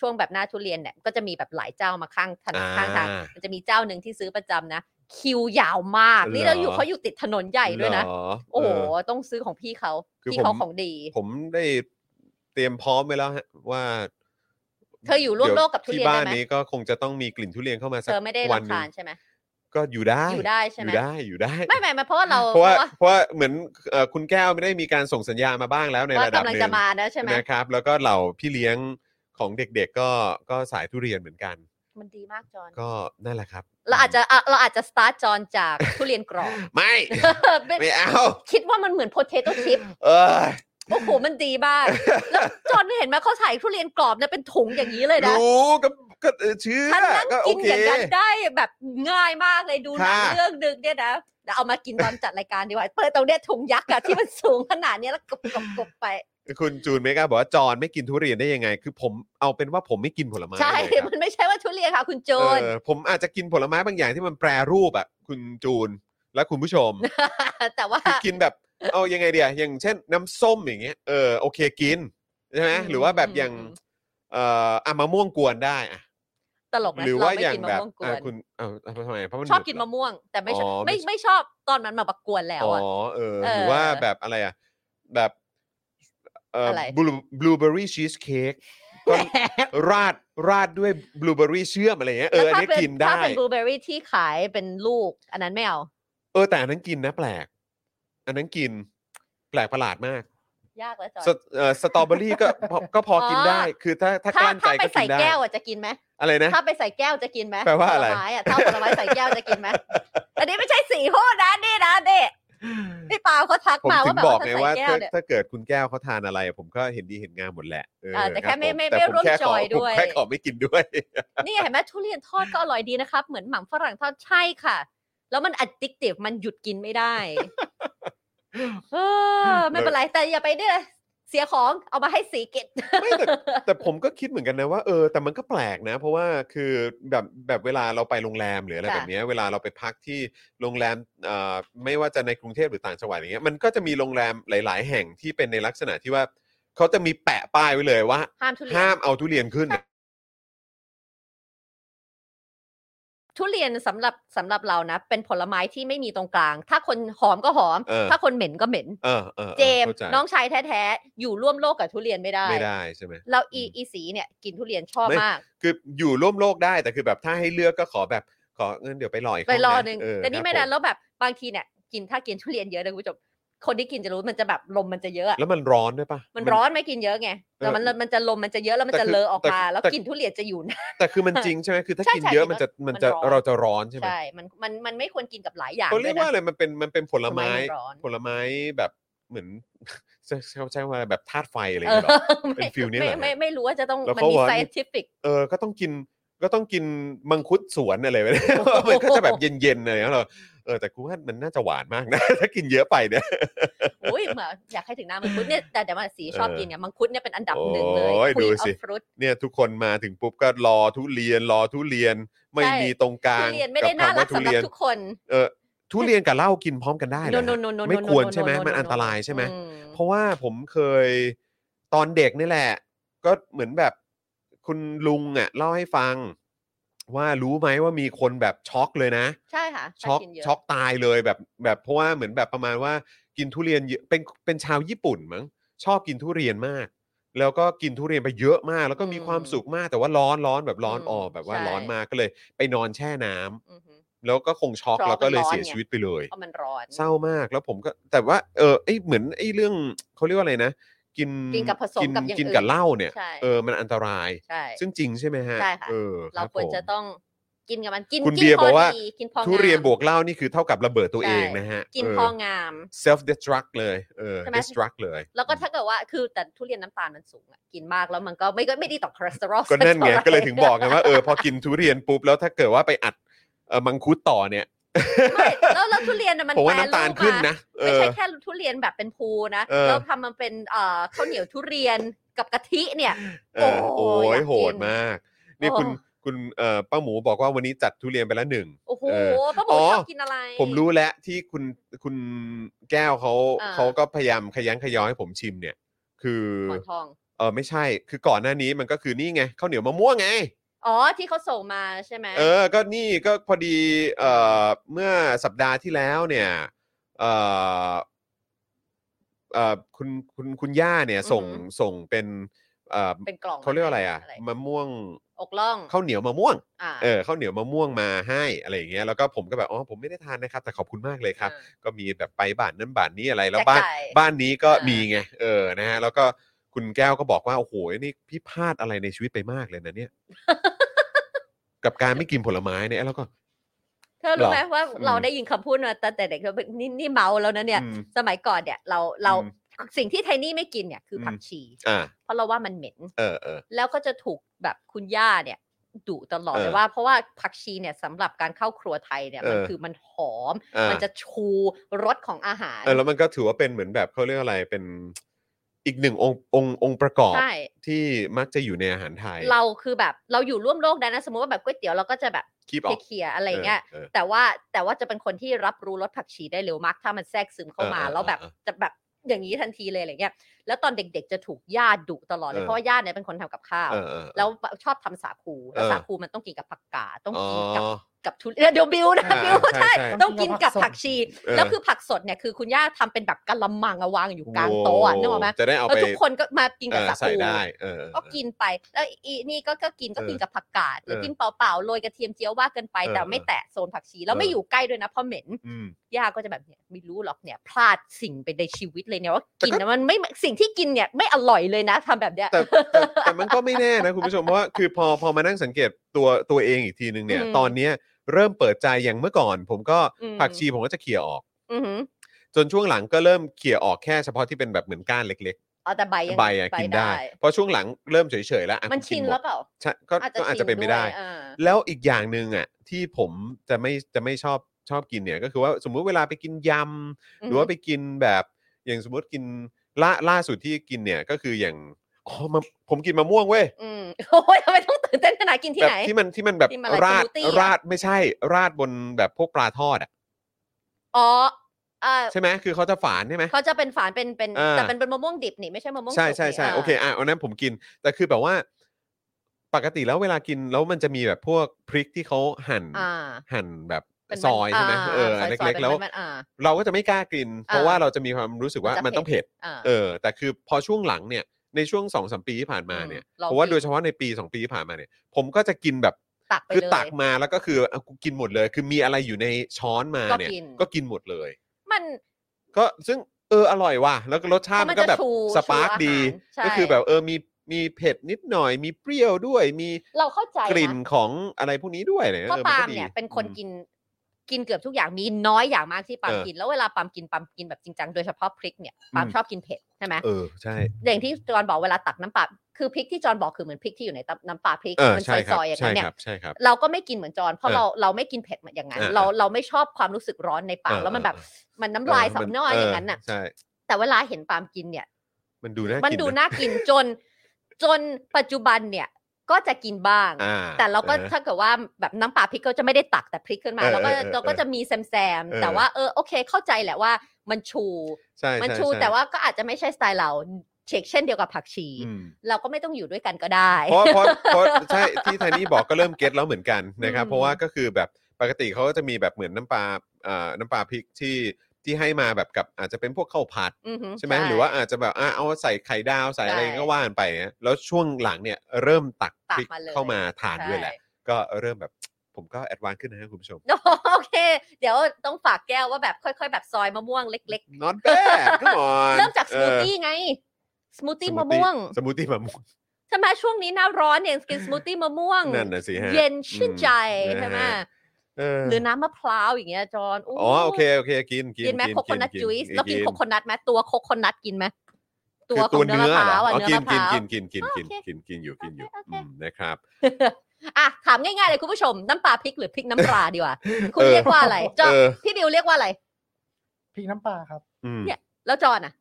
Speaker 2: ช่วงแบบหน้าทุเรียนเนี่ยก็จะมีแบบหลายเจ้ามาข้างถนน
Speaker 1: อ่า
Speaker 2: ข้างทางมันจะมีเจ้าหนึ่งที่ซื้อประจำนะ คิวยาวมาก นี่เราอยู่
Speaker 1: เหรอ
Speaker 2: เขาอยู่ติดถนนใหญ่ด้วยนะ
Speaker 1: เร
Speaker 2: โอ้โหต้องซื้อของพี่เขา
Speaker 1: คือ
Speaker 2: พี่เขา
Speaker 1: ผม
Speaker 2: ของดี
Speaker 1: ผมได้เตรียมพร้อมไว้แล้วฮะว่า
Speaker 2: เธออยู่ร่วมโลกกับทุเรียน
Speaker 1: ที่บ้าน
Speaker 2: ได้ไหม
Speaker 1: นี้ก็คงจะต้องมีกลิ่นทุเรียนเข้ามาสั
Speaker 2: เธ
Speaker 1: ก
Speaker 2: อไม่ได้
Speaker 1: วันหนึ่
Speaker 2: รำคาญ
Speaker 1: ง
Speaker 2: ใช่ไหม
Speaker 1: ก็อยู่ได้
Speaker 2: อยู่ได้ใช่ไห
Speaker 1: อ
Speaker 2: ม
Speaker 1: ยู่ได้อยู่ได้
Speaker 2: ไม่ไม่ไม่เพราะว่าเรา
Speaker 1: เพราะว่าเพราะว่าเหมือนเอ่อคุณแก้วไม่ได้มีการส่งสัญญาณมาบ้างแล้วใน
Speaker 2: ว่า
Speaker 1: ระดับ
Speaker 2: กำลัง
Speaker 1: หนึ่
Speaker 2: จะ
Speaker 1: ง
Speaker 2: มานะใช่ไหม
Speaker 1: นะครับ แล้วก็เหล่าพี่เลี้ยงของเด็กๆ ก็ก็สายทุเรียนเหมือนกัน
Speaker 2: มันดีมากจอน
Speaker 1: ก็นั่นแหละครับ
Speaker 2: เราอาจจะอ่ะเราอาจจะสตาร์ทจอนจาก ทุเรียนกรอบ
Speaker 1: ไม่
Speaker 2: เป็น
Speaker 1: ไม่เอา
Speaker 2: คิดว่ามันเหมือนโพเทโต้ชิพ
Speaker 1: เออ
Speaker 2: โอ้โหมันดีมาก แล้วจอนเห็นไหมเขาใส่ทุเรียนกรอบเนี่ยเป็นถุงอย่างนี้เลยนะ
Speaker 1: รู้ก็ก็เออเชื่อ
Speaker 2: ฉันนั่ง
Speaker 1: ก็โอ
Speaker 2: กิน
Speaker 1: เค
Speaker 2: อย่างนั้นได้แบบง่ายมากเลยดูหนัง
Speaker 1: ค่ะ
Speaker 2: เรื่องหนึงเนี่ยนะเดี๋ยวเอามากินตอนจัดรายการดีกว่าเปิดตรงเนี้ยถุงยักษ์อะที่มันสูงขนาดเนี้ยแล้วกบกบกบไป
Speaker 1: คุณจูนเมกาบอกว่าจอนไม่กินทุเรียนได้ยังไง คือผมเอาเป็นว่าผมไม่กินผลไม้
Speaker 2: ใช่
Speaker 1: เลยครับ
Speaker 2: มันไม่ใช่ว่าทุเรี ยนค่ะ คุณโจน
Speaker 1: เออผมอาจจะกินผลไม้บางอย่างที่มันแปรรูปอ่ะคุณจูนและคุณผู้ชม
Speaker 2: แต่ว่า
Speaker 1: คือกินแบบ เอายังไงเดียอย่างเช่นน้ำส้มอย่างเงี้ยเออโอเคกินใช่ไหม
Speaker 2: อืม
Speaker 1: หรือว่าแบบอย่าง
Speaker 2: อืม
Speaker 1: เอ่ออะมะม่วงกวนได้อะ
Speaker 2: ตลกนะ
Speaker 1: หรือว่า
Speaker 2: เไม่
Speaker 1: อย่าง
Speaker 2: กินมะ
Speaker 1: แบบ
Speaker 2: ม่วงกว
Speaker 1: อ่ะ
Speaker 2: น
Speaker 1: คุณเอาเอาทำไมเพราะมัน
Speaker 2: ชอบ
Speaker 1: ห
Speaker 2: กิน
Speaker 1: เหร
Speaker 2: มะม่วง แต่ไม่ชอบ
Speaker 1: อ๋อไม่
Speaker 2: ไม่ไม่ชอบตอนมันมาประกวนแล้ว
Speaker 1: อ๋อ
Speaker 2: อะ
Speaker 1: เออ
Speaker 2: เออ
Speaker 1: หรือว่าแบบอะไรอ่ะแบบเอ่อะไร บลูบลูเบอร์รี่ชีสเค้กก็ราดราดด้วยบลูเบอร์รี่เชื่อมอะไรเงี้ยเอออัน
Speaker 2: แล้วถ้า
Speaker 1: นี้
Speaker 2: เป็
Speaker 1: กินได้
Speaker 2: ถ้าเป็นบลูเบอร์รี่ที่ขายเป็นลูก อันนั้นไม่เอา
Speaker 1: เออแต่อันนั้นกินนะแปลก อันนั้นกินแปลกประหลาดมาก
Speaker 2: ยากแล้วจอน
Speaker 1: สตเอ่อสตรอเบอรี่ก็พอก็พอกินได้ คือถ้าถ้าก
Speaker 2: ถ้า
Speaker 1: ลั้นใจ
Speaker 2: ถ้าไป
Speaker 1: ก็กิ
Speaker 2: ใส่
Speaker 1: นได้
Speaker 2: แก้วอะจะกินไหม
Speaker 1: อะไรนะ
Speaker 2: ถ้าไปใส่แก้วจะกินไหม
Speaker 1: แปลว่าอะไร
Speaker 2: ผลไม้อะถ้าผลไม้ใส่แก้วจะกินไหม อันนี้ไม่ใช่สีโหดนะนี่นะเด็พี่ปาล์มเขาทัก
Speaker 1: ผม
Speaker 2: มา
Speaker 1: ถึ
Speaker 2: ว่าง แบบ
Speaker 1: บอกไง
Speaker 2: ถ้าใส่
Speaker 1: ว่า
Speaker 2: แก้
Speaker 1: ถ้าว
Speaker 2: เนี่ย
Speaker 1: ถ้าเกิดคุณแก้วเขาทานอะไร ผมก็เห็นดีเห็นงามหมดแหละเออ
Speaker 2: เออแต่
Speaker 1: รั
Speaker 2: แค่
Speaker 1: บ
Speaker 2: ไม่
Speaker 1: ผ
Speaker 2: ไม่
Speaker 1: แต่
Speaker 2: ไม่
Speaker 1: ผ
Speaker 2: ร่วม
Speaker 1: แค่ข
Speaker 2: จอยด้วย
Speaker 1: ผมแค่ขอไม่กินด้วย
Speaker 2: นี่เห็นไหมทุเรียนทอดก็อร่อยดีนะครับ เหมือนหม่ำฝรั่งทอดใช่ค่ะ แล้วมัน addictive มันหยุดกินไม่ได้ เอ อ ไม่เป็นไร แต่อย่าไปเนี่ยเสียของเอามาให้สีเก็ต
Speaker 1: ไม่แต่แต่ผมก็คิดเหมือนกันนะว่าเออแต่มันก็แปลกนะ เพราะว่าคือแบบแบบเวลาเราไปโรงแรมหรืออะไร
Speaker 2: ค่ะ
Speaker 1: แบบเนี้ยเวลาเราไปพักที่โรงแรมเอ่อไม่ว่าจะในกรุงเทพหรือต่างจังหวัดอย่างเงี้ยมันก็จะมีโรงแรมหลาย ๆ แห่งที่เป็นในลักษณะที่ว่าเขาจะมีแปะป้ายไว้เลยว่า
Speaker 2: ห้ามทุเรียน
Speaker 1: ห้ามเอาทุเรียนขึ้น
Speaker 2: ทุเรียนสำหรับสำหรับเรานะ เป็นผลไม้ที่ไม่มีตรงกลาง ถ้าคนหอมก็หอม
Speaker 1: เออ
Speaker 2: ถ้าคนเหม็นก็เหม็น
Speaker 1: เออเออออ
Speaker 2: เจมส์
Speaker 1: ข้าใจ
Speaker 2: น้องชายแท้ๆ อยู่ร่วมโลกกับทุเรียนไม่ได้
Speaker 1: ไม่ได้ใช่ไหม
Speaker 2: แล้วอี
Speaker 1: อืม
Speaker 2: อีสีเนี่ยกินทุเรียนชอบ
Speaker 1: ไม่
Speaker 2: มาก
Speaker 1: คืออยู่ร่วมโลกได้แต่คือแบบถ้าให้เลือกก็ขอแบบขอเงินเดี๋ยวไปรออีก
Speaker 2: ไป
Speaker 1: ห้
Speaker 2: รอะ หนึ่ง
Speaker 1: เออ
Speaker 2: แต่นี่
Speaker 1: ครับ
Speaker 2: ไม่นาน
Speaker 1: ผ
Speaker 2: แล้วแบบบางทีเนี่ยกินถ้ากินทุเรียนเยอะนะคุณผู้ชมคนที่กินจะรู้มันจะแบบลมมันจะเยอะอะ
Speaker 1: แล้วมันร้อนด้วยปะ
Speaker 2: มันร้อนไม่กินเยอะไงแต่มัน
Speaker 1: เออ
Speaker 2: มันจะลมมันจะเยอะแล้วมัน
Speaker 1: แต่
Speaker 2: จะ
Speaker 1: คือ
Speaker 2: เลอะออก
Speaker 1: แต่
Speaker 2: มา แล้ว
Speaker 1: แต่
Speaker 2: กินทุเรียนจะอยู่นาน
Speaker 1: แต่คือมันจริงใช่ไหมคือถ้า
Speaker 2: ใช่
Speaker 1: กิน
Speaker 2: ใช่
Speaker 1: เยอะ
Speaker 2: มั
Speaker 1: มัน
Speaker 2: น
Speaker 1: จะมันจะ
Speaker 2: มันร้อน
Speaker 1: เราจะร้อนใช่ไหม
Speaker 2: ใช่มันมันมันไม่ควรกินกับหลายอย่าง
Speaker 1: เขา
Speaker 2: ด้
Speaker 1: เรี
Speaker 2: วย ย
Speaker 1: ก
Speaker 2: นะ
Speaker 1: ว่าอะไรมันเป็นมันเป็นผลไม้
Speaker 2: นร้อน
Speaker 1: ผลไม้แบบเหมือน ใช้ใช้ใช้ว่าอะไรแบบธาตุไฟอะไรอ
Speaker 2: เอย่าง อ
Speaker 1: เงี้ยหรอ เป็
Speaker 2: ไม่
Speaker 1: นฟิลเนี้ย
Speaker 2: ไม่
Speaker 1: เหรอ
Speaker 2: ไม่ไม่รู้ว่าจะต้อง
Speaker 1: แล้ว
Speaker 2: มัน
Speaker 1: เขา
Speaker 2: มี
Speaker 1: บอกว่า
Speaker 2: scientific
Speaker 1: เออก็ต้องกินก็ต้องกินมังคุดสวนอะไรไปเนี่ย มันก็จะแบบเย็นๆอะไรอย่างเงี้ยเหรอเออแต่กูว่ามันน่าจะหวานมากนะ ถ้ากินเยอะไปเนี่ย
Speaker 2: อุ้ยเหมือนอยากให้ถึงหน้ามังคุดเนี่ยแต่แต่ว่าสีชอบ
Speaker 1: เออ
Speaker 2: กินไงมังคุดเนี่ยเป็นอันดับหนึ่งเลย
Speaker 1: โอ้ย
Speaker 2: Queen
Speaker 1: ดู
Speaker 2: of
Speaker 1: สิ
Speaker 2: fruit
Speaker 1: เนี่ยทุกคนมาถึงปุ๊บก็รอทุเรียนรอทุเรียนไม่
Speaker 2: ใช่
Speaker 1: มีตรงกลา
Speaker 2: ทุ
Speaker 1: ง
Speaker 2: เรียนไม่ได้
Speaker 1: บ
Speaker 2: น่า
Speaker 1: คำ
Speaker 2: รั
Speaker 1: ว่
Speaker 2: กสำหรับทุกคน
Speaker 1: เออทุเรียนกับเหล้ากินพร้อมกันได้เหรอ
Speaker 2: no
Speaker 1: ฮะ
Speaker 2: no no no no
Speaker 1: ไม่
Speaker 2: no
Speaker 1: ควร
Speaker 2: no
Speaker 1: ใช่ไหม
Speaker 2: no no
Speaker 1: มัน
Speaker 2: no
Speaker 1: อันตรายใช่ไหม
Speaker 2: อื
Speaker 1: เพราะว่าผมเคยตอนเด็กนี่แหละ ก็เหมือนแบบคุณลุงอ่ะเล่าให้ฟัง ว่ารู้ไหมว่ามีคนแบบช็อกเลยนะ
Speaker 2: ใช่ค่ะถ้า
Speaker 1: ช็อก
Speaker 2: นเยะ
Speaker 1: ช็อกตายเลยแบบแบบเพราะว่าเหมือนแบบประมาณว่ากินทุเรียนเยอะเป็นเป็นชาวญี่ปุ่นมั้งชอบกินทุเรียนมาก แล้วก็กินทุเรียนไปเยอะมาก แล้วก็มีความสุขมากแต่ว่าร้อนร้อนแบบร้อนออกแบบว่าร้อนมากก็เลย ไปนอนแช่น้ำ
Speaker 2: อือหือ
Speaker 1: แล้วก็คงช็อก
Speaker 2: ช็อก
Speaker 1: แล้วก็เลย
Speaker 2: มันร้อน
Speaker 1: เสีย
Speaker 2: ไง
Speaker 1: ชีวิตไปเลย
Speaker 2: เพราะมันร้อน
Speaker 1: เศร้ามากแล้วผมก็แต่ว่าเออไอยเหมือนไอเรื่องเขาเรียกว่าอะไรนะ กิน
Speaker 2: กินกับผสม
Speaker 1: กิน
Speaker 2: กับอย่าง
Speaker 1: กิน
Speaker 2: อื่
Speaker 1: กับเหล้าเนี่ย
Speaker 2: ใช่
Speaker 1: เออมันอันตราย
Speaker 2: ใช่
Speaker 1: ซึ่งจริงใช่ไหมฮะ
Speaker 2: ใช่ค่ะ
Speaker 1: เออ
Speaker 2: เรา
Speaker 1: บ
Speaker 2: ควร
Speaker 1: ผม
Speaker 2: จะต้องกินกับมันกิน
Speaker 1: คุณ
Speaker 2: กิน
Speaker 1: เบียร์
Speaker 2: พ
Speaker 1: บอกว่า
Speaker 2: ดีกินพองาม
Speaker 1: ทุเรียนบวกเหล้านี่คือเท่ากับระเบิดตัวเอง
Speaker 2: ใช่
Speaker 1: นะฮะ
Speaker 2: กิน
Speaker 1: เ
Speaker 2: พองาม
Speaker 1: self destruct เลยเออ
Speaker 2: ใช่ไหม
Speaker 1: destruct เลย
Speaker 2: แล้วก็ถ้าเกิดว่าคือแต่ทุเรียนน้ำตาลมันสูงอะกินมากแล้วมันก็ไม่ก็ไม่ดีต่อคอเลสเตอรอล
Speaker 1: ก็นั่นไง
Speaker 2: สัท่าหร่
Speaker 1: ก็เลยถึงบอกไงว่าเออพอกินทุเรียนปุ๊บแล้วถ้าเกิดว่าไปอัดเอ่อมังคุดต่อเนี่ย
Speaker 2: ไม่แล้วแล้วทุเรียนน่ะมัน
Speaker 1: ผมว่า
Speaker 2: แปร
Speaker 1: น้ำตาล
Speaker 2: รูป
Speaker 1: ขึ้น
Speaker 2: มา
Speaker 1: นะเอ
Speaker 2: ไม่
Speaker 1: อ
Speaker 2: ใช่แค่ทุเรียนแบบเป็นภูนะ
Speaker 1: เออ
Speaker 2: แล้วทำมันเป็นเอ่อข้าวเหนียวทุเรียนกับกะทิเนี่ย
Speaker 1: เออ
Speaker 2: โอ้
Speaker 1: โอ้
Speaker 2: อย ยากกิน
Speaker 1: โหดมากนี่
Speaker 2: โอ้
Speaker 1: คุณคุณเอ่อป้าหมูบอกว่าวันนี้จัดทุเรียนไปแล้วหนึ่ง
Speaker 2: โอ้โห
Speaker 1: เออ
Speaker 2: ป้าหมู
Speaker 1: อ๋อ
Speaker 2: ชอบกินอะไร
Speaker 1: ผมรู้แล้วที่คุณคุณแก้วเขา
Speaker 2: อ่า
Speaker 1: เขาก็พยายามขยันขยอให้ผมชิมเนี่ย คือ
Speaker 2: หมอนทอง
Speaker 1: เออไม่ใช่ คือก่อนหน้านี้มันก็คือนี่ไงข้าวเหนียวมะม่วงไง
Speaker 2: อ๋อที่เขาส่งมาใช่ไหม
Speaker 1: เออ ก็นี่ก็พอดีเอ่อเมื่อสัปดาห์ที่แล้วเนี่ยเอ่อเอ่อคุณคุณคุณย่าเนี่ยส่งส่งเป็นเอ่อ
Speaker 2: เป็นกล่อง
Speaker 1: เขาเรียกว่าอะไรอ่ะ
Speaker 2: ไร
Speaker 1: มะม่วง
Speaker 2: อกล่อง
Speaker 1: ข้าวเหนียวมะม่วง
Speaker 2: อ่า
Speaker 1: เออข้าวเหนียวมะม่วงมาให้อะไรอย่างเงี้ยแล้วก็ผมก็แบบอ๋อผมไม่ได้ทานนะครับ แต่ขอบคุณมากเลยครับ ก็มีแบบไปบ้านนั้นบ้านนี้อะไรแล้ว
Speaker 2: แจก
Speaker 1: บ้าน
Speaker 2: จ่ย
Speaker 1: บ้านนี้ก็
Speaker 2: อ่ามี
Speaker 1: มีไงเออนะฮะแล้วก็คุณแก้วก็บอกว่า โอ้โหนี่พี่พลาดอะไรในชีวิตไปมากเลยนะเนี่ย กับการไม่กินผลไม้เนี่ยแล้วก็
Speaker 2: เธอรู้ไหม
Speaker 1: หรอ
Speaker 2: ว่า
Speaker 1: อืม
Speaker 2: เราได้ยินคำพูดมาตั้งแต่เด็กเราแบบนี่นี่เมาแล้วนะเนี่ย
Speaker 1: อืม
Speaker 2: สมัยก่อนเนี่ยเราเรา
Speaker 1: อืม
Speaker 2: สิ่งที่ไทนี่ไม่กินเนี่ยคืออ
Speaker 1: ม
Speaker 2: ผักชี
Speaker 1: อ่า
Speaker 2: เพราะเราว่ามันเหม็น
Speaker 1: เออเออ
Speaker 2: แล้วก็จะถูกแบบคุณย่าเนี่ยดุตลอด
Speaker 1: เออ
Speaker 2: เลยว่าเพราะว่าผักชีเนี่ยสำหรับการเข้าครัวไทยเนี่ยมัน
Speaker 1: เออ
Speaker 2: คือมันหอม
Speaker 1: อ่า
Speaker 2: มันจะชูรสของอาหาร
Speaker 1: เออแล้วมันก็ถือว่าเป็นเหมือนแบบเขาเรียกอะไรเป็นอีกหนึ่งองค์องค์องค์ประกอบ
Speaker 2: ใช่
Speaker 1: ที่มักจะอยู่ในอาหารไทย
Speaker 2: เราคือแบบเราอยู่ร่วมโลกได้นะ สมมติว่าแบบก๋วยเตี๋ยวเราก็จะแบบ
Speaker 1: คีบออก
Speaker 2: เคลียร์ๆอะไรเงี้ย
Speaker 1: ออ
Speaker 2: แต่ว่าแต่ว่าจะเป็นคนที่รับรู้รสผักชีได้เร็วมาก ถ้ามันแทรกซึมเข้ามา
Speaker 1: เออเออ
Speaker 2: แล้วแบบ
Speaker 1: เออ
Speaker 2: จะแบบอย่างนี้ทันทีเลยอะไรเงี้ยแล้วตอนเด็กๆจะถูกย่าดุตลอดเลย
Speaker 1: เออ
Speaker 2: เพราะว่าย่าเนี่ยเป็นคนทำกับข้าว
Speaker 1: เออเออ
Speaker 2: แล้วชอบทำสาคูแล้ว
Speaker 1: เออ
Speaker 2: สาคูมันต้องกินกับผักกาดต้อง
Speaker 1: อ๋อ
Speaker 2: กินกับกับทุเรียนเดี๋ยวบิวนะ
Speaker 1: อ่า
Speaker 2: บิว
Speaker 1: ใช่
Speaker 2: ใช่
Speaker 1: ใช่
Speaker 2: ต้องกินกับผักชี
Speaker 1: เออ
Speaker 2: แล้วคือผักสดเนี่ยคือคุณย่าทำเป็นแบบกะละมังอะวางอยู่กลางโต๊ะอะนึกออกไหม
Speaker 1: จะได้เอา
Speaker 2: แล้ว
Speaker 1: ไป
Speaker 2: ทุกคนก็มากิน
Speaker 1: เอ
Speaker 2: กับ
Speaker 1: อ
Speaker 2: สา
Speaker 1: ใส่
Speaker 2: คู
Speaker 1: ได้เออเออ
Speaker 2: ก็กินไปแล้วอีนี่ก็ก็กินก็กิน
Speaker 1: เออ
Speaker 2: กับผักกาดหรือ
Speaker 1: เออ
Speaker 2: กินเปล่าๆโรยกระเทียมเจียวว่าเกินไป
Speaker 1: เออ
Speaker 2: แต่ไม่แตะโซนผักชีแล้ว
Speaker 1: เออ
Speaker 2: ไม่อยู่ใกล้ด้วยนะเพราะเหม็น
Speaker 1: อืม
Speaker 2: ย่าก็จะแบบเนี่ยไม่รู้หรอกเนี่ยพลาดสิ่งไปในชีวิตเลยเนี่ยว่ากินนะมันไม่สิ่งที่กินเนี่ยไม่อร่อยเลยนะทำแบบเนี้ย
Speaker 1: แต่แต่แต่มันก็ไม่แน่นะคุณผู้ชมเพราะว่าคือพอพอมานั่งสังเกตตัวตัวเองอีกทีนึงเนี่ย
Speaker 2: อืม
Speaker 1: ตอนเนี้ยเริ่มเปิดใจอย่างเมื่อก่อน ผมก็
Speaker 2: อืม
Speaker 1: ผักชีผมก็จะเขี่ยออก
Speaker 2: อือหือ
Speaker 1: จนช่วงหลังก็เริ่มเขี่ยออกแค่เฉพาะที่เป็นแบบเหมือนก้านเล็ก
Speaker 2: เอาแต่ใบยัง
Speaker 1: ๆใบอะกินได้เพราะช่วงหลังเริ่มเฉยๆแล้วอ่ะ
Speaker 2: มัน
Speaker 1: กูกิ
Speaker 2: ชิน
Speaker 1: หด
Speaker 2: แล้วเปล่า
Speaker 1: ใช่ก็ก็อาจจะเป็นไป
Speaker 2: ชิ
Speaker 1: ได้
Speaker 2: วยอ่า
Speaker 1: แล้วอีกอย่างหนึ่งอ่ะที่ผมจะไม่จะไม่ชอบชอบกินเนี่ยก็คือว่าสมมุติเวลาไปกินยำ หรือว่าไปกินแบบอย่างสมมติกินล่าล่าสุดที่กินเนี่ยก็คืออย่างอ๋อมะผมกินมะม่วงเว้ย
Speaker 2: อืม โอ้ยทำไมต้องตื่นเต้นขนาดกินที่
Speaker 1: แบบ
Speaker 2: ไหน
Speaker 1: ที่มันที่มันแบบ
Speaker 2: ที่มันอะไร
Speaker 1: ราด
Speaker 2: smoothie อะ
Speaker 1: ราดไม่ใช่ราดบนแบบพวกปลาทอดอ่ะ
Speaker 2: อ๋อเออ
Speaker 1: ใช่ไหมคือเขาจะฝานใช่ไหม
Speaker 2: เขาจะเป็นฝานเป็นเป็น
Speaker 1: อ่า
Speaker 2: แต่เป็นเป็นมะม่วงดิบนี่ไม่ใช่มะม่วง
Speaker 1: ใช่
Speaker 2: สุก
Speaker 1: ใช่ใช่
Speaker 2: นี่า
Speaker 1: โอเคอ่ะอันนั้นผมกิน แต่คือแบบว่า ปกติแล้วเวลากินแล้วมันจะมีแบบพวกพริกที่เขาหั่น
Speaker 2: อ่า
Speaker 1: หั่นแบบ
Speaker 2: เป็นมัน
Speaker 1: ซอยใช่ไหมา เออ
Speaker 2: ซยๆ
Speaker 1: เล็กๆ
Speaker 2: ป็น
Speaker 1: แล้ว
Speaker 2: มันๆอ่า
Speaker 1: เราก็จะไม่กล้ากิน เพราะ
Speaker 2: อ่า
Speaker 1: ว่าเราจะมีความรู้สึกว่า
Speaker 2: จะ
Speaker 1: มันต้อง
Speaker 2: เผ็
Speaker 1: เผ็
Speaker 2: ด
Speaker 1: ด
Speaker 2: อ่า
Speaker 1: เออแต่คือพอช่วงหลังเนี่ยในช่วงสองสมปีที่ผ่านมาเนี่ย
Speaker 2: อืมเรา
Speaker 1: เพราะว่า
Speaker 2: กิน
Speaker 1: โดยเฉพาะในปี 2 ปีที่ผ่านมาเนี่ย ผมก็จะกินแบบ
Speaker 2: ตักไป
Speaker 1: คือ
Speaker 2: เล
Speaker 1: ตัก
Speaker 2: ย
Speaker 1: มาแล้วก็คือเอากูกินหมดเลย คือมีอะไรอยู่ในช้อนมาเนี่ย
Speaker 2: ก็กิน
Speaker 1: ก็กินหมดเลย
Speaker 2: มัน
Speaker 1: ก็ซึ่งเอออร่อยว่ะแล้วก็รสชาติมันก็แบบ
Speaker 2: ชู
Speaker 1: สปาร์ก
Speaker 2: ชูอห
Speaker 1: ดี
Speaker 2: ใช่
Speaker 1: ก็คือแบบเออมีมีเผ็ดนิดหน่อย มีเปรี้ยวด้วย มี
Speaker 2: เราเข้าใจ
Speaker 1: กลิ่นะ ของอะไรพวกนี้ด้วยเนี่ย
Speaker 2: เพราะ
Speaker 1: เออมั
Speaker 2: ปาล์ม
Speaker 1: ก็ดี
Speaker 2: เนี่ยเป็นคน
Speaker 1: อืม
Speaker 2: กินกินเกือบทุกอย่างมีน้อยอย่างมากที่ปาล์ม
Speaker 1: เออ
Speaker 2: กิน แล้วเวลาปาล์มกินปาล์มกินแบบจริงจังโดยเฉพาะพริกเนี่ยปาล์ม
Speaker 1: อืม
Speaker 2: ชอบกินเผ็ดใช่ไหม
Speaker 1: เออใช่
Speaker 2: อย่างที่จอนบอกเวลาตักน้ำปลาคือพริกที่จอนบอกคือเหมือนพริกที่อยู่ในตำน้ำปลาพริก
Speaker 1: เออ
Speaker 2: มั
Speaker 1: ใช่ค
Speaker 2: ซ
Speaker 1: รับ
Speaker 2: อยๆอย่าง
Speaker 1: ใช่
Speaker 2: นั้นเนี่
Speaker 1: ค
Speaker 2: ย
Speaker 1: รับใช่ครับ
Speaker 2: เราก็ไม่กินเหมือนจอนเพราะ
Speaker 1: เออ
Speaker 2: เราเราไม่กินเผ็ดเหมือนอย่างนั้น
Speaker 1: เออ
Speaker 2: เรา
Speaker 1: เออ
Speaker 2: เราไม่ชอบความรู้สึกร้อนในปาก
Speaker 1: เออ
Speaker 2: แล้วมันแบบ
Speaker 1: เออ
Speaker 2: มัน
Speaker 1: เออ
Speaker 2: น้ำลายสั
Speaker 1: มั
Speaker 2: บน้อยอย่างนั้นน่ะ
Speaker 1: เใช่
Speaker 2: แต่เวลาเห็นปาล์มกินเนี่ย
Speaker 1: มันดูน่ากิน
Speaker 2: มันดูน่ากินจน จนปัจจุบันเนี่ยก็จะกินบ้าง
Speaker 1: อ่า
Speaker 2: แต่เราก็
Speaker 1: ออ
Speaker 2: ถ้าเกิดว่าแบบน้ำปลาพริกก็จะไม่ได้ตักแต่พริกขึ้นมา
Speaker 1: เออ
Speaker 2: เราก็
Speaker 1: เออเออ
Speaker 2: เราก็จะมีแซมแซมๆแต่ว่าเออโอเค เข้าใจแหละว่ามันชู
Speaker 1: ใช่
Speaker 2: มัน
Speaker 1: ใช่
Speaker 2: ชู
Speaker 1: ใช่
Speaker 2: แต่ว่าก็อาจจะไม่ใช่สไตล์เราเชกเช่นเดียวกับผักชี
Speaker 1: อืม
Speaker 2: เราก็ไม่ต้องอยู่ด้วยกันก็ได้
Speaker 1: เพราะเพราะเพราะ ใช่ที่ไทนี่บอกก็เริ่มเก็ตแล้วเหมือนกันนะครับ
Speaker 2: อืม
Speaker 1: เพราะว่าก็คือแบบปกติเขาก็จะมีแบบเหมือนน้ำปลาเอ่อน้ำปลาพริกที่ที่ให้มาแบบกับอาจจะเป็นพวกข้าวผัด
Speaker 2: อือฮึ
Speaker 1: ใช่ไหมหรือว่าอาจจะแบบอ่ะเอาใส่ไข่ดาวใส่อะไร
Speaker 2: ใช่
Speaker 1: ก็ว่านไปเนี่ยแล้วช่วงหลังเนี่ยเริ่มตัก
Speaker 2: ตัก
Speaker 1: พริก
Speaker 2: มาเลย
Speaker 1: เข้ามาทานด้วยแหละ
Speaker 2: ใช่
Speaker 1: ก็เริ่มแบบผมก็แอดวานซ์ขึ้นนะครับคุณผู้ชม
Speaker 2: โอเค เดี๋ยวต้องฝากแก้วว่าแบบค่อย ๆ แบบซอยมะม่วงเล็ก
Speaker 1: not bad come on
Speaker 2: ๆ เริ่มจากส
Speaker 1: เอ
Speaker 2: มูท
Speaker 1: อ
Speaker 2: ตี้ไงสมูทตี้
Speaker 1: ส
Speaker 2: มะม่วง
Speaker 1: สมูทตี้มะม่วง
Speaker 2: ใช่ไหมช่วงนี้หน้าร้อนเนี่ยกินสมูทตี้มะม่วง
Speaker 1: นั่นน่ะสิฮะ
Speaker 2: เย็นชื่นใจ
Speaker 1: อืม
Speaker 2: ใช่ไหม
Speaker 1: นะฮะ เออ
Speaker 2: หรือน้ำมะพร้าวอย่างเงี้ยจอนย
Speaker 1: อ๋อโอเคโอเคกินกิน
Speaker 2: กินไหมโคโคนัท
Speaker 1: กิน
Speaker 2: จุ๊ยเรากิน
Speaker 1: กิน
Speaker 2: โคโคนัทไหมตัวโคโคนัทกินไหมตัว
Speaker 1: คือ
Speaker 2: ของเนื้อมะพร้าว
Speaker 1: ห
Speaker 2: อ่ะ
Speaker 1: อ
Speaker 2: เนื้อ
Speaker 1: กิ
Speaker 2: มะพ
Speaker 1: กิน
Speaker 2: ร้าว
Speaker 1: กินกินกิน
Speaker 2: อ๋อ
Speaker 1: กิน
Speaker 2: โอเค
Speaker 1: กินกินอยู่กินอยู่
Speaker 2: โอเค
Speaker 1: อืมนะครับ
Speaker 2: อ่ะถามง่ายๆเลยคุณผู้ชมน้ำปลาพริกหรือพริกน้ำปลาดีกว่าคุณ
Speaker 1: เออ
Speaker 2: เรียกว่าอะไรจอน
Speaker 1: เออ
Speaker 2: พี่ดิวเรียกว่าอะไร
Speaker 3: พริกน้ำปลาครับ
Speaker 1: อืม
Speaker 2: เนี่ย แล้วจอนอ่ะ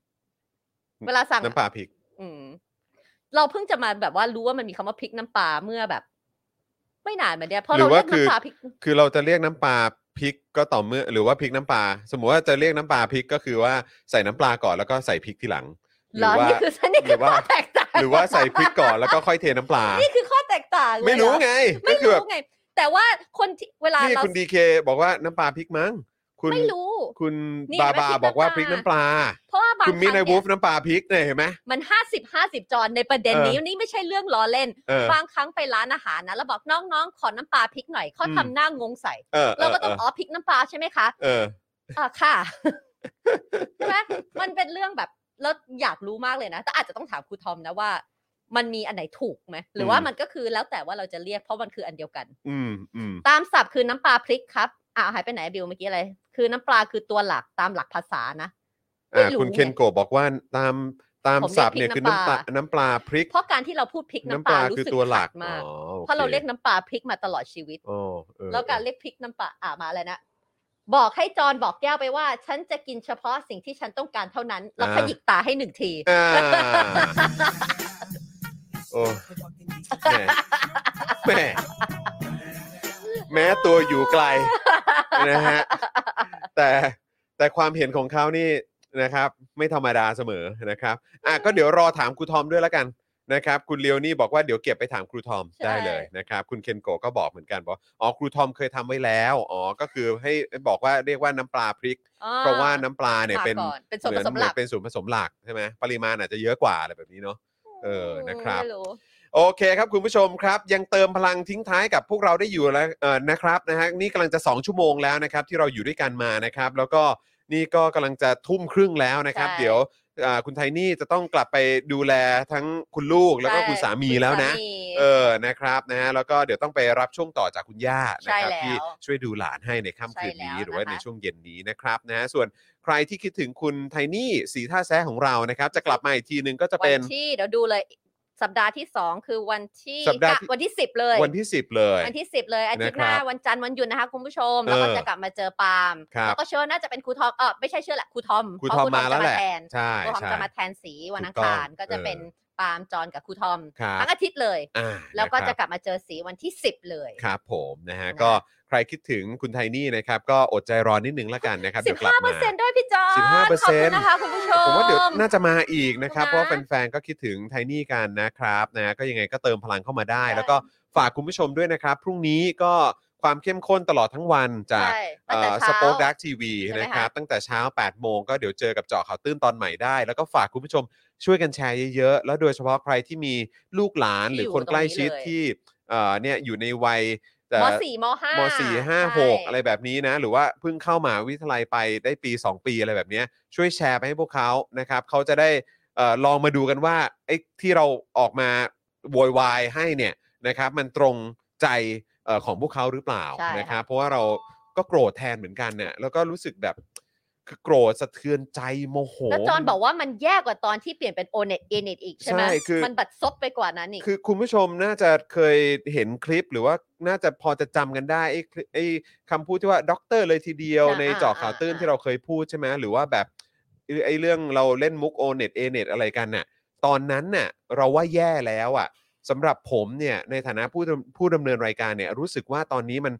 Speaker 2: เวลาสั่งอะ
Speaker 1: น้ำปลาพริก
Speaker 2: อืม เราเพิ่งจะมาแบบว่ารู้ว่ามันมีคำว่าพริกน้ำปลาเมื่อแบบ ไม่นานมาเนี่ยเพราะ
Speaker 1: หรื
Speaker 2: เรา
Speaker 1: อว่า
Speaker 2: เรียก
Speaker 1: คือ
Speaker 2: น้ำปลาพริก
Speaker 1: คือเราจะเรียกน้ำปลาพริกก็ต่อเมื่อหรือว่าพริกน้ำปลาสมมติว่าจะเรียกน้ำปลาพริกก็คือว่าใส่น้ำปลาก่อนแล้วก็ใส่พริกทีหลัง
Speaker 2: เหรอ นี่คือนี่
Speaker 1: ห
Speaker 2: คื
Speaker 1: รือ อว่า
Speaker 2: ข้อแตกต่าง
Speaker 1: หรือว่า ใส่พริกก่อนแล้วก็ค่อยเทน้ำปลา
Speaker 2: นี่คือข้อแตกต่างเลย
Speaker 1: ไม่รู้ไง
Speaker 2: ไม่
Speaker 1: ก็คือแบบ
Speaker 2: รู้ไง แต่ว่าคนที่เวลา
Speaker 1: นี่
Speaker 2: เรา
Speaker 1: คุณดีเคบอกว่าน้ำปลาพริกมั้ง คุณ
Speaker 2: ไม่รู้
Speaker 1: คุณ
Speaker 2: นี่
Speaker 1: บา
Speaker 2: ไม่
Speaker 1: บา
Speaker 2: พริก
Speaker 1: บอกว่า
Speaker 2: น้ำปลา
Speaker 1: พริกน้ำปลา
Speaker 2: เพราะว่าบาง
Speaker 1: คุณมี
Speaker 2: ครั้ง
Speaker 1: ใน
Speaker 2: เนี่
Speaker 1: วูฟ
Speaker 2: ย
Speaker 1: น้ำปลาพริกเนี่ยเห็นไหม
Speaker 2: มันห้าสิบห้าสิบจอนในประเด็น
Speaker 1: เออ
Speaker 2: นี้นี่ไม่ใช่เรื่องล้อเล่น
Speaker 1: เออ
Speaker 2: บางครั้งไปร้านอาหารนะแล้วบอกน้องๆ ขอน้ำปลาพริกหน่อยเขา
Speaker 1: อืม
Speaker 2: ทำหน้างงใส่
Speaker 1: เออ
Speaker 2: เราก็ต้อง
Speaker 1: เออ
Speaker 2: อ๋อพริกน้ำปลาใช่ไหมคะ
Speaker 1: เออ
Speaker 2: อ่าค่ะ ใช่ไหมมันเป็นเรื่องแบบแล้วอยากรู้มากเลยนะ แต่อาจจะต้องถามครูทอมนะว่า มันมีอันไหนถูกไหมหรือว่า
Speaker 1: อืม
Speaker 2: มันก็คือแล้วแต่ว่าเราจะเรียกเพราะมันคืออันเดียวกัน
Speaker 1: อืมอืม
Speaker 2: ตามศัพท์คือน้ำปลาพริกครับอ้าวหายไปไหนบิวเมื่อกี้อะไร คือน้ำปลาคือตัวหลักตามหลักภาษานะ ไม่
Speaker 1: อ่า
Speaker 2: รู้
Speaker 1: คุณเคนโกะบอกว่าตามตาม
Speaker 2: ผมเรียก
Speaker 1: ศัพท์เนี่ย
Speaker 2: พริ
Speaker 1: คือก น้ำ
Speaker 2: น้ำ
Speaker 1: ป
Speaker 2: ป
Speaker 1: ลา
Speaker 2: ลา
Speaker 1: น้ำปลาพริก
Speaker 2: เพราะการที่เราพูดพริกน้ำ
Speaker 1: น้ำป
Speaker 2: ปลา
Speaker 1: ลา
Speaker 2: รู้
Speaker 1: คือ
Speaker 2: สึก
Speaker 1: ตัวหลั
Speaker 2: ขั
Speaker 1: ก
Speaker 2: ดมาก
Speaker 5: อ๋อโอค
Speaker 2: เพราะเราเรียกน้ำปลาพริกมาตลอดชีวิต
Speaker 1: อ๋อเออ
Speaker 2: แล้วการเรียกพริกน้ำปลาอ่ามาแล้วนะ บอกให้จอนบอกแก้วไปว่า ฉันจะกินเฉพาะสิ่งที่ฉันต้องการเท่านั้น แล้วขยิกตาให้หนึ่งที
Speaker 1: อ่าโอ้แหมแหมแม้ตัวอยู่ไกลนะฮะแต่แต่ความเห็นของเขานี่นะครับ ไม่ธรรมดาเสมอนะครับอ่ะก็เดี๋ยวรอถามครูทอมด้วยละกันนะครับ คุณเลียวนี่บอกว่าเดี๋ยวเก็บไปถามครูทอม
Speaker 2: ใช่
Speaker 1: ได้เลยนะครับ คุณเคนโกะก็บอกเหมือนกันบอกอ๋อครูทอมเคยทำไว้แล้วอ๋อก็คือให้บอกว่าเรียกว่าน้ำปลาพริก
Speaker 2: อ่
Speaker 1: เพราะว่าน้ำปลาเนี่ย
Speaker 2: มา
Speaker 1: เป็น
Speaker 2: ก่อเป็นส่วน
Speaker 1: เหมื
Speaker 2: ผ
Speaker 1: อน
Speaker 2: สมหลัก
Speaker 1: เป็นส่วนผสมหลักใช่ไหมปริมาณอาจจะเยอะกว่าอะไรแบบนี้เนาะ เออนะครับ
Speaker 2: ไม่รู้
Speaker 1: โอเคครับคุณผู้ชมครับ ยังเติมพลังทิ้งท้ายกับพวกเราได้อยู่แล้วเอ่อนะครับนะฮะนี่กำลังจะ 2 ชั่วโมงแล้วนะครับ ที่เราอยู่ด้วยกันมานะครับ แล้วก็นี่ก็กำลังจะทุ่มครึ่งแล้วนะครับ
Speaker 2: ใช่
Speaker 1: เดี๋ยวอ่าคุณไทนี่จะต้องกลับไปดูแลทั้งคุณลูกแล้วก็
Speaker 2: ใช่
Speaker 1: คุณสามีแล้วนะ
Speaker 2: คุณสามี
Speaker 1: เออ นะครับ นะฮะ แล้วก็เดี๋ยวต้องไปรับช่วงต่อจากคุณย่านะค
Speaker 2: ใช่
Speaker 1: รับ
Speaker 2: แล้ว
Speaker 1: ที่ช่วยดูหลานให้ในค่ำคืนนี้
Speaker 2: ใช่แล้ว
Speaker 1: หรือว่า
Speaker 2: นะคะ
Speaker 1: ในช่วงเย็นนี้นะครับ นะฮะ ส่วนใครที่คิดถึงคุณไทนี่สีท่าแซะของเรา นะครับ จะกลับมาอีกทีนึงก็จะ
Speaker 2: วั
Speaker 1: เป็น
Speaker 2: นที่เดี๋ยวดูเลย สัปดาห์ที่สองคือวันที่
Speaker 1: สัปดาห์ที่
Speaker 2: วันที่สิบเลย
Speaker 1: วันที่ 10 เลย
Speaker 2: วันที่สิบเลยอาทิตย์หน้า
Speaker 1: นะครับ
Speaker 2: วันจันทร์วันหยุดนะคะคุณผู้ชม แล้วก็
Speaker 1: เออ
Speaker 2: จะกลับมาเจอปาล์ม
Speaker 1: ครับ
Speaker 2: แล้วก็เชื่อว่าน่าจะเป็นครูทอมเออไม่ใช่เชื่อแหละครูทอม
Speaker 1: ครู
Speaker 2: เพ
Speaker 1: ทอม
Speaker 2: ระ
Speaker 1: มาแล้วแห
Speaker 2: จะ
Speaker 1: ละ
Speaker 2: ทน
Speaker 1: ใช่
Speaker 2: ครูทอม
Speaker 1: ใช่
Speaker 2: จะมาแทนสีวันอังคาร
Speaker 1: ถูกต้อง
Speaker 2: ก็จะ
Speaker 1: เออ
Speaker 2: เป็นปาล์มจอนกับครูทอม
Speaker 1: ครับ
Speaker 2: ทั้งอาทิตย์เลย
Speaker 1: อ่า
Speaker 2: แล้วก็
Speaker 1: นครับ
Speaker 2: จะกลับมาเจอสีวันที่สิบเลย
Speaker 1: ครับผมนะฮะ
Speaker 2: นะ
Speaker 1: ก็ใครคิดถึงคุณไทนี่นะครับ ก็อดใจรอนิดนึงละกันนะครับ
Speaker 2: สิ
Speaker 1: เดี๋ยว
Speaker 2: บ
Speaker 1: กลับ
Speaker 2: ห้าเปอ
Speaker 1: มา
Speaker 2: ร์เซ็นต์ด้วยพี่จอน
Speaker 1: 15%
Speaker 2: ขอบคุณนะคะคุณผู้ชม
Speaker 1: ผมว่าเดี๋ยวน่าจะมาอีกนะครับ
Speaker 2: นะ
Speaker 1: เพราะว่าแฟนๆก็คิดถึงไทนี่กันนะครับนะก็ยังไงก็เติมพลังเข้ามาได้
Speaker 2: ใช่
Speaker 1: แล้วก็ฝากคุณผู้ชมด้วยนะครับ พรุ่งนี้ก็ความเข้มข้นตลอดทั้งวันจาก
Speaker 2: ใช่ตั้งแต่
Speaker 1: ส
Speaker 2: เช้า
Speaker 1: ป็อคดักทีวี
Speaker 2: ใช่ไหม
Speaker 1: นะ
Speaker 2: คะ
Speaker 1: ครับตั้งแต่เช้า 8 โมงก็เดี๋ยวเจอกับเจาะข่าวตื้นตอนใหม่ได้ แล้วก็ฝากคุณผู้ชมช่วยกันแชร์เยอะๆ แล้วโดยเฉพาะใครที่มีลูกหลานหรือคนใกล้ชิดที่เอ่อเนี่ยอยู่ในวัยเอ่
Speaker 2: ม
Speaker 1: อ
Speaker 2: สี่มห้าม ม
Speaker 1: สี่ห้าหกอะไรแบบนี้นะ หรือว่าเพิ่งเข้ามหาวิทยาลัยไปได้ปี 2 ปีอะไรแบบเนี้ยช่วยแชร์ไปให้พวกเขานะครับเขาจะได้เอ่อลองมาดูกันว่าไอ้ที่เราออกมาโวยวายให้เนี่ยนะครับ มันตรงใจเอ่อของพวกเขาหรือเปล่า
Speaker 2: ใช่ค่ะ
Speaker 1: นะครับ เพราะว่าเราก็โกรธแทนเหมือนกันเนี่ยแล้วก็รู้สึกแบบคือโกรธสะเทือนใจโมโห
Speaker 2: แล้วจอนบอกว่ามันแย่กว่าตอนที่เปลี่ยนเป็นโอเน็ตเอเน็ตอีกใช่ไหม
Speaker 1: ใช่คือ
Speaker 2: มันบัดซบไปกว่านั้นอีก
Speaker 1: คือคุณผู้ชมน่าจะเคยเห็นคลิปหรือว่าน่าจะพอจะจำกันได้ไอ้คลิปไอ้คำพูดที่ว่าด็อกเตอร์เลยทีเดียว
Speaker 2: อ่า
Speaker 1: ใน
Speaker 2: อ่า
Speaker 1: เจอข่าวตื้น
Speaker 2: อ่า
Speaker 1: ที่เราเคยพูดใช่ไหมหรือว่าแบบไอ้ไอ้เรื่องเราเล่นมุกโอเน็ตเอเน็ตอะไรกันน่ะตอนนั้นน่ะเราว่าแย่แล้วอ่ะสำหรับผมเนี่ยในฐานะผู้ดำผู้ดำเนินรายการเนี่ยรู้สึกว่าตอนนี้มัน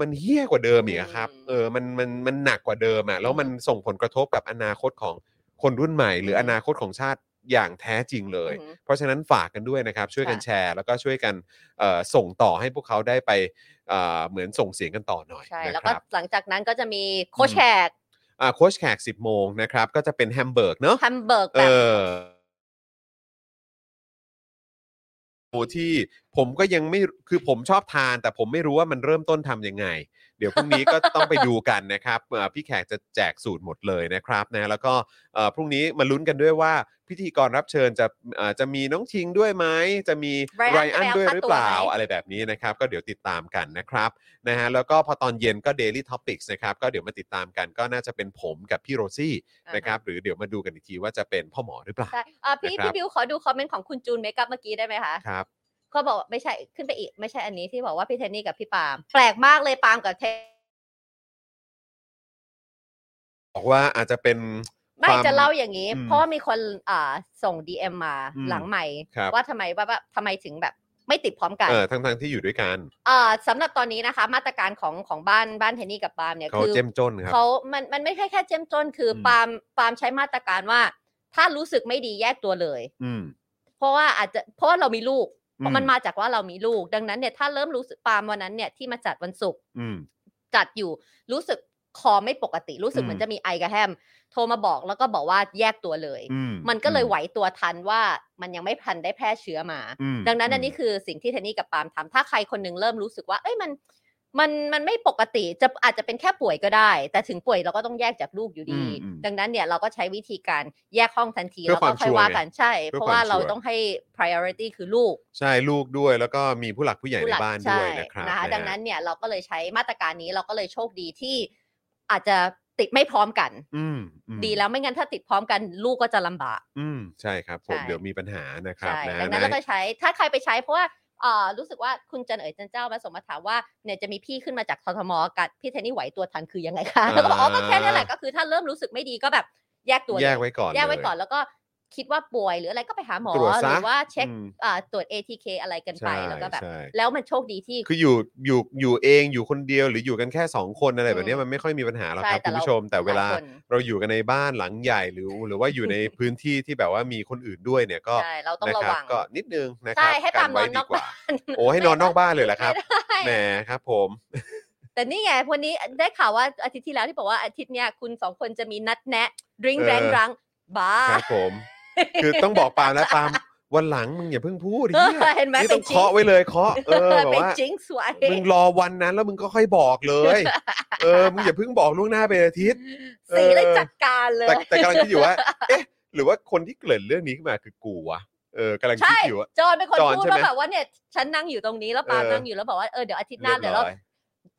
Speaker 1: มันเฮี้ยกว่าเดิมอีกอะครับเออมันมันมันหนักกว่าเดิมอ่ะแล้วมันส่งผลกระทบกับอนาคตของคนรุ่นใหม่ หรืออนาคตของชาติอย่างแท้จริงเลย
Speaker 2: อือหือ
Speaker 1: เพราะฉะนั้นฝากกันด้วยนะครับ ช่วยกัน
Speaker 2: ค่ะ
Speaker 1: แชร์ แล้วก็ช่วยกันเอ่อส่งต่อให้พวกเขาได้ไปเอ่อเหมือนส่งเสียงกันต่อหน่อย
Speaker 2: ใช่
Speaker 1: นะ
Speaker 2: แล้ว
Speaker 1: ค
Speaker 2: ก็
Speaker 1: รับ
Speaker 2: หลังจากนั้นก็จะมีโคชแขก
Speaker 1: อ่าโค้ชแขก 10 โมงนะครับ ก็จะเป็นแฮมเบิร์กเนาะ
Speaker 2: แฮมเบิร์ก
Speaker 1: เอ
Speaker 2: แบบ
Speaker 1: อโอ้ที่ผมก็ยังไม่คือผมชอบทาน แต่ผมไม่รู้ว่ามันเริ่มต้นทำยังไง เดี๋ยวพรุ่งนี้ก็ ต้องไปดูกันนะครับ เอ่อพี่แขกจะแจกสูตรหมดเลยนะครับนะแล้วก็เอ่อพรุ่งนี้มาลุ้นกันด้วยว่าพิธีกรรับเชิญจะเอ่อจะมีน้องทิงด้วยไหมจะมี ไรอันด้วยหรือเปล่าอะไรแบบนี้นะครับ ก็เดี๋ยวติดตามกันนะครับนะฮะแล้วก็พอตอนเย็นก็ Daily Topics นะครับก็เดี๋ยวมาติดตามกันก็น่าจะเป็นผมกับพี่โรซี่นะครับหรือเดี๋ยวมาดูกันอีกทีว่าจะเป็นพ่อหมอหรือเปล่า
Speaker 2: ใช่อ่ะพี่
Speaker 1: นะครับ
Speaker 2: พี่บิวขอดูคอมเมนต์ของคุณจูนเมคอัพเมื่อกี้ได้ไหมคะ
Speaker 1: ครับ
Speaker 2: เขาบอกว่าไม่ใช่ขึ้นไปอีกไม่ใช่อันนี้ที่บอกว่าพี่เทนนี่กับพี่ปาล์มแปลกมากเลยปาล์มกับเทน
Speaker 1: บอกว่าอาจจะเป็น
Speaker 2: ไม่
Speaker 1: ปาล์ม
Speaker 2: จะเล่าอย่างนี้
Speaker 1: อืม
Speaker 2: เพราะว่ามีคนอ่าส่ง DM มา
Speaker 1: อืม
Speaker 2: หลังใหม่
Speaker 1: ครับ
Speaker 2: ว่าทำไมว่าว่าทำไมถึงแบบไม่ติดพร้อมกัน
Speaker 1: เออทั้งทั้งๆที่อยู่ด้วยกัน
Speaker 2: อ่าสำหรับตอนนี้นะคะ มาตรการของของบ้านบ้านเทนนี่กับปาล์มเนี่ย
Speaker 1: เขา
Speaker 2: คือ
Speaker 1: เจ้มจนครับ
Speaker 2: เขามันมันไม่ใช่แค่เจ้มจนคืออ
Speaker 1: ม
Speaker 2: ปาล์มปาล์มใช้มาตรการว่า ถ้ารู้สึกไม่ดีแยกตัวเลย
Speaker 1: อืม
Speaker 2: เพราะว่าอาจจะเพราะว่าเรามีลูกเพราะมัน
Speaker 1: อื
Speaker 2: มาจากว่าเรามีลูก ดังนั้นเนี่ยถ้าเริ่มรู้สึกปาล์มวันนั้นเนี่ยที่มาจัดวันศุกร์
Speaker 1: อืม
Speaker 2: จัดอยู่รู้สึกคอไม่ปกติรู้สึก
Speaker 1: อืม
Speaker 2: เหมือนจะมีไอกระแฮม โทรมาบอกแล้วก็บอกว่าแยกตัวเลย
Speaker 1: อืม
Speaker 2: มันก็เลยไหวตัวทันว่ามันยังไม่ทันได้แพร่เชื้อมา
Speaker 1: อืม
Speaker 2: ดังนั้นอันนี้คือสิ่งที่เทนนี่กับปาล์มทำถ้าใครคนหนึงเริ่มรู้สึกว่า เอ้ยมันมันมันไม่ปกติจะอาจจะเป็นแค่ป่วยก็ได้ แต่ถึงป่วยเราก็ต้องแยกจากลูกอยู่ดี ดังนั้นเนี่ยเราก็ใช้วิธีการแยกห้องทันที
Speaker 1: เพื่
Speaker 2: แล้
Speaker 1: อ
Speaker 2: วก็ค่
Speaker 1: ความ
Speaker 2: อย
Speaker 1: ชัวร์
Speaker 2: ว่ากันใช่
Speaker 1: เพื่อ
Speaker 2: เพราะว่า
Speaker 1: ความชั
Speaker 2: เรา
Speaker 1: วร์
Speaker 2: ต้องให้ priority คือลูก
Speaker 1: ใช่ลูกด้วยแล้วก็มีผู้หลักผู้ใหญ่ในบ้านด้วยนะครับ
Speaker 2: นะคะ
Speaker 1: ฮ
Speaker 2: ดังนั้นเนี่ยเราก็เลยใช้มาตรการนี้เราก็เลยโชคดีที่อาจจะติดไม่พร้อมกัน
Speaker 1: อืมอืม
Speaker 2: ดีแล้วไม่งั้นถ้าติดพร้อมกันลูกก็จะลำบาก
Speaker 1: อืมใช่ครับผม
Speaker 2: ใช่
Speaker 1: เดี๋ยวมีปัญหานะครับ
Speaker 2: ใช่
Speaker 1: นะ
Speaker 2: ดังนั้นเราก็ใช้ถ้าใครไปใช้เพราะว่าเอ่อรู้สึกว่าคุณจันเอ๋ยจันเจ้ามาส่งมาถามว่าเนี่ยจะมีพี่ขึ้นมาจากททมกับพี่เทนนี่ไหวตัวทันคือยังไงคะแล้วก็ บอกอ๋อก็แค่นี้แหละก็คือถ้าเริ่มรู้สึกไม่ดีก็แบบแยกตัวเลย
Speaker 1: แยกไว้ก่อน
Speaker 2: แยกไว้
Speaker 1: เล
Speaker 2: ก่อนแล้วก็คิดว่าป่วยหรืออะไรก็ไปหาหมอ
Speaker 1: ตรวจ
Speaker 2: ห
Speaker 1: ซะ
Speaker 2: รือว่าเช็ค
Speaker 1: อืม
Speaker 2: เอ่อตรวจ ATK อะไรกันไป
Speaker 1: ใช่
Speaker 2: แล้วก็แบบ
Speaker 1: ใช่
Speaker 2: แล้วมันโชคดีที่
Speaker 1: คืออยู่อยู่อยู่เองอยู่คนเดียวหรืออยู่กันแค่สองคนอะไรแบบเนี้ย
Speaker 2: อืม
Speaker 1: มันไม่ค่อยมีปัญหาหรอก
Speaker 2: ใช่
Speaker 1: ครับ
Speaker 2: แต่
Speaker 1: คุณผู้
Speaker 2: เรา
Speaker 1: ชม แต่เวลา
Speaker 2: หยคน
Speaker 1: เราอยู่กันในบ้านหลังใหญ่หรือ หรือว่าอยู่ในพื้นที่ที่แบบว่ามีคนอื่นด้วยเนี่ยก็
Speaker 2: ใช่ เราต้อง
Speaker 1: นะค
Speaker 2: ระ
Speaker 1: รั
Speaker 2: วัง
Speaker 1: ก็นิดนึงนะค
Speaker 2: ใช่
Speaker 1: รับ
Speaker 2: ให้
Speaker 1: กั
Speaker 2: ปามน
Speaker 1: ไว้
Speaker 2: อนน
Speaker 1: ดี
Speaker 2: อก
Speaker 1: กว่า
Speaker 2: บ้าน
Speaker 1: โอ้ให้นอนนอกบ้านเลยเหรอครับ
Speaker 2: ไม่
Speaker 1: แหม
Speaker 2: ได้
Speaker 1: ครับผม
Speaker 2: แต่นี่ไงวันนี้ได้ข่าวว่าอาทิตย์ที่แล้วที่บอกว่าอาทิตย์เนี้ยคุณสองคนจะมีนัดแนะดริง
Speaker 1: เออ
Speaker 2: แรงรังบ้า
Speaker 1: ครับผม คือต้องบอกปาล์มแล้วปาล์มวันหลังมึงอย่าเพิ่งพูด
Speaker 2: เออ
Speaker 1: หี้ย
Speaker 2: เห็นไหม
Speaker 1: นี่ต้อง
Speaker 2: เป็นจริง
Speaker 1: เคาะไว้เลยเคาะเออแบบ
Speaker 2: เป็น
Speaker 1: ว่า
Speaker 2: จิงสวย
Speaker 1: มึงรอวันนั้นแล้วมึงก็ค่อยบอกเลยเออมึงอย่าเพิ่งบอกล่วงหน้าไปอาทิตย์ เออ
Speaker 2: สีเลยจัดการเล
Speaker 1: แต่
Speaker 2: ย
Speaker 1: แต่กำลังคิดอยู่ว่าเอ๊ะหรือว่าคนที่เกริ่นเรื่องนี้ขึ้นมาคือกูวะเออกำลังคิด
Speaker 2: ใช่
Speaker 1: อยู่ว่า
Speaker 2: จอนเป็นคน
Speaker 1: จอน
Speaker 2: พูด
Speaker 1: ใช่ไหม
Speaker 2: ว่าแบบว่าเนี่ยฉันนั่งอยู่ตรงนี้แล้วปาล์ม
Speaker 1: เออ
Speaker 2: นั่งอยู่แล้วบอกว่าเออเดี๋ยวอาทิตย์ห
Speaker 1: เรี
Speaker 2: น้าย
Speaker 1: บ
Speaker 2: เดี๋ยว
Speaker 1: ร้
Speaker 2: เรา
Speaker 1: อย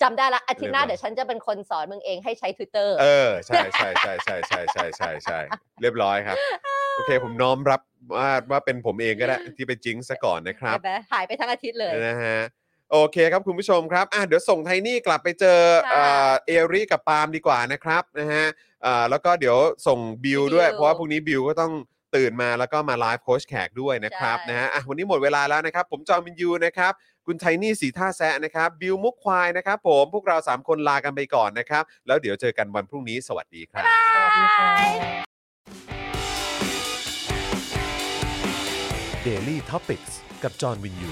Speaker 2: จำได้ละอาทิตย์หน้า
Speaker 1: เรียบร้อย
Speaker 2: เดี๋ยวฉันจะเป็นคนสอนมึงเองให้ใช้ Twitter
Speaker 1: เออใช่ใช่ใช่ใช่ใช่ใช่ใช่ใช่เรียบร้อยครับ โอเคผมน้อมรับว่าว่าเป็นผมเองก็ได้ที่ไปจิงซะก่อนนะครับ
Speaker 2: ใช่ไหมหายไปทั้งอาทิตย์เลย
Speaker 1: นะฮะโอเคครับคุณผู้ชมครับอ่ะเดี๋ยวส่งไทนี่กลับไปเจอ
Speaker 2: ค่ะ
Speaker 1: เอ่อเอริกับปาล์มดีกว่านะครับนะฮะเอ่อแล้วก็เดี๋ยวส่งบิว
Speaker 2: บิว
Speaker 1: ด้วย เพราะว่าพรุ่งนี้บิวก็ต้องตื่นมาแล้วก็มาไลฟ์โค้ชแขกด้วยนะครับ
Speaker 2: ใช่
Speaker 1: นะฮะอ่ะวันนี้หมดเวลาแล้วนะครับ ผมจอมินยูนะครับ คุณไทนี่สีท่าแซะนะครับ บิวมุกควายนะครับผมพวกเรา 3 คนลากันไปก่อนนะครับ แล้วเดี๋ยวเจอกันวันพรุ่งนี้สวัสดีครับ
Speaker 5: Daily Topics กับจอห์นวินยู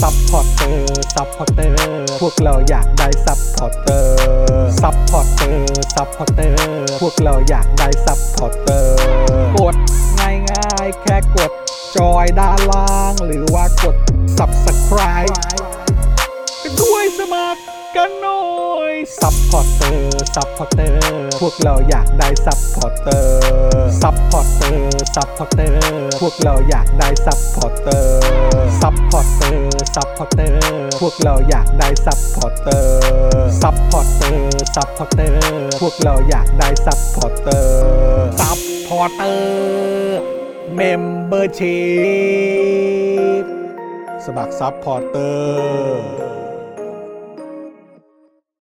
Speaker 3: ซัพพอร์เตอร์ซัพพอร์เตอร์พวกเราอยากได้ซัพพอร์เตอร์ซัพพอร์เตอร์ซัพพอร์เตอร์พวกเราอยากได้ซัพพอร์เตอร์กดง่ายๆ แค่กด จอยด้านล่าง หรือว่ากด subscribe ไปด้วยสมัครกันหน่อย s u p p อร์เตอร์ p ั r พอร์เตอร์ พวกเราอยากได้ s u p p อร์เตอร์ p ั r พอร์เตอร์ p ั r พอร์เตอร์ พวกเราอยากได้ s u p p อร์เตอร์ p ั r พอร์เตอร์ p ั r พอร์เตอร์ พวกเราอยากได้ s u p p อร์เตอร์ p ั r พอร์เตอร์ p ั r พอร์เตอร์ พวกเราอยากได้ s u p p อร์เตอร์ p ั r พอร์เตอร์ Membership สมัครซับพอร์เตอร์